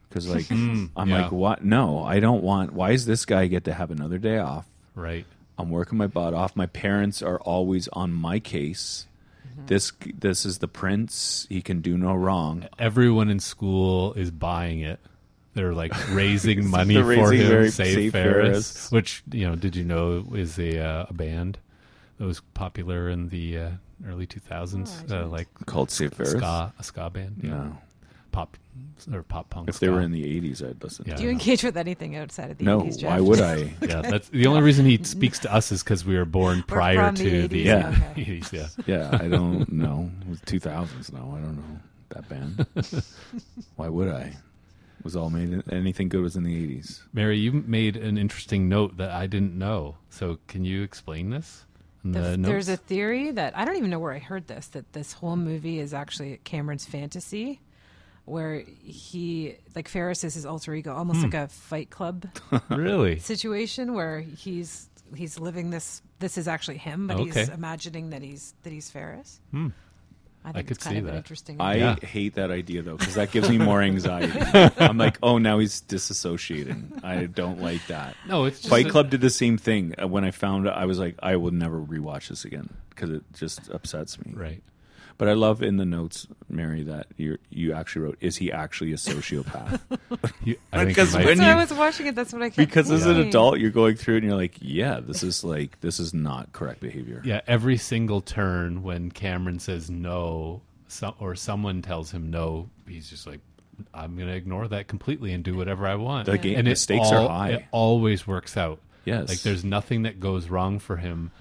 [SPEAKER 2] because like
[SPEAKER 16] Mm,
[SPEAKER 2] I'm
[SPEAKER 3] yeah.
[SPEAKER 2] like what? No, I don't want. Why is this guy get to have another day off?
[SPEAKER 3] Right.
[SPEAKER 2] I'm working my butt off. My parents are always on my case.
[SPEAKER 3] Mm-hmm.
[SPEAKER 2] This this is the prince. He can do no wrong.
[SPEAKER 3] Everyone in school is buying it. They're like raising
[SPEAKER 2] It's
[SPEAKER 3] money
[SPEAKER 2] the
[SPEAKER 3] for
[SPEAKER 2] Raising
[SPEAKER 3] him,
[SPEAKER 2] Very-
[SPEAKER 3] save,
[SPEAKER 2] Save
[SPEAKER 3] Ferris,
[SPEAKER 2] Ferris.
[SPEAKER 3] which you know, did you know is a, uh, a band that was popular in the uh, early 2000s, uh, like
[SPEAKER 2] Called Save Ferris?
[SPEAKER 3] ska, a ska band, yeah.
[SPEAKER 2] No.
[SPEAKER 3] pop or pop punk.
[SPEAKER 2] If they were
[SPEAKER 3] ska.
[SPEAKER 2] in the 80s, I'd listen.
[SPEAKER 3] Yeah.
[SPEAKER 2] to
[SPEAKER 7] Do you
[SPEAKER 2] them.
[SPEAKER 7] engage with anything outside of the
[SPEAKER 2] No,
[SPEAKER 7] 80s,
[SPEAKER 2] why
[SPEAKER 7] Jeff?
[SPEAKER 2] would I?
[SPEAKER 3] yeah, that's the only reason he speaks to us is because we were born prior
[SPEAKER 7] from the
[SPEAKER 3] to
[SPEAKER 7] 80s,
[SPEAKER 3] the
[SPEAKER 2] Yeah.
[SPEAKER 3] yeah. 80s. Yeah,
[SPEAKER 2] yeah, I don't know. It was 2000s now. I don't know that band. Why would I? It was all made. In, anything good was in the 80s.
[SPEAKER 3] Mary, you made an interesting note that I didn't know. So can you explain this? in
[SPEAKER 7] The-
[SPEAKER 2] Uh,
[SPEAKER 3] the
[SPEAKER 7] there's a
[SPEAKER 3] notes?
[SPEAKER 7] theory that I don't even know where I heard this that this whole movie is actually Cameron's fantasy, where he like Ferris is his alter ego, almost
[SPEAKER 3] Hmm.
[SPEAKER 7] like a Fight Club
[SPEAKER 3] Really?
[SPEAKER 7] situation where he's he's living this. This is actually him, but he's
[SPEAKER 2] Okay.
[SPEAKER 7] imagining that he's that he's Ferris.
[SPEAKER 2] Hmm.
[SPEAKER 7] I think it's kind of an interesting.
[SPEAKER 2] I
[SPEAKER 7] idea.
[SPEAKER 2] hate that idea though because that gives me more anxiety. I'm like, oh, now he's disassociating. I don't like that.
[SPEAKER 3] No, it's just
[SPEAKER 2] Fight
[SPEAKER 3] a-
[SPEAKER 2] Club did the same thing. Uh, When I found, I was like, I will never rewatch this again because it just upsets me.
[SPEAKER 3] Right.
[SPEAKER 2] But I love in the notes, Mary, that you you actually wrote, is he actually a sociopath?
[SPEAKER 3] You-
[SPEAKER 7] I
[SPEAKER 3] think
[SPEAKER 2] because
[SPEAKER 3] it might
[SPEAKER 2] when
[SPEAKER 7] so
[SPEAKER 2] you,
[SPEAKER 7] I was watching it. That's what I kept
[SPEAKER 2] because as an
[SPEAKER 7] thinking.
[SPEAKER 2] adult, you're going through it and you're like, yeah, this is like this is not correct behavior.
[SPEAKER 3] Yeah, every single turn when Cameron says no, so, or someone tells him no, he's just like, "I'm going to ignore that completely and do whatever I want."
[SPEAKER 2] The Yeah. game-
[SPEAKER 3] and
[SPEAKER 2] the
[SPEAKER 3] it
[SPEAKER 2] stakes are
[SPEAKER 3] all-
[SPEAKER 2] high.
[SPEAKER 3] It always works out.
[SPEAKER 2] Yes.
[SPEAKER 3] like there's nothing that goes wrong for him,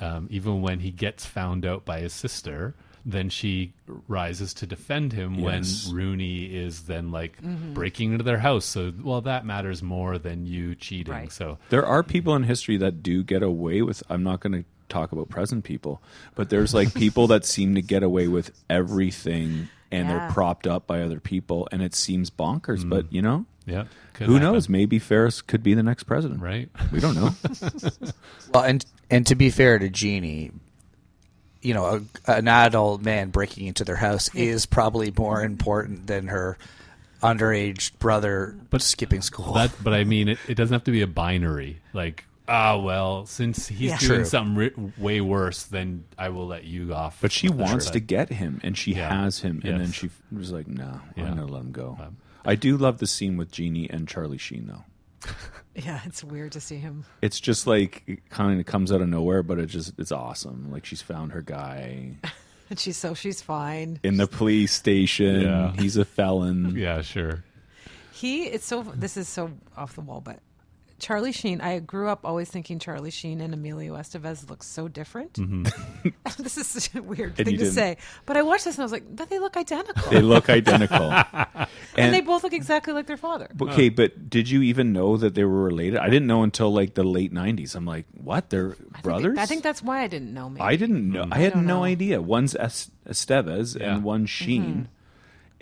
[SPEAKER 3] um, even when he gets found out by his sister. Then she rises to defend him
[SPEAKER 2] Yes.
[SPEAKER 3] when Rooney is then like
[SPEAKER 2] Mhm.
[SPEAKER 3] breaking into their house. So, well, that matters more than you cheating.
[SPEAKER 2] Right.
[SPEAKER 3] So,
[SPEAKER 2] There are people in history that do get away with. I'm not going to talk about present people, but there's like people that seem to get away with everything, and
[SPEAKER 3] Yeah.
[SPEAKER 2] they're propped up by other people, and it seems bonkers.
[SPEAKER 3] Mm.
[SPEAKER 2] But you know,
[SPEAKER 3] Yeah, could
[SPEAKER 2] who
[SPEAKER 3] happen.
[SPEAKER 2] knows? Maybe Ferris could be the next president.
[SPEAKER 3] Right?
[SPEAKER 2] We don't know.
[SPEAKER 16] Well, and and to be fair to Genie, you know, a, an adult man breaking into their house is probably more important than her underage brother skipping school.
[SPEAKER 3] That, but I mean, it, it doesn't have to be a binary. Like, ah, well, since he's
[SPEAKER 16] Yeah.
[SPEAKER 3] doing
[SPEAKER 16] True.
[SPEAKER 3] something ri- way worse, then I will let you off.
[SPEAKER 2] But she
[SPEAKER 3] the
[SPEAKER 2] wants
[SPEAKER 3] hook.
[SPEAKER 2] to get him, and she
[SPEAKER 3] Yeah.
[SPEAKER 2] has him, and then
[SPEAKER 3] Yes.
[SPEAKER 2] she f- was like, "No,
[SPEAKER 3] Yeah.
[SPEAKER 2] I'm going to let him go." I do love the scene with Jeannie and Charlie Sheen, though.
[SPEAKER 7] yeah, it's weird to see him.
[SPEAKER 2] It's just like it kind of comes out of nowhere, but it just it's awesome. Like she's found her guy.
[SPEAKER 7] And she's so she's fine.
[SPEAKER 2] in the police station.
[SPEAKER 3] Yeah.
[SPEAKER 2] He's a felon.
[SPEAKER 3] Yeah, sure.
[SPEAKER 7] He it's so this is so off the wall, but Charlie Sheen. I grew up always thinking Charlie Sheen and Emilio Estevez look so different.
[SPEAKER 3] Mm-hmm.
[SPEAKER 7] this is such a weird
[SPEAKER 2] And
[SPEAKER 7] thing
[SPEAKER 2] you
[SPEAKER 7] to
[SPEAKER 2] didn't.
[SPEAKER 7] say, but I watched this and I was like, but they look identical.
[SPEAKER 2] They look identical.
[SPEAKER 7] and,
[SPEAKER 2] And-
[SPEAKER 7] they both look exactly like their father.
[SPEAKER 2] Okay, but did you even know that they were related? I didn't know until like the late '90s. I'm like, what? They're brothers?
[SPEAKER 7] I think that's why I didn't know. Maybe.
[SPEAKER 2] I didn't
[SPEAKER 3] Hmm.
[SPEAKER 2] know. I had no idea. One's Es- Estevez and one Sheen,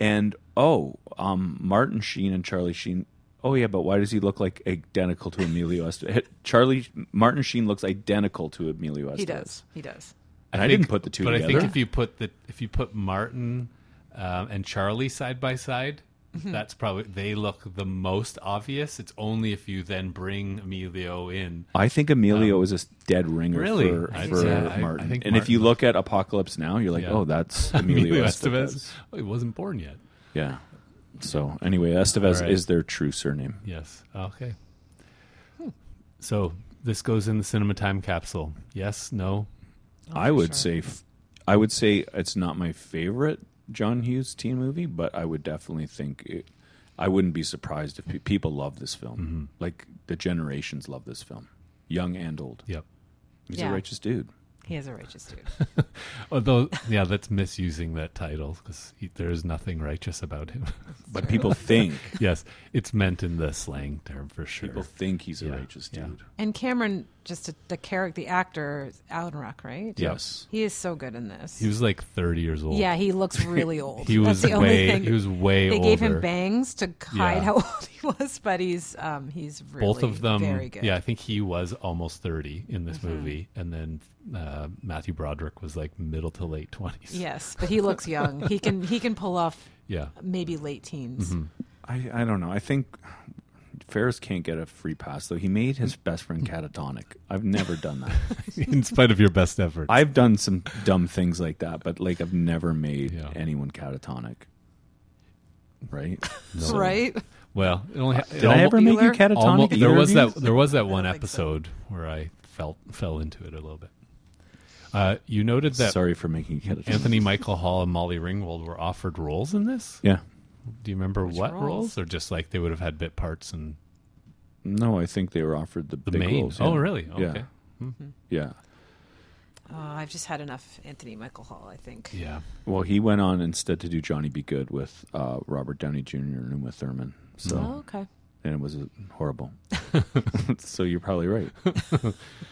[SPEAKER 2] and oh, um, Martin Sheen and Charlie Sheen. Oh yeah, but why does he look like identical to Emilio Estevez? Charlie Martin Sheen looks identical to Emilio Estevez.
[SPEAKER 7] He does. He does.
[SPEAKER 2] And I,
[SPEAKER 3] think-
[SPEAKER 2] didn't put the two
[SPEAKER 3] but
[SPEAKER 2] together.
[SPEAKER 3] I think if you put the if you put Martin um, and Charlie side by side,
[SPEAKER 4] Mhm.
[SPEAKER 3] That's probably they look the most obvious. It's only if you then bring Emilio in.
[SPEAKER 2] I think Emilio is a dead ringer
[SPEAKER 3] Um, Really?
[SPEAKER 2] for,
[SPEAKER 3] I-
[SPEAKER 2] for
[SPEAKER 3] yeah, I- I
[SPEAKER 2] Martin.
[SPEAKER 3] think
[SPEAKER 2] and if you look at Apocalypse Now, you're like,
[SPEAKER 3] Yeah.
[SPEAKER 2] oh, that's Emilio Estevez.
[SPEAKER 3] Oh, he wasn't born yet.
[SPEAKER 2] Yeah. So anyway, Estevez
[SPEAKER 3] All right.
[SPEAKER 2] is their true surname.
[SPEAKER 3] Yes. Okay. So this goes in the cinema time capsule. Yes. No.
[SPEAKER 2] I would say, f- I would say it's not my favorite John Hughes teen movie, but I would definitely think it. I wouldn't be surprised if pe- people love this film. Like the generations love this film, young and old.
[SPEAKER 3] Yep.
[SPEAKER 2] He's
[SPEAKER 4] Yeah.
[SPEAKER 2] a righteous dude.
[SPEAKER 4] He is a righteous dude.
[SPEAKER 3] Although, yeah, that's misusing that title because there is nothing righteous about him.
[SPEAKER 2] But people think.
[SPEAKER 3] yes, it's meant in the slang term for sure.
[SPEAKER 2] People think he's a righteous
[SPEAKER 3] dude.
[SPEAKER 4] And Cameron, just a, the character, the actor, is Alan Rock, right?
[SPEAKER 3] Yes.
[SPEAKER 4] He is so good in this.
[SPEAKER 3] He was like 30 years old.
[SPEAKER 4] Yeah, he looks really old.
[SPEAKER 3] He was
[SPEAKER 4] That's the only
[SPEAKER 3] way-
[SPEAKER 4] thing.
[SPEAKER 3] he was way
[SPEAKER 4] They gave him
[SPEAKER 3] older.
[SPEAKER 4] bangs to hide
[SPEAKER 3] Yeah.
[SPEAKER 4] how old he was, but he's um he's really
[SPEAKER 3] Both of them.
[SPEAKER 4] very good. Mm-hmm.
[SPEAKER 3] Yeah, I think he was almost 30 in this movie. And then uh, Matthew Broderick was like middle to late 20s.
[SPEAKER 4] Yes, but he looks young. he can he can pull off
[SPEAKER 3] Yeah.
[SPEAKER 4] maybe late teens.
[SPEAKER 3] Mm-hmm.
[SPEAKER 2] I I don't know. I think Ferris can't get a free pass though. He made his best friend catatonic. I've never done that.
[SPEAKER 3] In spite of your best efforts.
[SPEAKER 2] I've done some dumb things like that, but like I've never made anyone catatonic. Right?
[SPEAKER 4] Right?
[SPEAKER 3] Well, it only, it
[SPEAKER 2] Did I ever make you catatonic
[SPEAKER 3] almo-
[SPEAKER 2] in
[SPEAKER 3] there was that
[SPEAKER 2] interviews?
[SPEAKER 3] there was that one episode where I felt fell into it a little bit. Uh, you noted that
[SPEAKER 2] Sorry for making you catatonic.
[SPEAKER 3] Anthony Michael Hall and Molly Ringwald were offered roles in this.
[SPEAKER 2] Yeah.
[SPEAKER 3] Do you remember what roles?
[SPEAKER 2] roles?
[SPEAKER 3] or just like they would have had bit parts and
[SPEAKER 2] No, I think they were offered the,
[SPEAKER 3] The
[SPEAKER 2] big
[SPEAKER 3] main.
[SPEAKER 2] roles,
[SPEAKER 3] Oh,
[SPEAKER 2] yeah.
[SPEAKER 3] really?
[SPEAKER 2] Yeah.
[SPEAKER 3] Okay.
[SPEAKER 2] Yeah.
[SPEAKER 4] Oh, I've just had enough Anthony Michael Hall, I think.
[SPEAKER 3] Yeah.
[SPEAKER 2] Well, he went on instead to do Johnny Be Good with uh, Robert Downey Jr. and Uma Thurman. So
[SPEAKER 4] Oh, okay.
[SPEAKER 2] And it was uh, horrible. so you're probably right.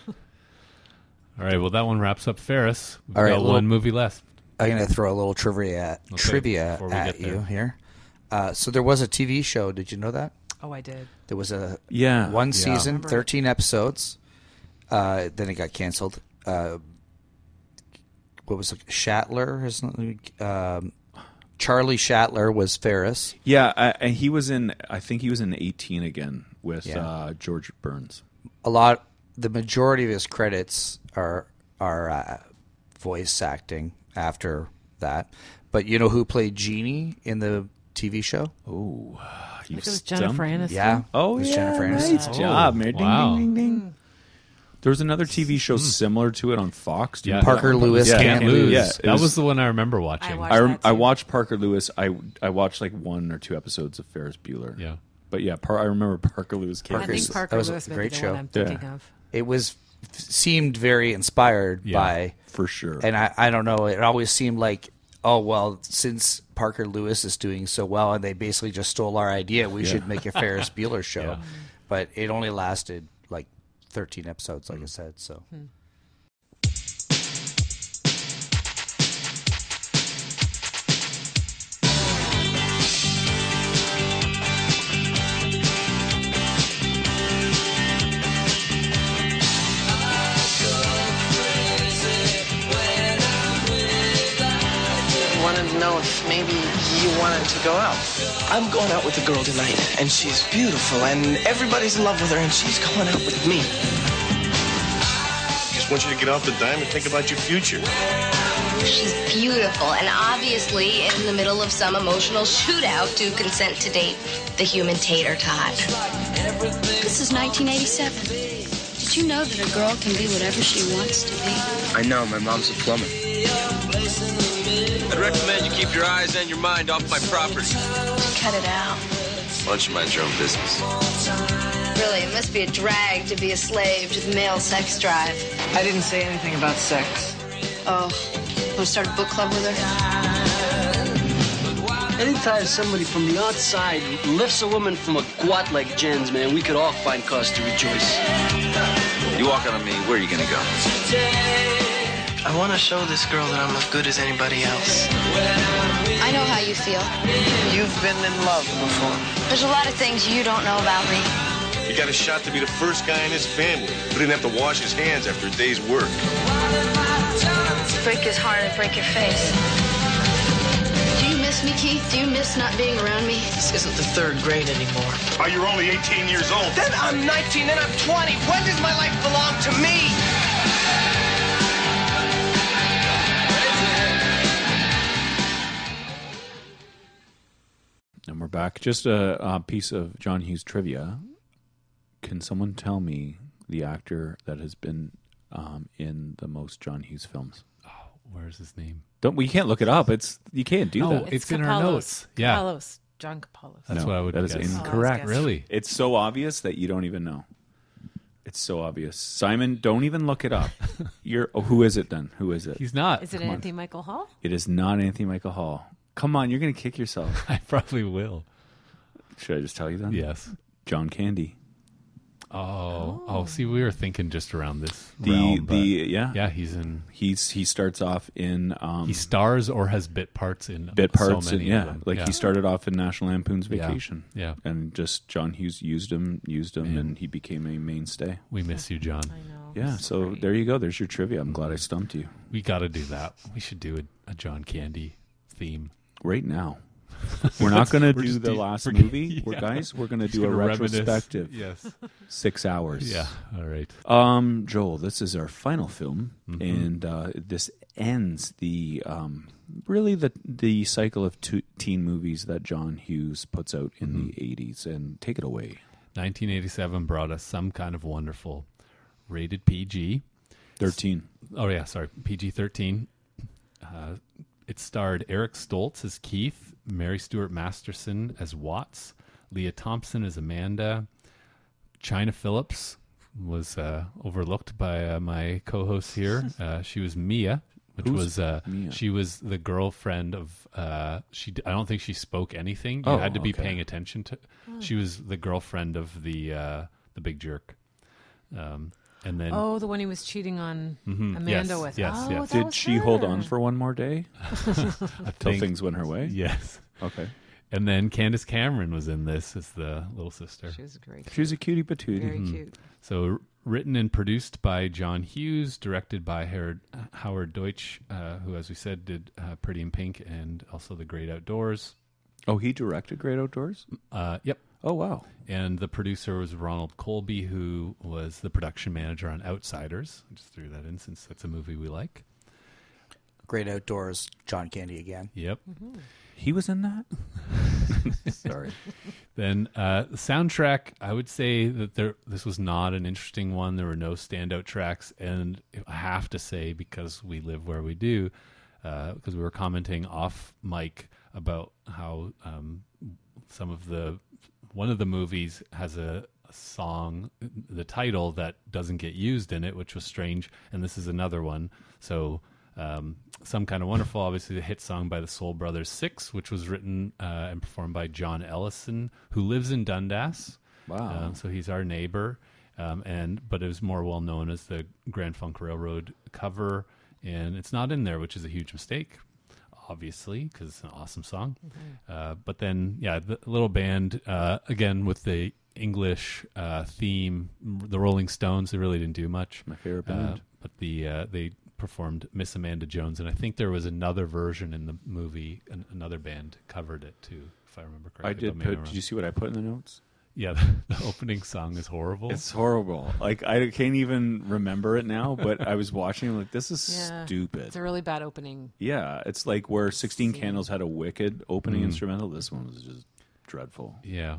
[SPEAKER 3] All right, well that one wraps up Ferris. We've
[SPEAKER 16] All right,
[SPEAKER 3] got
[SPEAKER 16] little-
[SPEAKER 3] one movie left.
[SPEAKER 16] I'm going to throw a little trivia
[SPEAKER 3] Okay,
[SPEAKER 16] trivia
[SPEAKER 3] before we
[SPEAKER 16] at
[SPEAKER 3] get there.
[SPEAKER 16] you here. Uh, so there was a TV show. Did you know that?
[SPEAKER 4] Oh, I did.
[SPEAKER 16] There was a
[SPEAKER 2] Yeah.
[SPEAKER 16] one
[SPEAKER 2] Yeah.
[SPEAKER 16] season,
[SPEAKER 2] Remember.
[SPEAKER 16] thirteen episodes. Uh, then it got canceled. Uh, what was it? Shatler? or something? Um, Charlie Shatler was Ferris.
[SPEAKER 2] Yeah, I, and he was in. I think he was in 18 again with
[SPEAKER 16] Yeah.
[SPEAKER 2] uh, George Burns.
[SPEAKER 16] a lot the majority of his credits are are uh, voice acting after that but you know who played Genie in the TV show
[SPEAKER 2] oh
[SPEAKER 7] it was Jennifer Aniston.
[SPEAKER 16] yeah
[SPEAKER 2] Oh,
[SPEAKER 16] it was
[SPEAKER 2] yeah,
[SPEAKER 16] Jennifer Aniston
[SPEAKER 2] nice job, man. Ding, Wow. ding, ding, ding. Hmm. There was another TV show similar to it on Fox. Do you
[SPEAKER 3] Yeah.
[SPEAKER 2] remember
[SPEAKER 16] Hmm. Parker
[SPEAKER 2] that one?
[SPEAKER 16] Lewis
[SPEAKER 2] Yeah,
[SPEAKER 16] Can't
[SPEAKER 2] it
[SPEAKER 16] Lose.
[SPEAKER 2] Yeah, it
[SPEAKER 3] that was, the one I remember watching.
[SPEAKER 2] I, rem- I watched Parker Lewis. I I watched like one or two episodes of Ferris Bueller.
[SPEAKER 3] Yeah,
[SPEAKER 2] but yeah, par- I remember Parker Lewis. Came
[SPEAKER 16] I think
[SPEAKER 2] out.
[SPEAKER 16] Parker That was a Lewis may be great the show. one I'm
[SPEAKER 2] Yeah.
[SPEAKER 16] thinking of. it was seemed very inspired by
[SPEAKER 2] for sure
[SPEAKER 16] and I, I don't know it always seemed like oh well since Parker Lewis is doing so well and they basically just stole our idea we
[SPEAKER 2] Yeah.
[SPEAKER 16] should make a Ferris Bueller show but it only lasted like 13 episodes like I said so
[SPEAKER 2] Hmm.
[SPEAKER 1] wanted to know if maybe you wanted to go out. I'm going out with a girl tonight, and she's beautiful, and everybody's in love with her, and she's going out with me.
[SPEAKER 8] Just want you to get off the dime and think about your future.
[SPEAKER 20] She's beautiful and obviously in the middle of some emotional shootout to consent to date the human tater tot. This is 1987. Did you know that a girl can be whatever she wants to be?
[SPEAKER 9] I know, my mom's a plumber.
[SPEAKER 14] I'd recommend you keep your eyes and your mind off my property.
[SPEAKER 20] Cut it out.
[SPEAKER 14] Why don't you mind your own business?
[SPEAKER 20] Really, it must be a drag to be a slave to the male sex drive.
[SPEAKER 1] I didn't say anything about sex.
[SPEAKER 20] Oh, want to start a book club with her?
[SPEAKER 17] Anytime somebody from the outside lifts a woman from a guat like Jen's, man, we could all find cause to rejoice.
[SPEAKER 14] You walk out on me, where are you gonna go?
[SPEAKER 1] I want to show this girl that I'm as good as anybody else.
[SPEAKER 20] I know how you feel.
[SPEAKER 1] You've been in love before.
[SPEAKER 20] There's a lot of things you don't know about me.
[SPEAKER 8] He got a shot to be the first guy in his family who didn't have to wash his hands after a day's work.
[SPEAKER 20] Break his heart and break your face. Do you miss miss me, Keith? Do you miss not being around me?
[SPEAKER 1] This isn't the third grade anymore.
[SPEAKER 8] Oh, you're only 18 years old.
[SPEAKER 1] Then I'm 19, then I'm 20. When does my life belong to me?
[SPEAKER 2] And we're back. Just a, uh piece of John Hughes trivia. Can someone tell me the actor that has been um, in the most John Hughes films?
[SPEAKER 3] Where's his name?
[SPEAKER 2] Don't we can't look it up. It's you can't do
[SPEAKER 3] No,
[SPEAKER 2] that.
[SPEAKER 3] it's It's in our Capallos. notes. Yeah.
[SPEAKER 7] Capallos. John Capallos.
[SPEAKER 3] That's what Oh, I would
[SPEAKER 2] That is
[SPEAKER 3] guess.
[SPEAKER 2] incorrect.
[SPEAKER 3] Capallos, yes. Really?
[SPEAKER 2] It's so obvious that you don't even know. It's so obvious. Simon, don't even look it up. You're oh, who is it then? Who is it?
[SPEAKER 3] He's not.
[SPEAKER 7] Is it
[SPEAKER 2] Come on.
[SPEAKER 7] Anthony Michael Hall?
[SPEAKER 2] It is not Anthony Michael Hall. Come on, you're going to kick yourself.
[SPEAKER 3] I probably will.
[SPEAKER 2] Should I just tell you then?
[SPEAKER 3] Yes.
[SPEAKER 2] John Candy.
[SPEAKER 3] Oh, oh, see, we were thinking just around this.
[SPEAKER 2] The
[SPEAKER 3] realm, but
[SPEAKER 2] the yeah
[SPEAKER 3] yeah he's in
[SPEAKER 2] he's he starts off in um
[SPEAKER 3] he stars or has bit parts in
[SPEAKER 2] bit
[SPEAKER 3] so
[SPEAKER 2] parts and
[SPEAKER 3] many of
[SPEAKER 2] yeah
[SPEAKER 3] them.
[SPEAKER 2] like
[SPEAKER 3] Yeah.
[SPEAKER 2] he started off in National Lampoon's
[SPEAKER 3] Yeah.
[SPEAKER 2] Vacation
[SPEAKER 3] Yeah.
[SPEAKER 2] and just John Hughes used him used him and he became a mainstay.
[SPEAKER 3] We miss you, John. I
[SPEAKER 7] know.
[SPEAKER 2] Yeah, so there you go. There's your trivia. I'm glad I stumped you
[SPEAKER 3] We got to do that. We should do a, a John Candy theme.
[SPEAKER 2] right now. We're not going to
[SPEAKER 3] We're
[SPEAKER 2] do
[SPEAKER 3] just
[SPEAKER 2] the
[SPEAKER 3] de-
[SPEAKER 2] last
[SPEAKER 3] we're-
[SPEAKER 2] movie. We're
[SPEAKER 3] yeah.
[SPEAKER 2] guys. We're going to
[SPEAKER 3] Just
[SPEAKER 2] do a
[SPEAKER 3] gonna reminisce.
[SPEAKER 2] retrospective.
[SPEAKER 3] Yes.
[SPEAKER 2] six hours.
[SPEAKER 3] Yeah, all right.
[SPEAKER 2] Um, Joel, this is our final film,
[SPEAKER 3] Mhm.
[SPEAKER 2] and uh, this ends the um, really the the cycle of two teen movies that John Hughes puts out in the '80s. And take it away.
[SPEAKER 3] 1987 brought us some kind of wonderful rated PG
[SPEAKER 2] 13.
[SPEAKER 3] Oh, yeah, sorry. PG 13. Uh, it starred Eric Stoltz as Keith, Mary Stuart Masterson as Watts, Leah Thompson as Amanda, China Phillips was uh, overlooked by uh, my co host here. Uh, she was Mia. Which
[SPEAKER 2] Who's
[SPEAKER 3] was uh,
[SPEAKER 2] Mia?
[SPEAKER 3] she was the girlfriend of uh, she. d- I don't think she spoke anything. You
[SPEAKER 2] Oh,
[SPEAKER 3] had to be
[SPEAKER 2] okay.
[SPEAKER 3] paying attention to.
[SPEAKER 7] Oh.
[SPEAKER 3] She was the girlfriend of the uh, the big jerk, um, and then
[SPEAKER 7] oh, the one he was cheating on
[SPEAKER 3] Mhm,
[SPEAKER 7] Amanda
[SPEAKER 3] yes,
[SPEAKER 7] with.
[SPEAKER 3] yes,
[SPEAKER 7] oh,
[SPEAKER 3] yes.
[SPEAKER 7] that
[SPEAKER 2] Did
[SPEAKER 7] was
[SPEAKER 2] she hold on
[SPEAKER 7] her.
[SPEAKER 2] for one more day till
[SPEAKER 3] think-
[SPEAKER 2] things went her way?
[SPEAKER 3] Yes.
[SPEAKER 2] Okay.
[SPEAKER 3] And then Candace Cameron was in this as the little sister.
[SPEAKER 7] She was a great.
[SPEAKER 2] She was a cutie patootie.
[SPEAKER 3] Mm-hmm.
[SPEAKER 7] Very cute.
[SPEAKER 3] So r- written and produced by John Hughes, directed by Howard, uh, Howard Deutsch, uh, who, as we said, did uh, Pretty in Pink and also The Great Outdoors.
[SPEAKER 2] Oh, he directed Great Outdoors.
[SPEAKER 3] Uh, yep.
[SPEAKER 2] Oh wow.
[SPEAKER 3] And the producer was Ronald Colby, who was the production manager on Outsiders. I just threw that in since that's a movie we like.
[SPEAKER 16] Great Outdoors, John Candy again.
[SPEAKER 3] Yep.
[SPEAKER 2] He was in that. Sorry.
[SPEAKER 3] Then uh, the soundtrack, I would say that there this was not an interesting one. There were no standout tracks, and I have to say because we live where we do, uh, because we were commenting off mic about how um, some of the one of the movies has a, a song, the title that doesn't get used in it, which was strange, and this is another one. So um, some kind of wonderful obviously the hit song by the soul brothers six which was written uh, and performed by john ellison who lives in dundas
[SPEAKER 2] Wow.
[SPEAKER 3] Um, so he's our neighbor um, and but it was more well known as the grand funk railroad cover and it's not in there which is a huge mistake obviously because it's an awesome song uh, but then yeah the little band uh, again with the english uh, theme the rolling stones they really didn't do much Uh,
[SPEAKER 2] My favorite band.
[SPEAKER 3] but the uh, they performed Miss Amanda Jones, and I think there was another version in the movie. An, another band covered it too, if I remember correctly.
[SPEAKER 2] I
[SPEAKER 3] but
[SPEAKER 2] did.
[SPEAKER 3] maybe I'm
[SPEAKER 2] Put,
[SPEAKER 3] wrong.
[SPEAKER 2] did you see what I put in the notes?
[SPEAKER 3] Yeah, the, the opening song is horrible.
[SPEAKER 2] It's horrible. Like I can't even remember it now, but I was watching like this is
[SPEAKER 7] Yeah.
[SPEAKER 2] stupid.
[SPEAKER 7] It's a really bad opening.
[SPEAKER 2] yeah, it's like where 16
[SPEAKER 7] Scene.
[SPEAKER 2] Candles had a wicked opening
[SPEAKER 3] Mm.
[SPEAKER 2] instrumental, this one was just dreadful.
[SPEAKER 3] Yeah.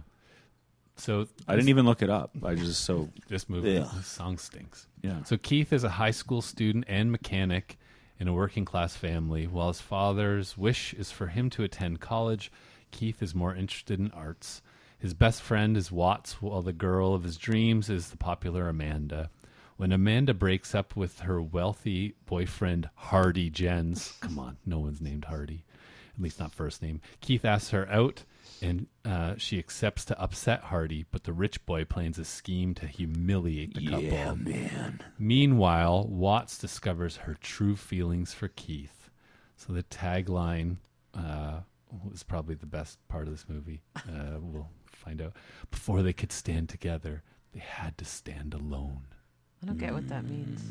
[SPEAKER 3] So
[SPEAKER 2] I didn't even look it up. I just so
[SPEAKER 3] This movie,
[SPEAKER 2] Yeah.
[SPEAKER 3] this song stinks.
[SPEAKER 2] Yeah.
[SPEAKER 3] So Keith is a high school student and mechanic in a working class family. While his father's wish is for him to attend college, Keith is more interested in arts. His best friend is Watts, while the girl of his dreams is the popular Amanda. When Amanda breaks up with her wealthy boyfriend, Hardy Jens, come on, no one's named Hardy, at least not first name. Keith asks her out, and uh, she accepts to upset Hardy, but the rich boy plans a scheme to humiliate the couple.
[SPEAKER 2] Yeah, man.
[SPEAKER 3] Meanwhile, Watts discovers her true feelings for Keith. So the tagline uh, was probably the best part of this movie. Uh, we'll find out. Before they could stand together, they had to stand alone.
[SPEAKER 4] I don't get what that
[SPEAKER 3] Mm.
[SPEAKER 4] means.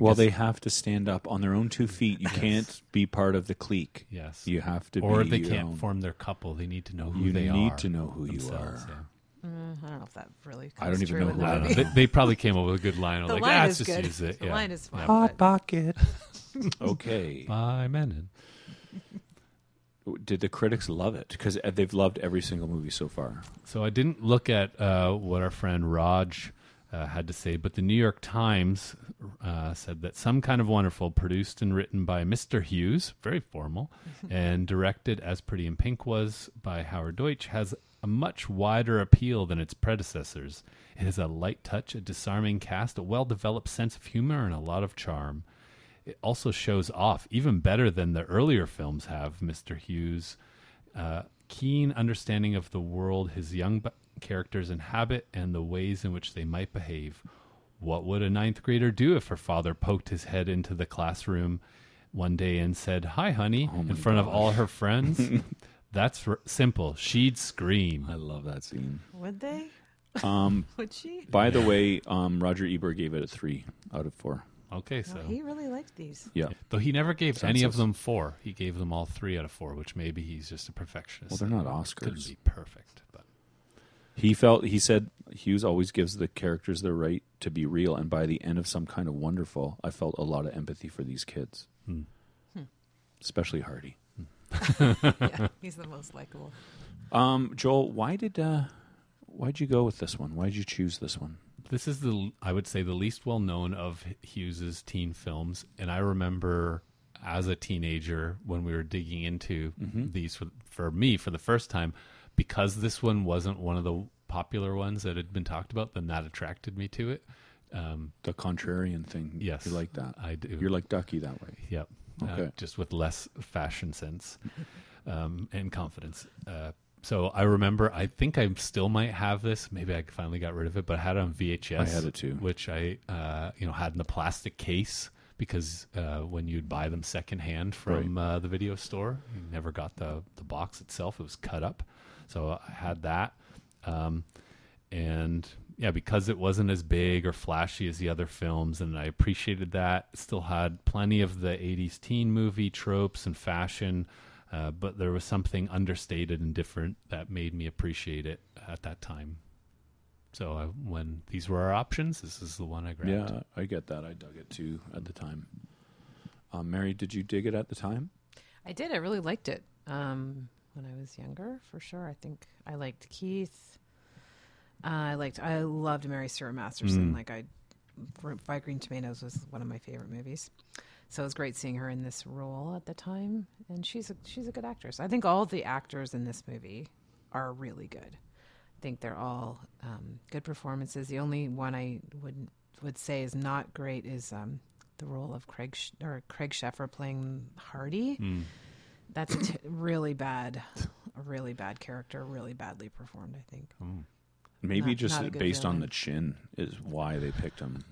[SPEAKER 2] well, they have to stand up on their own two feet. You can't be part of the clique.
[SPEAKER 3] Yes.
[SPEAKER 2] you have to.
[SPEAKER 3] Or
[SPEAKER 2] be
[SPEAKER 3] they
[SPEAKER 2] your
[SPEAKER 3] can't
[SPEAKER 2] own.
[SPEAKER 3] form their couple. They need to know who
[SPEAKER 2] You
[SPEAKER 3] they are.
[SPEAKER 2] need to know who you
[SPEAKER 3] themselves,
[SPEAKER 2] are.
[SPEAKER 3] yeah.
[SPEAKER 4] Mm, I don't know if that really.
[SPEAKER 2] I don't
[SPEAKER 4] comes
[SPEAKER 2] even
[SPEAKER 4] true
[SPEAKER 2] know
[SPEAKER 4] in
[SPEAKER 2] who
[SPEAKER 4] the
[SPEAKER 2] I
[SPEAKER 4] movie.
[SPEAKER 2] am.
[SPEAKER 3] I don't know. They, they probably came up with a good line. of
[SPEAKER 4] The
[SPEAKER 3] like,
[SPEAKER 4] line
[SPEAKER 3] "Ah,
[SPEAKER 4] is
[SPEAKER 3] let's just
[SPEAKER 4] good.
[SPEAKER 3] use it.
[SPEAKER 4] The
[SPEAKER 3] yeah.
[SPEAKER 4] line is fine,
[SPEAKER 3] Yeah.
[SPEAKER 4] Hot but-
[SPEAKER 2] pocket. okay.
[SPEAKER 3] By Menon.
[SPEAKER 2] Did the critics love it? Because they've loved every single movie so far.
[SPEAKER 3] So I didn't look at uh, what our friend Raj uh, had to say, but the New York Times uh, said that Some Kind of Wonderful, produced and written by Mr. Hughes, very formal, and directed as Pretty in Pink was by Howard Deutsch, has a much wider appeal than its predecessors. It has a light touch, a disarming cast, a well developed sense of humor, and a lot of charm it also shows off even better than the earlier films have mr hughes uh, keen understanding of the world his young b- characters inhabit and the ways in which they might behave what would a ninth grader do if her father poked his head into the classroom one day and said hi honey
[SPEAKER 2] Oh
[SPEAKER 3] in front of all her friends that's r- simple she'd scream i
[SPEAKER 2] love that scene
[SPEAKER 33] Would they?
[SPEAKER 2] Um,
[SPEAKER 33] Would she?
[SPEAKER 2] By the way, um, Roger Ebert gave it a three out of four.
[SPEAKER 3] okay so
[SPEAKER 33] Well, he really liked these.
[SPEAKER 2] Yeah.
[SPEAKER 3] though he never gave any of
[SPEAKER 2] Census.
[SPEAKER 3] them four he gave them all three out of four which maybe he's just a perfectionist
[SPEAKER 2] Well, they're not
[SPEAKER 3] and couldn't
[SPEAKER 2] Oscars.
[SPEAKER 3] be perfect but
[SPEAKER 2] He felt he said Hughes always gives the characters the right to be real, and by the end of some kind of wonderful, I felt a lot of empathy for these kids,
[SPEAKER 3] Hmm.
[SPEAKER 4] Hmm.
[SPEAKER 2] especially Hardy.
[SPEAKER 4] yeah, he's the most likable.
[SPEAKER 2] um, Joel, why did uh, why'd you go with this one? Why'd you choose this one?
[SPEAKER 3] this is the I would say the least well known of Hughes's teen films, and I remember as a teenager when we were digging into
[SPEAKER 2] Mhm.
[SPEAKER 3] these for, for me for the first time because this one wasn't one of the popular ones that had been talked about. Then that attracted me to it. Um,
[SPEAKER 2] the contrarian thing,
[SPEAKER 3] yes,
[SPEAKER 2] you like that?
[SPEAKER 3] I do.
[SPEAKER 2] You're like Ducky that way.
[SPEAKER 3] Yep.
[SPEAKER 2] Okay.
[SPEAKER 3] Uh, just with less fashion sense um, and confidence. Uh, so I remember, I think I still might have this. Maybe I finally got rid of it, but I had it on VHS.
[SPEAKER 2] I had it too.
[SPEAKER 3] Which I, uh, you know, had in the plastic case because uh, when you'd buy them secondhand from uh, the video store, you never got the, the box itself. It was cut up. So I had that. Um, and yeah, because it wasn't as big or flashy as the other films, and I appreciated that. It still had plenty of the 80s teen movie tropes and fashion, uh, but there was something understated and different that made me appreciate it at that time. So I, when these were our options, this is the one I grabbed.
[SPEAKER 2] Yeah, I get that. I dug it too at the time. Um, Mary, did you dig it at the time?
[SPEAKER 4] I did. I really liked it um, when I was younger, for sure. I think I liked Keith. Uh, I liked. I loved Mary Stuart Masterson.
[SPEAKER 7] Mm.
[SPEAKER 4] Like I, Five Green Tomatoes was one of my favorite movies. So it was great seeing her in this role at the time, and she's a, she's a good actress. I think all the actors in this movie are really good. I think they're all um, good performances. The only one I would would say is not great is um, the role of Craig Sh- or Craig Sheffer playing Hardy.
[SPEAKER 3] Mm.
[SPEAKER 4] That's a t- really bad, a really bad character, really badly performed. I think.
[SPEAKER 2] Oh Maybe
[SPEAKER 4] Not-
[SPEAKER 2] just
[SPEAKER 4] not a good
[SPEAKER 2] based on
[SPEAKER 4] villain.
[SPEAKER 2] the chin is why they picked him.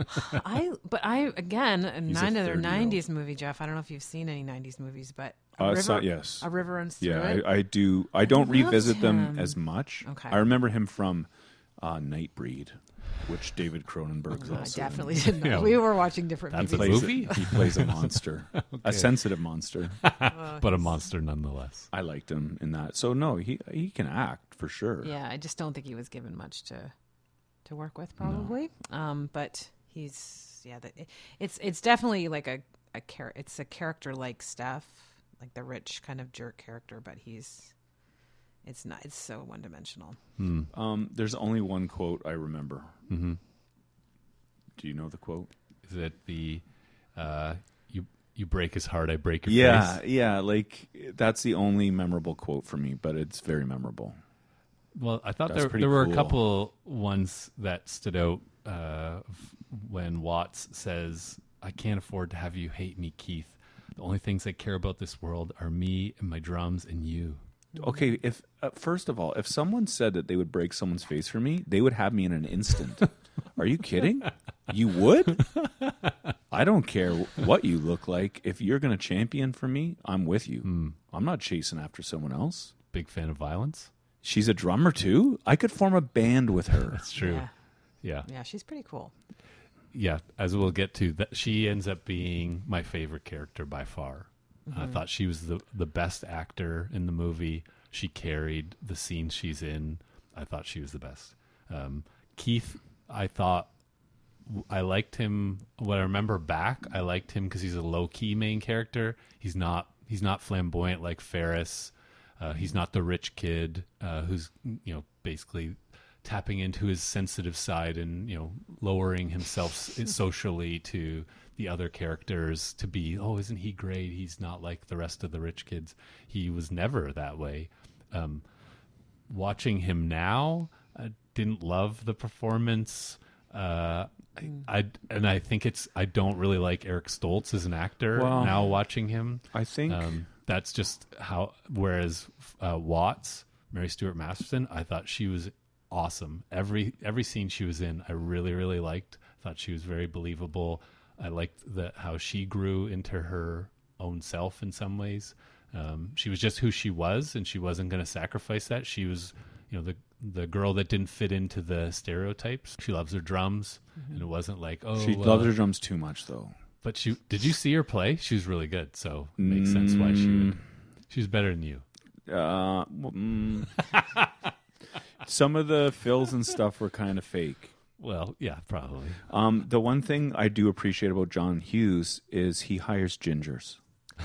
[SPEAKER 4] I but I again
[SPEAKER 2] He's a
[SPEAKER 4] another
[SPEAKER 2] 30-year-old.
[SPEAKER 4] '90s movie, Jeff. I don't know if you've seen any '90s movies, but
[SPEAKER 2] Uh, so- yes,
[SPEAKER 4] a river runs through
[SPEAKER 2] Yeah,
[SPEAKER 4] it.
[SPEAKER 2] I, I do. I don't
[SPEAKER 4] loved
[SPEAKER 2] revisit them
[SPEAKER 4] him.
[SPEAKER 2] as much.
[SPEAKER 4] Okay.
[SPEAKER 2] I remember him from uh, Nightbreed, which David Cronenberg's
[SPEAKER 4] Oh, No, I
[SPEAKER 2] also. in.
[SPEAKER 4] definitely did not. We were watching different
[SPEAKER 2] He
[SPEAKER 4] movies.
[SPEAKER 2] plays a-
[SPEAKER 3] movie?
[SPEAKER 2] he plays a monster,
[SPEAKER 3] Okay.
[SPEAKER 2] a sensitive monster,
[SPEAKER 4] Uh,
[SPEAKER 3] But a monster nonetheless.
[SPEAKER 2] I liked him in that. So no, he he can act for sure.
[SPEAKER 4] Yeah, I just don't think he was given much to to work with, probably. Um, but he's yeah, the, it's it's definitely like a a char- it's a character like stuff, like the rich kind of jerk character, but he's it's not it's so one dimensional.
[SPEAKER 3] Hmm.
[SPEAKER 2] Um, there's only one quote I remember.
[SPEAKER 3] Mhm.
[SPEAKER 2] Do you know the quote?
[SPEAKER 3] Is it the uh, you you break his heart, I break your
[SPEAKER 2] yeah,
[SPEAKER 3] face?
[SPEAKER 2] yeah. Like that's the only memorable quote for me, but it's very memorable.
[SPEAKER 3] Well, I thought
[SPEAKER 2] That's
[SPEAKER 3] there,
[SPEAKER 2] pretty
[SPEAKER 3] there were
[SPEAKER 2] cool.
[SPEAKER 3] a couple ones that stood out uh, f- when Watts says, I can't afford to have you hate me, Keith. The only things I care about this world are me and my drums and you.
[SPEAKER 2] Okay, if uh, first of all, if someone said that they would break someone's face for me, they would have me in an instant. Are you kidding? You would? I don't care what you look like. If you're going to champion for me, I'm with you. I'm not chasing after someone else.
[SPEAKER 3] Big fan of violence.
[SPEAKER 2] She's a drummer too. I could form a band with her.
[SPEAKER 3] That's true. Yeah.
[SPEAKER 4] Yeah, she's pretty cool.
[SPEAKER 3] yeah, as we'll get to, that she ends up being my favorite character by far. I
[SPEAKER 18] Mhm.
[SPEAKER 3] thought she was the the best actor in the movie. She carried the scene she's in. I thought she was the best. Um, Keith, I thought I liked him. What I remember back, I liked him because he's a low key main character. He's not he's not flamboyant like Ferris. Uh, he's not the rich kid uh, who's you know basically tapping into his sensitive side and you know lowering himself s- socially to the other characters to be oh isn't he great he's not like the rest of the rich kids he was never that way um, watching him now i didn't love the performance uh, I, I and i think it's i don't really like eric stoltz as an actor
[SPEAKER 2] Well,
[SPEAKER 3] now watching him
[SPEAKER 2] I think-
[SPEAKER 3] Um, that's just how whereas uh, watts mary stuart masterson i thought she was awesome every every scene she was in i really really liked thought she was very believable i liked the how she grew into her own self in some ways um, she was just who she was and she wasn't going to sacrifice that she was you know the the girl that didn't fit into the stereotypes she loves her drums and it wasn't like oh
[SPEAKER 2] Mm-hmm. she
[SPEAKER 3] well-
[SPEAKER 2] loves her drums too much, though.
[SPEAKER 3] but she did you see her play? She was really good, so it makes sense why she would. She's better than you.
[SPEAKER 2] Uh, well, mm. some of the fills and stuff were kind of fake.
[SPEAKER 3] Well, yeah, probably.
[SPEAKER 2] Um, the one thing I do appreciate about John Hughes is he hires gingers.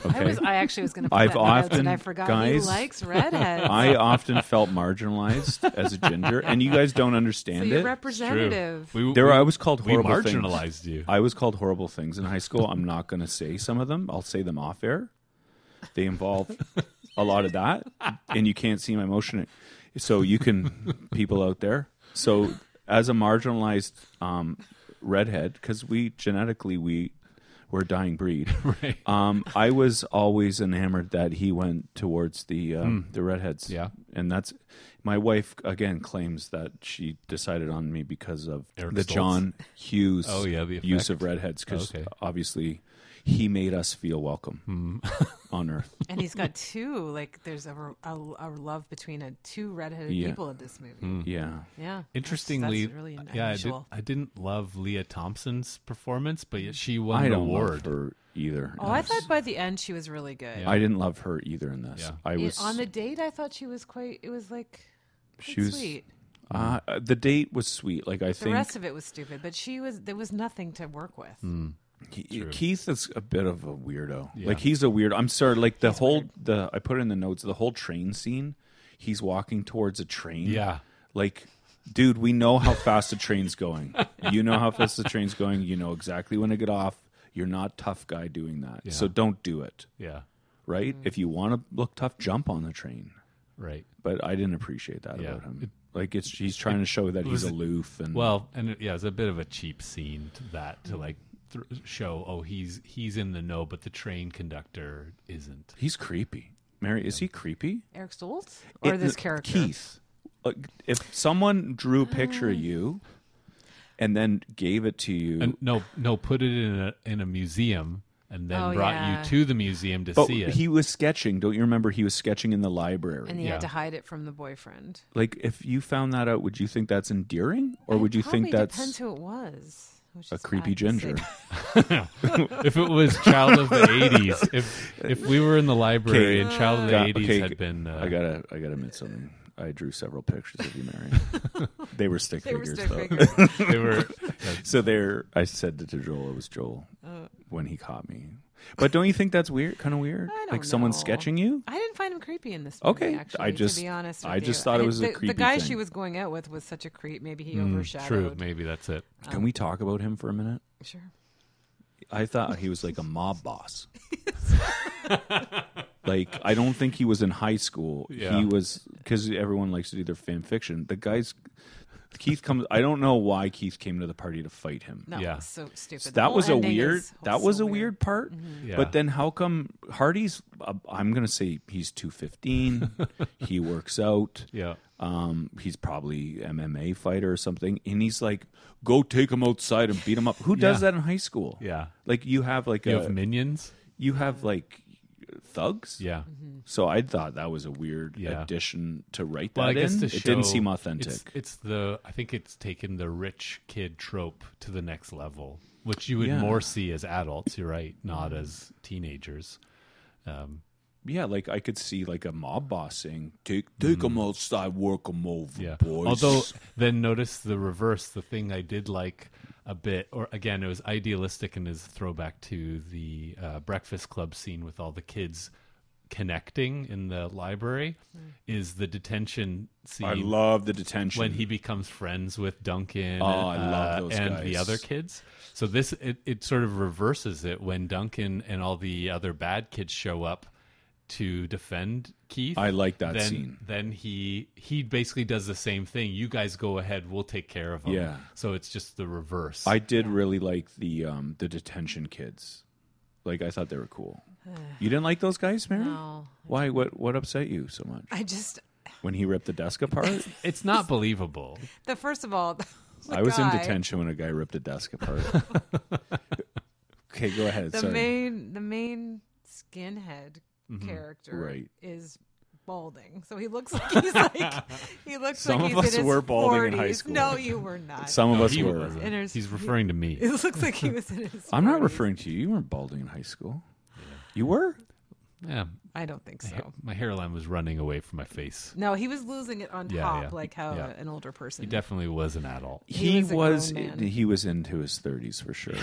[SPEAKER 2] Okay?
[SPEAKER 7] I was I actually was gonna put
[SPEAKER 2] I've
[SPEAKER 7] that in my notes
[SPEAKER 2] often
[SPEAKER 7] and I forgot he
[SPEAKER 2] guys,
[SPEAKER 7] likes redheads.
[SPEAKER 2] I often felt marginalized as a ginger, and you guys don't understand
[SPEAKER 7] So you're
[SPEAKER 2] it.
[SPEAKER 7] representative. It's true. We-
[SPEAKER 2] there,
[SPEAKER 7] we-
[SPEAKER 2] I was called
[SPEAKER 3] we
[SPEAKER 2] horrible. things.
[SPEAKER 3] marginalized you.
[SPEAKER 2] I was called horrible things in high school. I'm not going to say some of them. I'll say them off air. They involve a lot of that, and you can't see my emotion. So you can people out there. So as a marginalized um, redhead, because we genetically we were a dying breed.
[SPEAKER 3] Right.
[SPEAKER 2] Um, I was always enamored that he went towards the um,
[SPEAKER 3] Hmm.
[SPEAKER 2] the redheads.
[SPEAKER 3] Yeah.
[SPEAKER 2] and that's my wife again claims that she decided on me because of
[SPEAKER 3] Eric
[SPEAKER 2] the
[SPEAKER 3] Stoltz.
[SPEAKER 2] John Hughes
[SPEAKER 3] Oh, yeah, the
[SPEAKER 2] use
[SPEAKER 3] effect.
[SPEAKER 2] of redheads because
[SPEAKER 3] Okay.
[SPEAKER 2] obviously he made us feel welcome
[SPEAKER 3] Hmm.
[SPEAKER 2] on Earth.
[SPEAKER 7] and he's got two like there's a, a, a love between a two redheaded
[SPEAKER 2] Yeah.
[SPEAKER 7] people in this movie.
[SPEAKER 3] Hmm.
[SPEAKER 2] Mm. Yeah.
[SPEAKER 7] Yeah.
[SPEAKER 3] Interestingly,
[SPEAKER 7] that's, that's really unusual.
[SPEAKER 3] yeah, I, did, I didn't love Leah Thompson's performance, but yet she won
[SPEAKER 2] I
[SPEAKER 3] an
[SPEAKER 2] don't
[SPEAKER 3] award.
[SPEAKER 2] love her either.
[SPEAKER 7] Oh, I thought by the end she was really good.
[SPEAKER 2] I didn't love her either in this.
[SPEAKER 3] Yeah.
[SPEAKER 2] I
[SPEAKER 7] Yeah,
[SPEAKER 2] was
[SPEAKER 7] on the date. I thought she was quite. It was like quite
[SPEAKER 2] she was
[SPEAKER 7] sweet.
[SPEAKER 2] Uh, the date was sweet. Like I
[SPEAKER 7] The
[SPEAKER 2] think
[SPEAKER 7] rest of it was stupid, but she was. There was nothing to work with.
[SPEAKER 2] Hmm. He- Keith is a bit of a weirdo.
[SPEAKER 15] Yeah.
[SPEAKER 2] Like he's a weird. I'm sorry. Like the whole the I put in the notes the whole train scene. He's walking towards a train.
[SPEAKER 3] Yeah.
[SPEAKER 2] Like, dude, we know how fast the train's going. You know how fast the train's going. You know exactly when to get off. You're not tough guy doing that.
[SPEAKER 3] Yeah.
[SPEAKER 2] So don't do it.
[SPEAKER 3] Yeah.
[SPEAKER 2] Right.
[SPEAKER 7] Mm.
[SPEAKER 2] If you want to look tough, jump on the train.
[SPEAKER 3] Right.
[SPEAKER 2] But I didn't appreciate that
[SPEAKER 3] Yeah.
[SPEAKER 2] about him. like it's he's trying to show that
[SPEAKER 3] It was-
[SPEAKER 2] he's aloof and
[SPEAKER 3] well, and it, yeah, it's a bit of a cheap scene to that
[SPEAKER 7] Mm.
[SPEAKER 3] to like th- show oh he's he's in the know, but the train conductor isn't.
[SPEAKER 2] He's creepy. Mary, is he creepy?
[SPEAKER 7] Eric Stoltz or
[SPEAKER 2] It-
[SPEAKER 7] this character
[SPEAKER 2] Keith. Uh, if someone drew a picture of
[SPEAKER 7] Ah.
[SPEAKER 2] you and then gave it to you,
[SPEAKER 3] And no, no, put it in a in a museum and then
[SPEAKER 7] Oh,
[SPEAKER 3] brought
[SPEAKER 7] yeah.
[SPEAKER 3] you to the museum to
[SPEAKER 2] but
[SPEAKER 3] see it.
[SPEAKER 2] he was sketching. Don't you remember? He was sketching in the library.
[SPEAKER 7] and he had to hide it from the boyfriend.
[SPEAKER 2] Like, if you found that out, would you think that's endearing, or would you
[SPEAKER 7] Probably
[SPEAKER 2] think that's
[SPEAKER 7] depends who it was. which
[SPEAKER 2] a
[SPEAKER 7] is
[SPEAKER 2] creepy
[SPEAKER 7] odd to say.
[SPEAKER 2] ginger?
[SPEAKER 3] if it was Child of the 80s, if- if we were in the library and Child of the
[SPEAKER 2] Got-
[SPEAKER 3] 80s had been, uh,
[SPEAKER 2] I gotta, I gotta admit something. I drew several pictures of you, Mary. they were stick
[SPEAKER 7] They were
[SPEAKER 2] figures,
[SPEAKER 7] stick
[SPEAKER 2] though.
[SPEAKER 7] figures. They
[SPEAKER 3] were-
[SPEAKER 2] so there, I said to Joel, it was Joel
[SPEAKER 7] Oh.
[SPEAKER 2] when he caught me. But don't you think that's weird? Kind of weird,
[SPEAKER 7] I don't
[SPEAKER 2] like someone
[SPEAKER 7] know.
[SPEAKER 2] sketching you.
[SPEAKER 7] I didn't find him creepy in this.
[SPEAKER 2] Okay,
[SPEAKER 7] movie, actually,
[SPEAKER 2] I just-
[SPEAKER 7] to be honest,
[SPEAKER 2] I
[SPEAKER 7] with
[SPEAKER 2] just
[SPEAKER 7] you.
[SPEAKER 2] thought it
[SPEAKER 7] And
[SPEAKER 2] was a
[SPEAKER 7] the,
[SPEAKER 2] creepy
[SPEAKER 7] The guy
[SPEAKER 2] thing. Hmm,
[SPEAKER 7] she was going out with was such a creep. Maybe he
[SPEAKER 3] Mm,
[SPEAKER 7] overshadowed.
[SPEAKER 3] True, maybe that's it.
[SPEAKER 2] Can we talk about him for a minute?
[SPEAKER 7] Sure.
[SPEAKER 2] I thought he was like a mob boss. like I don't think he was in high school.
[SPEAKER 3] Yeah.
[SPEAKER 2] He was because everyone likes to do their fan fiction. The guys, Keith comes. I don't know why Keith came to the party to fight him.
[SPEAKER 7] No, Yeah. so stupid. The
[SPEAKER 2] that
[SPEAKER 7] whole
[SPEAKER 2] was a
[SPEAKER 7] ending
[SPEAKER 2] weird.
[SPEAKER 7] is
[SPEAKER 2] That
[SPEAKER 7] so
[SPEAKER 2] was a weird part.
[SPEAKER 7] Mhm. Yeah.
[SPEAKER 2] But then how come Hardy's? uh, I'm gonna say he's two fifteen. he works out.
[SPEAKER 3] Yeah.
[SPEAKER 2] Um, he's probably MMA fighter or something, and he's like, "Go take him outside and beat him up." Who does
[SPEAKER 3] Yeah.
[SPEAKER 2] that in high school?
[SPEAKER 3] Yeah.
[SPEAKER 2] like you have like
[SPEAKER 3] You
[SPEAKER 2] a,
[SPEAKER 3] have minions.
[SPEAKER 2] You have like thugs.
[SPEAKER 3] Yeah.
[SPEAKER 7] Mm-hmm.
[SPEAKER 2] So I thought that was a weird
[SPEAKER 3] Yeah.
[SPEAKER 2] addition to write that
[SPEAKER 3] Well, I guess
[SPEAKER 2] in.
[SPEAKER 3] to
[SPEAKER 2] it didn't
[SPEAKER 3] show-
[SPEAKER 2] seem authentic.
[SPEAKER 3] It's, it's the I think it's taken the rich kid trope to the next level, which you would
[SPEAKER 2] Yeah.
[SPEAKER 3] more see as adults. You're right, not as teenagers. Um,
[SPEAKER 2] yeah, like I could see like a mob boss saying, "Take take 'em outside, work 'em over,
[SPEAKER 3] Mm. Yeah.
[SPEAKER 2] boys."
[SPEAKER 3] Although, then notice the reverse. The thing I did like a bit, or again, it was idealistic in his throwback to the uh, Breakfast Club scene with all the kids connecting in the library. Is the detention scene?
[SPEAKER 2] Hmm. I love the detention.
[SPEAKER 3] when he becomes friends with Duncan.
[SPEAKER 2] Oh, I love those
[SPEAKER 3] and the
[SPEAKER 2] guys.
[SPEAKER 3] other kids. So this it, it sort of reverses it when Duncan and all the other bad kids show up to defend Keith.
[SPEAKER 2] I like that
[SPEAKER 3] then,
[SPEAKER 2] scene.
[SPEAKER 3] Then he he basically does the same thing. You guys go ahead. We'll take care of him.
[SPEAKER 2] Yeah.
[SPEAKER 3] So it's just the reverse.
[SPEAKER 2] I did really like the um the detention kids. Like I thought they were cool. You didn't like those guys, Mary?
[SPEAKER 7] No.
[SPEAKER 2] Why? What? What upset you so much?
[SPEAKER 4] I just
[SPEAKER 2] When he ripped the desk apart?
[SPEAKER 3] it's not believable.
[SPEAKER 4] the first of all, the
[SPEAKER 2] I was
[SPEAKER 4] guy-
[SPEAKER 2] in detention when a guy ripped a desk apart. okay, go ahead.
[SPEAKER 4] The
[SPEAKER 2] Sorry.
[SPEAKER 4] main the main skinhead
[SPEAKER 2] Mhm.
[SPEAKER 4] character
[SPEAKER 2] Right.
[SPEAKER 4] is balding. So he looks like he's like he looks
[SPEAKER 2] Some
[SPEAKER 4] like
[SPEAKER 2] of
[SPEAKER 4] he's
[SPEAKER 2] us
[SPEAKER 4] in his
[SPEAKER 2] were balding in high
[SPEAKER 4] 40s.
[SPEAKER 2] school.
[SPEAKER 4] No, you were not.
[SPEAKER 2] Some of
[SPEAKER 3] No,
[SPEAKER 2] us
[SPEAKER 3] he
[SPEAKER 2] were.
[SPEAKER 3] wasn't.
[SPEAKER 4] In his-
[SPEAKER 3] He's referring to me.
[SPEAKER 4] It looks like he was in his
[SPEAKER 2] I'm not referring to you. You weren't balding in high school. You were.
[SPEAKER 3] Yeah.
[SPEAKER 4] I don't think
[SPEAKER 3] My,
[SPEAKER 4] so.
[SPEAKER 3] my hairline was running away from my face.
[SPEAKER 4] No, he was losing it on
[SPEAKER 3] Yeah,
[SPEAKER 4] top
[SPEAKER 3] yeah.
[SPEAKER 4] like how
[SPEAKER 3] Yeah.
[SPEAKER 4] an older person.
[SPEAKER 3] He definitely was an adult.
[SPEAKER 4] He
[SPEAKER 2] He
[SPEAKER 4] was a
[SPEAKER 2] was.
[SPEAKER 4] grown man.
[SPEAKER 2] He was into his 30s for sure.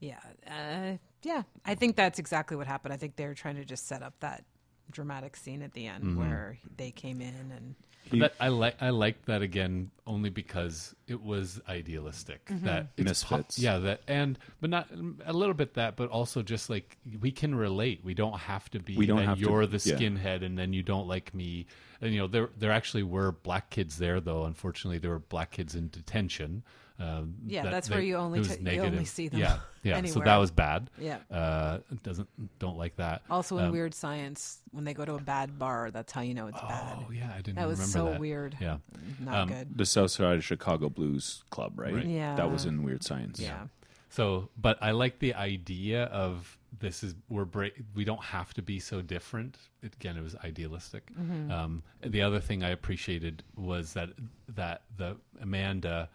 [SPEAKER 4] Yeah. Uh, yeah. I think that's exactly what happened. I think they were trying to just set up that dramatic scene at the end
[SPEAKER 2] Mm-hmm.
[SPEAKER 3] Mhm.
[SPEAKER 4] where they came in and
[SPEAKER 3] But that, I like I liked that again only because it was idealistic.
[SPEAKER 4] Mhm.
[SPEAKER 3] That it's po-
[SPEAKER 2] Misfits.
[SPEAKER 3] yeah, that and but not a little bit that, but also just like we can relate. We don't have to be.
[SPEAKER 2] We don't
[SPEAKER 3] that
[SPEAKER 2] have to-
[SPEAKER 3] you're the
[SPEAKER 2] yeah.
[SPEAKER 3] skinhead, and then you don't like me. And you know there there actually were black kids there though. Unfortunately, there were black kids in detention. Um,
[SPEAKER 4] Yeah, that's where you only
[SPEAKER 3] it was
[SPEAKER 4] ta- you only see them
[SPEAKER 3] Yeah, yeah. So
[SPEAKER 4] anywhere.
[SPEAKER 3] that was bad.
[SPEAKER 4] Yeah.
[SPEAKER 3] uh, doesn't don't like that.
[SPEAKER 4] also in
[SPEAKER 3] Um,
[SPEAKER 4] Weird Science when they go to a bad bar, that's how you know it's bad.
[SPEAKER 3] Oh yeah, I didn't
[SPEAKER 4] That was
[SPEAKER 3] remember
[SPEAKER 4] so
[SPEAKER 3] that.
[SPEAKER 4] weird.
[SPEAKER 3] Yeah,
[SPEAKER 4] Not
[SPEAKER 3] Um,
[SPEAKER 4] good.
[SPEAKER 2] The South Side of Chicago Blues Club, right?
[SPEAKER 3] Right.
[SPEAKER 4] Yeah.
[SPEAKER 2] That was in Weird Science.
[SPEAKER 4] Yeah.
[SPEAKER 3] So, but I like the idea of this is we're break we don't have to be so different. It, again, it was idealistic.
[SPEAKER 2] Mhm.
[SPEAKER 3] Um, the other thing I appreciated was that that the Amanda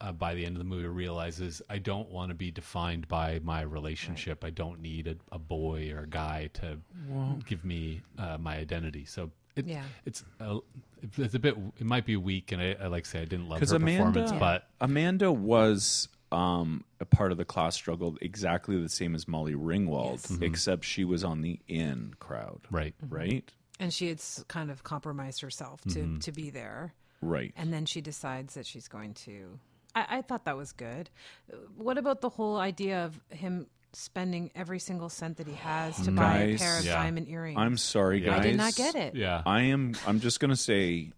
[SPEAKER 3] uh, by the end of the movie realizes I don't want to be defined by my relationship. I don't need a, a boy or a guy to
[SPEAKER 2] Wow.
[SPEAKER 3] give me uh, my identity. So. It,
[SPEAKER 2] Yeah.
[SPEAKER 3] it's a, it's a bit it might be weak and I, I like to say I didn't love her
[SPEAKER 2] because Amanda,
[SPEAKER 3] performance but
[SPEAKER 2] Amanda was um, a part of the class struggle exactly the same as Molly Ringwald, except she was on the in crowd,
[SPEAKER 3] right?
[SPEAKER 2] Right,
[SPEAKER 4] And she had s- kind of compromised herself to
[SPEAKER 2] Mhm.
[SPEAKER 4] to be there.
[SPEAKER 2] right.
[SPEAKER 4] And then she decides that she's going to. I, I thought that was good. Uh, What about the whole idea of him spending every single cent that he has to buy a
[SPEAKER 2] Guys,
[SPEAKER 4] pair of diamond earrings?
[SPEAKER 2] I'm sorry, guys.
[SPEAKER 4] I did not get it.
[SPEAKER 2] I am. I'm just gonna say.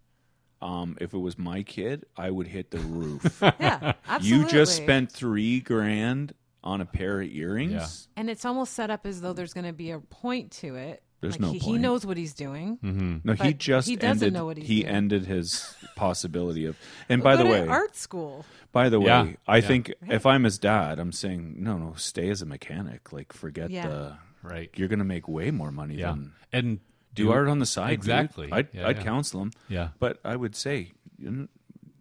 [SPEAKER 2] Um, if it was my kid, I would hit the roof. yeah, You just
[SPEAKER 4] absolutely.
[SPEAKER 2] spent three grand on a pair of earrings.
[SPEAKER 4] And it's almost set up as though there's going to be a point to it.
[SPEAKER 2] There's
[SPEAKER 4] like
[SPEAKER 2] no
[SPEAKER 4] he, he
[SPEAKER 2] point.
[SPEAKER 4] knows what he's doing.
[SPEAKER 3] Mm.
[SPEAKER 2] No, he
[SPEAKER 4] but
[SPEAKER 2] just
[SPEAKER 4] he doesn't
[SPEAKER 2] ended,
[SPEAKER 4] know what he's
[SPEAKER 2] he
[SPEAKER 4] doing.
[SPEAKER 2] ended his possibility of. And
[SPEAKER 4] But
[SPEAKER 2] by the
[SPEAKER 4] go
[SPEAKER 2] way,
[SPEAKER 4] to art school.
[SPEAKER 2] By the way,
[SPEAKER 3] Yeah.
[SPEAKER 2] I
[SPEAKER 3] Yeah.
[SPEAKER 2] think if I'm his dad, I'm saying no, no, stay as a mechanic. Like forget
[SPEAKER 4] Yeah.
[SPEAKER 2] the
[SPEAKER 3] right.
[SPEAKER 2] You're gonna make way more money
[SPEAKER 3] Yeah.
[SPEAKER 2] than
[SPEAKER 3] And
[SPEAKER 2] do,
[SPEAKER 3] do-
[SPEAKER 2] art on the side. dude.
[SPEAKER 3] Exactly.
[SPEAKER 2] I'd,
[SPEAKER 3] Yeah,
[SPEAKER 2] I'd
[SPEAKER 3] yeah.
[SPEAKER 2] counsel him.
[SPEAKER 3] Yeah.
[SPEAKER 2] but I would say you know,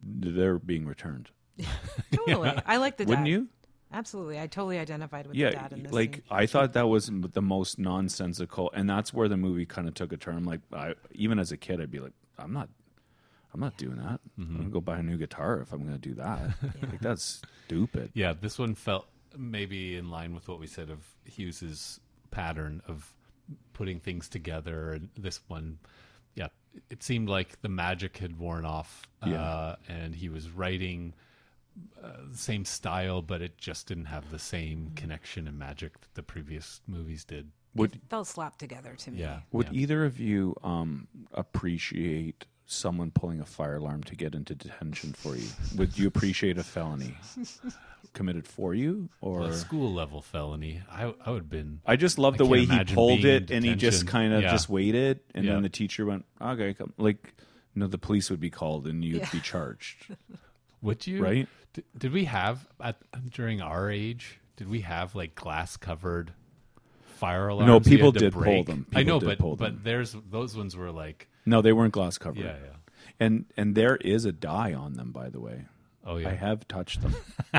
[SPEAKER 2] they're being returned.
[SPEAKER 4] Totally. I like the dad.
[SPEAKER 2] Wouldn't you?
[SPEAKER 4] Absolutely. I totally identified with the
[SPEAKER 2] yeah,
[SPEAKER 4] dad in this.
[SPEAKER 2] like
[SPEAKER 4] scene.
[SPEAKER 2] I thought that was m- the most nonsensical, and that's where the movie kind of took a turn. Like I, even as a kid, I'd be like, I'm not. I'm not doing that. I'm gonna go buy a new guitar if I'm gonna do that. Like that's stupid.
[SPEAKER 3] Yeah, this one felt maybe in line with what we said of Hughes's pattern of putting things together, and this one, yeah, it seemed like the magic had worn off, uh,
[SPEAKER 2] Yeah.
[SPEAKER 3] and he was writing uh, the same style, but it just didn't have the same connection and magic that the previous movies did.
[SPEAKER 2] Would
[SPEAKER 4] Felt slapped together to me.
[SPEAKER 3] Yeah.
[SPEAKER 2] Would either of you um, appreciate someone pulling a fire alarm to get into detention for you? Would you appreciate a felony committed for you, or
[SPEAKER 3] a school level felony, I, I would have been.
[SPEAKER 2] I just love
[SPEAKER 3] I
[SPEAKER 2] the
[SPEAKER 3] can't
[SPEAKER 2] way he
[SPEAKER 3] imagine
[SPEAKER 2] pulled
[SPEAKER 3] being in
[SPEAKER 2] it and he just
[SPEAKER 3] detention.
[SPEAKER 2] kind of
[SPEAKER 3] Yeah.
[SPEAKER 2] just waited, and
[SPEAKER 3] Yeah.
[SPEAKER 2] then the teacher went, "Okay, come." Like, no, the police would be called and you'd
[SPEAKER 4] Yeah.
[SPEAKER 2] be charged.
[SPEAKER 3] Would you?
[SPEAKER 2] Right?
[SPEAKER 3] D- did we have at, during our age? Did we have like glass covered fire alarms.
[SPEAKER 2] No,
[SPEAKER 3] you
[SPEAKER 2] people
[SPEAKER 3] had to
[SPEAKER 2] did pull
[SPEAKER 3] break.
[SPEAKER 2] them.
[SPEAKER 3] I
[SPEAKER 2] People
[SPEAKER 3] know,
[SPEAKER 2] did
[SPEAKER 3] but
[SPEAKER 2] pull
[SPEAKER 3] but there's those ones were like
[SPEAKER 2] No, they weren't glass covered.
[SPEAKER 3] Yeah,
[SPEAKER 2] And and there is a dye on them, by the way.
[SPEAKER 3] Oh yeah,
[SPEAKER 2] I have touched them,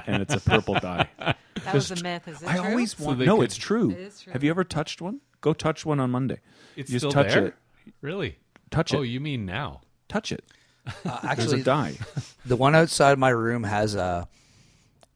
[SPEAKER 2] and it's a purple dye.
[SPEAKER 4] That was a myth. Is it
[SPEAKER 2] I
[SPEAKER 4] true?
[SPEAKER 2] always
[SPEAKER 4] So
[SPEAKER 2] want.
[SPEAKER 4] they
[SPEAKER 2] no,
[SPEAKER 4] could-
[SPEAKER 2] it's true.
[SPEAKER 4] It is true.
[SPEAKER 2] Have you ever touched one? Go touch one on Monday.
[SPEAKER 3] it's
[SPEAKER 2] You
[SPEAKER 3] still
[SPEAKER 2] just touch
[SPEAKER 3] there.
[SPEAKER 2] it.
[SPEAKER 3] Really?
[SPEAKER 2] Touch
[SPEAKER 3] Oh,
[SPEAKER 2] it.
[SPEAKER 3] you mean now?
[SPEAKER 2] Touch it. Uh,
[SPEAKER 16] actually,
[SPEAKER 2] There's a dye.
[SPEAKER 16] the one outside my room has a.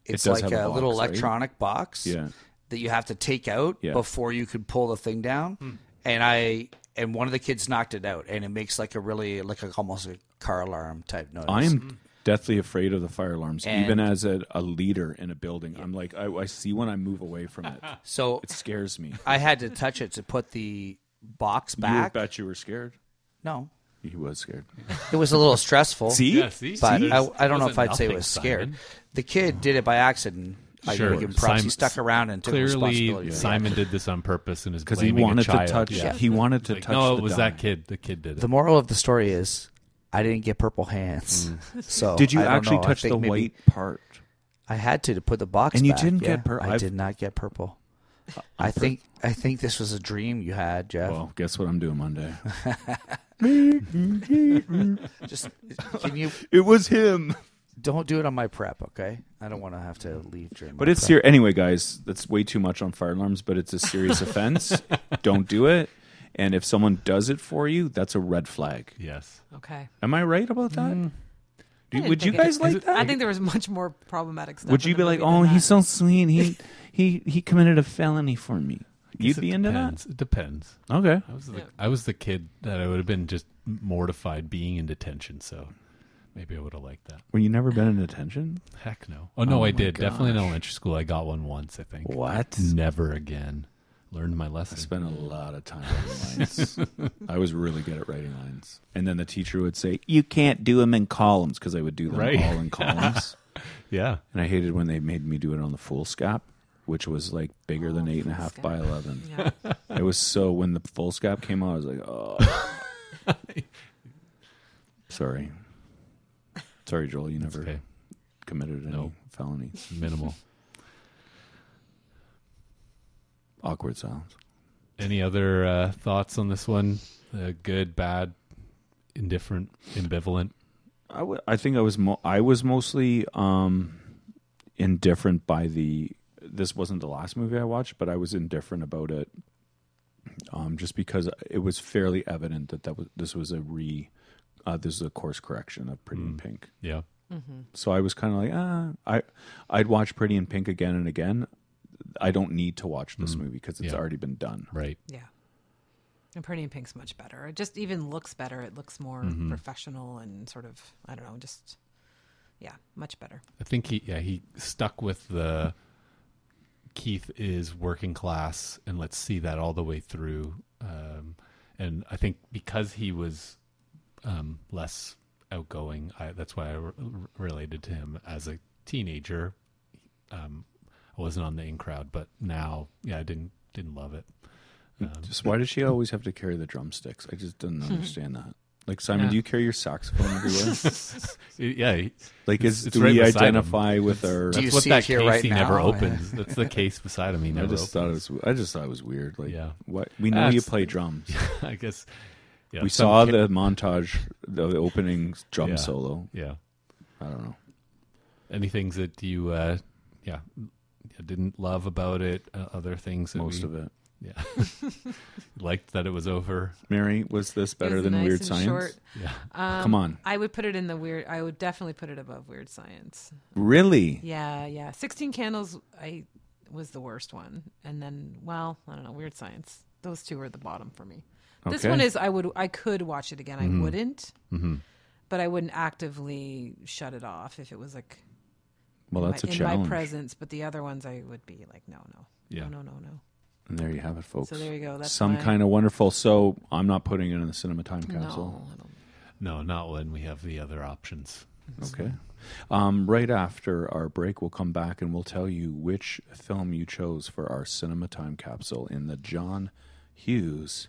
[SPEAKER 2] It
[SPEAKER 16] It's
[SPEAKER 2] does
[SPEAKER 16] like
[SPEAKER 2] have
[SPEAKER 16] a,
[SPEAKER 2] a box,
[SPEAKER 16] little
[SPEAKER 2] right?
[SPEAKER 16] electronic box
[SPEAKER 2] Yeah.
[SPEAKER 16] that you have to take out
[SPEAKER 2] Yeah.
[SPEAKER 16] before you could pull the thing down.
[SPEAKER 2] Hmm.
[SPEAKER 16] And I and one of the kids knocked it out, and it makes like a really like a, almost a car alarm type noise.
[SPEAKER 2] I
[SPEAKER 3] Mm.
[SPEAKER 2] am deathly afraid of the fire alarms, even
[SPEAKER 16] And-
[SPEAKER 2] as a, a leader in a building. I'm like, I, I see when I move away from it.
[SPEAKER 16] so
[SPEAKER 2] it scares me.
[SPEAKER 16] I had to touch it to put the box
[SPEAKER 2] You
[SPEAKER 16] back.
[SPEAKER 2] bet you were scared.
[SPEAKER 16] No.
[SPEAKER 2] He was scared.
[SPEAKER 16] It was a little stressful.
[SPEAKER 2] See? Oh, Yeah, see?
[SPEAKER 16] But
[SPEAKER 2] See?
[SPEAKER 16] I, I don't know if
[SPEAKER 2] Wasn't
[SPEAKER 16] I'd say it
[SPEAKER 2] nothing,
[SPEAKER 16] was scared.
[SPEAKER 2] Simon.
[SPEAKER 16] The kid did it by accident. I
[SPEAKER 3] Sure.
[SPEAKER 16] give him props.
[SPEAKER 3] Simon-
[SPEAKER 16] he stuck around and took
[SPEAKER 3] clearly
[SPEAKER 16] responsibility.
[SPEAKER 3] Simon did this on purpose and is
[SPEAKER 2] 'Cause he
[SPEAKER 3] blaming a
[SPEAKER 2] wanted to
[SPEAKER 3] child.
[SPEAKER 2] touch- he wanted to
[SPEAKER 3] Like,
[SPEAKER 2] touch
[SPEAKER 3] No,
[SPEAKER 2] the
[SPEAKER 3] it was
[SPEAKER 2] dye.
[SPEAKER 3] that kid. The kid did it.
[SPEAKER 16] The moral of the story is, I didn't get purple hands. So
[SPEAKER 2] Mm. Did you
[SPEAKER 16] I don't
[SPEAKER 2] actually
[SPEAKER 16] know. I
[SPEAKER 2] touch
[SPEAKER 16] think
[SPEAKER 2] the
[SPEAKER 16] maybe-
[SPEAKER 2] white part?
[SPEAKER 16] I had to to put the box.
[SPEAKER 2] And you
[SPEAKER 16] back,
[SPEAKER 2] didn't
[SPEAKER 16] yeah.
[SPEAKER 2] get pur-
[SPEAKER 16] I
[SPEAKER 2] I've-
[SPEAKER 16] did not get purple. I think I think this was a dream you had, Jeff.
[SPEAKER 2] Well, guess what I'm doing Monday.
[SPEAKER 16] Just can you?
[SPEAKER 2] It was him.
[SPEAKER 16] Don't do it on my prep, okay? I don't want to have to leave during.
[SPEAKER 2] But
[SPEAKER 16] my
[SPEAKER 2] it's
[SPEAKER 16] prep.
[SPEAKER 2] ser- anyway, guys. That's way too much on fire alarms, but it's a serious offense. Don't do it. And if someone does it for you, that's a red flag.
[SPEAKER 3] Yes.
[SPEAKER 7] Okay.
[SPEAKER 2] Am I right about that? Mm. Do-
[SPEAKER 4] I didn't
[SPEAKER 2] would you
[SPEAKER 4] think it-
[SPEAKER 2] guys like that?
[SPEAKER 4] I think there was much more problematic stuff.
[SPEAKER 2] Would you
[SPEAKER 4] in
[SPEAKER 2] be
[SPEAKER 4] the
[SPEAKER 2] like,
[SPEAKER 4] movie
[SPEAKER 2] "Oh,
[SPEAKER 4] than
[SPEAKER 2] he's
[SPEAKER 4] that."
[SPEAKER 2] so sweet. He he he committed a felony for me." You'd be into
[SPEAKER 3] depends.
[SPEAKER 2] that.
[SPEAKER 3] It depends.
[SPEAKER 2] Okay.
[SPEAKER 3] I was the, I was the kid that I would have been just mortified being in detention. So maybe I would have liked that.
[SPEAKER 2] Well, you never been in detention?
[SPEAKER 3] Heck no. Oh no, I
[SPEAKER 2] my
[SPEAKER 3] did definitely in
[SPEAKER 2] gosh.
[SPEAKER 3] elementary school. I got one once. I think.
[SPEAKER 2] What?
[SPEAKER 3] Never again. Learned my lesson. I
[SPEAKER 2] spent a lot of time writing lines. I was really good at writing lines, and then the teacher would say, "You can't do them in columns," because I would do them
[SPEAKER 3] Right.
[SPEAKER 2] all in columns.
[SPEAKER 3] yeah,
[SPEAKER 2] and I hated when they made me do it on the foolscap, which was like bigger than eight and a half by eleven. it was so when the foolscap came out, I was like, "Oh, sorry, sorry, Joel, you never committed any felonies,
[SPEAKER 3] minimal."
[SPEAKER 2] Awkward sounds.
[SPEAKER 3] Any other uh, thoughts on this one? Uh, good, bad, indifferent, ambivalent.
[SPEAKER 2] I wa- I think I was mo- I was mostly um, indifferent by the. This wasn't the last movie I watched, but I was indifferent about it, um, just because it was fairly evident that that was this was a re, uh, this is a course correction of Pretty in Pink.
[SPEAKER 3] Yeah.
[SPEAKER 2] Mhm. So I was kind of like, ah, I I'd watch Pretty in Pink again and again. I don't need to watch this
[SPEAKER 3] Mm.
[SPEAKER 2] movie because it's
[SPEAKER 3] Yeah.
[SPEAKER 2] already been done.
[SPEAKER 3] Right.
[SPEAKER 7] Yeah. And Pretty in Pink's much better. It just even looks better. It looks more
[SPEAKER 3] Mhm.
[SPEAKER 7] professional and sort of, I don't know, just, yeah, much better.
[SPEAKER 3] I think he yeah he stuck with the Keith is working class and let's see that all the way through. Um, and I think because he was um, less outgoing, I, that's why I re- related to him as a teenager. Um, I wasn't on the in crowd, but now yeah I didn't didn't love it. Um,
[SPEAKER 2] Just why does she always have to carry the drumsticks? I just didn't
[SPEAKER 7] Hmm.
[SPEAKER 2] understand that. Like Simon,
[SPEAKER 3] Yeah.
[SPEAKER 2] do you carry your saxophone everywhere?
[SPEAKER 3] yeah, he-
[SPEAKER 2] Like,
[SPEAKER 3] it's-
[SPEAKER 2] is
[SPEAKER 3] it's
[SPEAKER 2] do
[SPEAKER 3] right
[SPEAKER 2] we
[SPEAKER 3] beside him.
[SPEAKER 2] identify with our?
[SPEAKER 3] That's what that case he never opens. That's the case beside him. He
[SPEAKER 2] I
[SPEAKER 3] never
[SPEAKER 2] just
[SPEAKER 3] opens.
[SPEAKER 2] thought it was. I just thought it was weird. Like,
[SPEAKER 3] Yeah.
[SPEAKER 2] what we know you
[SPEAKER 3] That's-
[SPEAKER 2] play drums.
[SPEAKER 3] I guess. Yeah,
[SPEAKER 2] we
[SPEAKER 3] some
[SPEAKER 2] saw
[SPEAKER 3] ki-
[SPEAKER 2] the montage, the the opening drum
[SPEAKER 3] Yeah.
[SPEAKER 2] solo.
[SPEAKER 3] Yeah.
[SPEAKER 2] I don't know.
[SPEAKER 3] Any things that you, uh, yeah, didn't love about it? Uh, other things? That
[SPEAKER 2] Most
[SPEAKER 3] we-
[SPEAKER 2] of it.
[SPEAKER 3] Yeah. Liked that it was over.
[SPEAKER 2] Mary, was this
[SPEAKER 7] It
[SPEAKER 2] better
[SPEAKER 7] was
[SPEAKER 2] than
[SPEAKER 7] nice
[SPEAKER 2] Weird
[SPEAKER 7] and
[SPEAKER 2] Science?
[SPEAKER 7] short.
[SPEAKER 3] Yeah.
[SPEAKER 7] Um,
[SPEAKER 2] Come on,
[SPEAKER 7] I would put it in the weird, I would definitely put it above Weird Science.
[SPEAKER 2] really?
[SPEAKER 7] Yeah, yeah. 16 Candles I was the worst one. And then, well, I don't know, Weird Science. Those two are the bottom for me. This
[SPEAKER 3] Okay.
[SPEAKER 7] one is I would I could watch it again.
[SPEAKER 2] Mm-hmm.
[SPEAKER 3] Mhm.
[SPEAKER 7] I wouldn't.
[SPEAKER 3] Mhm.
[SPEAKER 7] But I wouldn't actively shut it off if it was like
[SPEAKER 2] Well,
[SPEAKER 7] in
[SPEAKER 2] that's
[SPEAKER 7] my,
[SPEAKER 2] a
[SPEAKER 7] in
[SPEAKER 2] challenge.
[SPEAKER 7] my presence, but the other ones I would be like no, no.
[SPEAKER 2] Yeah.
[SPEAKER 7] No, no, no, no.
[SPEAKER 2] And there you have it, folks.
[SPEAKER 7] So there you go. That's
[SPEAKER 2] some
[SPEAKER 7] my-
[SPEAKER 2] kind of wonderful. So I'm not putting it in the cinema time
[SPEAKER 7] No,
[SPEAKER 2] capsule.
[SPEAKER 3] No, not when we have the other options.
[SPEAKER 2] Okay. Um, right after our break, we'll come back and we'll tell you which film you chose for our cinema time capsule in the John Hughes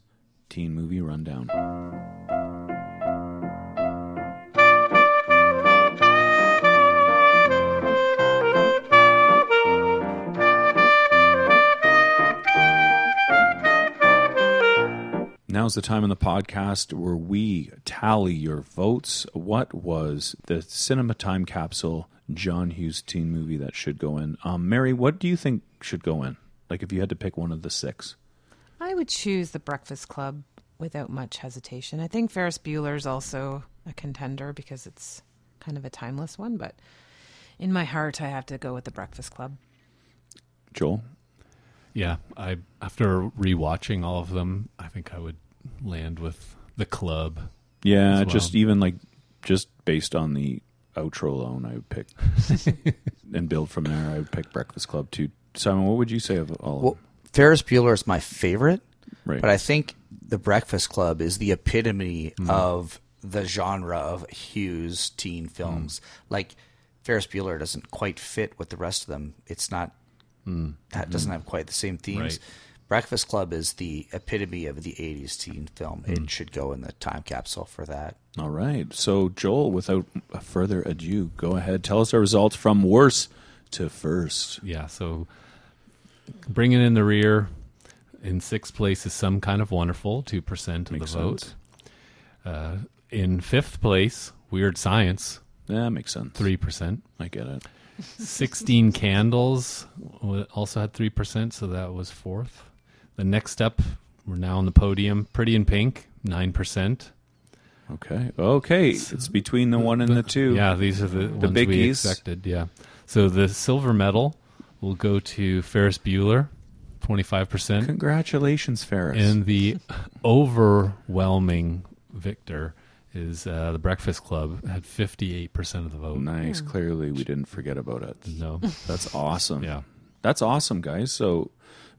[SPEAKER 2] teen movie rundown. now's the time in the podcast where we tally your votes. What was the cinema time capsule John Hughes teen movie that should go in? Um, Mary, what do you think should go in? Like if you had to pick one of the six.
[SPEAKER 7] I would choose The Breakfast Club without much hesitation. I think Ferris Bueller's also a contender because it's kind of a timeless one, but in my heart, I have to go with The Breakfast Club.
[SPEAKER 2] Joel?
[SPEAKER 3] Yeah, I after rewatching all of them, I think I would land with the club.
[SPEAKER 2] Yeah,
[SPEAKER 3] as well.
[SPEAKER 2] just even like just based on the outro alone, I would pick and build from there. I would pick Breakfast Club too. Simon, what would you say of all?
[SPEAKER 16] Well, Ferris Bueller is my favorite,
[SPEAKER 2] Right.
[SPEAKER 16] but I think The Breakfast Club is the epitome
[SPEAKER 2] Mm.
[SPEAKER 16] of the genre of Hughes teen films.
[SPEAKER 2] Mm.
[SPEAKER 16] Like Ferris Bueller doesn't quite fit with the rest of them. It's not
[SPEAKER 2] Mm.
[SPEAKER 16] that doesn't
[SPEAKER 2] Mhm.
[SPEAKER 16] have quite the same themes.
[SPEAKER 2] Right.
[SPEAKER 16] Breakfast Club is the epitome of the '80s teen film.
[SPEAKER 2] Mm.
[SPEAKER 16] It should go in the time capsule for that.
[SPEAKER 2] All right. So, Joel, without further ado, go ahead. Tell us our results from worse to first.
[SPEAKER 3] Yeah, so bringing in the rear in sixth place is some kind of wonderful, 2% of
[SPEAKER 2] Makes
[SPEAKER 3] the vote.
[SPEAKER 2] sense.
[SPEAKER 3] Uh, in fifth place, Weird Science.
[SPEAKER 2] That makes sense.
[SPEAKER 3] 3%.
[SPEAKER 2] I get it.
[SPEAKER 3] 16 Candles wa- also had 3%, so that was fourth. The next up, we're now on the podium, Pretty in Pink, 9%.
[SPEAKER 2] Okay. Okay. It's between the one and the two.
[SPEAKER 3] Yeah, these are the,
[SPEAKER 2] the
[SPEAKER 3] ones
[SPEAKER 2] biggies.
[SPEAKER 3] we expected. Yeah. So the silver medal will go to Ferris Bueller, twenty five percent.
[SPEAKER 2] Congratulations, Ferris.
[SPEAKER 3] And the overwhelming victor is uh, the Breakfast Club had fifty eight percent of the vote.
[SPEAKER 2] Nice. Clearly, we didn't forget about it.
[SPEAKER 3] No.
[SPEAKER 2] That's awesome.
[SPEAKER 3] Yeah.
[SPEAKER 2] That's awesome, guys. So,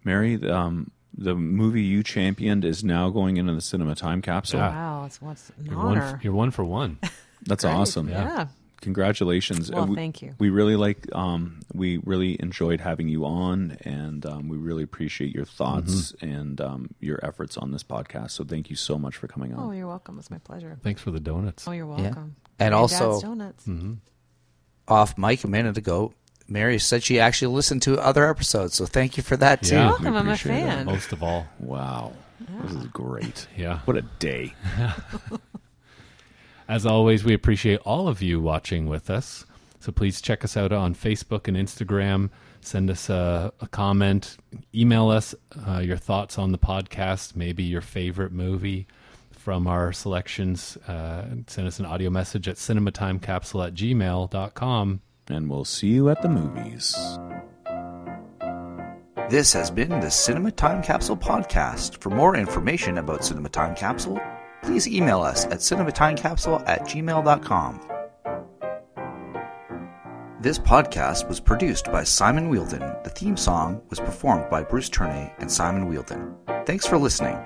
[SPEAKER 2] Mary, um, the movie you championed is now going into the cinema time capsule.
[SPEAKER 7] wow, it's what's an
[SPEAKER 3] Ah. You're one,
[SPEAKER 7] honor.
[SPEAKER 3] f- you're one for one.
[SPEAKER 2] That's
[SPEAKER 7] Great.
[SPEAKER 2] awesome.
[SPEAKER 7] Yeah. Yeah.
[SPEAKER 2] Congratulations.
[SPEAKER 7] Well,
[SPEAKER 2] Uh, we,
[SPEAKER 7] thank you.
[SPEAKER 2] We really like um we really enjoyed having you on and um, we really appreciate your thoughts and um, your efforts on this podcast. So thank you so much for coming on.
[SPEAKER 7] oh, you're welcome. It's my pleasure.
[SPEAKER 3] Thanks for the donuts.
[SPEAKER 7] Oh, you're
[SPEAKER 16] Yeah.
[SPEAKER 7] welcome.
[SPEAKER 16] And
[SPEAKER 7] My
[SPEAKER 16] also-
[SPEAKER 7] dad's donuts.
[SPEAKER 3] Mm-hmm.
[SPEAKER 16] Off mic a minute ago, Mary said she actually listened to other episodes, so thank you for that too.
[SPEAKER 3] You're
[SPEAKER 7] welcome, I'm a
[SPEAKER 16] Oh,
[SPEAKER 7] fan.
[SPEAKER 3] Most of all.
[SPEAKER 2] Wow. This is great.
[SPEAKER 3] Yeah.
[SPEAKER 2] What a day.
[SPEAKER 3] As always, we appreciate all of you watching with us. So please check us out on Facebook and Instagram. Send us a, a comment. Email us uh, your thoughts on the podcast, maybe your favorite movie from our selections. Uh, send us an audio message at cinematimecapsule at gmail.com.
[SPEAKER 2] And we'll see you at the movies.
[SPEAKER 16] This has been the Cinema Time Capsule podcast. For more information about Cinema Time Capsule, please email us at cinematimecapsule at gmail.com. This podcast was produced by Simon Wielden. The theme song was performed by Bruce Turney and Simon Wielden. Thanks for listening.